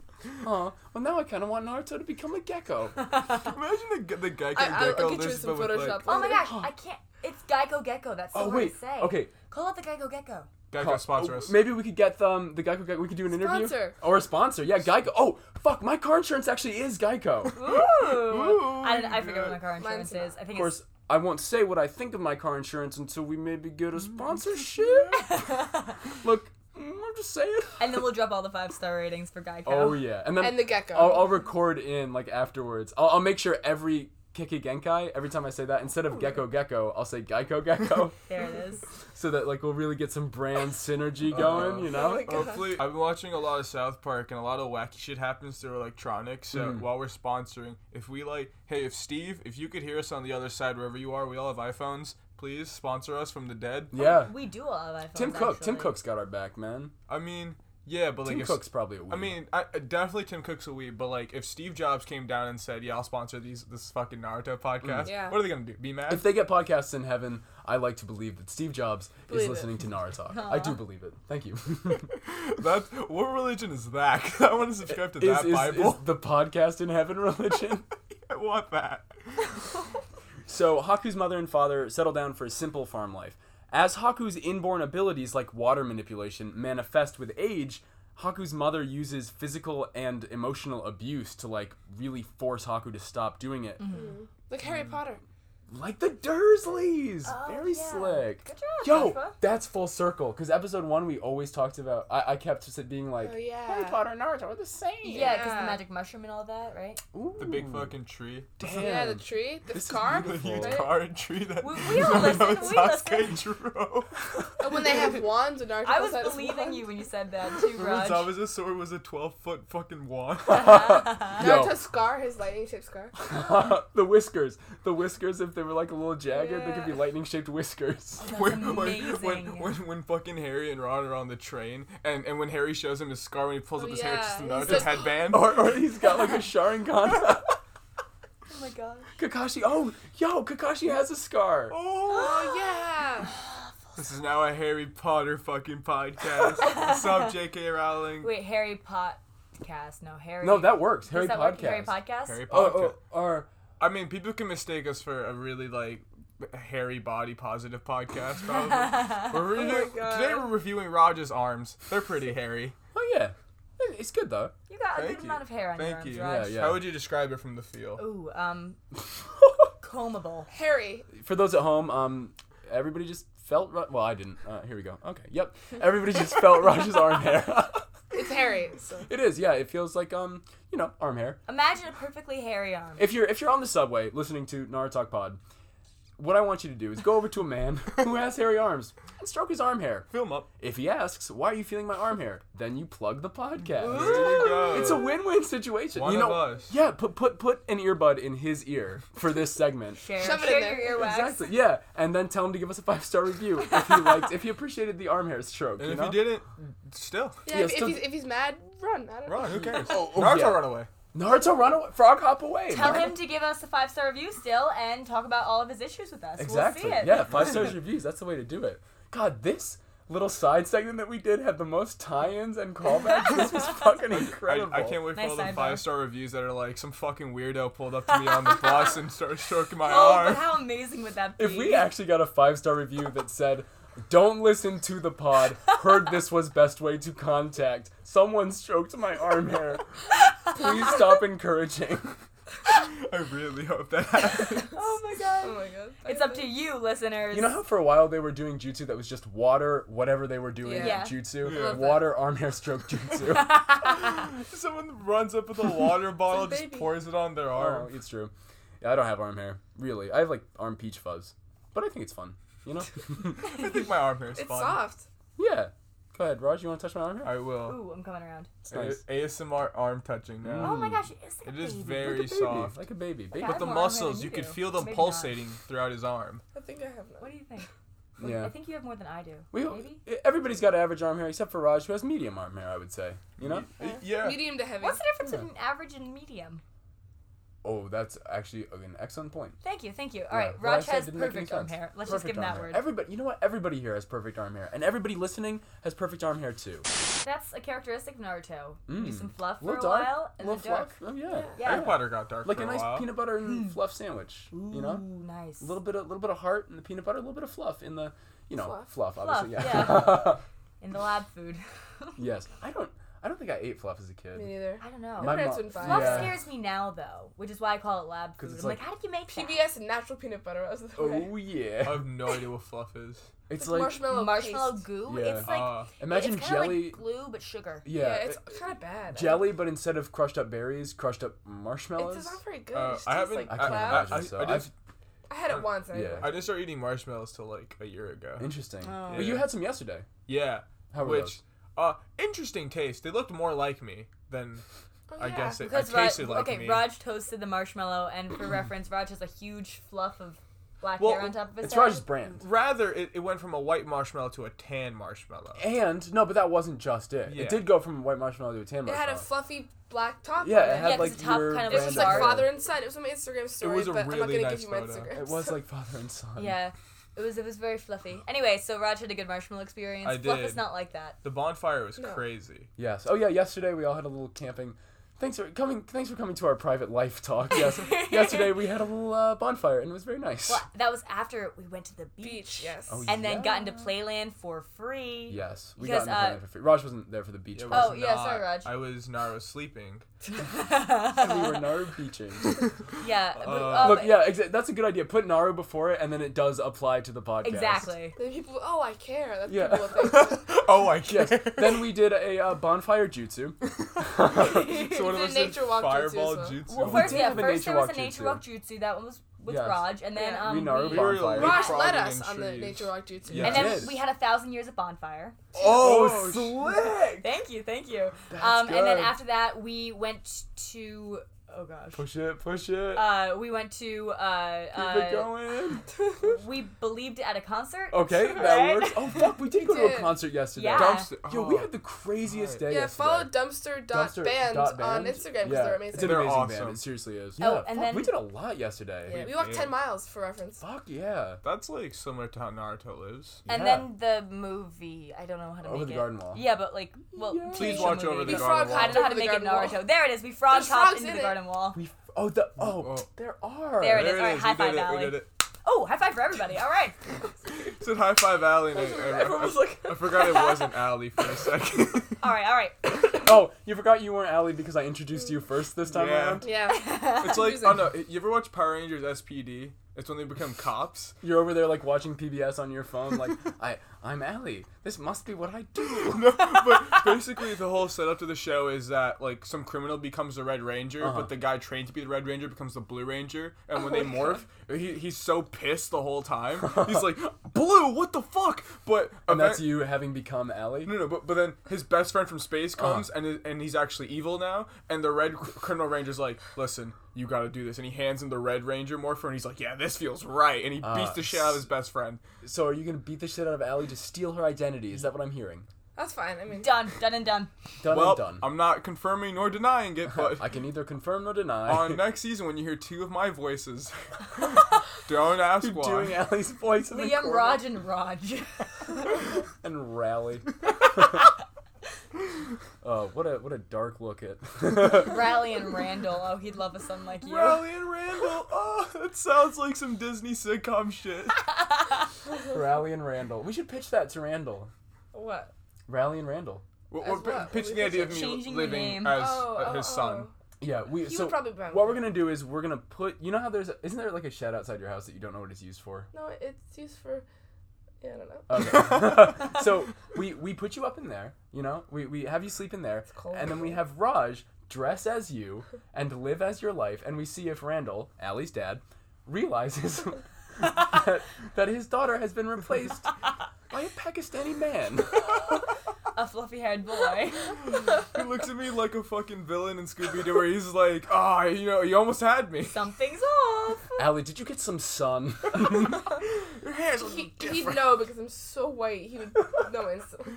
[SPEAKER 8] Aw, well, now I kind of want Naruto to become a gecko.
[SPEAKER 3] Imagine the ge- the gecko
[SPEAKER 5] I, I'll,
[SPEAKER 3] gecko
[SPEAKER 5] I'll get you
[SPEAKER 3] list,
[SPEAKER 5] some
[SPEAKER 3] but with,
[SPEAKER 5] Photoshop.
[SPEAKER 3] like,
[SPEAKER 7] oh my gosh, I can't. It's Geico Gecko. That's the
[SPEAKER 8] Oh,
[SPEAKER 7] word
[SPEAKER 8] wait,
[SPEAKER 7] to say.
[SPEAKER 8] okay.
[SPEAKER 7] Call out the Geico Gecko.
[SPEAKER 3] gecko sponsor us.
[SPEAKER 8] oh, Maybe we could get um, the Geico Gecko. We could do an interview.
[SPEAKER 5] Sponsor.
[SPEAKER 8] Or a sponsor. Yeah, Geico. Oh, fuck. My car insurance actually is Geico. of
[SPEAKER 7] I, don't, I forget what my car
[SPEAKER 5] Mine's
[SPEAKER 7] insurance is. I think
[SPEAKER 8] course,
[SPEAKER 7] it's.
[SPEAKER 8] I won't say what I think of my car insurance until we maybe get
[SPEAKER 3] Mm,
[SPEAKER 8] a sponsorship. Look, mm, I'm just saying.
[SPEAKER 7] And then we'll drop all the five star ratings for Geico.
[SPEAKER 8] Oh, yeah. And then
[SPEAKER 5] And the gecko.
[SPEAKER 8] I'll, I'll record in like afterwards. I'll, I'll make sure every Kiki Genkai, every time I say that,
[SPEAKER 3] Oh,
[SPEAKER 8] instead of Gecko Gecko, I'll say Geico Gecko,
[SPEAKER 7] There it is.
[SPEAKER 8] so that like we'll really get some brand synergy
[SPEAKER 3] Oh.
[SPEAKER 8] going, you know?
[SPEAKER 5] my God.
[SPEAKER 3] Hopefully, I've been watching a lot of South Park, and a lot of wacky shit happens through electronics. So
[SPEAKER 8] Mm.
[SPEAKER 3] while we're sponsoring, if we like, hey, if Steve, if you could hear us on the other side, wherever you are, we all have iPhones. Please sponsor us from the dead.
[SPEAKER 8] yeah.
[SPEAKER 7] We do all have iPhones.
[SPEAKER 8] Tim Cook, Tim
[SPEAKER 7] actually.
[SPEAKER 8] Cook's got our back, man.
[SPEAKER 3] I mean, yeah, but like,
[SPEAKER 8] Tim
[SPEAKER 3] if,
[SPEAKER 8] Cook's probably a weeb.
[SPEAKER 3] I mean, I, I- definitely Tim Cook's a weeb, but like, if Steve Jobs came down and said, "Yeah, I'll sponsor these this fucking Naruto podcast,"
[SPEAKER 5] Yeah.
[SPEAKER 3] what are they gonna do? Be mad?
[SPEAKER 8] if they get podcasts in heaven, I like to believe that Steve Jobs
[SPEAKER 5] Believe
[SPEAKER 8] is
[SPEAKER 5] it.
[SPEAKER 8] listening to Naruto. I do believe it. Thank you.
[SPEAKER 3] that what religion is that? I want to subscribe to
[SPEAKER 8] is,
[SPEAKER 3] that
[SPEAKER 8] is-
[SPEAKER 3] Bible.
[SPEAKER 8] is the podcast in heaven religion?
[SPEAKER 3] I want that.
[SPEAKER 8] So Haku's mother and father settle down for a simple farm life. As Haku's inborn abilities like water manipulation manifest with age, Haku's mother uses physical and emotional abuse to like really force Haku to stop doing
[SPEAKER 5] Mm-hmm.
[SPEAKER 8] it.
[SPEAKER 5] Like Harry Potter.
[SPEAKER 8] Like the Dursleys,
[SPEAKER 5] Oh,
[SPEAKER 8] very slick.
[SPEAKER 7] Good job,
[SPEAKER 8] Yo,
[SPEAKER 7] Joshua.
[SPEAKER 8] that's full circle. Because episode one, we always talked about. I, I kept just being like,
[SPEAKER 5] Oh yeah.
[SPEAKER 8] Harry Potter and Naruto are the same.
[SPEAKER 7] Yeah, because the magic mushroom and all that, right?
[SPEAKER 3] The big fucking tree.
[SPEAKER 8] Damn.
[SPEAKER 5] Yeah, the tree, the
[SPEAKER 3] This
[SPEAKER 5] car.
[SPEAKER 3] is really huge
[SPEAKER 5] right?
[SPEAKER 3] car and tree that
[SPEAKER 7] We- we all listen, we
[SPEAKER 3] Sasuke drew.
[SPEAKER 5] And Oh, when they have wands and Naruto
[SPEAKER 7] I was
[SPEAKER 5] has his
[SPEAKER 7] believing
[SPEAKER 5] wand.
[SPEAKER 7] you when you said that too,
[SPEAKER 3] When
[SPEAKER 7] Raj.
[SPEAKER 3] Zabuza's sword was a 12 foot fucking wand.
[SPEAKER 5] Naruto's scar, his lightning shaped scar.
[SPEAKER 8] the whiskers. The whiskers, if they were like a little jagged, they could be
[SPEAKER 5] Yeah.
[SPEAKER 8] lightning shaped whiskers.
[SPEAKER 3] when, when, when,
[SPEAKER 7] amazing.
[SPEAKER 3] when, when fucking Harry and Ron are on the train, and, and when Harry shows him his scar when he
[SPEAKER 7] Oh,
[SPEAKER 3] pulls up his hair, it's just
[SPEAKER 5] yeah.
[SPEAKER 3] another
[SPEAKER 5] He's like-
[SPEAKER 3] headband.
[SPEAKER 8] or, or he's got like a Sharingan.
[SPEAKER 7] Oh my god.
[SPEAKER 8] Kakashi, oh, yo, Kakashi has a scar.
[SPEAKER 5] Oh yeah.
[SPEAKER 3] This is now a Harry Potter fucking podcast. What's up, J.K. Rowling?
[SPEAKER 7] Wait, Harry Podcast. No, Harry.
[SPEAKER 8] No, that works. Harry
[SPEAKER 7] Does that work?
[SPEAKER 8] Podcast.
[SPEAKER 7] Harry Podcast?
[SPEAKER 3] Harry Potter.
[SPEAKER 8] Oh, oh, or
[SPEAKER 3] I mean, people can mistake us for a really like hairy body positive podcast. Probably. we're
[SPEAKER 7] Oh
[SPEAKER 3] reviewing- today we're reviewing Roger's arms. They're pretty hairy.
[SPEAKER 8] oh yeah, It- it's good though.
[SPEAKER 7] You got a
[SPEAKER 3] Thank
[SPEAKER 7] good
[SPEAKER 3] you.
[SPEAKER 7] amount of hair on
[SPEAKER 3] Thank
[SPEAKER 7] your
[SPEAKER 3] you.
[SPEAKER 7] arms, Raj.
[SPEAKER 8] Yeah.
[SPEAKER 3] How would you describe it from the feel?
[SPEAKER 7] Ooh, um, combable.
[SPEAKER 5] Harry.
[SPEAKER 8] For those at home, um, everybody just felt. Ru- well, I didn't. Uh, here we go. Okay, yep. Everybody just felt Raj's arm hair.
[SPEAKER 5] It's Harry. So.
[SPEAKER 8] it is. Yeah, it feels like um, you know, arm hair.
[SPEAKER 7] Imagine a perfectly hairy arm.
[SPEAKER 8] if you're if you're on the subway listening to Narutalk Pod, what I want you to do is go over to a man who has hairy arms and stroke his arm hair.
[SPEAKER 3] Film up.
[SPEAKER 8] If he asks, "Why are you feeling my arm hair?" then you plug the podcast.
[SPEAKER 3] There you go.
[SPEAKER 8] It's a win-win situation.
[SPEAKER 3] One
[SPEAKER 8] you know,
[SPEAKER 3] of us.
[SPEAKER 8] yeah. Put put put an earbud in his ear for this segment.
[SPEAKER 7] Share,
[SPEAKER 5] Shove it in
[SPEAKER 7] share your earwax.
[SPEAKER 8] Exactly. Yeah, and then tell him to give us a five-star review if he liked, if he appreciated the arm hair stroke.
[SPEAKER 3] And
[SPEAKER 8] you
[SPEAKER 3] if
[SPEAKER 8] know?
[SPEAKER 3] you didn't, still
[SPEAKER 5] Yeah,
[SPEAKER 8] Yeah,
[SPEAKER 5] if, if
[SPEAKER 8] still-
[SPEAKER 5] he's if he's mad, run. I don't
[SPEAKER 3] run.
[SPEAKER 5] know.
[SPEAKER 3] Who cares? oh, Naruto
[SPEAKER 8] yeah.
[SPEAKER 3] run away.
[SPEAKER 8] Naruto, run away, frog hop away.
[SPEAKER 7] Tell
[SPEAKER 8] Naruto-
[SPEAKER 7] him to give us a five star review still and talk about all of his issues with us.
[SPEAKER 8] Exactly.
[SPEAKER 7] We'll see it.
[SPEAKER 8] Yeah, five stars reviews. That's the way to do it. God, this little side segment that we did had the most tie-ins and callbacks. this was fucking
[SPEAKER 3] I,
[SPEAKER 8] incredible.
[SPEAKER 3] I can't wait for
[SPEAKER 7] Nice
[SPEAKER 3] all the
[SPEAKER 7] sidebar.
[SPEAKER 3] five star reviews that are like some fucking weirdo pulled up to me on the bus and started stroking my
[SPEAKER 7] Oh,
[SPEAKER 3] arm.
[SPEAKER 7] but how amazing would that be?
[SPEAKER 8] If we actually got a five-star review that said, "Don't listen to the pod. Heard this was best way to contact. Someone stroked my arm hair. Please stop encouraging."
[SPEAKER 3] I really hope that happens.
[SPEAKER 7] Oh my god.
[SPEAKER 5] Oh my god.
[SPEAKER 7] It's up to you, listeners.
[SPEAKER 8] You know how for a while they were doing jutsu that was just water, whatever they were doing
[SPEAKER 5] Yeah.
[SPEAKER 8] jutsu,
[SPEAKER 3] Yeah.
[SPEAKER 8] water arm hair stroke jutsu.
[SPEAKER 3] Someone runs up with a water bottle, just
[SPEAKER 5] baby.
[SPEAKER 3] pours it on their
[SPEAKER 8] Oh,
[SPEAKER 3] arm.
[SPEAKER 8] it's true. Yeah, I don't have arm hair, really. I have like arm peach fuzz, but I think it's fun. You know?
[SPEAKER 3] I think my arm hair is
[SPEAKER 5] It's
[SPEAKER 3] fun.
[SPEAKER 5] soft.
[SPEAKER 8] yeah. Go ahead, Raj. You want to touch my arm hair?
[SPEAKER 3] I will.
[SPEAKER 7] Ooh, I'm coming around.
[SPEAKER 8] It's
[SPEAKER 3] A-
[SPEAKER 8] nice.
[SPEAKER 3] ASMR arm touching now.
[SPEAKER 7] Oh
[SPEAKER 8] Mm.
[SPEAKER 7] my gosh, it is
[SPEAKER 3] It
[SPEAKER 7] like a
[SPEAKER 3] is
[SPEAKER 7] baby.
[SPEAKER 3] very
[SPEAKER 8] Baby,
[SPEAKER 3] soft.
[SPEAKER 8] like a baby. baby.
[SPEAKER 7] I
[SPEAKER 3] But the
[SPEAKER 7] have more arm hair
[SPEAKER 3] muscles,
[SPEAKER 7] than
[SPEAKER 3] you
[SPEAKER 7] you
[SPEAKER 3] could
[SPEAKER 7] do.
[SPEAKER 3] feel them
[SPEAKER 7] Maybe not.
[SPEAKER 3] pulsating throughout his arm.
[SPEAKER 5] I think I have none.
[SPEAKER 7] What do you think? I
[SPEAKER 8] Yeah.
[SPEAKER 7] think you have more than I do.
[SPEAKER 8] We, e,
[SPEAKER 7] Maybe?
[SPEAKER 8] everybody's got average arm hair except for Raj, who has medium arm hair. I would say. You know?
[SPEAKER 3] Yeah.
[SPEAKER 5] Medium to heavy.
[SPEAKER 7] What's the difference between average and medium?
[SPEAKER 8] Oh, that's actually an excellent point.
[SPEAKER 7] Thank you, thank you. All
[SPEAKER 8] Yeah.
[SPEAKER 7] right,
[SPEAKER 8] What I
[SPEAKER 7] Raj
[SPEAKER 8] said
[SPEAKER 7] has
[SPEAKER 8] didn't make any
[SPEAKER 7] perfect arm
[SPEAKER 8] sense.
[SPEAKER 7] hair. Let's just
[SPEAKER 8] Perfect
[SPEAKER 7] give him
[SPEAKER 8] arm
[SPEAKER 7] that
[SPEAKER 8] hair.
[SPEAKER 7] word.
[SPEAKER 8] Everybody, you know what? Everybody here has perfect arm hair, and everybody listening has perfect arm hair too.
[SPEAKER 7] That's a characteristic of Naruto. Do some fluff
[SPEAKER 8] Mm. A
[SPEAKER 7] for a
[SPEAKER 8] little dark,
[SPEAKER 7] while and
[SPEAKER 8] little
[SPEAKER 7] then dark.
[SPEAKER 8] fluff. Oh yeah.
[SPEAKER 7] Yeah. Hmm.
[SPEAKER 3] Harry Potter got dark
[SPEAKER 8] Like
[SPEAKER 3] for
[SPEAKER 8] a
[SPEAKER 3] a,
[SPEAKER 8] nice
[SPEAKER 3] while.
[SPEAKER 8] peanut butter and fluff sandwich. You know?
[SPEAKER 7] Ooh, nice.
[SPEAKER 8] A little bit of little bit of heart in the peanut butter, a little bit of fluff in the you know fluff,
[SPEAKER 7] fluff,
[SPEAKER 8] obviously.
[SPEAKER 7] yeah. In the lab food.
[SPEAKER 8] yes. I don't I don't think I ate fluff as a kid.
[SPEAKER 5] Me neither.
[SPEAKER 7] I don't know.
[SPEAKER 8] My
[SPEAKER 5] parents
[SPEAKER 8] mom-
[SPEAKER 5] wouldn't buy
[SPEAKER 7] Fluff
[SPEAKER 8] yeah.
[SPEAKER 7] scares me now though, which is why I call it lab food.
[SPEAKER 8] 'Cause it's
[SPEAKER 7] I'm like,
[SPEAKER 8] like-
[SPEAKER 7] how did you make that?
[SPEAKER 5] PBS natural peanut butter. I was the way.
[SPEAKER 8] Oh yeah.
[SPEAKER 3] I have no idea what fluff is.
[SPEAKER 8] It's
[SPEAKER 5] It's
[SPEAKER 8] like
[SPEAKER 5] marshmallow.
[SPEAKER 7] marshmallow
[SPEAKER 5] Oh, paste.
[SPEAKER 7] goo.
[SPEAKER 8] Yeah. Uh,
[SPEAKER 7] It's like
[SPEAKER 3] Ah.
[SPEAKER 8] imagine
[SPEAKER 7] it's kinda
[SPEAKER 8] jelly
[SPEAKER 7] like glue but sugar.
[SPEAKER 8] yeah,
[SPEAKER 5] Yeah, it's
[SPEAKER 8] uh,
[SPEAKER 5] kind of bad.
[SPEAKER 8] jelly but instead of crushed up berries, crushed up
[SPEAKER 5] It's
[SPEAKER 8] marshmallows.
[SPEAKER 5] just not very good.
[SPEAKER 3] Uh,
[SPEAKER 5] it just
[SPEAKER 3] I
[SPEAKER 5] tastes
[SPEAKER 3] haven't.
[SPEAKER 5] like
[SPEAKER 8] I
[SPEAKER 3] I,
[SPEAKER 8] can't
[SPEAKER 5] cloud.
[SPEAKER 3] I,
[SPEAKER 8] imagine, so
[SPEAKER 3] I just,
[SPEAKER 5] I had it once. And
[SPEAKER 8] Yeah.
[SPEAKER 5] I didn't
[SPEAKER 3] I
[SPEAKER 5] like
[SPEAKER 3] just started eating marshmallows till like a year ago.
[SPEAKER 8] Interesting.
[SPEAKER 7] Oh.
[SPEAKER 8] But
[SPEAKER 3] Yeah.
[SPEAKER 8] you had some yesterday.
[SPEAKER 3] Yeah.
[SPEAKER 8] How were
[SPEAKER 3] Which,
[SPEAKER 8] those?
[SPEAKER 3] uh, interesting taste. They looked more like me than
[SPEAKER 5] it.
[SPEAKER 3] I
[SPEAKER 5] Oh, Yeah.
[SPEAKER 3] guess it, I
[SPEAKER 7] Because Raj,
[SPEAKER 3] tasted like
[SPEAKER 7] okay,
[SPEAKER 3] me.
[SPEAKER 7] Raj toasted the marshmallow, and for reference, Raj has a huge fluff of black
[SPEAKER 3] Well,
[SPEAKER 7] hair on top of his
[SPEAKER 8] It's
[SPEAKER 7] head.
[SPEAKER 8] Raj's brand.
[SPEAKER 3] Rather, it, it went from a white marshmallow to a tan marshmallow.
[SPEAKER 8] And no, but that wasn't just it.
[SPEAKER 3] Yeah.
[SPEAKER 8] It did go from white marshmallow to a tan
[SPEAKER 5] It
[SPEAKER 8] marshmallow.
[SPEAKER 5] had a fluffy black top.
[SPEAKER 8] yeah,
[SPEAKER 5] on
[SPEAKER 8] it had
[SPEAKER 7] Yeah, 'cause
[SPEAKER 8] like
[SPEAKER 7] the top
[SPEAKER 8] your
[SPEAKER 7] kind of
[SPEAKER 5] It was just like
[SPEAKER 7] Sorry.
[SPEAKER 5] father and son. It was on my Instagram story,
[SPEAKER 3] was a
[SPEAKER 5] but I'm not
[SPEAKER 3] really
[SPEAKER 5] gonna
[SPEAKER 3] nice
[SPEAKER 5] give you my
[SPEAKER 3] photo.
[SPEAKER 5] Instagram.
[SPEAKER 8] It was like father and son.
[SPEAKER 7] Yeah, it was it was very fluffy. Anyway, so Raj had a good marshmallow experience.
[SPEAKER 3] I
[SPEAKER 7] Fluff
[SPEAKER 3] did.
[SPEAKER 7] is not like that.
[SPEAKER 3] The bonfire was
[SPEAKER 5] No.
[SPEAKER 3] crazy.
[SPEAKER 8] Yes. Oh yeah. Yesterday we all had a little camping Thanks for coming. Thanks for coming to our private life talk. Yes, yesterday we had a little uh, bonfire and it was very nice.
[SPEAKER 7] Well, that was after we went to the beach.
[SPEAKER 5] Beach, yes.
[SPEAKER 8] Oh,
[SPEAKER 7] And
[SPEAKER 8] yeah.
[SPEAKER 7] then got into Playland for free.
[SPEAKER 8] Yes, we
[SPEAKER 7] Because,
[SPEAKER 8] got in the
[SPEAKER 7] uh,
[SPEAKER 8] plane for free. Raj wasn't there for the beach.
[SPEAKER 3] It
[SPEAKER 8] part.
[SPEAKER 3] was
[SPEAKER 5] yeah,
[SPEAKER 3] not-
[SPEAKER 5] sorry, Raj.
[SPEAKER 3] I was Naro sleeping.
[SPEAKER 8] we were Naru beaching.
[SPEAKER 7] Yeah. but-
[SPEAKER 3] Uh,
[SPEAKER 7] oh,
[SPEAKER 8] Look,
[SPEAKER 7] but-
[SPEAKER 8] yeah, exa- that's a good idea. Put Naru before it, and then it does apply to the podcast.
[SPEAKER 7] Exactly.
[SPEAKER 5] Then people, oh, I care. That's
[SPEAKER 8] Yeah.
[SPEAKER 5] people would think.
[SPEAKER 3] Oh, I guess.
[SPEAKER 8] then we did a uh, bonfire jutsu.
[SPEAKER 3] so one of
[SPEAKER 5] The
[SPEAKER 3] us
[SPEAKER 5] nature
[SPEAKER 3] did
[SPEAKER 5] walk jutsu as
[SPEAKER 3] fireball
[SPEAKER 5] well.
[SPEAKER 3] jutsu.
[SPEAKER 7] Well,
[SPEAKER 8] we
[SPEAKER 7] first,
[SPEAKER 8] did
[SPEAKER 7] yeah,
[SPEAKER 8] have a
[SPEAKER 7] first there
[SPEAKER 8] nature
[SPEAKER 7] was
[SPEAKER 8] walk
[SPEAKER 7] a nature
[SPEAKER 8] jutsu.
[SPEAKER 7] walk jutsu. That one was with
[SPEAKER 8] Yes.
[SPEAKER 7] Raj, and then
[SPEAKER 5] Yeah.
[SPEAKER 7] um,
[SPEAKER 8] We
[SPEAKER 7] we-
[SPEAKER 8] Naru bonfire.
[SPEAKER 3] were like-
[SPEAKER 5] Raj
[SPEAKER 3] Frog
[SPEAKER 5] led
[SPEAKER 3] in
[SPEAKER 5] us on the
[SPEAKER 3] trees.
[SPEAKER 5] nature walk jutsu.
[SPEAKER 3] Yeah.
[SPEAKER 7] and then
[SPEAKER 8] Yes.
[SPEAKER 7] we had a thousand years of bonfire.
[SPEAKER 3] oh,
[SPEAKER 8] slick!
[SPEAKER 7] Thank you, thank you. um, and then
[SPEAKER 8] good.
[SPEAKER 7] after that, we went to oh gosh,
[SPEAKER 8] Push it, push it.
[SPEAKER 7] uh, we went to uh,
[SPEAKER 8] Keep it
[SPEAKER 7] uh,
[SPEAKER 8] going.
[SPEAKER 7] we believed at a concert.
[SPEAKER 8] Okay, that
[SPEAKER 7] Right?
[SPEAKER 8] works. Oh fuck, we did go to a
[SPEAKER 5] did.
[SPEAKER 8] concert yesterday.
[SPEAKER 7] Yeah.
[SPEAKER 6] Dumpster.
[SPEAKER 8] Yo, we had the craziest day
[SPEAKER 5] Yeah,
[SPEAKER 8] yesterday.
[SPEAKER 5] follow dumpster dot
[SPEAKER 8] Dumpster
[SPEAKER 5] band
[SPEAKER 8] dot
[SPEAKER 5] on
[SPEAKER 8] band.
[SPEAKER 5] Instagram because
[SPEAKER 8] Yeah,
[SPEAKER 5] they're
[SPEAKER 8] It's an
[SPEAKER 5] amazing.
[SPEAKER 3] They're
[SPEAKER 8] amazing
[SPEAKER 3] awesome.
[SPEAKER 8] band. It seriously is.
[SPEAKER 7] Oh,
[SPEAKER 8] yeah,
[SPEAKER 7] and
[SPEAKER 8] fuck,
[SPEAKER 7] then-
[SPEAKER 8] we did a lot yesterday.
[SPEAKER 5] Yeah, we walked
[SPEAKER 3] Yeah.
[SPEAKER 5] 10 miles for reference.
[SPEAKER 8] Fuck yeah.
[SPEAKER 3] That's like similar to how Naruto lives.
[SPEAKER 7] And
[SPEAKER 8] Yeah.
[SPEAKER 7] then the movie. I don't know how to
[SPEAKER 8] Over
[SPEAKER 7] make
[SPEAKER 8] the
[SPEAKER 7] it.
[SPEAKER 8] garden wall.
[SPEAKER 7] Yeah, but like, well,
[SPEAKER 8] Yeah.
[SPEAKER 7] TV
[SPEAKER 3] Please
[SPEAKER 7] show
[SPEAKER 3] watch over the
[SPEAKER 7] movie.
[SPEAKER 5] We
[SPEAKER 3] garden
[SPEAKER 5] frog
[SPEAKER 7] I
[SPEAKER 3] wall.
[SPEAKER 7] don't know how
[SPEAKER 5] Over
[SPEAKER 7] to
[SPEAKER 5] the
[SPEAKER 7] make it
[SPEAKER 5] garden wall.
[SPEAKER 7] Naruto. There it is. We frog
[SPEAKER 5] There's
[SPEAKER 7] hopped
[SPEAKER 5] frogs
[SPEAKER 7] into
[SPEAKER 5] in
[SPEAKER 7] the
[SPEAKER 5] it.
[SPEAKER 7] garden wall.
[SPEAKER 8] We f- oh the oh
[SPEAKER 3] Oh.
[SPEAKER 8] there are.
[SPEAKER 7] There it
[SPEAKER 3] There
[SPEAKER 7] is. All right,
[SPEAKER 3] we
[SPEAKER 7] high
[SPEAKER 3] did
[SPEAKER 7] five,
[SPEAKER 3] it, we
[SPEAKER 7] Allie.
[SPEAKER 3] did it.
[SPEAKER 7] Oh, high five for everybody. All right.
[SPEAKER 3] It said High Five Alley, and I, I-
[SPEAKER 5] Everyone was like,
[SPEAKER 3] I forgot it wasn't Alley for a second.
[SPEAKER 7] All right. All right.
[SPEAKER 8] Oh, you forgot you weren't Allie because I introduced you first this time
[SPEAKER 3] Yeah.
[SPEAKER 8] around.
[SPEAKER 5] yeah.
[SPEAKER 3] it's like, oh
[SPEAKER 5] Confusing.
[SPEAKER 3] no, you ever watch Power Rangers SPD? It's when they become cops.
[SPEAKER 8] You're over there like watching PBS on your phone, like I I'm Allie. This must be what I do.
[SPEAKER 3] No, but basically the whole setup to the show is that like some criminal becomes the Red Ranger,
[SPEAKER 8] Uh-huh.
[SPEAKER 3] but the guy trained to be the Red Ranger becomes the Blue Ranger,
[SPEAKER 7] Oh
[SPEAKER 3] and when they morph, he, he's so pissed the whole time. He's like, "Blue, what the fuck?" But
[SPEAKER 8] And that's
[SPEAKER 3] event-
[SPEAKER 8] you having become Allie.
[SPEAKER 3] No, no, but, but then his best friend from space
[SPEAKER 8] Uh-huh.
[SPEAKER 3] comes and is- and he's actually evil now. And the red cr- criminal ranger's like, "Listen, you got to do this." And he hands him the red ranger morpher, and he's like, "Yeah, this feels right." And he
[SPEAKER 8] Uh,
[SPEAKER 3] beats the shit out of his best friend.
[SPEAKER 8] So are you gonna beat the shit out of Allie to steal her identity? Is that what I'm hearing?
[SPEAKER 5] That's fine. I mean,
[SPEAKER 7] Done. Done and done.
[SPEAKER 8] Done
[SPEAKER 3] Well,
[SPEAKER 8] and done.
[SPEAKER 3] I'm not confirming nor denying it, but
[SPEAKER 8] I can neither confirm nor deny.
[SPEAKER 3] on next season when you hear two of my voices, don't ask why.
[SPEAKER 8] doing Allie's voice in the
[SPEAKER 7] Liam,
[SPEAKER 8] corner.
[SPEAKER 7] Raj, and Raj.
[SPEAKER 8] and rally. oh, what a what a dark look at.
[SPEAKER 7] Rally and Randall. Oh, he'd love a son like you.
[SPEAKER 3] Rally and Randall. Oh, that sounds like some Disney sitcom shit.
[SPEAKER 8] Rally and Randall. We should pitch that to Randall.
[SPEAKER 5] what?
[SPEAKER 8] Rally and Randall.
[SPEAKER 3] We're,
[SPEAKER 5] As
[SPEAKER 3] we're
[SPEAKER 5] what?
[SPEAKER 3] pitching the
[SPEAKER 5] We're
[SPEAKER 3] idea of me
[SPEAKER 7] changing the
[SPEAKER 3] living
[SPEAKER 7] name.
[SPEAKER 3] as
[SPEAKER 5] Oh,
[SPEAKER 3] uh,
[SPEAKER 5] oh,
[SPEAKER 3] his son.
[SPEAKER 5] oh.
[SPEAKER 8] Yeah, we.
[SPEAKER 5] He
[SPEAKER 8] so
[SPEAKER 5] would probably brown.
[SPEAKER 8] what we're gonna do is we're gonna put. You know how there's a, isn't there like a shed outside your house that you don't know what it's used for.
[SPEAKER 5] No, it's used for. Yeah, I don't know.
[SPEAKER 8] Okay.
[SPEAKER 5] oh.
[SPEAKER 8] so we we put you up in there. You know, we we have you sleep in there,
[SPEAKER 5] cold.
[SPEAKER 8] and then we have Raj dress as you and live as your life, and we see if Randall, Allie's dad, realizes. that, that his daughter has been replaced by a Pakistani man.
[SPEAKER 7] A fluffy haired boy.
[SPEAKER 3] He looks at me like a fucking villain in Scooby Doo, where he's like, "Ah, you know, you almost had me."
[SPEAKER 7] Something's off.
[SPEAKER 8] Allie, did you get some sun?
[SPEAKER 3] Your hair's
[SPEAKER 5] He, he'd know because I'm so white. He would know instantly.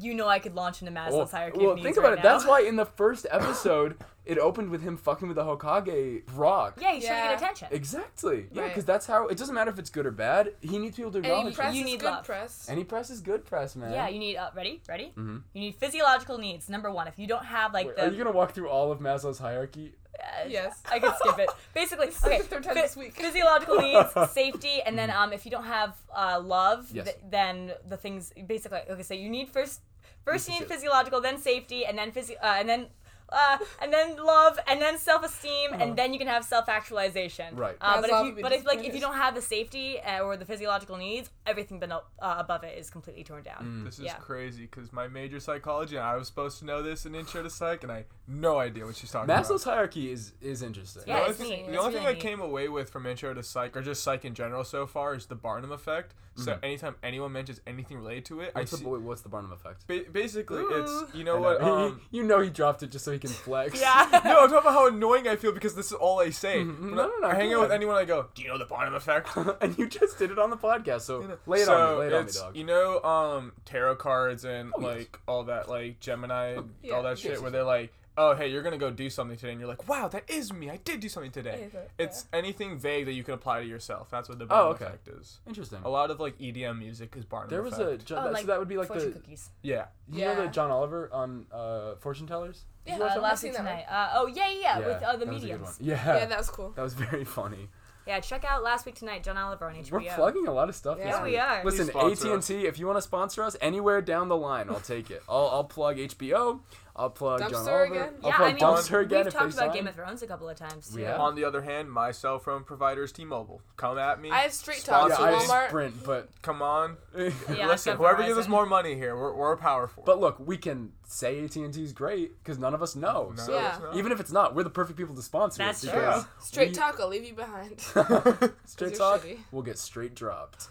[SPEAKER 7] You know I could launch into Maslow's hierarchy. of
[SPEAKER 8] well,
[SPEAKER 7] needs
[SPEAKER 8] think about
[SPEAKER 7] right
[SPEAKER 8] it.
[SPEAKER 7] now.
[SPEAKER 8] That's why in the first episode, it opened with him fucking with the Hokage rock.
[SPEAKER 7] Yeah, he's trying
[SPEAKER 5] Yeah.
[SPEAKER 7] to get attention.
[SPEAKER 8] Exactly. Yeah,
[SPEAKER 5] Right.
[SPEAKER 8] because that's how it doesn't matter if it's good or bad. He needs people to
[SPEAKER 5] Any
[SPEAKER 8] acknowledge.
[SPEAKER 5] press
[SPEAKER 8] him.
[SPEAKER 5] is
[SPEAKER 7] need
[SPEAKER 5] good
[SPEAKER 7] love.
[SPEAKER 5] press.
[SPEAKER 8] Any press is good press, man.
[SPEAKER 7] Yeah, you need uh, ready, ready. Mm-hmm. You need physiological needs. Number one, if you don't have like
[SPEAKER 8] Wait,
[SPEAKER 7] the,
[SPEAKER 8] Are you gonna walk through all of Maslow's hierarchy?
[SPEAKER 5] Uh, yes.
[SPEAKER 7] I could skip it. Basically,
[SPEAKER 5] the
[SPEAKER 7] okay,
[SPEAKER 5] third time
[SPEAKER 7] phy-
[SPEAKER 5] this week.
[SPEAKER 7] physiological needs, safety, and then um, if you don't have uh, love,
[SPEAKER 8] Yes.
[SPEAKER 7] th- then the things basically. Okay, so you need first, first you
[SPEAKER 8] This is
[SPEAKER 7] need
[SPEAKER 8] it.
[SPEAKER 7] physiological, then safety, and then physio, uh, and then. Uh, and then love, and then self-esteem, and then you can have self-actualization.
[SPEAKER 8] Uh-huh. Right.
[SPEAKER 7] Uh, but
[SPEAKER 5] Maslow
[SPEAKER 7] if
[SPEAKER 5] would
[SPEAKER 7] you,
[SPEAKER 5] be
[SPEAKER 7] but if like if you
[SPEAKER 5] disappointed.
[SPEAKER 7] don't have the safety uh, or the physiological needs, everything been up, uh, above it is completely torn down.
[SPEAKER 8] Mm.
[SPEAKER 3] This is
[SPEAKER 7] Yeah.
[SPEAKER 3] crazy because my major psychology, and I was supposed to know this in Intro to Psych, and I no idea what she's talking
[SPEAKER 8] Maslow's
[SPEAKER 3] about.
[SPEAKER 8] hierarchy is is interesting.
[SPEAKER 7] Yeah,
[SPEAKER 3] the only
[SPEAKER 7] it's neat.
[SPEAKER 3] thing, the
[SPEAKER 7] It's
[SPEAKER 3] only thing
[SPEAKER 7] really
[SPEAKER 3] I
[SPEAKER 7] neat.
[SPEAKER 3] came away with from Intro to Psych, or just Psych in general so far, is the Barnum effect. So anytime anyone mentions anything related to it,
[SPEAKER 8] Mm-hmm.
[SPEAKER 3] I
[SPEAKER 8] What's the
[SPEAKER 3] see.
[SPEAKER 8] boy? What's the Barnum effect?
[SPEAKER 3] Ba- basically, it's you
[SPEAKER 8] I
[SPEAKER 3] know
[SPEAKER 8] know.
[SPEAKER 3] what. Um,
[SPEAKER 8] He- you know he dropped it just so he can flex.
[SPEAKER 5] Oh,
[SPEAKER 7] Yeah.
[SPEAKER 3] no, I'm talking about how annoying I feel because this is all I say. When
[SPEAKER 8] Mm-hmm. No,
[SPEAKER 3] I,
[SPEAKER 8] no, no,
[SPEAKER 3] I hang
[SPEAKER 8] go
[SPEAKER 3] out with
[SPEAKER 8] on.
[SPEAKER 3] anyone, I go, "Do you know the Barnum effect?"
[SPEAKER 8] and you just did it on the podcast, so lay it on
[SPEAKER 3] so
[SPEAKER 8] me, lay it on me,
[SPEAKER 3] it's
[SPEAKER 8] dog. Oh,
[SPEAKER 3] you know um tarot cards and
[SPEAKER 8] yes.
[SPEAKER 3] like all that like Gemini
[SPEAKER 5] yeah.
[SPEAKER 3] all that shit
[SPEAKER 8] yes,
[SPEAKER 3] where
[SPEAKER 8] yes,
[SPEAKER 3] they're like oh hey, you're gonna go do something today, and you're like, wow, that is me. I did do something today.
[SPEAKER 5] Is it?
[SPEAKER 3] It's anything vague that you can apply to yourself. That's what the
[SPEAKER 8] uh, Oh,
[SPEAKER 3] Barnum
[SPEAKER 8] okay.
[SPEAKER 3] effect is.
[SPEAKER 8] Interesting.
[SPEAKER 3] A lot of like EDM music is Barnum.
[SPEAKER 8] There was a
[SPEAKER 3] effect.
[SPEAKER 8] John,
[SPEAKER 7] Oh,
[SPEAKER 8] that,
[SPEAKER 7] like
[SPEAKER 8] so that would be like
[SPEAKER 7] fortune
[SPEAKER 8] the
[SPEAKER 7] cookies.
[SPEAKER 3] yeah.
[SPEAKER 8] you know
[SPEAKER 5] Yeah.
[SPEAKER 8] the John Oliver on uh, fortune tellers.
[SPEAKER 5] Yeah,
[SPEAKER 7] Uh,
[SPEAKER 5] I've
[SPEAKER 7] last
[SPEAKER 5] seen
[SPEAKER 7] week
[SPEAKER 5] that one.
[SPEAKER 7] tonight. Uh, oh yeah, yeah, yeah, with uh, the
[SPEAKER 8] that was a good
[SPEAKER 7] mediums.
[SPEAKER 8] one. Yeah,
[SPEAKER 5] Yeah, that was cool.
[SPEAKER 8] that was very funny.
[SPEAKER 7] Yeah, check out last week tonight, John Oliver on HBO.
[SPEAKER 8] We're plugging a lot of stuff. this
[SPEAKER 7] Yeah, we
[SPEAKER 8] week.
[SPEAKER 7] are.
[SPEAKER 8] Listen, AT
[SPEAKER 3] sponsor
[SPEAKER 8] and
[SPEAKER 3] us.
[SPEAKER 8] T. If you want to sponsor us anywhere down the line, I'll take it. I'll, I'll plug HBO. I'll plug John
[SPEAKER 5] Dumpster
[SPEAKER 8] Oliver.
[SPEAKER 5] again?
[SPEAKER 8] I'll
[SPEAKER 7] yeah,
[SPEAKER 8] plug
[SPEAKER 7] I mean,
[SPEAKER 8] Dumpster again.
[SPEAKER 7] we've
[SPEAKER 8] if
[SPEAKER 7] talked
[SPEAKER 8] they
[SPEAKER 7] about
[SPEAKER 8] sign.
[SPEAKER 7] Game of Thrones a couple of times too.
[SPEAKER 8] We have.
[SPEAKER 3] On the other hand, my cell phone provider is T-Mobile. Come at me.
[SPEAKER 5] I have Street Talk,
[SPEAKER 8] Yeah,
[SPEAKER 5] so
[SPEAKER 8] I have
[SPEAKER 5] Walmart.
[SPEAKER 8] Sprint, but
[SPEAKER 3] Come on.
[SPEAKER 7] Yeah,
[SPEAKER 3] Listen,
[SPEAKER 7] I've got
[SPEAKER 3] whoever gives
[SPEAKER 7] Verizon.
[SPEAKER 3] us more money here, we're, we're powerful.
[SPEAKER 8] but look, we can say AT and T is great because none of us know.
[SPEAKER 3] No,
[SPEAKER 8] So
[SPEAKER 5] Yeah.
[SPEAKER 3] it's not.
[SPEAKER 8] even if it's not, we're the perfect people to sponsor.
[SPEAKER 7] That's
[SPEAKER 8] it
[SPEAKER 7] true.
[SPEAKER 8] because
[SPEAKER 5] Straight
[SPEAKER 8] we-
[SPEAKER 5] Talk, I'll leave you behind.
[SPEAKER 8] Straight
[SPEAKER 5] You're
[SPEAKER 8] talk,
[SPEAKER 5] shitty.
[SPEAKER 8] we'll get straight dropped.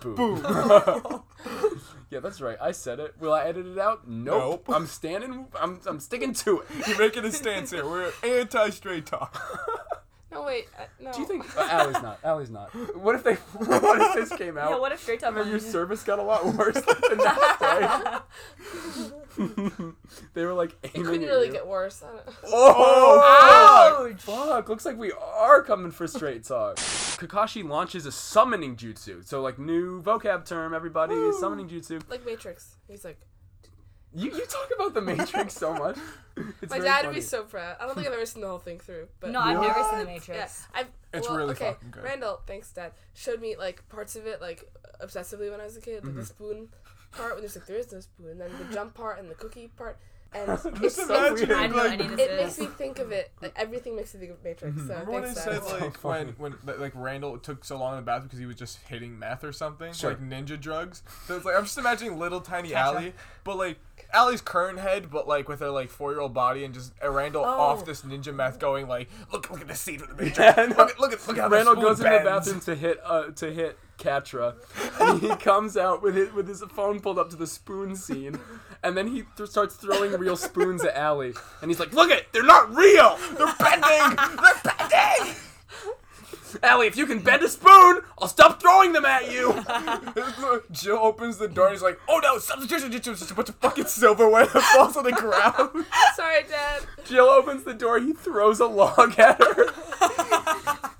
[SPEAKER 8] Boom. yeah, that's right. I said it. Will I edit it out? Nope.
[SPEAKER 3] Nope.
[SPEAKER 8] I'm standing. I'm, I'm sticking to it.
[SPEAKER 3] You're making a stance here. We're anti-straight talk.
[SPEAKER 5] no, wait. Uh, no.
[SPEAKER 8] Do you think uh, Allie's not? Allie's not. What if they? What if this came out?
[SPEAKER 7] Yeah, what if straight
[SPEAKER 8] and then your
[SPEAKER 7] talk?
[SPEAKER 8] service got a lot worse the next day. they were like
[SPEAKER 5] It
[SPEAKER 8] aiming
[SPEAKER 5] couldn't
[SPEAKER 8] at
[SPEAKER 5] really
[SPEAKER 8] you.
[SPEAKER 5] get worse. I don't know.
[SPEAKER 3] Oh,
[SPEAKER 8] Fuck, looks like we are coming for straight talk. Kakashi launches a summoning jutsu. So like new vocab term, everybody, summoning jutsu.
[SPEAKER 5] Like Matrix. He's like,
[SPEAKER 8] You, you talk about the Matrix so much. It's
[SPEAKER 5] my
[SPEAKER 8] very
[SPEAKER 5] dad would
[SPEAKER 8] funny.
[SPEAKER 5] be so proud. I don't think I've ever seen the whole thing through, but
[SPEAKER 7] No, I've never seen The
[SPEAKER 5] yeah,
[SPEAKER 7] Matrix.
[SPEAKER 5] I've.
[SPEAKER 3] It's
[SPEAKER 5] well,
[SPEAKER 3] really
[SPEAKER 5] okay.
[SPEAKER 3] fucking good.
[SPEAKER 5] Randall, thanks, Dad. Showed me like parts of it like obsessively when I was a kid, like
[SPEAKER 3] Mm-hmm.
[SPEAKER 5] the spoon part when there's like there is no spoon, and then the jump part and the cookie part, and it's
[SPEAKER 3] Just
[SPEAKER 5] so
[SPEAKER 3] imagine,
[SPEAKER 7] I don't know
[SPEAKER 3] like,
[SPEAKER 7] any of
[SPEAKER 5] It
[SPEAKER 7] this
[SPEAKER 5] makes
[SPEAKER 7] is.
[SPEAKER 5] me think of it. Like, everything makes me think of Matrix. So
[SPEAKER 3] Mm-hmm. Remember when I
[SPEAKER 5] thanks,
[SPEAKER 3] said
[SPEAKER 5] Dad.
[SPEAKER 3] like when when like like, Randall took so long in the bathroom because he was just hitting meth or something
[SPEAKER 8] Sure.
[SPEAKER 3] like ninja drugs. So it's like I'm just imagining little tiny Allie, but like Allie's current head, but like with her like four year old body and just uh, Randall off this ninja meth going like look look at the seed of the matrix. look, at- look at look at how
[SPEAKER 8] Randall
[SPEAKER 3] the
[SPEAKER 8] goes
[SPEAKER 3] spoon
[SPEAKER 8] into the
[SPEAKER 3] bends."
[SPEAKER 8] bathroom to hit uh, to hit Catra, and he comes out with his, with his phone pulled up to the spoon scene, and then he th- starts throwing real spoons at Allie, and he's like, "Look it, they're not real. They're bending. They're bending." Allie, if you can bend a spoon, I'll stop throwing them at you.
[SPEAKER 3] Jill opens the door and he's like, oh no, substitution jutsu is just a bunch of fucking silverware that falls on the ground.
[SPEAKER 5] Sorry, Dad.
[SPEAKER 8] Jill opens the door. He throws a log at her.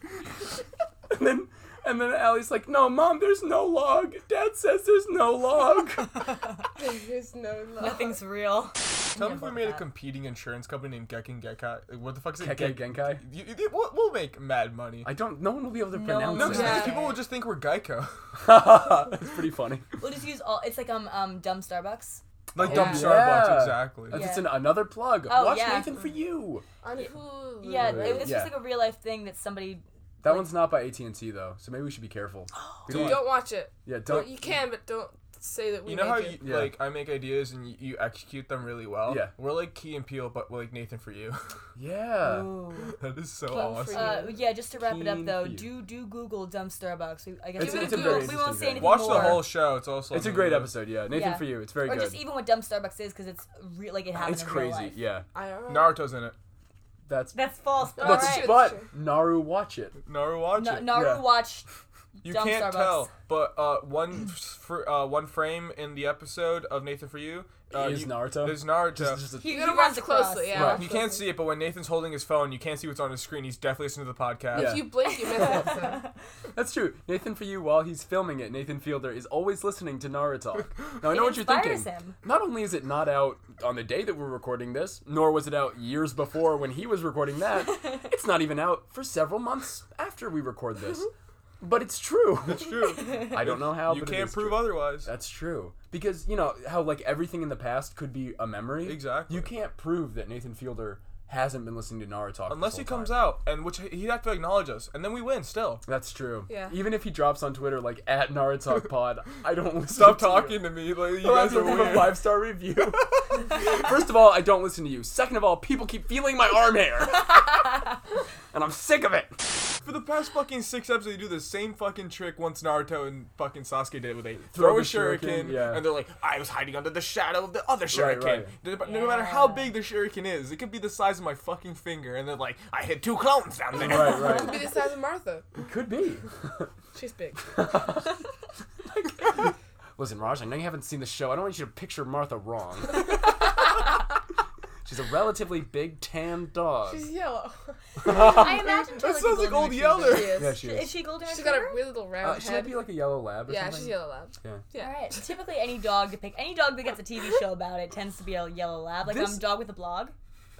[SPEAKER 8] and then, and then Allie's like, "No, mom, there's no log. Dad says there's no log."
[SPEAKER 5] There's no love.
[SPEAKER 7] Nothing's real.
[SPEAKER 3] Tell me if we made a competing insurance company named Gekken Gekkai. What the fuck is it?
[SPEAKER 8] Gekken
[SPEAKER 3] Gek-
[SPEAKER 8] Genkai?
[SPEAKER 3] You, you- we'll, we'll make mad money.
[SPEAKER 8] I don't. No one will be able to
[SPEAKER 7] No.
[SPEAKER 8] pronounce
[SPEAKER 3] no,
[SPEAKER 8] it.
[SPEAKER 3] because
[SPEAKER 5] Yeah.
[SPEAKER 3] people will just think we're Geico.
[SPEAKER 8] That's pretty funny.
[SPEAKER 7] We'll just use all. It's like um um dumb Starbucks.
[SPEAKER 3] Like
[SPEAKER 5] Yeah.
[SPEAKER 3] dumb Starbucks,
[SPEAKER 8] Oh, Yeah.
[SPEAKER 3] exactly.
[SPEAKER 8] That's
[SPEAKER 7] Yeah.
[SPEAKER 8] it's an, another plug.
[SPEAKER 7] Oh,
[SPEAKER 8] Watch
[SPEAKER 7] yeah.
[SPEAKER 8] Nathan for you.
[SPEAKER 5] On Hulu.
[SPEAKER 7] Yeah, it was
[SPEAKER 8] Yeah.
[SPEAKER 7] just like a real life thing that somebody.
[SPEAKER 8] That one's not by AT and T though, so maybe we should be careful.
[SPEAKER 7] Oh,
[SPEAKER 8] We don't,
[SPEAKER 5] Don't watch it.
[SPEAKER 8] yeah, don't.
[SPEAKER 5] Don't. you can, but don't say that we.
[SPEAKER 3] You know how
[SPEAKER 5] make
[SPEAKER 3] you,
[SPEAKER 5] it.
[SPEAKER 8] Yeah.
[SPEAKER 3] like I make ideas and you, you execute them really well.
[SPEAKER 8] Yeah.
[SPEAKER 3] we're like Key and Peele, but we're like Nathan for you.
[SPEAKER 8] yeah.
[SPEAKER 3] that is so
[SPEAKER 5] Peele for
[SPEAKER 3] awesome.
[SPEAKER 7] Uh, yeah, just to wrap it up
[SPEAKER 8] Keen
[SPEAKER 7] though,
[SPEAKER 8] for you.
[SPEAKER 7] do do Google dumb Starbucks. We- I guess
[SPEAKER 8] It's-
[SPEAKER 7] we,
[SPEAKER 5] it's a
[SPEAKER 7] we,
[SPEAKER 5] very
[SPEAKER 7] won't- we won't
[SPEAKER 8] interesting
[SPEAKER 7] say anything
[SPEAKER 3] Watch
[SPEAKER 7] more.
[SPEAKER 3] the whole show. It's also
[SPEAKER 8] It's a
[SPEAKER 3] on
[SPEAKER 8] great
[SPEAKER 3] Hulu.
[SPEAKER 8] episode. Yeah, Nathan
[SPEAKER 7] Yeah.
[SPEAKER 8] for you. It's very
[SPEAKER 7] Or
[SPEAKER 8] good.
[SPEAKER 7] just even what dumb Starbucks is, because it's re- like it happened.
[SPEAKER 8] it's
[SPEAKER 7] in Real
[SPEAKER 8] crazy.
[SPEAKER 7] life.
[SPEAKER 8] Yeah,
[SPEAKER 5] IRL.
[SPEAKER 3] Naruto's in it.
[SPEAKER 8] that's.
[SPEAKER 7] That's false. But
[SPEAKER 5] That's
[SPEAKER 7] all right.
[SPEAKER 5] true.
[SPEAKER 8] But Naru, watch it.
[SPEAKER 3] Naru, watch
[SPEAKER 7] Na-
[SPEAKER 3] it.
[SPEAKER 7] Naru
[SPEAKER 8] Yeah.
[SPEAKER 7] watched
[SPEAKER 3] You
[SPEAKER 7] dumb
[SPEAKER 3] can't
[SPEAKER 7] Starbucks.
[SPEAKER 3] tell, but uh, one f- fr- uh, one frame in the episode of Nathan for you uh,
[SPEAKER 8] Is
[SPEAKER 3] you-
[SPEAKER 8] Naruto.
[SPEAKER 3] There's Naruto. Uh,
[SPEAKER 8] Just- just a-
[SPEAKER 7] He,
[SPEAKER 5] You
[SPEAKER 7] he
[SPEAKER 5] gotta
[SPEAKER 7] runs
[SPEAKER 5] watch
[SPEAKER 7] across.
[SPEAKER 5] closely. Yeah.
[SPEAKER 8] Right.
[SPEAKER 5] watch
[SPEAKER 3] You can't
[SPEAKER 5] closely.
[SPEAKER 3] see it, but when Nathan's holding his phone, you can't see what's on his screen. He's definitely listening to the podcast.
[SPEAKER 8] Yeah.
[SPEAKER 5] If you blink, you miss it.
[SPEAKER 8] That's true. Nathan for you while he's filming it, Nathan Fielder is always listening to Naru Talk. Now I
[SPEAKER 7] It
[SPEAKER 8] know what you're
[SPEAKER 7] inspires
[SPEAKER 8] thinking.
[SPEAKER 7] him.
[SPEAKER 8] Not only is it not out on the day that we're recording this, nor was it out years before when he was recording that. it's not even out for several months after we record this. But it's true.
[SPEAKER 3] It's true.
[SPEAKER 8] I don't know how.
[SPEAKER 3] you
[SPEAKER 8] but it
[SPEAKER 3] can't
[SPEAKER 8] is
[SPEAKER 3] prove
[SPEAKER 8] true.
[SPEAKER 3] otherwise.
[SPEAKER 8] That's true. Because you know how like everything in the past could be a memory.
[SPEAKER 3] Exactly.
[SPEAKER 8] You can't prove that Nathan Fielder hasn't been listening to Naru Talk.
[SPEAKER 3] Unless he comes out, and which he'd have to acknowledge us, and then we win still.
[SPEAKER 8] That's true.
[SPEAKER 5] Yeah.
[SPEAKER 8] Even if he drops on Twitter like at Naru Talk Pod, I don't listen
[SPEAKER 3] Stop
[SPEAKER 8] to you.
[SPEAKER 3] talking to me. Like, you
[SPEAKER 8] You
[SPEAKER 3] guys are
[SPEAKER 8] leave a
[SPEAKER 3] weird.
[SPEAKER 8] five star review. First of all, I don't listen to you. Second of all, people keep feeling my arm hair. and I'm sick of it.
[SPEAKER 3] For the past fucking six episodes, you do the same fucking trick once Naruto and fucking Sasuke did, where they throw,
[SPEAKER 8] Throw
[SPEAKER 3] a
[SPEAKER 8] the shuriken,
[SPEAKER 3] shuriken,
[SPEAKER 8] yeah.
[SPEAKER 3] and they're like, "I was hiding under the shadow of the other shuriken."
[SPEAKER 8] right.
[SPEAKER 3] No, no matter how big the shuriken is, it could be the size of my fucking finger, and they're like, "I hit two clones down there."
[SPEAKER 8] Right, right.
[SPEAKER 5] Be the size of Martha.
[SPEAKER 8] It could be.
[SPEAKER 5] She's big.
[SPEAKER 8] Listen, Raj, I know you haven't seen the show. I don't want you to picture Martha wrong. She's She's a relatively big tan dog.
[SPEAKER 5] She's yellow.
[SPEAKER 7] I imagine
[SPEAKER 3] That sounds like Old Yeller.
[SPEAKER 5] Yeah,
[SPEAKER 3] she
[SPEAKER 7] Is she a golden
[SPEAKER 5] She's
[SPEAKER 7] retriever?
[SPEAKER 5] got a really little
[SPEAKER 8] Uh,
[SPEAKER 5] round
[SPEAKER 8] should that
[SPEAKER 5] head.
[SPEAKER 8] be like a yellow lab or
[SPEAKER 5] yeah,
[SPEAKER 8] something?
[SPEAKER 5] she's yellow lab.
[SPEAKER 7] All right. Typically, any dog to pick any dog that gets a TV show about it tends to be a yellow lab, like
[SPEAKER 8] This-
[SPEAKER 7] um, dog with a blog.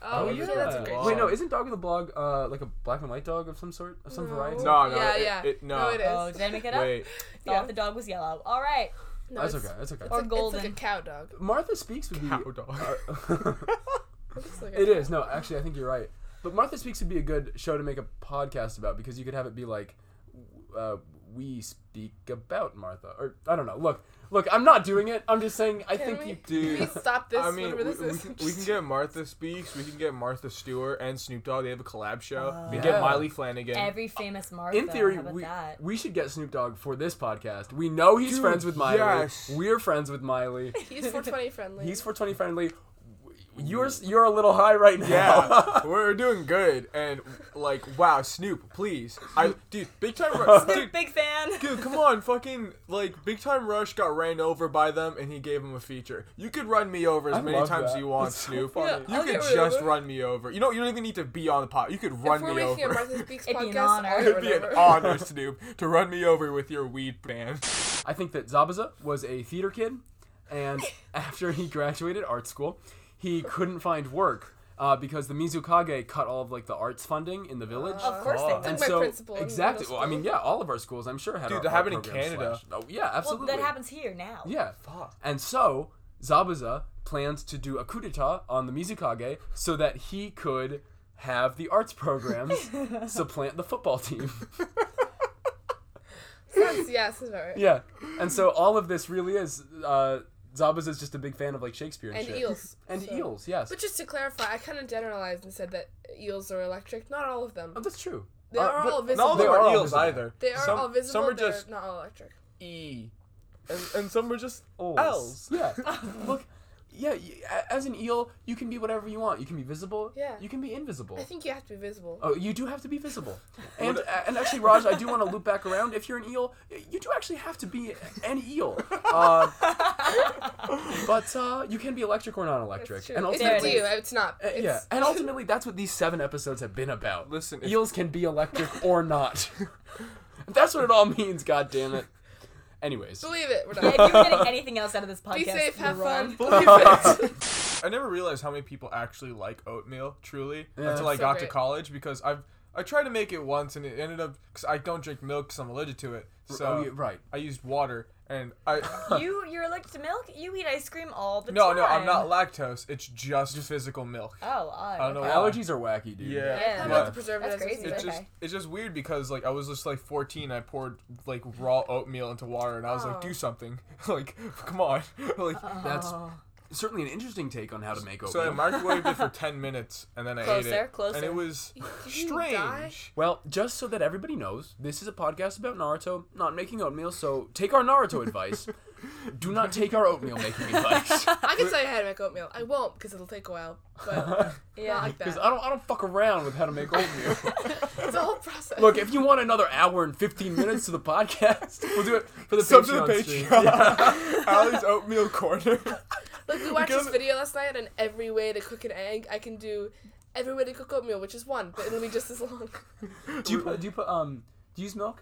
[SPEAKER 5] Oh, yeah, that's a great
[SPEAKER 8] Wait,
[SPEAKER 5] show.
[SPEAKER 8] no, isn't Dog with a Blog uh, like a black and white dog of some sort? Of some variety?
[SPEAKER 3] No, no,
[SPEAKER 5] Yeah,
[SPEAKER 3] it-
[SPEAKER 5] yeah.
[SPEAKER 3] it- no.
[SPEAKER 5] no, it is.
[SPEAKER 7] Oh, did I make it up?
[SPEAKER 3] Wait.
[SPEAKER 7] Thought
[SPEAKER 5] Yeah.
[SPEAKER 7] the dog was yellow. All right.
[SPEAKER 5] No,
[SPEAKER 8] That's
[SPEAKER 5] it's-
[SPEAKER 8] okay, that's okay.
[SPEAKER 7] Or
[SPEAKER 5] it's
[SPEAKER 7] golden.
[SPEAKER 5] Like, it's like a cow dog.
[SPEAKER 8] Martha Speaks would be.
[SPEAKER 3] Cow dog.
[SPEAKER 5] It's like a-
[SPEAKER 8] It is. No, actually, I think you're right. But Martha Speaks would be a good show to make a podcast about because you could have it be like, uh, we speak about Martha, or I don't know. Look, look, I'm not doing it. I'm just saying. I
[SPEAKER 5] Can
[SPEAKER 8] think
[SPEAKER 5] we,
[SPEAKER 8] you.
[SPEAKER 3] Dude,
[SPEAKER 5] can we stop this?
[SPEAKER 3] I mean, we,
[SPEAKER 5] whatever this
[SPEAKER 3] we
[SPEAKER 5] is.
[SPEAKER 3] can, we can get Martha Speaks, we can get Martha Stewart and Snoop Dogg. They have a collab show.
[SPEAKER 5] Uh,
[SPEAKER 3] we can
[SPEAKER 8] Yeah.
[SPEAKER 3] get Miley Flanagan.
[SPEAKER 7] Every famous Martha.
[SPEAKER 8] In theory,
[SPEAKER 7] How about
[SPEAKER 8] we,
[SPEAKER 7] that?
[SPEAKER 8] we should get Snoop Dogg for this podcast. We know he's
[SPEAKER 3] Dude,
[SPEAKER 8] friends with Miley.
[SPEAKER 3] yes.
[SPEAKER 8] We're friends with Miley.
[SPEAKER 5] He's 420 friendly.
[SPEAKER 8] He's 420 friendly. You're you're a little high right now.
[SPEAKER 3] yeah, we're doing good. And like, wow, Snoop, please, I dude, big time rush, dude,
[SPEAKER 7] Big fan.
[SPEAKER 3] dude, come on, fucking like, big time rush got ran over by them, and he gave him a feature. You could run me over as
[SPEAKER 8] I
[SPEAKER 3] many
[SPEAKER 8] love
[SPEAKER 3] times
[SPEAKER 8] that.
[SPEAKER 3] you want,
[SPEAKER 8] It's so
[SPEAKER 3] Snoop.
[SPEAKER 8] funny.
[SPEAKER 5] Yeah, I'll
[SPEAKER 3] you could
[SPEAKER 5] get rid of
[SPEAKER 3] just
[SPEAKER 5] it.
[SPEAKER 3] run me over. You know, you don't even need to be on the pot. You could
[SPEAKER 5] if
[SPEAKER 3] run
[SPEAKER 5] we're
[SPEAKER 3] me
[SPEAKER 5] making a
[SPEAKER 3] over.
[SPEAKER 5] Martha Speaks
[SPEAKER 7] It'd be an
[SPEAKER 5] podcast,
[SPEAKER 7] honor.
[SPEAKER 5] I'll
[SPEAKER 3] It'd be an
[SPEAKER 5] remember.
[SPEAKER 3] honor, Snoop, to run me over with your weed ban.
[SPEAKER 8] I think that Zabaza was a theater kid, and after he graduated art school, he couldn't find work uh, because the Mizukage cut all of like the arts funding in the village.
[SPEAKER 7] Of course they
[SPEAKER 8] and
[SPEAKER 7] did.
[SPEAKER 5] my
[SPEAKER 8] so
[SPEAKER 5] principal in
[SPEAKER 8] exactly.
[SPEAKER 5] middle
[SPEAKER 8] Well, I mean,
[SPEAKER 5] school.
[SPEAKER 8] yeah, all of our schools, I'm sure, had
[SPEAKER 3] Dude,
[SPEAKER 8] our
[SPEAKER 3] that
[SPEAKER 8] art
[SPEAKER 3] happened in
[SPEAKER 8] programs
[SPEAKER 3] Canada.
[SPEAKER 8] slashed. Oh yeah,
[SPEAKER 7] Well,
[SPEAKER 8] absolutely.
[SPEAKER 7] that happens here now.
[SPEAKER 8] Yeah. And so Zabuza plans to do a coup d'état on the Mizukage so that he could have the arts programs supplant the football team.
[SPEAKER 5] Sounds- yeah, sounds about right.
[SPEAKER 8] yeah. And so all of this really is uh, Zabuza's just a big fan of like Shakespeare and,
[SPEAKER 5] And
[SPEAKER 8] shit.
[SPEAKER 5] eels.
[SPEAKER 8] And
[SPEAKER 5] so.
[SPEAKER 8] eels, yes.
[SPEAKER 5] But just to clarify, I kind of generalized and said that eels are electric. Not all of them.
[SPEAKER 8] oh, that's true.
[SPEAKER 5] They are, all
[SPEAKER 3] Uh, Not all
[SPEAKER 5] visible.
[SPEAKER 3] of them
[SPEAKER 8] They are
[SPEAKER 3] are
[SPEAKER 8] all
[SPEAKER 3] eels
[SPEAKER 8] visible.
[SPEAKER 3] either.
[SPEAKER 5] They are
[SPEAKER 3] Some-
[SPEAKER 5] all visible.
[SPEAKER 3] Some are
[SPEAKER 5] they're
[SPEAKER 3] just
[SPEAKER 5] not all electric.
[SPEAKER 3] E, and, and some are just L's.
[SPEAKER 8] Yeah. Look, yeah, y- a- as an eel, you can be whatever you want. You can be visible.
[SPEAKER 5] Yeah.
[SPEAKER 8] You can be invisible.
[SPEAKER 5] I think you have to be visible.
[SPEAKER 8] Oh, you do have to be visible. And and actually, Raj, I do want to loop back around. If you're an eel, you do actually have to be an eel. Uh, but uh, you can be electric or non-electric.
[SPEAKER 5] It's true.
[SPEAKER 8] And
[SPEAKER 5] it's
[SPEAKER 8] ultimately,
[SPEAKER 5] up to you. It's not.
[SPEAKER 8] Uh,
[SPEAKER 3] eh,
[SPEAKER 5] It's,
[SPEAKER 8] yeah, and ultimately, that's what these seven episodes have been about.
[SPEAKER 3] Listen, if-
[SPEAKER 8] eels can be electric or not. that's what it all means. God damn it. Anyways,
[SPEAKER 5] Believe it. We're
[SPEAKER 7] Yeah,
[SPEAKER 5] not.
[SPEAKER 7] if you're getting anything else out of this podcast,
[SPEAKER 5] Be safe.
[SPEAKER 7] you're
[SPEAKER 5] Have
[SPEAKER 7] wrong.
[SPEAKER 5] fun. Believe it.
[SPEAKER 3] I never realized how many people actually like oatmeal truly
[SPEAKER 8] Yeah.
[SPEAKER 3] until I
[SPEAKER 5] So
[SPEAKER 3] got to
[SPEAKER 5] great.
[SPEAKER 3] college because I've I tried to make it once and it ended up because I don't drink milk because I'm allergic to it. So
[SPEAKER 8] oh, yeah, right.
[SPEAKER 3] I used water and I
[SPEAKER 7] You you're allergic to milk. You eat ice cream all the
[SPEAKER 3] no
[SPEAKER 7] time.
[SPEAKER 3] no I'm not lactose. It's just physical milk.
[SPEAKER 7] Oh,
[SPEAKER 3] I don't know why.
[SPEAKER 8] allergies are wacky, dude.
[SPEAKER 3] uh, Yeah.
[SPEAKER 7] Yeah.
[SPEAKER 5] How about
[SPEAKER 7] That's
[SPEAKER 5] the
[SPEAKER 3] But
[SPEAKER 5] preservatives?
[SPEAKER 7] crazy.
[SPEAKER 5] and
[SPEAKER 3] It's
[SPEAKER 5] stuff?
[SPEAKER 3] just
[SPEAKER 7] Okay.
[SPEAKER 3] it's just weird because like I was just like 14. I poured like raw oatmeal into water and I was like,
[SPEAKER 5] Oh.
[SPEAKER 3] do something. like come on. like
[SPEAKER 8] that's
[SPEAKER 5] Uh.
[SPEAKER 8] certainly an interesting take on how to make oatmeal.
[SPEAKER 3] so I microwaved it for 10 minutes and then I ate
[SPEAKER 7] Closer,
[SPEAKER 3] it
[SPEAKER 7] closer.
[SPEAKER 3] and it was
[SPEAKER 5] you die?
[SPEAKER 3] strange.
[SPEAKER 8] Well, just so that everybody knows, this is a podcast about Naruto, not making oatmeal, so take our Naruto advice. Do not take our oatmeal making advice.
[SPEAKER 5] I can tell you how to make oatmeal. I won't because it'll take a while. But not
[SPEAKER 7] Yeah.
[SPEAKER 5] like
[SPEAKER 8] Because
[SPEAKER 5] that.
[SPEAKER 8] I don't I don't fuck around with how to make oatmeal.
[SPEAKER 5] It's a whole process.
[SPEAKER 8] Look, if you want another hour and fifteen minutes to the podcast, we'll do it for the
[SPEAKER 3] Sub to the
[SPEAKER 8] Patreon. stream.
[SPEAKER 3] Patreon. Allie's oatmeal corner.
[SPEAKER 5] Like we watched this
[SPEAKER 3] Because-
[SPEAKER 5] video last night, and every way to cook an egg, I can do every way to cook oatmeal, which is one, but it'll be just as long.
[SPEAKER 8] Do you put do you put um do you use milk?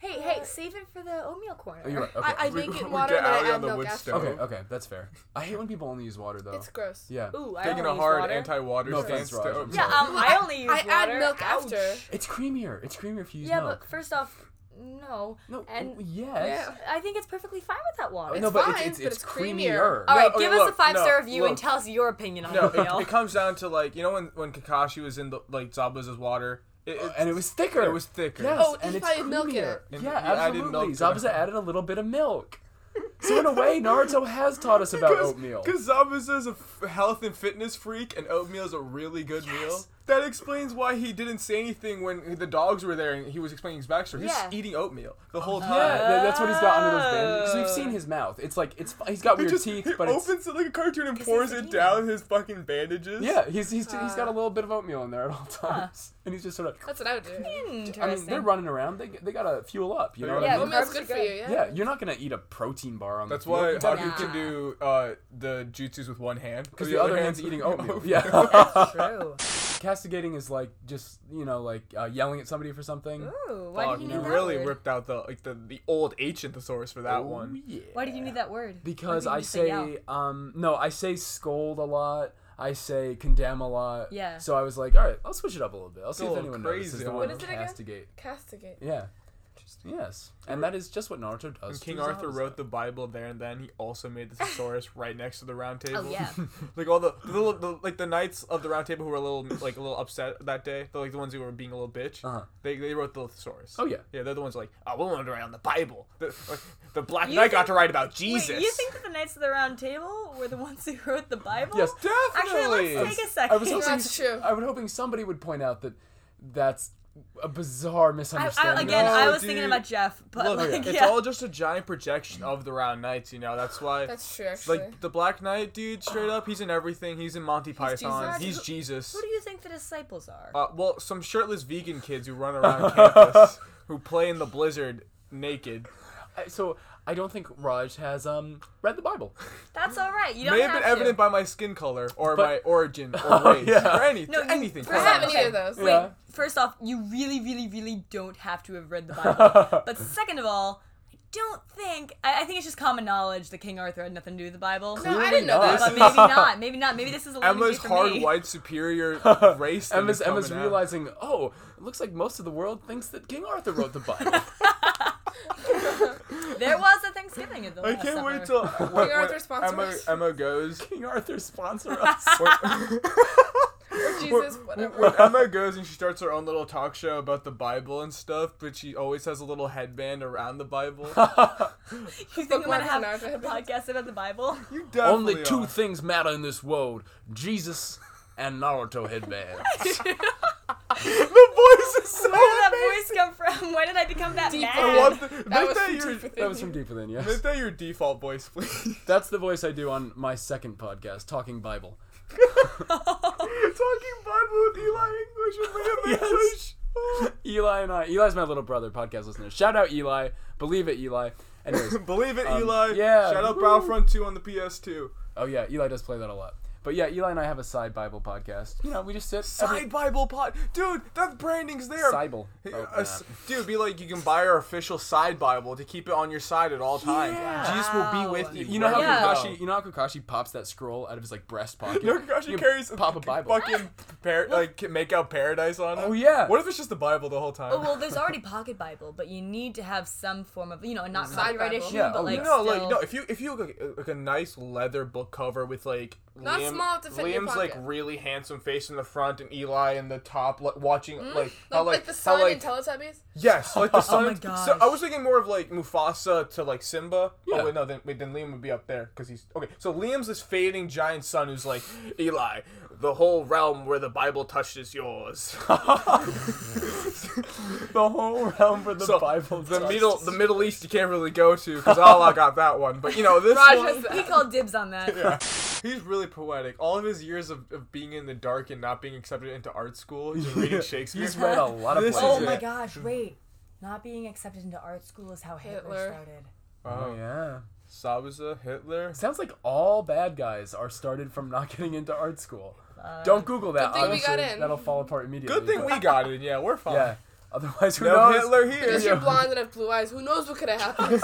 [SPEAKER 7] Hey, hey, save it for the oatmeal corner.
[SPEAKER 8] Oh you're right. Okay.
[SPEAKER 5] I, I
[SPEAKER 3] We-
[SPEAKER 5] make it
[SPEAKER 3] we
[SPEAKER 5] in water
[SPEAKER 3] get
[SPEAKER 5] and then
[SPEAKER 3] Allie
[SPEAKER 5] I
[SPEAKER 3] on
[SPEAKER 5] add
[SPEAKER 3] the
[SPEAKER 5] milk
[SPEAKER 3] wood
[SPEAKER 5] after.
[SPEAKER 3] stove.
[SPEAKER 8] okay, okay, that's fair. I hate when people only use water though.
[SPEAKER 5] It's gross.
[SPEAKER 8] yeah.
[SPEAKER 7] Ooh, I
[SPEAKER 3] Taking a
[SPEAKER 7] only use
[SPEAKER 3] hard
[SPEAKER 7] water.
[SPEAKER 3] anti-water
[SPEAKER 8] No
[SPEAKER 3] stance
[SPEAKER 8] offense, Raj,
[SPEAKER 3] to
[SPEAKER 8] I'm
[SPEAKER 3] oatmeal.
[SPEAKER 7] Yeah, um, I only use
[SPEAKER 5] I
[SPEAKER 7] water.
[SPEAKER 5] add milk
[SPEAKER 7] Ouch.
[SPEAKER 5] after.
[SPEAKER 8] It's creamier. It's creamier if you use
[SPEAKER 7] Yeah,
[SPEAKER 8] milk.
[SPEAKER 7] but first off, no.
[SPEAKER 8] no,
[SPEAKER 7] and
[SPEAKER 8] yes.
[SPEAKER 7] I think it's perfectly fine with that water.
[SPEAKER 8] no, but
[SPEAKER 5] fine,
[SPEAKER 8] it's, it's,
[SPEAKER 5] but
[SPEAKER 8] it's
[SPEAKER 5] it's creamier.
[SPEAKER 8] creamier.
[SPEAKER 5] Oh,
[SPEAKER 7] All right,
[SPEAKER 3] okay,
[SPEAKER 7] give us a
[SPEAKER 3] look,
[SPEAKER 7] five star
[SPEAKER 3] no,
[SPEAKER 7] review and
[SPEAKER 3] look.
[SPEAKER 7] tell us your opinion on
[SPEAKER 3] No, it,
[SPEAKER 7] oatmeal.
[SPEAKER 3] it comes down to like you know when when Kakashi was in the like Zabuza's water, it, Uh, it,
[SPEAKER 8] and it was thicker.
[SPEAKER 3] it was thicker.
[SPEAKER 8] Yes,
[SPEAKER 5] Oh,
[SPEAKER 8] and
[SPEAKER 5] you
[SPEAKER 8] it's
[SPEAKER 5] probably had milk in
[SPEAKER 8] creamier.
[SPEAKER 5] it.
[SPEAKER 3] And
[SPEAKER 8] yeah,
[SPEAKER 3] you added
[SPEAKER 8] absolutely.
[SPEAKER 3] milk to it.
[SPEAKER 8] Zabuza added a little bit of milk. So in a way, Naruto has taught us about oatmeal.
[SPEAKER 3] Because Zabuza's a f- health and fitness freak, and oatmeal's a really good meal. That explains why he didn't say anything when the dogs were there and he was explaining his backstory. He's
[SPEAKER 7] Yeah.
[SPEAKER 3] eating oatmeal the whole
[SPEAKER 8] Uh, Yeah,
[SPEAKER 3] time.
[SPEAKER 8] tha- that's what he's got under those bandages. Because we've seen
[SPEAKER 7] Oh.
[SPEAKER 8] his mouth. It's like it's he's got weird
[SPEAKER 3] He just
[SPEAKER 8] teeth,
[SPEAKER 3] he
[SPEAKER 8] but it's
[SPEAKER 3] opens it like a cartoon and
[SPEAKER 7] he's
[SPEAKER 3] pours
[SPEAKER 7] an
[SPEAKER 3] it
[SPEAKER 7] eater.
[SPEAKER 3] down his fucking bandages.
[SPEAKER 8] yeah, he's he's, he's
[SPEAKER 7] Uh.
[SPEAKER 8] got a little bit of oatmeal in there at all times, and he's just sort of.
[SPEAKER 5] That's what I would do.
[SPEAKER 7] Interesting.
[SPEAKER 8] I mean, they're running around. They they gotta fuel up. You know what
[SPEAKER 7] Yeah,
[SPEAKER 8] I mean?
[SPEAKER 5] Oatmeal's
[SPEAKER 7] carbs are
[SPEAKER 5] good for
[SPEAKER 7] good.
[SPEAKER 5] you, yeah.
[SPEAKER 8] Yeah, you're not gonna eat a protein bar bar on
[SPEAKER 3] That's
[SPEAKER 8] the field.
[SPEAKER 3] why Haku
[SPEAKER 7] Yeah.
[SPEAKER 3] can do uh, the jutsus with one hand Oh, because
[SPEAKER 8] the, other hand's eating oatmeal. yeah.
[SPEAKER 7] That's true.
[SPEAKER 8] Castigating is like just you know like uh, yelling at somebody for something.
[SPEAKER 7] Ooh, why did you need
[SPEAKER 3] you
[SPEAKER 7] that
[SPEAKER 3] really
[SPEAKER 7] word?
[SPEAKER 3] ripped out the like the, the old ancient thesaurus for that
[SPEAKER 8] Oh,
[SPEAKER 3] one.
[SPEAKER 8] yeah.
[SPEAKER 7] Why did you need that word? Why
[SPEAKER 8] Because
[SPEAKER 7] didn't you
[SPEAKER 8] I
[SPEAKER 7] just
[SPEAKER 8] say
[SPEAKER 7] yell?
[SPEAKER 8] um no, I say scold a lot. I say condemn a lot.
[SPEAKER 7] Yeah.
[SPEAKER 8] So I was like, all right, I'll switch it up a little bit. I'll see
[SPEAKER 3] Go
[SPEAKER 8] if anyone
[SPEAKER 3] crazy
[SPEAKER 8] notices the
[SPEAKER 3] on
[SPEAKER 8] word
[SPEAKER 3] it. What
[SPEAKER 5] is it again?
[SPEAKER 8] castigate.
[SPEAKER 5] Castigate.
[SPEAKER 8] Yeah. Yes, and that is just what Naruto does.
[SPEAKER 3] When King
[SPEAKER 8] to his
[SPEAKER 3] Arthur
[SPEAKER 8] Zabuza.
[SPEAKER 3] wrote the Bible there and then, he also made the thesaurus right next to the round table.
[SPEAKER 7] Oh yeah.
[SPEAKER 3] like all the, the, little, the like the knights of the round table who were a little like a little upset that day, the, like the ones who were being a little bitch.
[SPEAKER 8] Uh-huh.
[SPEAKER 3] They, they wrote the thesaurus.
[SPEAKER 8] Oh, yeah.
[SPEAKER 3] yeah. They're the ones like, oh, we wanted to write on the Bible. The, like, the black
[SPEAKER 7] You
[SPEAKER 3] knight got
[SPEAKER 7] think-
[SPEAKER 3] to write about
[SPEAKER 7] Wait,
[SPEAKER 3] Jesus.
[SPEAKER 7] you think that the Knights of the Round Table were the ones who wrote the Bible?
[SPEAKER 8] Yes,
[SPEAKER 7] Actually, let's take a second.
[SPEAKER 8] I was hoping
[SPEAKER 5] That's true.
[SPEAKER 8] I was hoping somebody would point out that that's a bizarre
[SPEAKER 7] I,
[SPEAKER 8] misunderstanding.
[SPEAKER 7] I, again, I
[SPEAKER 3] No,
[SPEAKER 7] was thinking
[SPEAKER 3] dude.
[SPEAKER 7] about Jeff, but
[SPEAKER 3] Look,
[SPEAKER 7] like,
[SPEAKER 3] it's
[SPEAKER 7] yeah.
[SPEAKER 3] all just a giant projection of the round knights. You know, that's why.
[SPEAKER 5] That's true, actually.
[SPEAKER 3] like the Black Knight dude, straight up, he's in everything. He's in Monty Python.
[SPEAKER 5] Jesus.
[SPEAKER 3] He's Jesus.
[SPEAKER 7] Who do you think the disciples are?
[SPEAKER 3] Uh, well, some shirtless vegan kids who run around campus who play in the blizzard naked.
[SPEAKER 8] I- so I don't think Raj has um read the Bible.
[SPEAKER 7] That's all right. You don't
[SPEAKER 3] May have
[SPEAKER 7] have
[SPEAKER 3] been
[SPEAKER 7] to.
[SPEAKER 3] evident by my skin color or
[SPEAKER 8] But-
[SPEAKER 3] my origin or race
[SPEAKER 8] yeah.
[SPEAKER 3] or anything.
[SPEAKER 7] No, you-
[SPEAKER 3] anything.
[SPEAKER 7] for
[SPEAKER 5] I
[SPEAKER 3] for
[SPEAKER 7] that-
[SPEAKER 3] that
[SPEAKER 5] haven't
[SPEAKER 7] Okay.
[SPEAKER 5] either of those.
[SPEAKER 7] Wait,
[SPEAKER 8] Yeah.
[SPEAKER 7] first off, you really, really, really don't have to have read the Bible. but second of all, I don't think. I, I think it's just common knowledge that King Arthur had nothing to do with the Bible.
[SPEAKER 5] No, I didn't know
[SPEAKER 7] but
[SPEAKER 5] that.
[SPEAKER 7] maybe not. Maybe not. Maybe this is a learning
[SPEAKER 3] Emma's
[SPEAKER 7] day for
[SPEAKER 3] hard
[SPEAKER 7] me.
[SPEAKER 3] white superior race. thing
[SPEAKER 8] Emma's
[SPEAKER 3] is
[SPEAKER 8] Emma's
[SPEAKER 3] coming out.
[SPEAKER 8] realizing, oh, it looks like most of the world thinks that King Arthur wrote the Bible.
[SPEAKER 7] There was a Thanksgiving at the
[SPEAKER 3] I
[SPEAKER 7] last
[SPEAKER 3] can't
[SPEAKER 7] supper.
[SPEAKER 3] wait till when,
[SPEAKER 5] Arthur
[SPEAKER 3] when Emma,
[SPEAKER 5] sponsors.
[SPEAKER 3] Emma goes.
[SPEAKER 8] King Arthur sponsor us.
[SPEAKER 5] Or Jesus,
[SPEAKER 3] When
[SPEAKER 5] whatever.
[SPEAKER 3] Emma goes and she starts her own little talk show about the Bible and stuff, but she always has a little headband around the Bible.
[SPEAKER 7] You think I'm
[SPEAKER 5] Bookmark
[SPEAKER 7] gonna have
[SPEAKER 5] and Arthur
[SPEAKER 7] a
[SPEAKER 5] have
[SPEAKER 7] podcast about the Bible?
[SPEAKER 3] you definitely
[SPEAKER 8] Only two
[SPEAKER 3] are.
[SPEAKER 8] things matter in this world: Jesus and Naruto headband.
[SPEAKER 3] The voice is so.
[SPEAKER 7] Where did that voice come from? Why did I become that
[SPEAKER 5] Deep
[SPEAKER 7] mad?
[SPEAKER 5] voice.
[SPEAKER 3] I love the-
[SPEAKER 5] That
[SPEAKER 3] make
[SPEAKER 5] was
[SPEAKER 3] that
[SPEAKER 5] from
[SPEAKER 3] your
[SPEAKER 5] Deep Within
[SPEAKER 8] That was
[SPEAKER 5] You.
[SPEAKER 8] from deeper than
[SPEAKER 3] make
[SPEAKER 8] yes.
[SPEAKER 3] that your default voice, please.
[SPEAKER 8] That's the voice I do on my second podcast, Talking Bible.
[SPEAKER 3] Talking Bible with Eli English and Liam English.
[SPEAKER 8] Eli and I. Eli's my little brother, podcast listener. Shout out Eli. Believe it, Eli. Anyways,
[SPEAKER 3] Believe it,
[SPEAKER 8] Um,
[SPEAKER 3] Eli.
[SPEAKER 8] yeah,
[SPEAKER 3] Shout out
[SPEAKER 8] woo.
[SPEAKER 3] Battlefront 2 on the PS2.
[SPEAKER 8] oh yeah, Eli does play that a lot. But yeah, Eli and I have a side Bible podcast. You know, we just sit. every-
[SPEAKER 3] Side Bible pod, dude. That branding's there.
[SPEAKER 8] Bible.
[SPEAKER 3] Hey,
[SPEAKER 8] Oh,
[SPEAKER 3] a s- dude, be like you can buy our official side Bible to keep it on your side at all times.
[SPEAKER 8] Yeah.
[SPEAKER 3] Jesus will be with you.
[SPEAKER 8] You know how
[SPEAKER 7] Yeah.
[SPEAKER 8] Kakashi, you know how Kakashi pops that scroll out of his like breast pocket.
[SPEAKER 3] No, Kakashi
[SPEAKER 8] You
[SPEAKER 3] carries
[SPEAKER 8] pop a Bible.
[SPEAKER 3] Fucking par- like make out paradise on it.
[SPEAKER 8] Oh, yeah.
[SPEAKER 3] What if it's just the Bible the whole time?
[SPEAKER 7] Oh well, there's already Pocket Bible, but you need to have some form of you know, not copyright
[SPEAKER 5] Bible.
[SPEAKER 7] issue,
[SPEAKER 8] Yeah,
[SPEAKER 7] but
[SPEAKER 8] oh,
[SPEAKER 7] like
[SPEAKER 8] yeah.
[SPEAKER 3] no,
[SPEAKER 7] still.
[SPEAKER 3] like no. If you if you like, a- like a nice leather book cover with like
[SPEAKER 5] Not
[SPEAKER 3] Liam,
[SPEAKER 5] small to fit in your
[SPEAKER 3] Liam's like
[SPEAKER 5] pocket.
[SPEAKER 3] really handsome face in the front and Eli in the top, like, watching like
[SPEAKER 5] Mm? Like,
[SPEAKER 3] how
[SPEAKER 5] like
[SPEAKER 3] like,
[SPEAKER 5] the
[SPEAKER 3] how
[SPEAKER 5] sun in
[SPEAKER 3] like
[SPEAKER 5] Teletubbies.
[SPEAKER 3] Yes, like the sun.
[SPEAKER 7] my
[SPEAKER 3] So
[SPEAKER 7] gosh.
[SPEAKER 3] I was thinking more of like Mufasa to like Simba.
[SPEAKER 8] Yeah.
[SPEAKER 3] Oh wait, no, then wait, then Liam would be up there because he's okay. So Liam's this fading giant son who's like Eli. The whole realm where the Bible touched is yours.
[SPEAKER 8] the whole realm for the
[SPEAKER 3] So,
[SPEAKER 8] Bible.
[SPEAKER 3] the middle, the Middle East, you can't really go to because Allah got that one. But you know this
[SPEAKER 5] Raj
[SPEAKER 3] one,
[SPEAKER 5] has that.
[SPEAKER 7] he called dibs on that.
[SPEAKER 3] he's really poetic. All of his years of, of being in the dark and not being accepted into art school, he's reading Shakespeare.
[SPEAKER 8] He's read a lot of
[SPEAKER 3] This is
[SPEAKER 7] Oh
[SPEAKER 8] places.
[SPEAKER 7] my
[SPEAKER 3] it.
[SPEAKER 7] gosh! Wait, not being accepted into art school is how Hitler,
[SPEAKER 5] Hitler.
[SPEAKER 7] started.
[SPEAKER 8] Oh yeah.
[SPEAKER 3] Sabuza, Hitler.
[SPEAKER 8] Sounds like all bad guys are started from not getting into art school. Don't Google that.
[SPEAKER 5] Uh, thing we
[SPEAKER 8] Honestly,
[SPEAKER 5] got in.
[SPEAKER 8] that'll fall apart immediately.
[SPEAKER 3] Good thing
[SPEAKER 8] but-
[SPEAKER 3] we got it. Yeah, we're fine.
[SPEAKER 8] Yeah. Otherwise, who
[SPEAKER 3] No
[SPEAKER 8] knows?
[SPEAKER 3] Hitler
[SPEAKER 5] Because
[SPEAKER 3] here.
[SPEAKER 5] you're blonde and have blue eyes. Who knows what could have happened?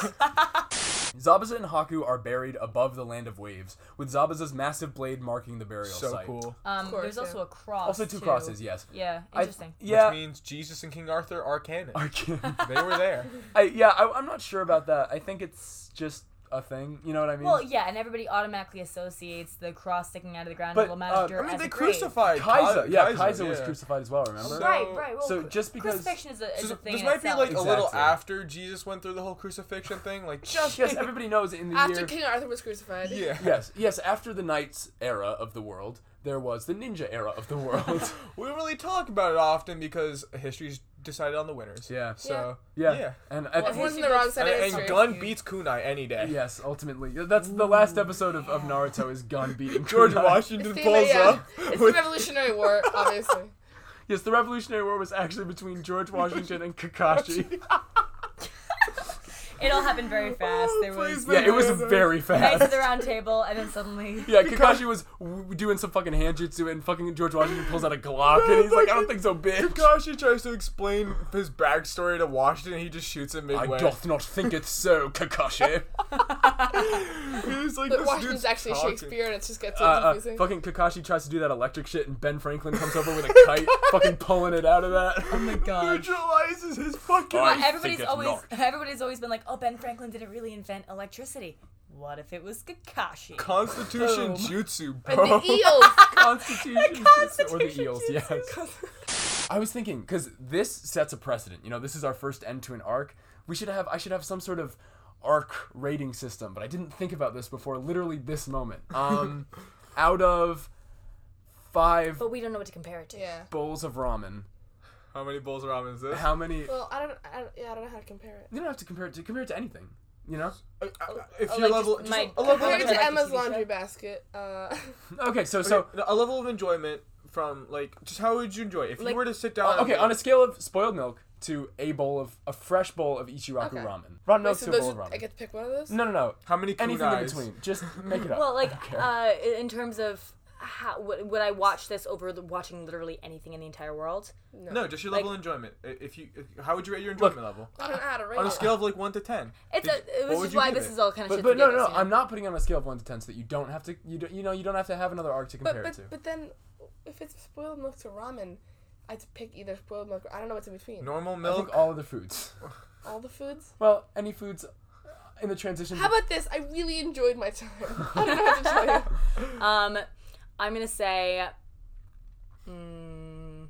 [SPEAKER 8] Zabuza and Haku are buried above the land of waves, with Zabuza's massive blade marking the burial
[SPEAKER 3] So
[SPEAKER 8] site.
[SPEAKER 3] cool.
[SPEAKER 7] Um,
[SPEAKER 5] course,
[SPEAKER 7] there's
[SPEAKER 5] yeah.
[SPEAKER 7] also a cross.
[SPEAKER 8] Also, two
[SPEAKER 7] too.
[SPEAKER 8] crosses, yes.
[SPEAKER 7] Yeah,
[SPEAKER 8] I-
[SPEAKER 7] interesting.
[SPEAKER 8] yeah.
[SPEAKER 3] Which means Jesus and King Arthur are canon.
[SPEAKER 8] I can't-
[SPEAKER 3] they were there.
[SPEAKER 8] I, yeah, I, I'm not sure about that. I think it's just a thing. You know what I mean?
[SPEAKER 7] well, yeah, and everybody automatically associates the cross sticking out of the ground
[SPEAKER 8] But,
[SPEAKER 7] of
[SPEAKER 8] uh,
[SPEAKER 7] Lamadure
[SPEAKER 8] I
[SPEAKER 3] I mean,
[SPEAKER 7] as
[SPEAKER 3] they
[SPEAKER 7] a grave.
[SPEAKER 3] crucified
[SPEAKER 8] Kaiser,
[SPEAKER 3] Kai-
[SPEAKER 8] yeah,
[SPEAKER 3] Kaiser,
[SPEAKER 8] Kaiser, was
[SPEAKER 3] yeah.
[SPEAKER 8] crucified as well. Remember?
[SPEAKER 3] So-
[SPEAKER 7] Right, right. Well,
[SPEAKER 8] so
[SPEAKER 7] cru-
[SPEAKER 8] just because-
[SPEAKER 7] crucifixion is a, is
[SPEAKER 3] So
[SPEAKER 7] a thing.
[SPEAKER 3] this
[SPEAKER 7] in
[SPEAKER 3] might be
[SPEAKER 7] itself.
[SPEAKER 3] like a little
[SPEAKER 8] Exactly.
[SPEAKER 3] after Jesus went through the whole crucifixion thing, like just
[SPEAKER 8] yes, everybody knows in the
[SPEAKER 5] After
[SPEAKER 8] year.
[SPEAKER 5] King Arthur was crucified.
[SPEAKER 3] yeah.
[SPEAKER 8] yes, yes. After the knights era of the world, there was the ninja era of the world.
[SPEAKER 3] We don't really talk about it often because history's decided on the winners.
[SPEAKER 8] Yeah.
[SPEAKER 3] So
[SPEAKER 8] yeah.
[SPEAKER 3] yeah.
[SPEAKER 8] and at
[SPEAKER 5] Everyone's on
[SPEAKER 7] History
[SPEAKER 5] the wrong
[SPEAKER 7] books-
[SPEAKER 5] side
[SPEAKER 3] And,
[SPEAKER 5] of
[SPEAKER 3] and
[SPEAKER 5] history.
[SPEAKER 3] Gun beats Kunai any day.
[SPEAKER 8] yes, ultimately, that's the last episode of, of Naruto is gun beating
[SPEAKER 3] George
[SPEAKER 8] Kunai.
[SPEAKER 3] Washington
[SPEAKER 5] It's the,
[SPEAKER 3] pulls
[SPEAKER 5] yeah,
[SPEAKER 3] up.
[SPEAKER 5] it's the Revolutionary War, obviously.
[SPEAKER 8] Yes, the Revolutionary War was actually between George Washington and Kakashi.
[SPEAKER 7] It all happened very fast. There was
[SPEAKER 8] Yeah, it was very
[SPEAKER 7] Knights
[SPEAKER 8] fast.
[SPEAKER 7] of the Round Table, and then suddenly
[SPEAKER 8] Yeah, Kakashi was w- doing some fucking handjutsu and fucking George Washington pulls out a Glock and he's like, I don't think so, bitch.
[SPEAKER 3] Kakashi tries to explain his backstory to Washington. He just shoots him
[SPEAKER 8] I
[SPEAKER 3] midway.
[SPEAKER 8] doth not think it so, Kakashi.
[SPEAKER 3] He's like,
[SPEAKER 5] But
[SPEAKER 3] this
[SPEAKER 5] Washington's
[SPEAKER 3] dude's
[SPEAKER 5] actually
[SPEAKER 3] talking.
[SPEAKER 5] Shakespeare, and it just gets so
[SPEAKER 8] Uh, uh,
[SPEAKER 5] confusing.
[SPEAKER 8] fucking Kakashi tries to do that electric shit and Ben Franklin comes over with a kite, fucking pulling it out of that. Oh my god.
[SPEAKER 3] Neutralizes his fucking.
[SPEAKER 7] Well, everybody's always everybody's always been like, oh, Ben Franklin didn't really invent electricity. What if it was Kakashi?
[SPEAKER 3] Constitution Jutsu,
[SPEAKER 5] and
[SPEAKER 3] bro.
[SPEAKER 7] E-
[SPEAKER 5] the eels.
[SPEAKER 8] Constitution Jutsu or the eels, yes. I was thinking because this sets a precedent. You know, this is our first end to an arc. We should have I should have some sort of arc rating system, but I didn't think about this before literally this moment. Um, out of five
[SPEAKER 7] but we don't know what to compare it to.
[SPEAKER 5] yeah.
[SPEAKER 8] bowls of ramen,
[SPEAKER 3] How many bowls of ramen is this?
[SPEAKER 8] how many? You
[SPEAKER 5] Well, I don't, I don't. Yeah, I don't know how to compare it.
[SPEAKER 8] don't have to compare it to compare it to anything. You know?
[SPEAKER 3] Uh, if
[SPEAKER 7] Oh,
[SPEAKER 3] you
[SPEAKER 7] like,
[SPEAKER 3] level,
[SPEAKER 7] just
[SPEAKER 3] just
[SPEAKER 7] my-
[SPEAKER 3] a level,
[SPEAKER 5] Compared
[SPEAKER 7] much I
[SPEAKER 5] to
[SPEAKER 7] like
[SPEAKER 5] Emma's
[SPEAKER 7] the TV show.
[SPEAKER 5] laundry basket. Uh,
[SPEAKER 8] Okay, so so
[SPEAKER 3] a level of enjoyment from like, just how would you enjoy it? if
[SPEAKER 7] Like-
[SPEAKER 3] you were to sit down?
[SPEAKER 8] okay, on a scale of spoiled milk to a bowl of a fresh bowl of Ichiraku
[SPEAKER 5] Okay.
[SPEAKER 8] ramen, ramen milk
[SPEAKER 5] so
[SPEAKER 8] to a bowl
[SPEAKER 5] those,
[SPEAKER 8] of
[SPEAKER 5] are-
[SPEAKER 8] ramen.
[SPEAKER 5] I get to pick one of those.
[SPEAKER 8] No, no, no.
[SPEAKER 3] how many
[SPEAKER 8] Anything in
[SPEAKER 3] kunais?
[SPEAKER 8] between. Just make it up.
[SPEAKER 7] Well, like
[SPEAKER 8] Okay.
[SPEAKER 7] uh, in terms of how would, would I watch this over the, watching literally anything in the entire world?
[SPEAKER 3] No, just your
[SPEAKER 7] Like-
[SPEAKER 3] level of enjoyment. I- If you, if, how would you rate your enjoyment level?
[SPEAKER 5] I don't know how to rate
[SPEAKER 3] On a
[SPEAKER 5] it.
[SPEAKER 3] scale of like one to ten.
[SPEAKER 7] It's
[SPEAKER 3] Did-
[SPEAKER 7] a, it
[SPEAKER 3] what
[SPEAKER 7] was
[SPEAKER 3] would
[SPEAKER 7] just
[SPEAKER 3] you
[SPEAKER 7] why
[SPEAKER 3] give
[SPEAKER 7] this
[SPEAKER 3] it?
[SPEAKER 7] is all kind of
[SPEAKER 8] But,
[SPEAKER 7] shit.
[SPEAKER 8] but no, no,
[SPEAKER 7] together, so-
[SPEAKER 8] I'm not putting it on a scale of one to ten so that you don't have to. You don't, you know, you don't have to have another arc to compare
[SPEAKER 5] But but
[SPEAKER 8] it to.
[SPEAKER 5] but then, if it's spoiled milk to ramen, I have to pick either spoiled milk. or I don't know what's in between.
[SPEAKER 3] Normal
[SPEAKER 8] I
[SPEAKER 3] milk.
[SPEAKER 8] think all of the foods.
[SPEAKER 5] All the foods.
[SPEAKER 8] Well, any foods in the transition.
[SPEAKER 5] How about this? I really enjoyed my time. I don't know how to tell you.
[SPEAKER 7] Um, I'm gonna say, mm,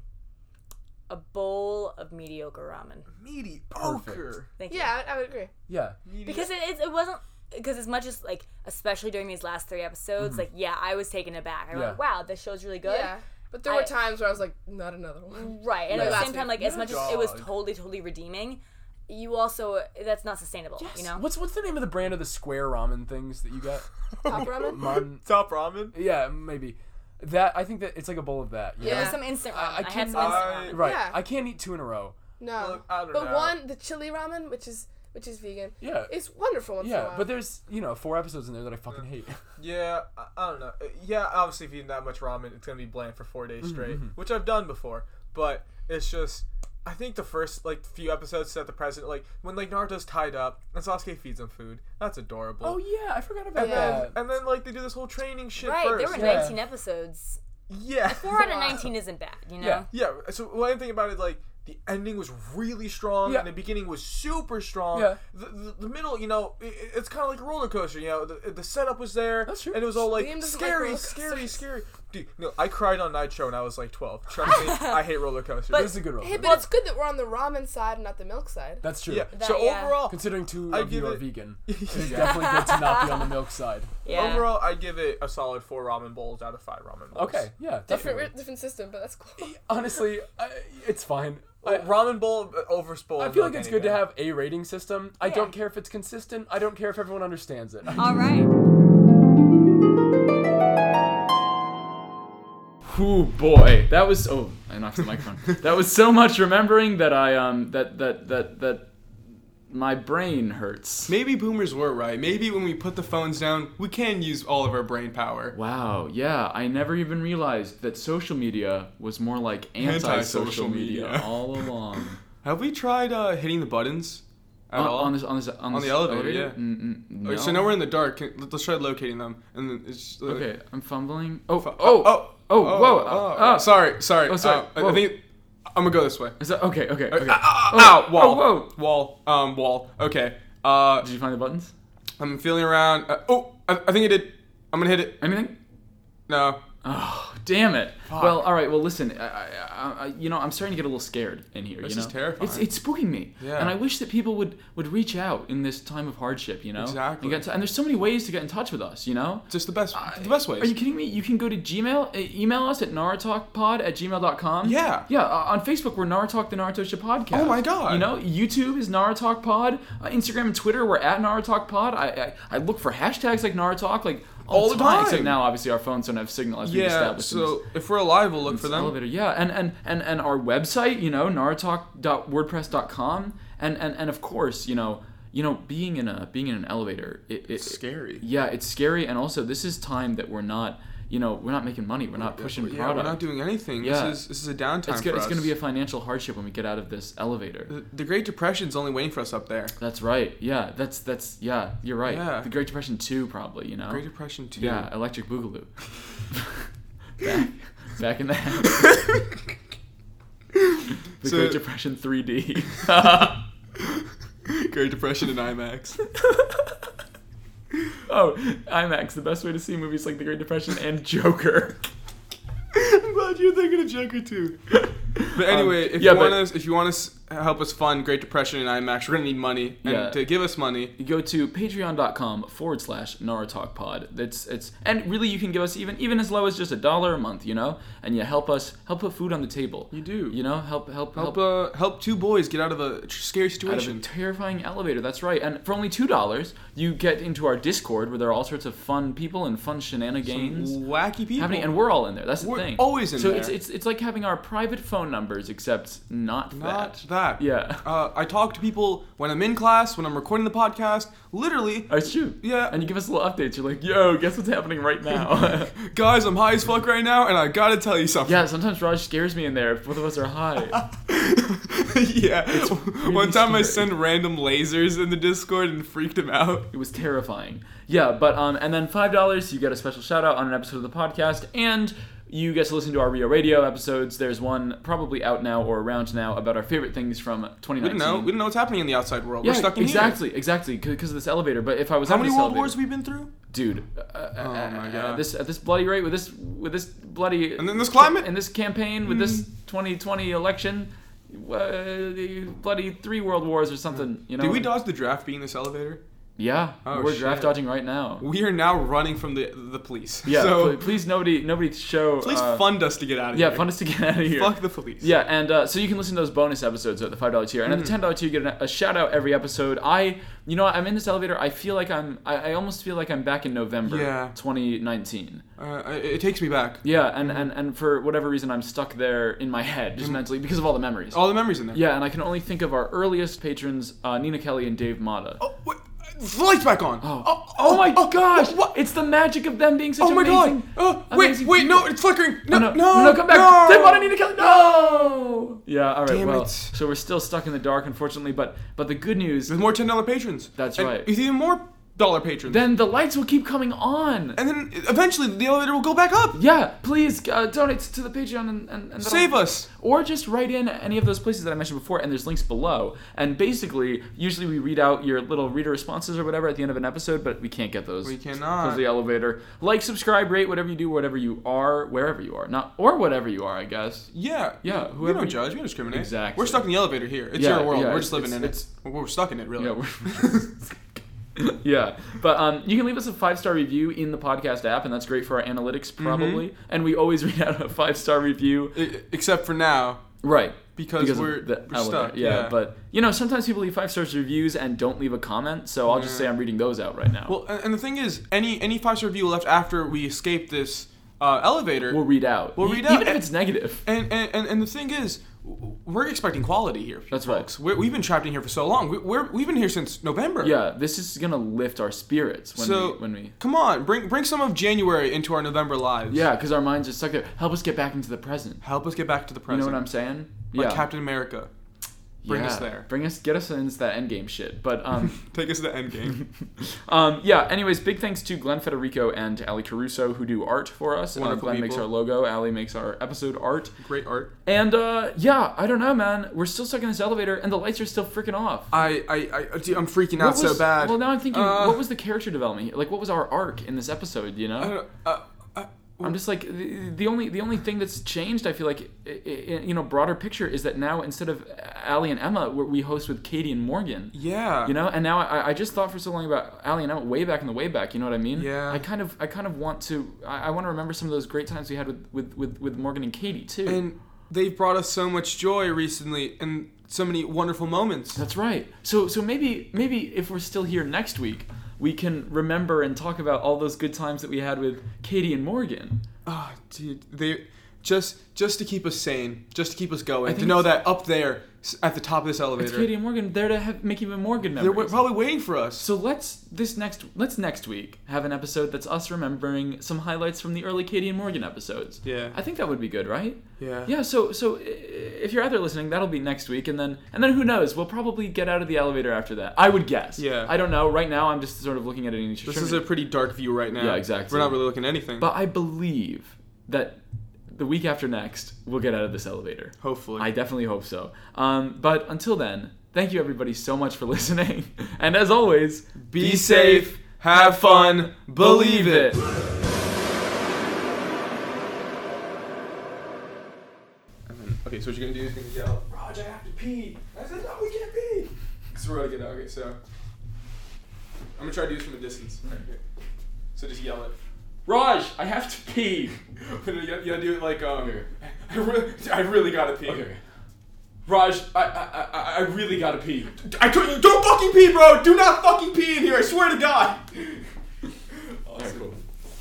[SPEAKER 7] a bowl of mediocre ramen.
[SPEAKER 3] Mediocre.
[SPEAKER 7] Thank you.
[SPEAKER 5] Yeah, I, I would agree.
[SPEAKER 8] yeah,
[SPEAKER 7] because it, it, it wasn't because as much as like especially during these last three episodes
[SPEAKER 3] Mm-hmm.
[SPEAKER 7] like yeah i was taken aback i
[SPEAKER 8] Yeah.
[SPEAKER 7] went wow this show's really good
[SPEAKER 5] Yeah. But there
[SPEAKER 7] I- Mm,
[SPEAKER 5] were times where I was like, not another one.
[SPEAKER 7] right and at the
[SPEAKER 5] Yeah.
[SPEAKER 7] same time like as much as it was
[SPEAKER 3] dog.
[SPEAKER 7] totally totally redeeming you also that's not sustainable you know
[SPEAKER 8] What's what's the name of the brand of the square ramen things that you get?
[SPEAKER 5] Top ramen?
[SPEAKER 8] Mon-
[SPEAKER 3] Top ramen.
[SPEAKER 8] yeah, maybe. That I think that it's like a bowl of that. you
[SPEAKER 5] Yeah.
[SPEAKER 7] There
[SPEAKER 8] know?
[SPEAKER 7] was some instant ramen. Uh, I,
[SPEAKER 8] I
[SPEAKER 7] had
[SPEAKER 8] can-
[SPEAKER 7] some instant
[SPEAKER 3] I-
[SPEAKER 7] ramen.
[SPEAKER 8] Right.
[SPEAKER 5] Yeah.
[SPEAKER 8] I can't eat two in a row.
[SPEAKER 5] No.
[SPEAKER 3] Look, I don't
[SPEAKER 5] but
[SPEAKER 3] know.
[SPEAKER 5] one, the chili ramen, which is which is vegan.
[SPEAKER 8] Yeah.
[SPEAKER 5] It's wonderful once in a
[SPEAKER 8] Yeah,
[SPEAKER 5] while.
[SPEAKER 8] but there's you know four episodes in there that I fucking hate.
[SPEAKER 3] Yeah, I, I don't know. Uh, Yeah, obviously, if you eat that much ramen, it's gonna be bland for four days straight, which I've done before. But it's just, I think the first like few episodes set the precedent. Like when like Naruto's tied up and Sasuke feeds him food. That's adorable.
[SPEAKER 8] Oh yeah, I forgot about
[SPEAKER 5] And then-
[SPEAKER 8] that.
[SPEAKER 3] And then like they do this whole training shit
[SPEAKER 7] Right, there
[SPEAKER 3] first.
[SPEAKER 7] were
[SPEAKER 8] Yeah.
[SPEAKER 7] 19 episodes.
[SPEAKER 3] yeah.
[SPEAKER 7] Four out of 19 isn't bad, you know?
[SPEAKER 8] Yeah.
[SPEAKER 3] Yeah, so one thing about it, like the ending was really strong,
[SPEAKER 8] Yeah.
[SPEAKER 3] and the beginning was super strong.
[SPEAKER 8] Yeah.
[SPEAKER 3] The, the, the middle, you know, i i- it's kind of like a roller coaster. You know, the, the setup was there,
[SPEAKER 8] That's true.
[SPEAKER 3] and it was all like
[SPEAKER 5] Liam doesn't like
[SPEAKER 3] scary,
[SPEAKER 5] roller
[SPEAKER 3] scary,
[SPEAKER 5] coasters.
[SPEAKER 3] scary. Dude, no, I cried on Nitro when I was like twelve. Trust me, I hate roller coasters.
[SPEAKER 8] This is a good roll.
[SPEAKER 5] hey, but it's good that we're on the ramen side and not the milk side.
[SPEAKER 8] That's true.
[SPEAKER 3] yeah.
[SPEAKER 7] That-
[SPEAKER 3] so
[SPEAKER 7] yeah.
[SPEAKER 3] overall,
[SPEAKER 8] Considering two
[SPEAKER 3] I
[SPEAKER 8] of you
[SPEAKER 3] give
[SPEAKER 8] are
[SPEAKER 3] it-
[SPEAKER 8] vegan, it's definitely good to not be on the milk side.
[SPEAKER 7] Yeah.
[SPEAKER 3] overall, I give it a solid four ramen bowls out of five ramen bowls.
[SPEAKER 8] Okay, yeah,
[SPEAKER 5] different
[SPEAKER 8] definitely.
[SPEAKER 5] different system, but that's cool.
[SPEAKER 8] Honestly, I, it's fine.
[SPEAKER 3] Well,
[SPEAKER 8] I,
[SPEAKER 3] ramen bowl uh, over spoiled.
[SPEAKER 8] I feel
[SPEAKER 3] milk
[SPEAKER 8] like it's
[SPEAKER 3] any
[SPEAKER 8] good to
[SPEAKER 3] day.
[SPEAKER 8] have a rating system. I don't care if it's consistent. I don't care if everyone understands it.
[SPEAKER 7] All right.
[SPEAKER 1] Whoo boy, that was oh, I knocked the microphone. that was so much remembering that I um that that that that my brain hurts.
[SPEAKER 6] Maybe boomers were right. Maybe when we put the phones down, we can use all of our brain power.
[SPEAKER 1] Wow, yeah, I never even realized that social media was more like anti-social
[SPEAKER 6] Anti-social
[SPEAKER 1] media,
[SPEAKER 6] media.
[SPEAKER 1] all along.
[SPEAKER 6] Have we tried uh, hitting the buttons at
[SPEAKER 1] on,
[SPEAKER 6] all?
[SPEAKER 1] on this on this on,
[SPEAKER 6] On
[SPEAKER 1] this
[SPEAKER 6] the elevator, yeah.
[SPEAKER 1] Mm, mm, no.
[SPEAKER 6] Okay, So now we're in the dark. Can- let- Let's try locating them. And then it's just, uh,
[SPEAKER 1] Okay, I'm fumbling. Oh, oh,
[SPEAKER 6] Oh,
[SPEAKER 1] oh,
[SPEAKER 6] oh,
[SPEAKER 1] whoa.
[SPEAKER 6] oh,
[SPEAKER 1] Oh,
[SPEAKER 6] oh. sorry, sorry.
[SPEAKER 1] Oh, sorry.
[SPEAKER 6] Uh, I-
[SPEAKER 1] Whoa.
[SPEAKER 6] I think I'm gonna go this way.
[SPEAKER 1] Is that, okay, okay, okay.
[SPEAKER 6] Ah,
[SPEAKER 1] Oh,
[SPEAKER 6] ow, wall,
[SPEAKER 1] oh, whoa.
[SPEAKER 6] wall, um, wall. Okay. Uh,
[SPEAKER 1] Did you find the buttons?
[SPEAKER 6] I'm feeling around. Uh, oh, I, I think I did. I'm gonna hit it.
[SPEAKER 1] Anything?
[SPEAKER 6] No.
[SPEAKER 1] Oh, damn it. Well, all right. Well, listen. I, I, I- I, you know, I'm starting to get a little scared in here.
[SPEAKER 6] This
[SPEAKER 1] you know?
[SPEAKER 6] is terrifying.
[SPEAKER 1] It's, it's spooking me.
[SPEAKER 6] Yeah.
[SPEAKER 1] And I wish that people would would reach out in this time of hardship. You know.
[SPEAKER 6] Exactly.
[SPEAKER 1] And, get in t- and there's so many ways to get in touch with us. You know.
[SPEAKER 6] Just the best. the best ways.
[SPEAKER 1] Are you kidding me? You can go to Gmail, uh, email us at naratalkpod at gmail.com.
[SPEAKER 6] Yeah.
[SPEAKER 1] Yeah, uh, on Facebook, we're Naratalk, the Naruto Show podcast.
[SPEAKER 6] Oh my God.
[SPEAKER 1] You know, YouTube is Naratalk Pod. Uh, Instagram and Twitter, we're at Naratalk Pod. I, I, I look for hashtags like Naratalk, like all,
[SPEAKER 6] All the time.
[SPEAKER 1] Except now, obviously, our phones don't have signal as we've
[SPEAKER 6] yeah.
[SPEAKER 1] established. in this-
[SPEAKER 6] So if we're alive, we'll look for
[SPEAKER 1] this
[SPEAKER 6] them.
[SPEAKER 1] elevator. Yeah, and and and and our website, you know, naratalk.wordpress.com, and and and of course, you know, you know, being in a being in an elevator, it, it,
[SPEAKER 3] Scary.
[SPEAKER 1] Yeah, it's scary, and also this is time that we're not, you know, we're not making money. We're not pushing
[SPEAKER 3] Yeah,
[SPEAKER 1] product.
[SPEAKER 3] we're not doing anything.
[SPEAKER 1] Yeah.
[SPEAKER 3] This is this is a downtime
[SPEAKER 1] it's
[SPEAKER 3] for
[SPEAKER 1] gonna, it's
[SPEAKER 3] us. Uh,
[SPEAKER 1] going to be a financial hardship when we get out of this elevator.
[SPEAKER 3] The- the Great Depression's only waiting for us up there.
[SPEAKER 1] That's right. Yeah, that's that's yeah. You're right.
[SPEAKER 3] Yeah.
[SPEAKER 1] The Great Depression two, probably. You know.
[SPEAKER 3] Great Depression too.
[SPEAKER 1] yeah, Electric Boogaloo. back, back in the house. the
[SPEAKER 3] So-
[SPEAKER 1] Great Depression 3D.
[SPEAKER 3] Great Depression in IMAX.
[SPEAKER 1] oh, IMAX. The best way to see movies like The Great Depression and Joker.
[SPEAKER 3] I'm glad you're thinking of Joker too. But anyway, if
[SPEAKER 1] Um, yeah,
[SPEAKER 3] you
[SPEAKER 1] but-
[SPEAKER 3] want to, if you want to help us fund Great Depression in IMAX, we're gonna need money. And
[SPEAKER 1] Yeah.
[SPEAKER 3] to give us money,
[SPEAKER 1] go to patreon.com forward slash narutalkpod that's it's and really you can give us even even as low as just a dollar a month you know and you help us help put food on the table you
[SPEAKER 3] do.
[SPEAKER 1] you know help help help,
[SPEAKER 3] help uh, help two boys get out of a tr- scary
[SPEAKER 1] out of a
[SPEAKER 3] situation.
[SPEAKER 1] terrifying elevator that's right and for only two dollars you get into our discord where there are all sorts of fun people and fun shenanigans
[SPEAKER 3] Wacky people.
[SPEAKER 1] happening and we're all in there that's the
[SPEAKER 3] We're
[SPEAKER 1] thing
[SPEAKER 3] always in
[SPEAKER 1] so
[SPEAKER 3] there.
[SPEAKER 1] it's it's it's like having our private phone numbers except not,
[SPEAKER 3] not
[SPEAKER 1] that
[SPEAKER 3] that.
[SPEAKER 1] yeah
[SPEAKER 3] Uh, I talk to people when I'm in class, when I'm recording the podcast. Literally,
[SPEAKER 1] Oh, shoot.
[SPEAKER 3] Yeah.
[SPEAKER 1] And you give us little updates. You're like, yo, guess what's happening right now?
[SPEAKER 3] guys, I'm high as fuck right now, and I gotta tell you something.
[SPEAKER 1] Yeah, sometimes Raj scares me in there if both of us are high.
[SPEAKER 3] yeah. One time I
[SPEAKER 1] scary.
[SPEAKER 3] sent random lasers in the Discord and freaked him out.
[SPEAKER 1] it was terrifying. Yeah, but um, and then five dollars, you get a special shout out on an episode of the podcast, and you get to listen to our Rio Radio episodes. There's one probably out now or around now about our favorite things from 2019.
[SPEAKER 3] We don't know. We don't know what's happening in the outside world.
[SPEAKER 1] Yeah,
[SPEAKER 3] We're stuck in
[SPEAKER 1] exactly, exactly, because of this elevator. But if I was
[SPEAKER 3] here. How
[SPEAKER 1] out of
[SPEAKER 3] many
[SPEAKER 1] this
[SPEAKER 3] world
[SPEAKER 1] elevator-
[SPEAKER 3] wars have we been through?
[SPEAKER 1] dude? Uh, oh
[SPEAKER 3] my God.
[SPEAKER 1] This at this bloody rate with this with this bloody
[SPEAKER 3] And in this climate? Hmm.
[SPEAKER 1] and this campaign with this 2020 election, uh, the bloody three world wars or something. You know?
[SPEAKER 3] Hmm. Did we dodge the draft being in this elevator?
[SPEAKER 1] Yeah,
[SPEAKER 3] Oh,
[SPEAKER 1] we're
[SPEAKER 3] shit.
[SPEAKER 1] draft dodging right now.
[SPEAKER 3] We are now running from the the police.
[SPEAKER 1] Yeah,
[SPEAKER 3] So
[SPEAKER 1] pl- please nobody nobody show.
[SPEAKER 3] please
[SPEAKER 1] uh,
[SPEAKER 3] fund us to get out of
[SPEAKER 1] Yeah,
[SPEAKER 3] here.
[SPEAKER 1] fund us to get out of here.
[SPEAKER 3] Fuck the police.
[SPEAKER 1] Yeah, and uh, so you can listen to those bonus episodes at the five dollar tier, and
[SPEAKER 3] Hmm.
[SPEAKER 1] at the ten dollar tier you get a, a shout out every episode. I, you know, what, I'm in this elevator. I feel like I'm. I, I almost feel like I'm back in November,
[SPEAKER 3] Yeah.
[SPEAKER 1] 2019.
[SPEAKER 3] Uh, I- it takes me back.
[SPEAKER 1] Yeah, and, and and for whatever reason I'm stuck there in my head just mentally because of all the memories.
[SPEAKER 3] Mm. All the memories in there.
[SPEAKER 1] Yeah, and I can only think of our earliest patrons, uh, Nina Kelly and Dave Mata.
[SPEAKER 3] Oh, wait, the lights back on.
[SPEAKER 1] Oh, oh my gosh!
[SPEAKER 3] What?
[SPEAKER 1] It's the magic of them being such
[SPEAKER 3] Oh my
[SPEAKER 1] amazing.
[SPEAKER 3] god! Uh, wait,
[SPEAKER 1] amazing
[SPEAKER 3] wait, no,
[SPEAKER 1] people. Oh,
[SPEAKER 3] it's flickering. No,
[SPEAKER 1] no,
[SPEAKER 3] no,
[SPEAKER 1] no, come back!
[SPEAKER 3] no.
[SPEAKER 1] They want to need to kill. No. Yeah. All right.
[SPEAKER 3] Damn
[SPEAKER 1] well,
[SPEAKER 3] it.
[SPEAKER 1] so we're still stuck in the dark, unfortunately. But but the good news,
[SPEAKER 3] With more ten dollar patrons.
[SPEAKER 1] That's
[SPEAKER 3] And
[SPEAKER 1] right.
[SPEAKER 3] With even more dollar patrons.
[SPEAKER 1] then the lights will keep coming on.
[SPEAKER 3] and then eventually the elevator will go back up.
[SPEAKER 1] yeah, please uh, donate to the Patreon and, and, and
[SPEAKER 3] Save
[SPEAKER 1] that'll-
[SPEAKER 3] us.
[SPEAKER 1] Or just write in any of those places that I mentioned before, and there's links below. And basically, usually we read out your little reader responses or whatever at the end of an episode, but we can't get those.
[SPEAKER 3] We cannot.
[SPEAKER 1] Because of the elevator. Like, subscribe, rate, whatever you do, whatever you are, wherever you are. Not or whatever you are, I guess.
[SPEAKER 3] Yeah.
[SPEAKER 1] Yeah,
[SPEAKER 3] We
[SPEAKER 1] whoever
[SPEAKER 3] don't
[SPEAKER 1] you-
[SPEAKER 3] judge. We don't discriminate.
[SPEAKER 1] Exactly.
[SPEAKER 3] We're stuck in the elevator here. It's
[SPEAKER 1] Yeah,
[SPEAKER 3] your world.
[SPEAKER 1] yeah,
[SPEAKER 3] we're just living
[SPEAKER 1] it's-
[SPEAKER 3] in it. Well, We're stuck in it, really.
[SPEAKER 1] Yeah, we're- yeah. But um, you can leave us a five star review in the podcast app, and that's great for our analytics,
[SPEAKER 3] Mm-hmm.
[SPEAKER 1] probably. And we always read out a five star review,
[SPEAKER 3] E- Except for now.
[SPEAKER 1] right?
[SPEAKER 3] Because
[SPEAKER 1] of
[SPEAKER 3] we're- we're
[SPEAKER 1] elevator.
[SPEAKER 3] stuck,
[SPEAKER 1] Yeah,
[SPEAKER 3] yeah.
[SPEAKER 1] But you know, sometimes people leave five stars reviews and don't leave a comment. So I'll just say I'm reading those out right now.
[SPEAKER 3] Well, and, and the thing is, any any five star review left after we escape this uh, elevator.
[SPEAKER 1] we'll read out.
[SPEAKER 3] we'll
[SPEAKER 1] E-
[SPEAKER 3] read out.
[SPEAKER 1] even if it's negative.
[SPEAKER 3] and, and and and the thing is, w- we're expecting quality here.
[SPEAKER 1] That's right.
[SPEAKER 3] folks. We're, we've been trapped in here for so long. We, we're we've been here since November.
[SPEAKER 1] Yeah, this is gonna lift our spirits when
[SPEAKER 3] So
[SPEAKER 1] we when we.
[SPEAKER 3] come on, bring bring some of January into our November lives.
[SPEAKER 1] Yeah, because our minds are stuck there. Help us get back into the present.
[SPEAKER 3] Help us get back to the
[SPEAKER 1] You
[SPEAKER 3] present.
[SPEAKER 1] know what I'm saying?
[SPEAKER 3] Like Captain America. Bring us
[SPEAKER 1] Yeah.
[SPEAKER 3] there.
[SPEAKER 1] Bring us, get us into that endgame shit. But um,
[SPEAKER 3] Take us to the end game.
[SPEAKER 1] um, yeah. Anyways, big thanks to Glenn Federico and Ali Caruso who do art for us. Uh,
[SPEAKER 3] Wonderful
[SPEAKER 1] Glenn makes
[SPEAKER 3] people.
[SPEAKER 1] our logo. Ali makes our episode art.
[SPEAKER 3] Great art.
[SPEAKER 1] And uh, yeah, I don't know, man. We're still stuck in this elevator, and the lights are still freaking off.
[SPEAKER 3] I I, I dude, I'm freaking out
[SPEAKER 1] What
[SPEAKER 3] so
[SPEAKER 1] was-
[SPEAKER 3] bad.
[SPEAKER 1] Well, now I'm thinking,
[SPEAKER 3] Uh,
[SPEAKER 1] what was the character development? here? Like, what was our arc in this episode? You know.
[SPEAKER 3] I don't- uh, uh,
[SPEAKER 1] I'm just like the, the only the only thing that's changed. I feel like i- i- you know broader picture is that now instead of Ali and Emma, we're, we host with Katie and Morgan.
[SPEAKER 3] yeah.
[SPEAKER 1] You know, and now I, I just thought for so long about Ali and Emma way back in the way back. You know what I mean?
[SPEAKER 3] Yeah.
[SPEAKER 1] I kind of I kind of want to I, I want to remember some of those great times we had with with with, with Morgan and Katie too.
[SPEAKER 3] and they've brought us so much joy recently and so many wonderful moments.
[SPEAKER 1] That's right. So so maybe maybe if we're still here next week, we can remember and talk about all those good times that we had with Katie and Morgan.
[SPEAKER 3] Ah, dude, they just just to keep us sane, just to keep us going, to
[SPEAKER 1] think
[SPEAKER 3] know
[SPEAKER 1] it's-
[SPEAKER 3] that up there s- at the top of this elevator.
[SPEAKER 1] It's Katie and Morgan. They're to have, make even more good memories.
[SPEAKER 3] They're wa- probably waiting for us.
[SPEAKER 1] So let's this next let's next week have an episode that's us remembering some highlights from the early Katie and Morgan episodes.
[SPEAKER 3] Yeah.
[SPEAKER 1] I think that would be good, right?
[SPEAKER 3] Yeah.
[SPEAKER 1] Yeah. So so i- if you're out there listening, that'll be next week, and then and then who knows? We'll probably get out of the elevator after that. I would guess.
[SPEAKER 3] Yeah.
[SPEAKER 1] I don't know. Right now, I'm just sort of looking at it in each.
[SPEAKER 3] this is a pretty dark view right now.
[SPEAKER 1] Yeah, exactly.
[SPEAKER 3] We're not really looking at anything.
[SPEAKER 1] But I believe that the week after next, we'll get out of this elevator.
[SPEAKER 3] Hopefully.
[SPEAKER 1] I definitely hope so. Um, but until then, thank you everybody so much for listening. And as always,
[SPEAKER 3] Be safe, have fun, believe it. Okay, so what you're gonna do is you're gonna yell, Raj, I have to pee. I said, no, we can't pee. So we're gonna get out. Okay, so I'm gonna try to do this from a distance. Okay. So just yell it.
[SPEAKER 1] Raj, I have to pee.
[SPEAKER 3] you, gotta- you gotta do it like, um, I, really, I really gotta pee.
[SPEAKER 1] Okay. Raj, I, I, I, I really gotta pee.
[SPEAKER 3] I couldn't. Don't fucking pee, bro. Do not fucking pee in here. I swear to God.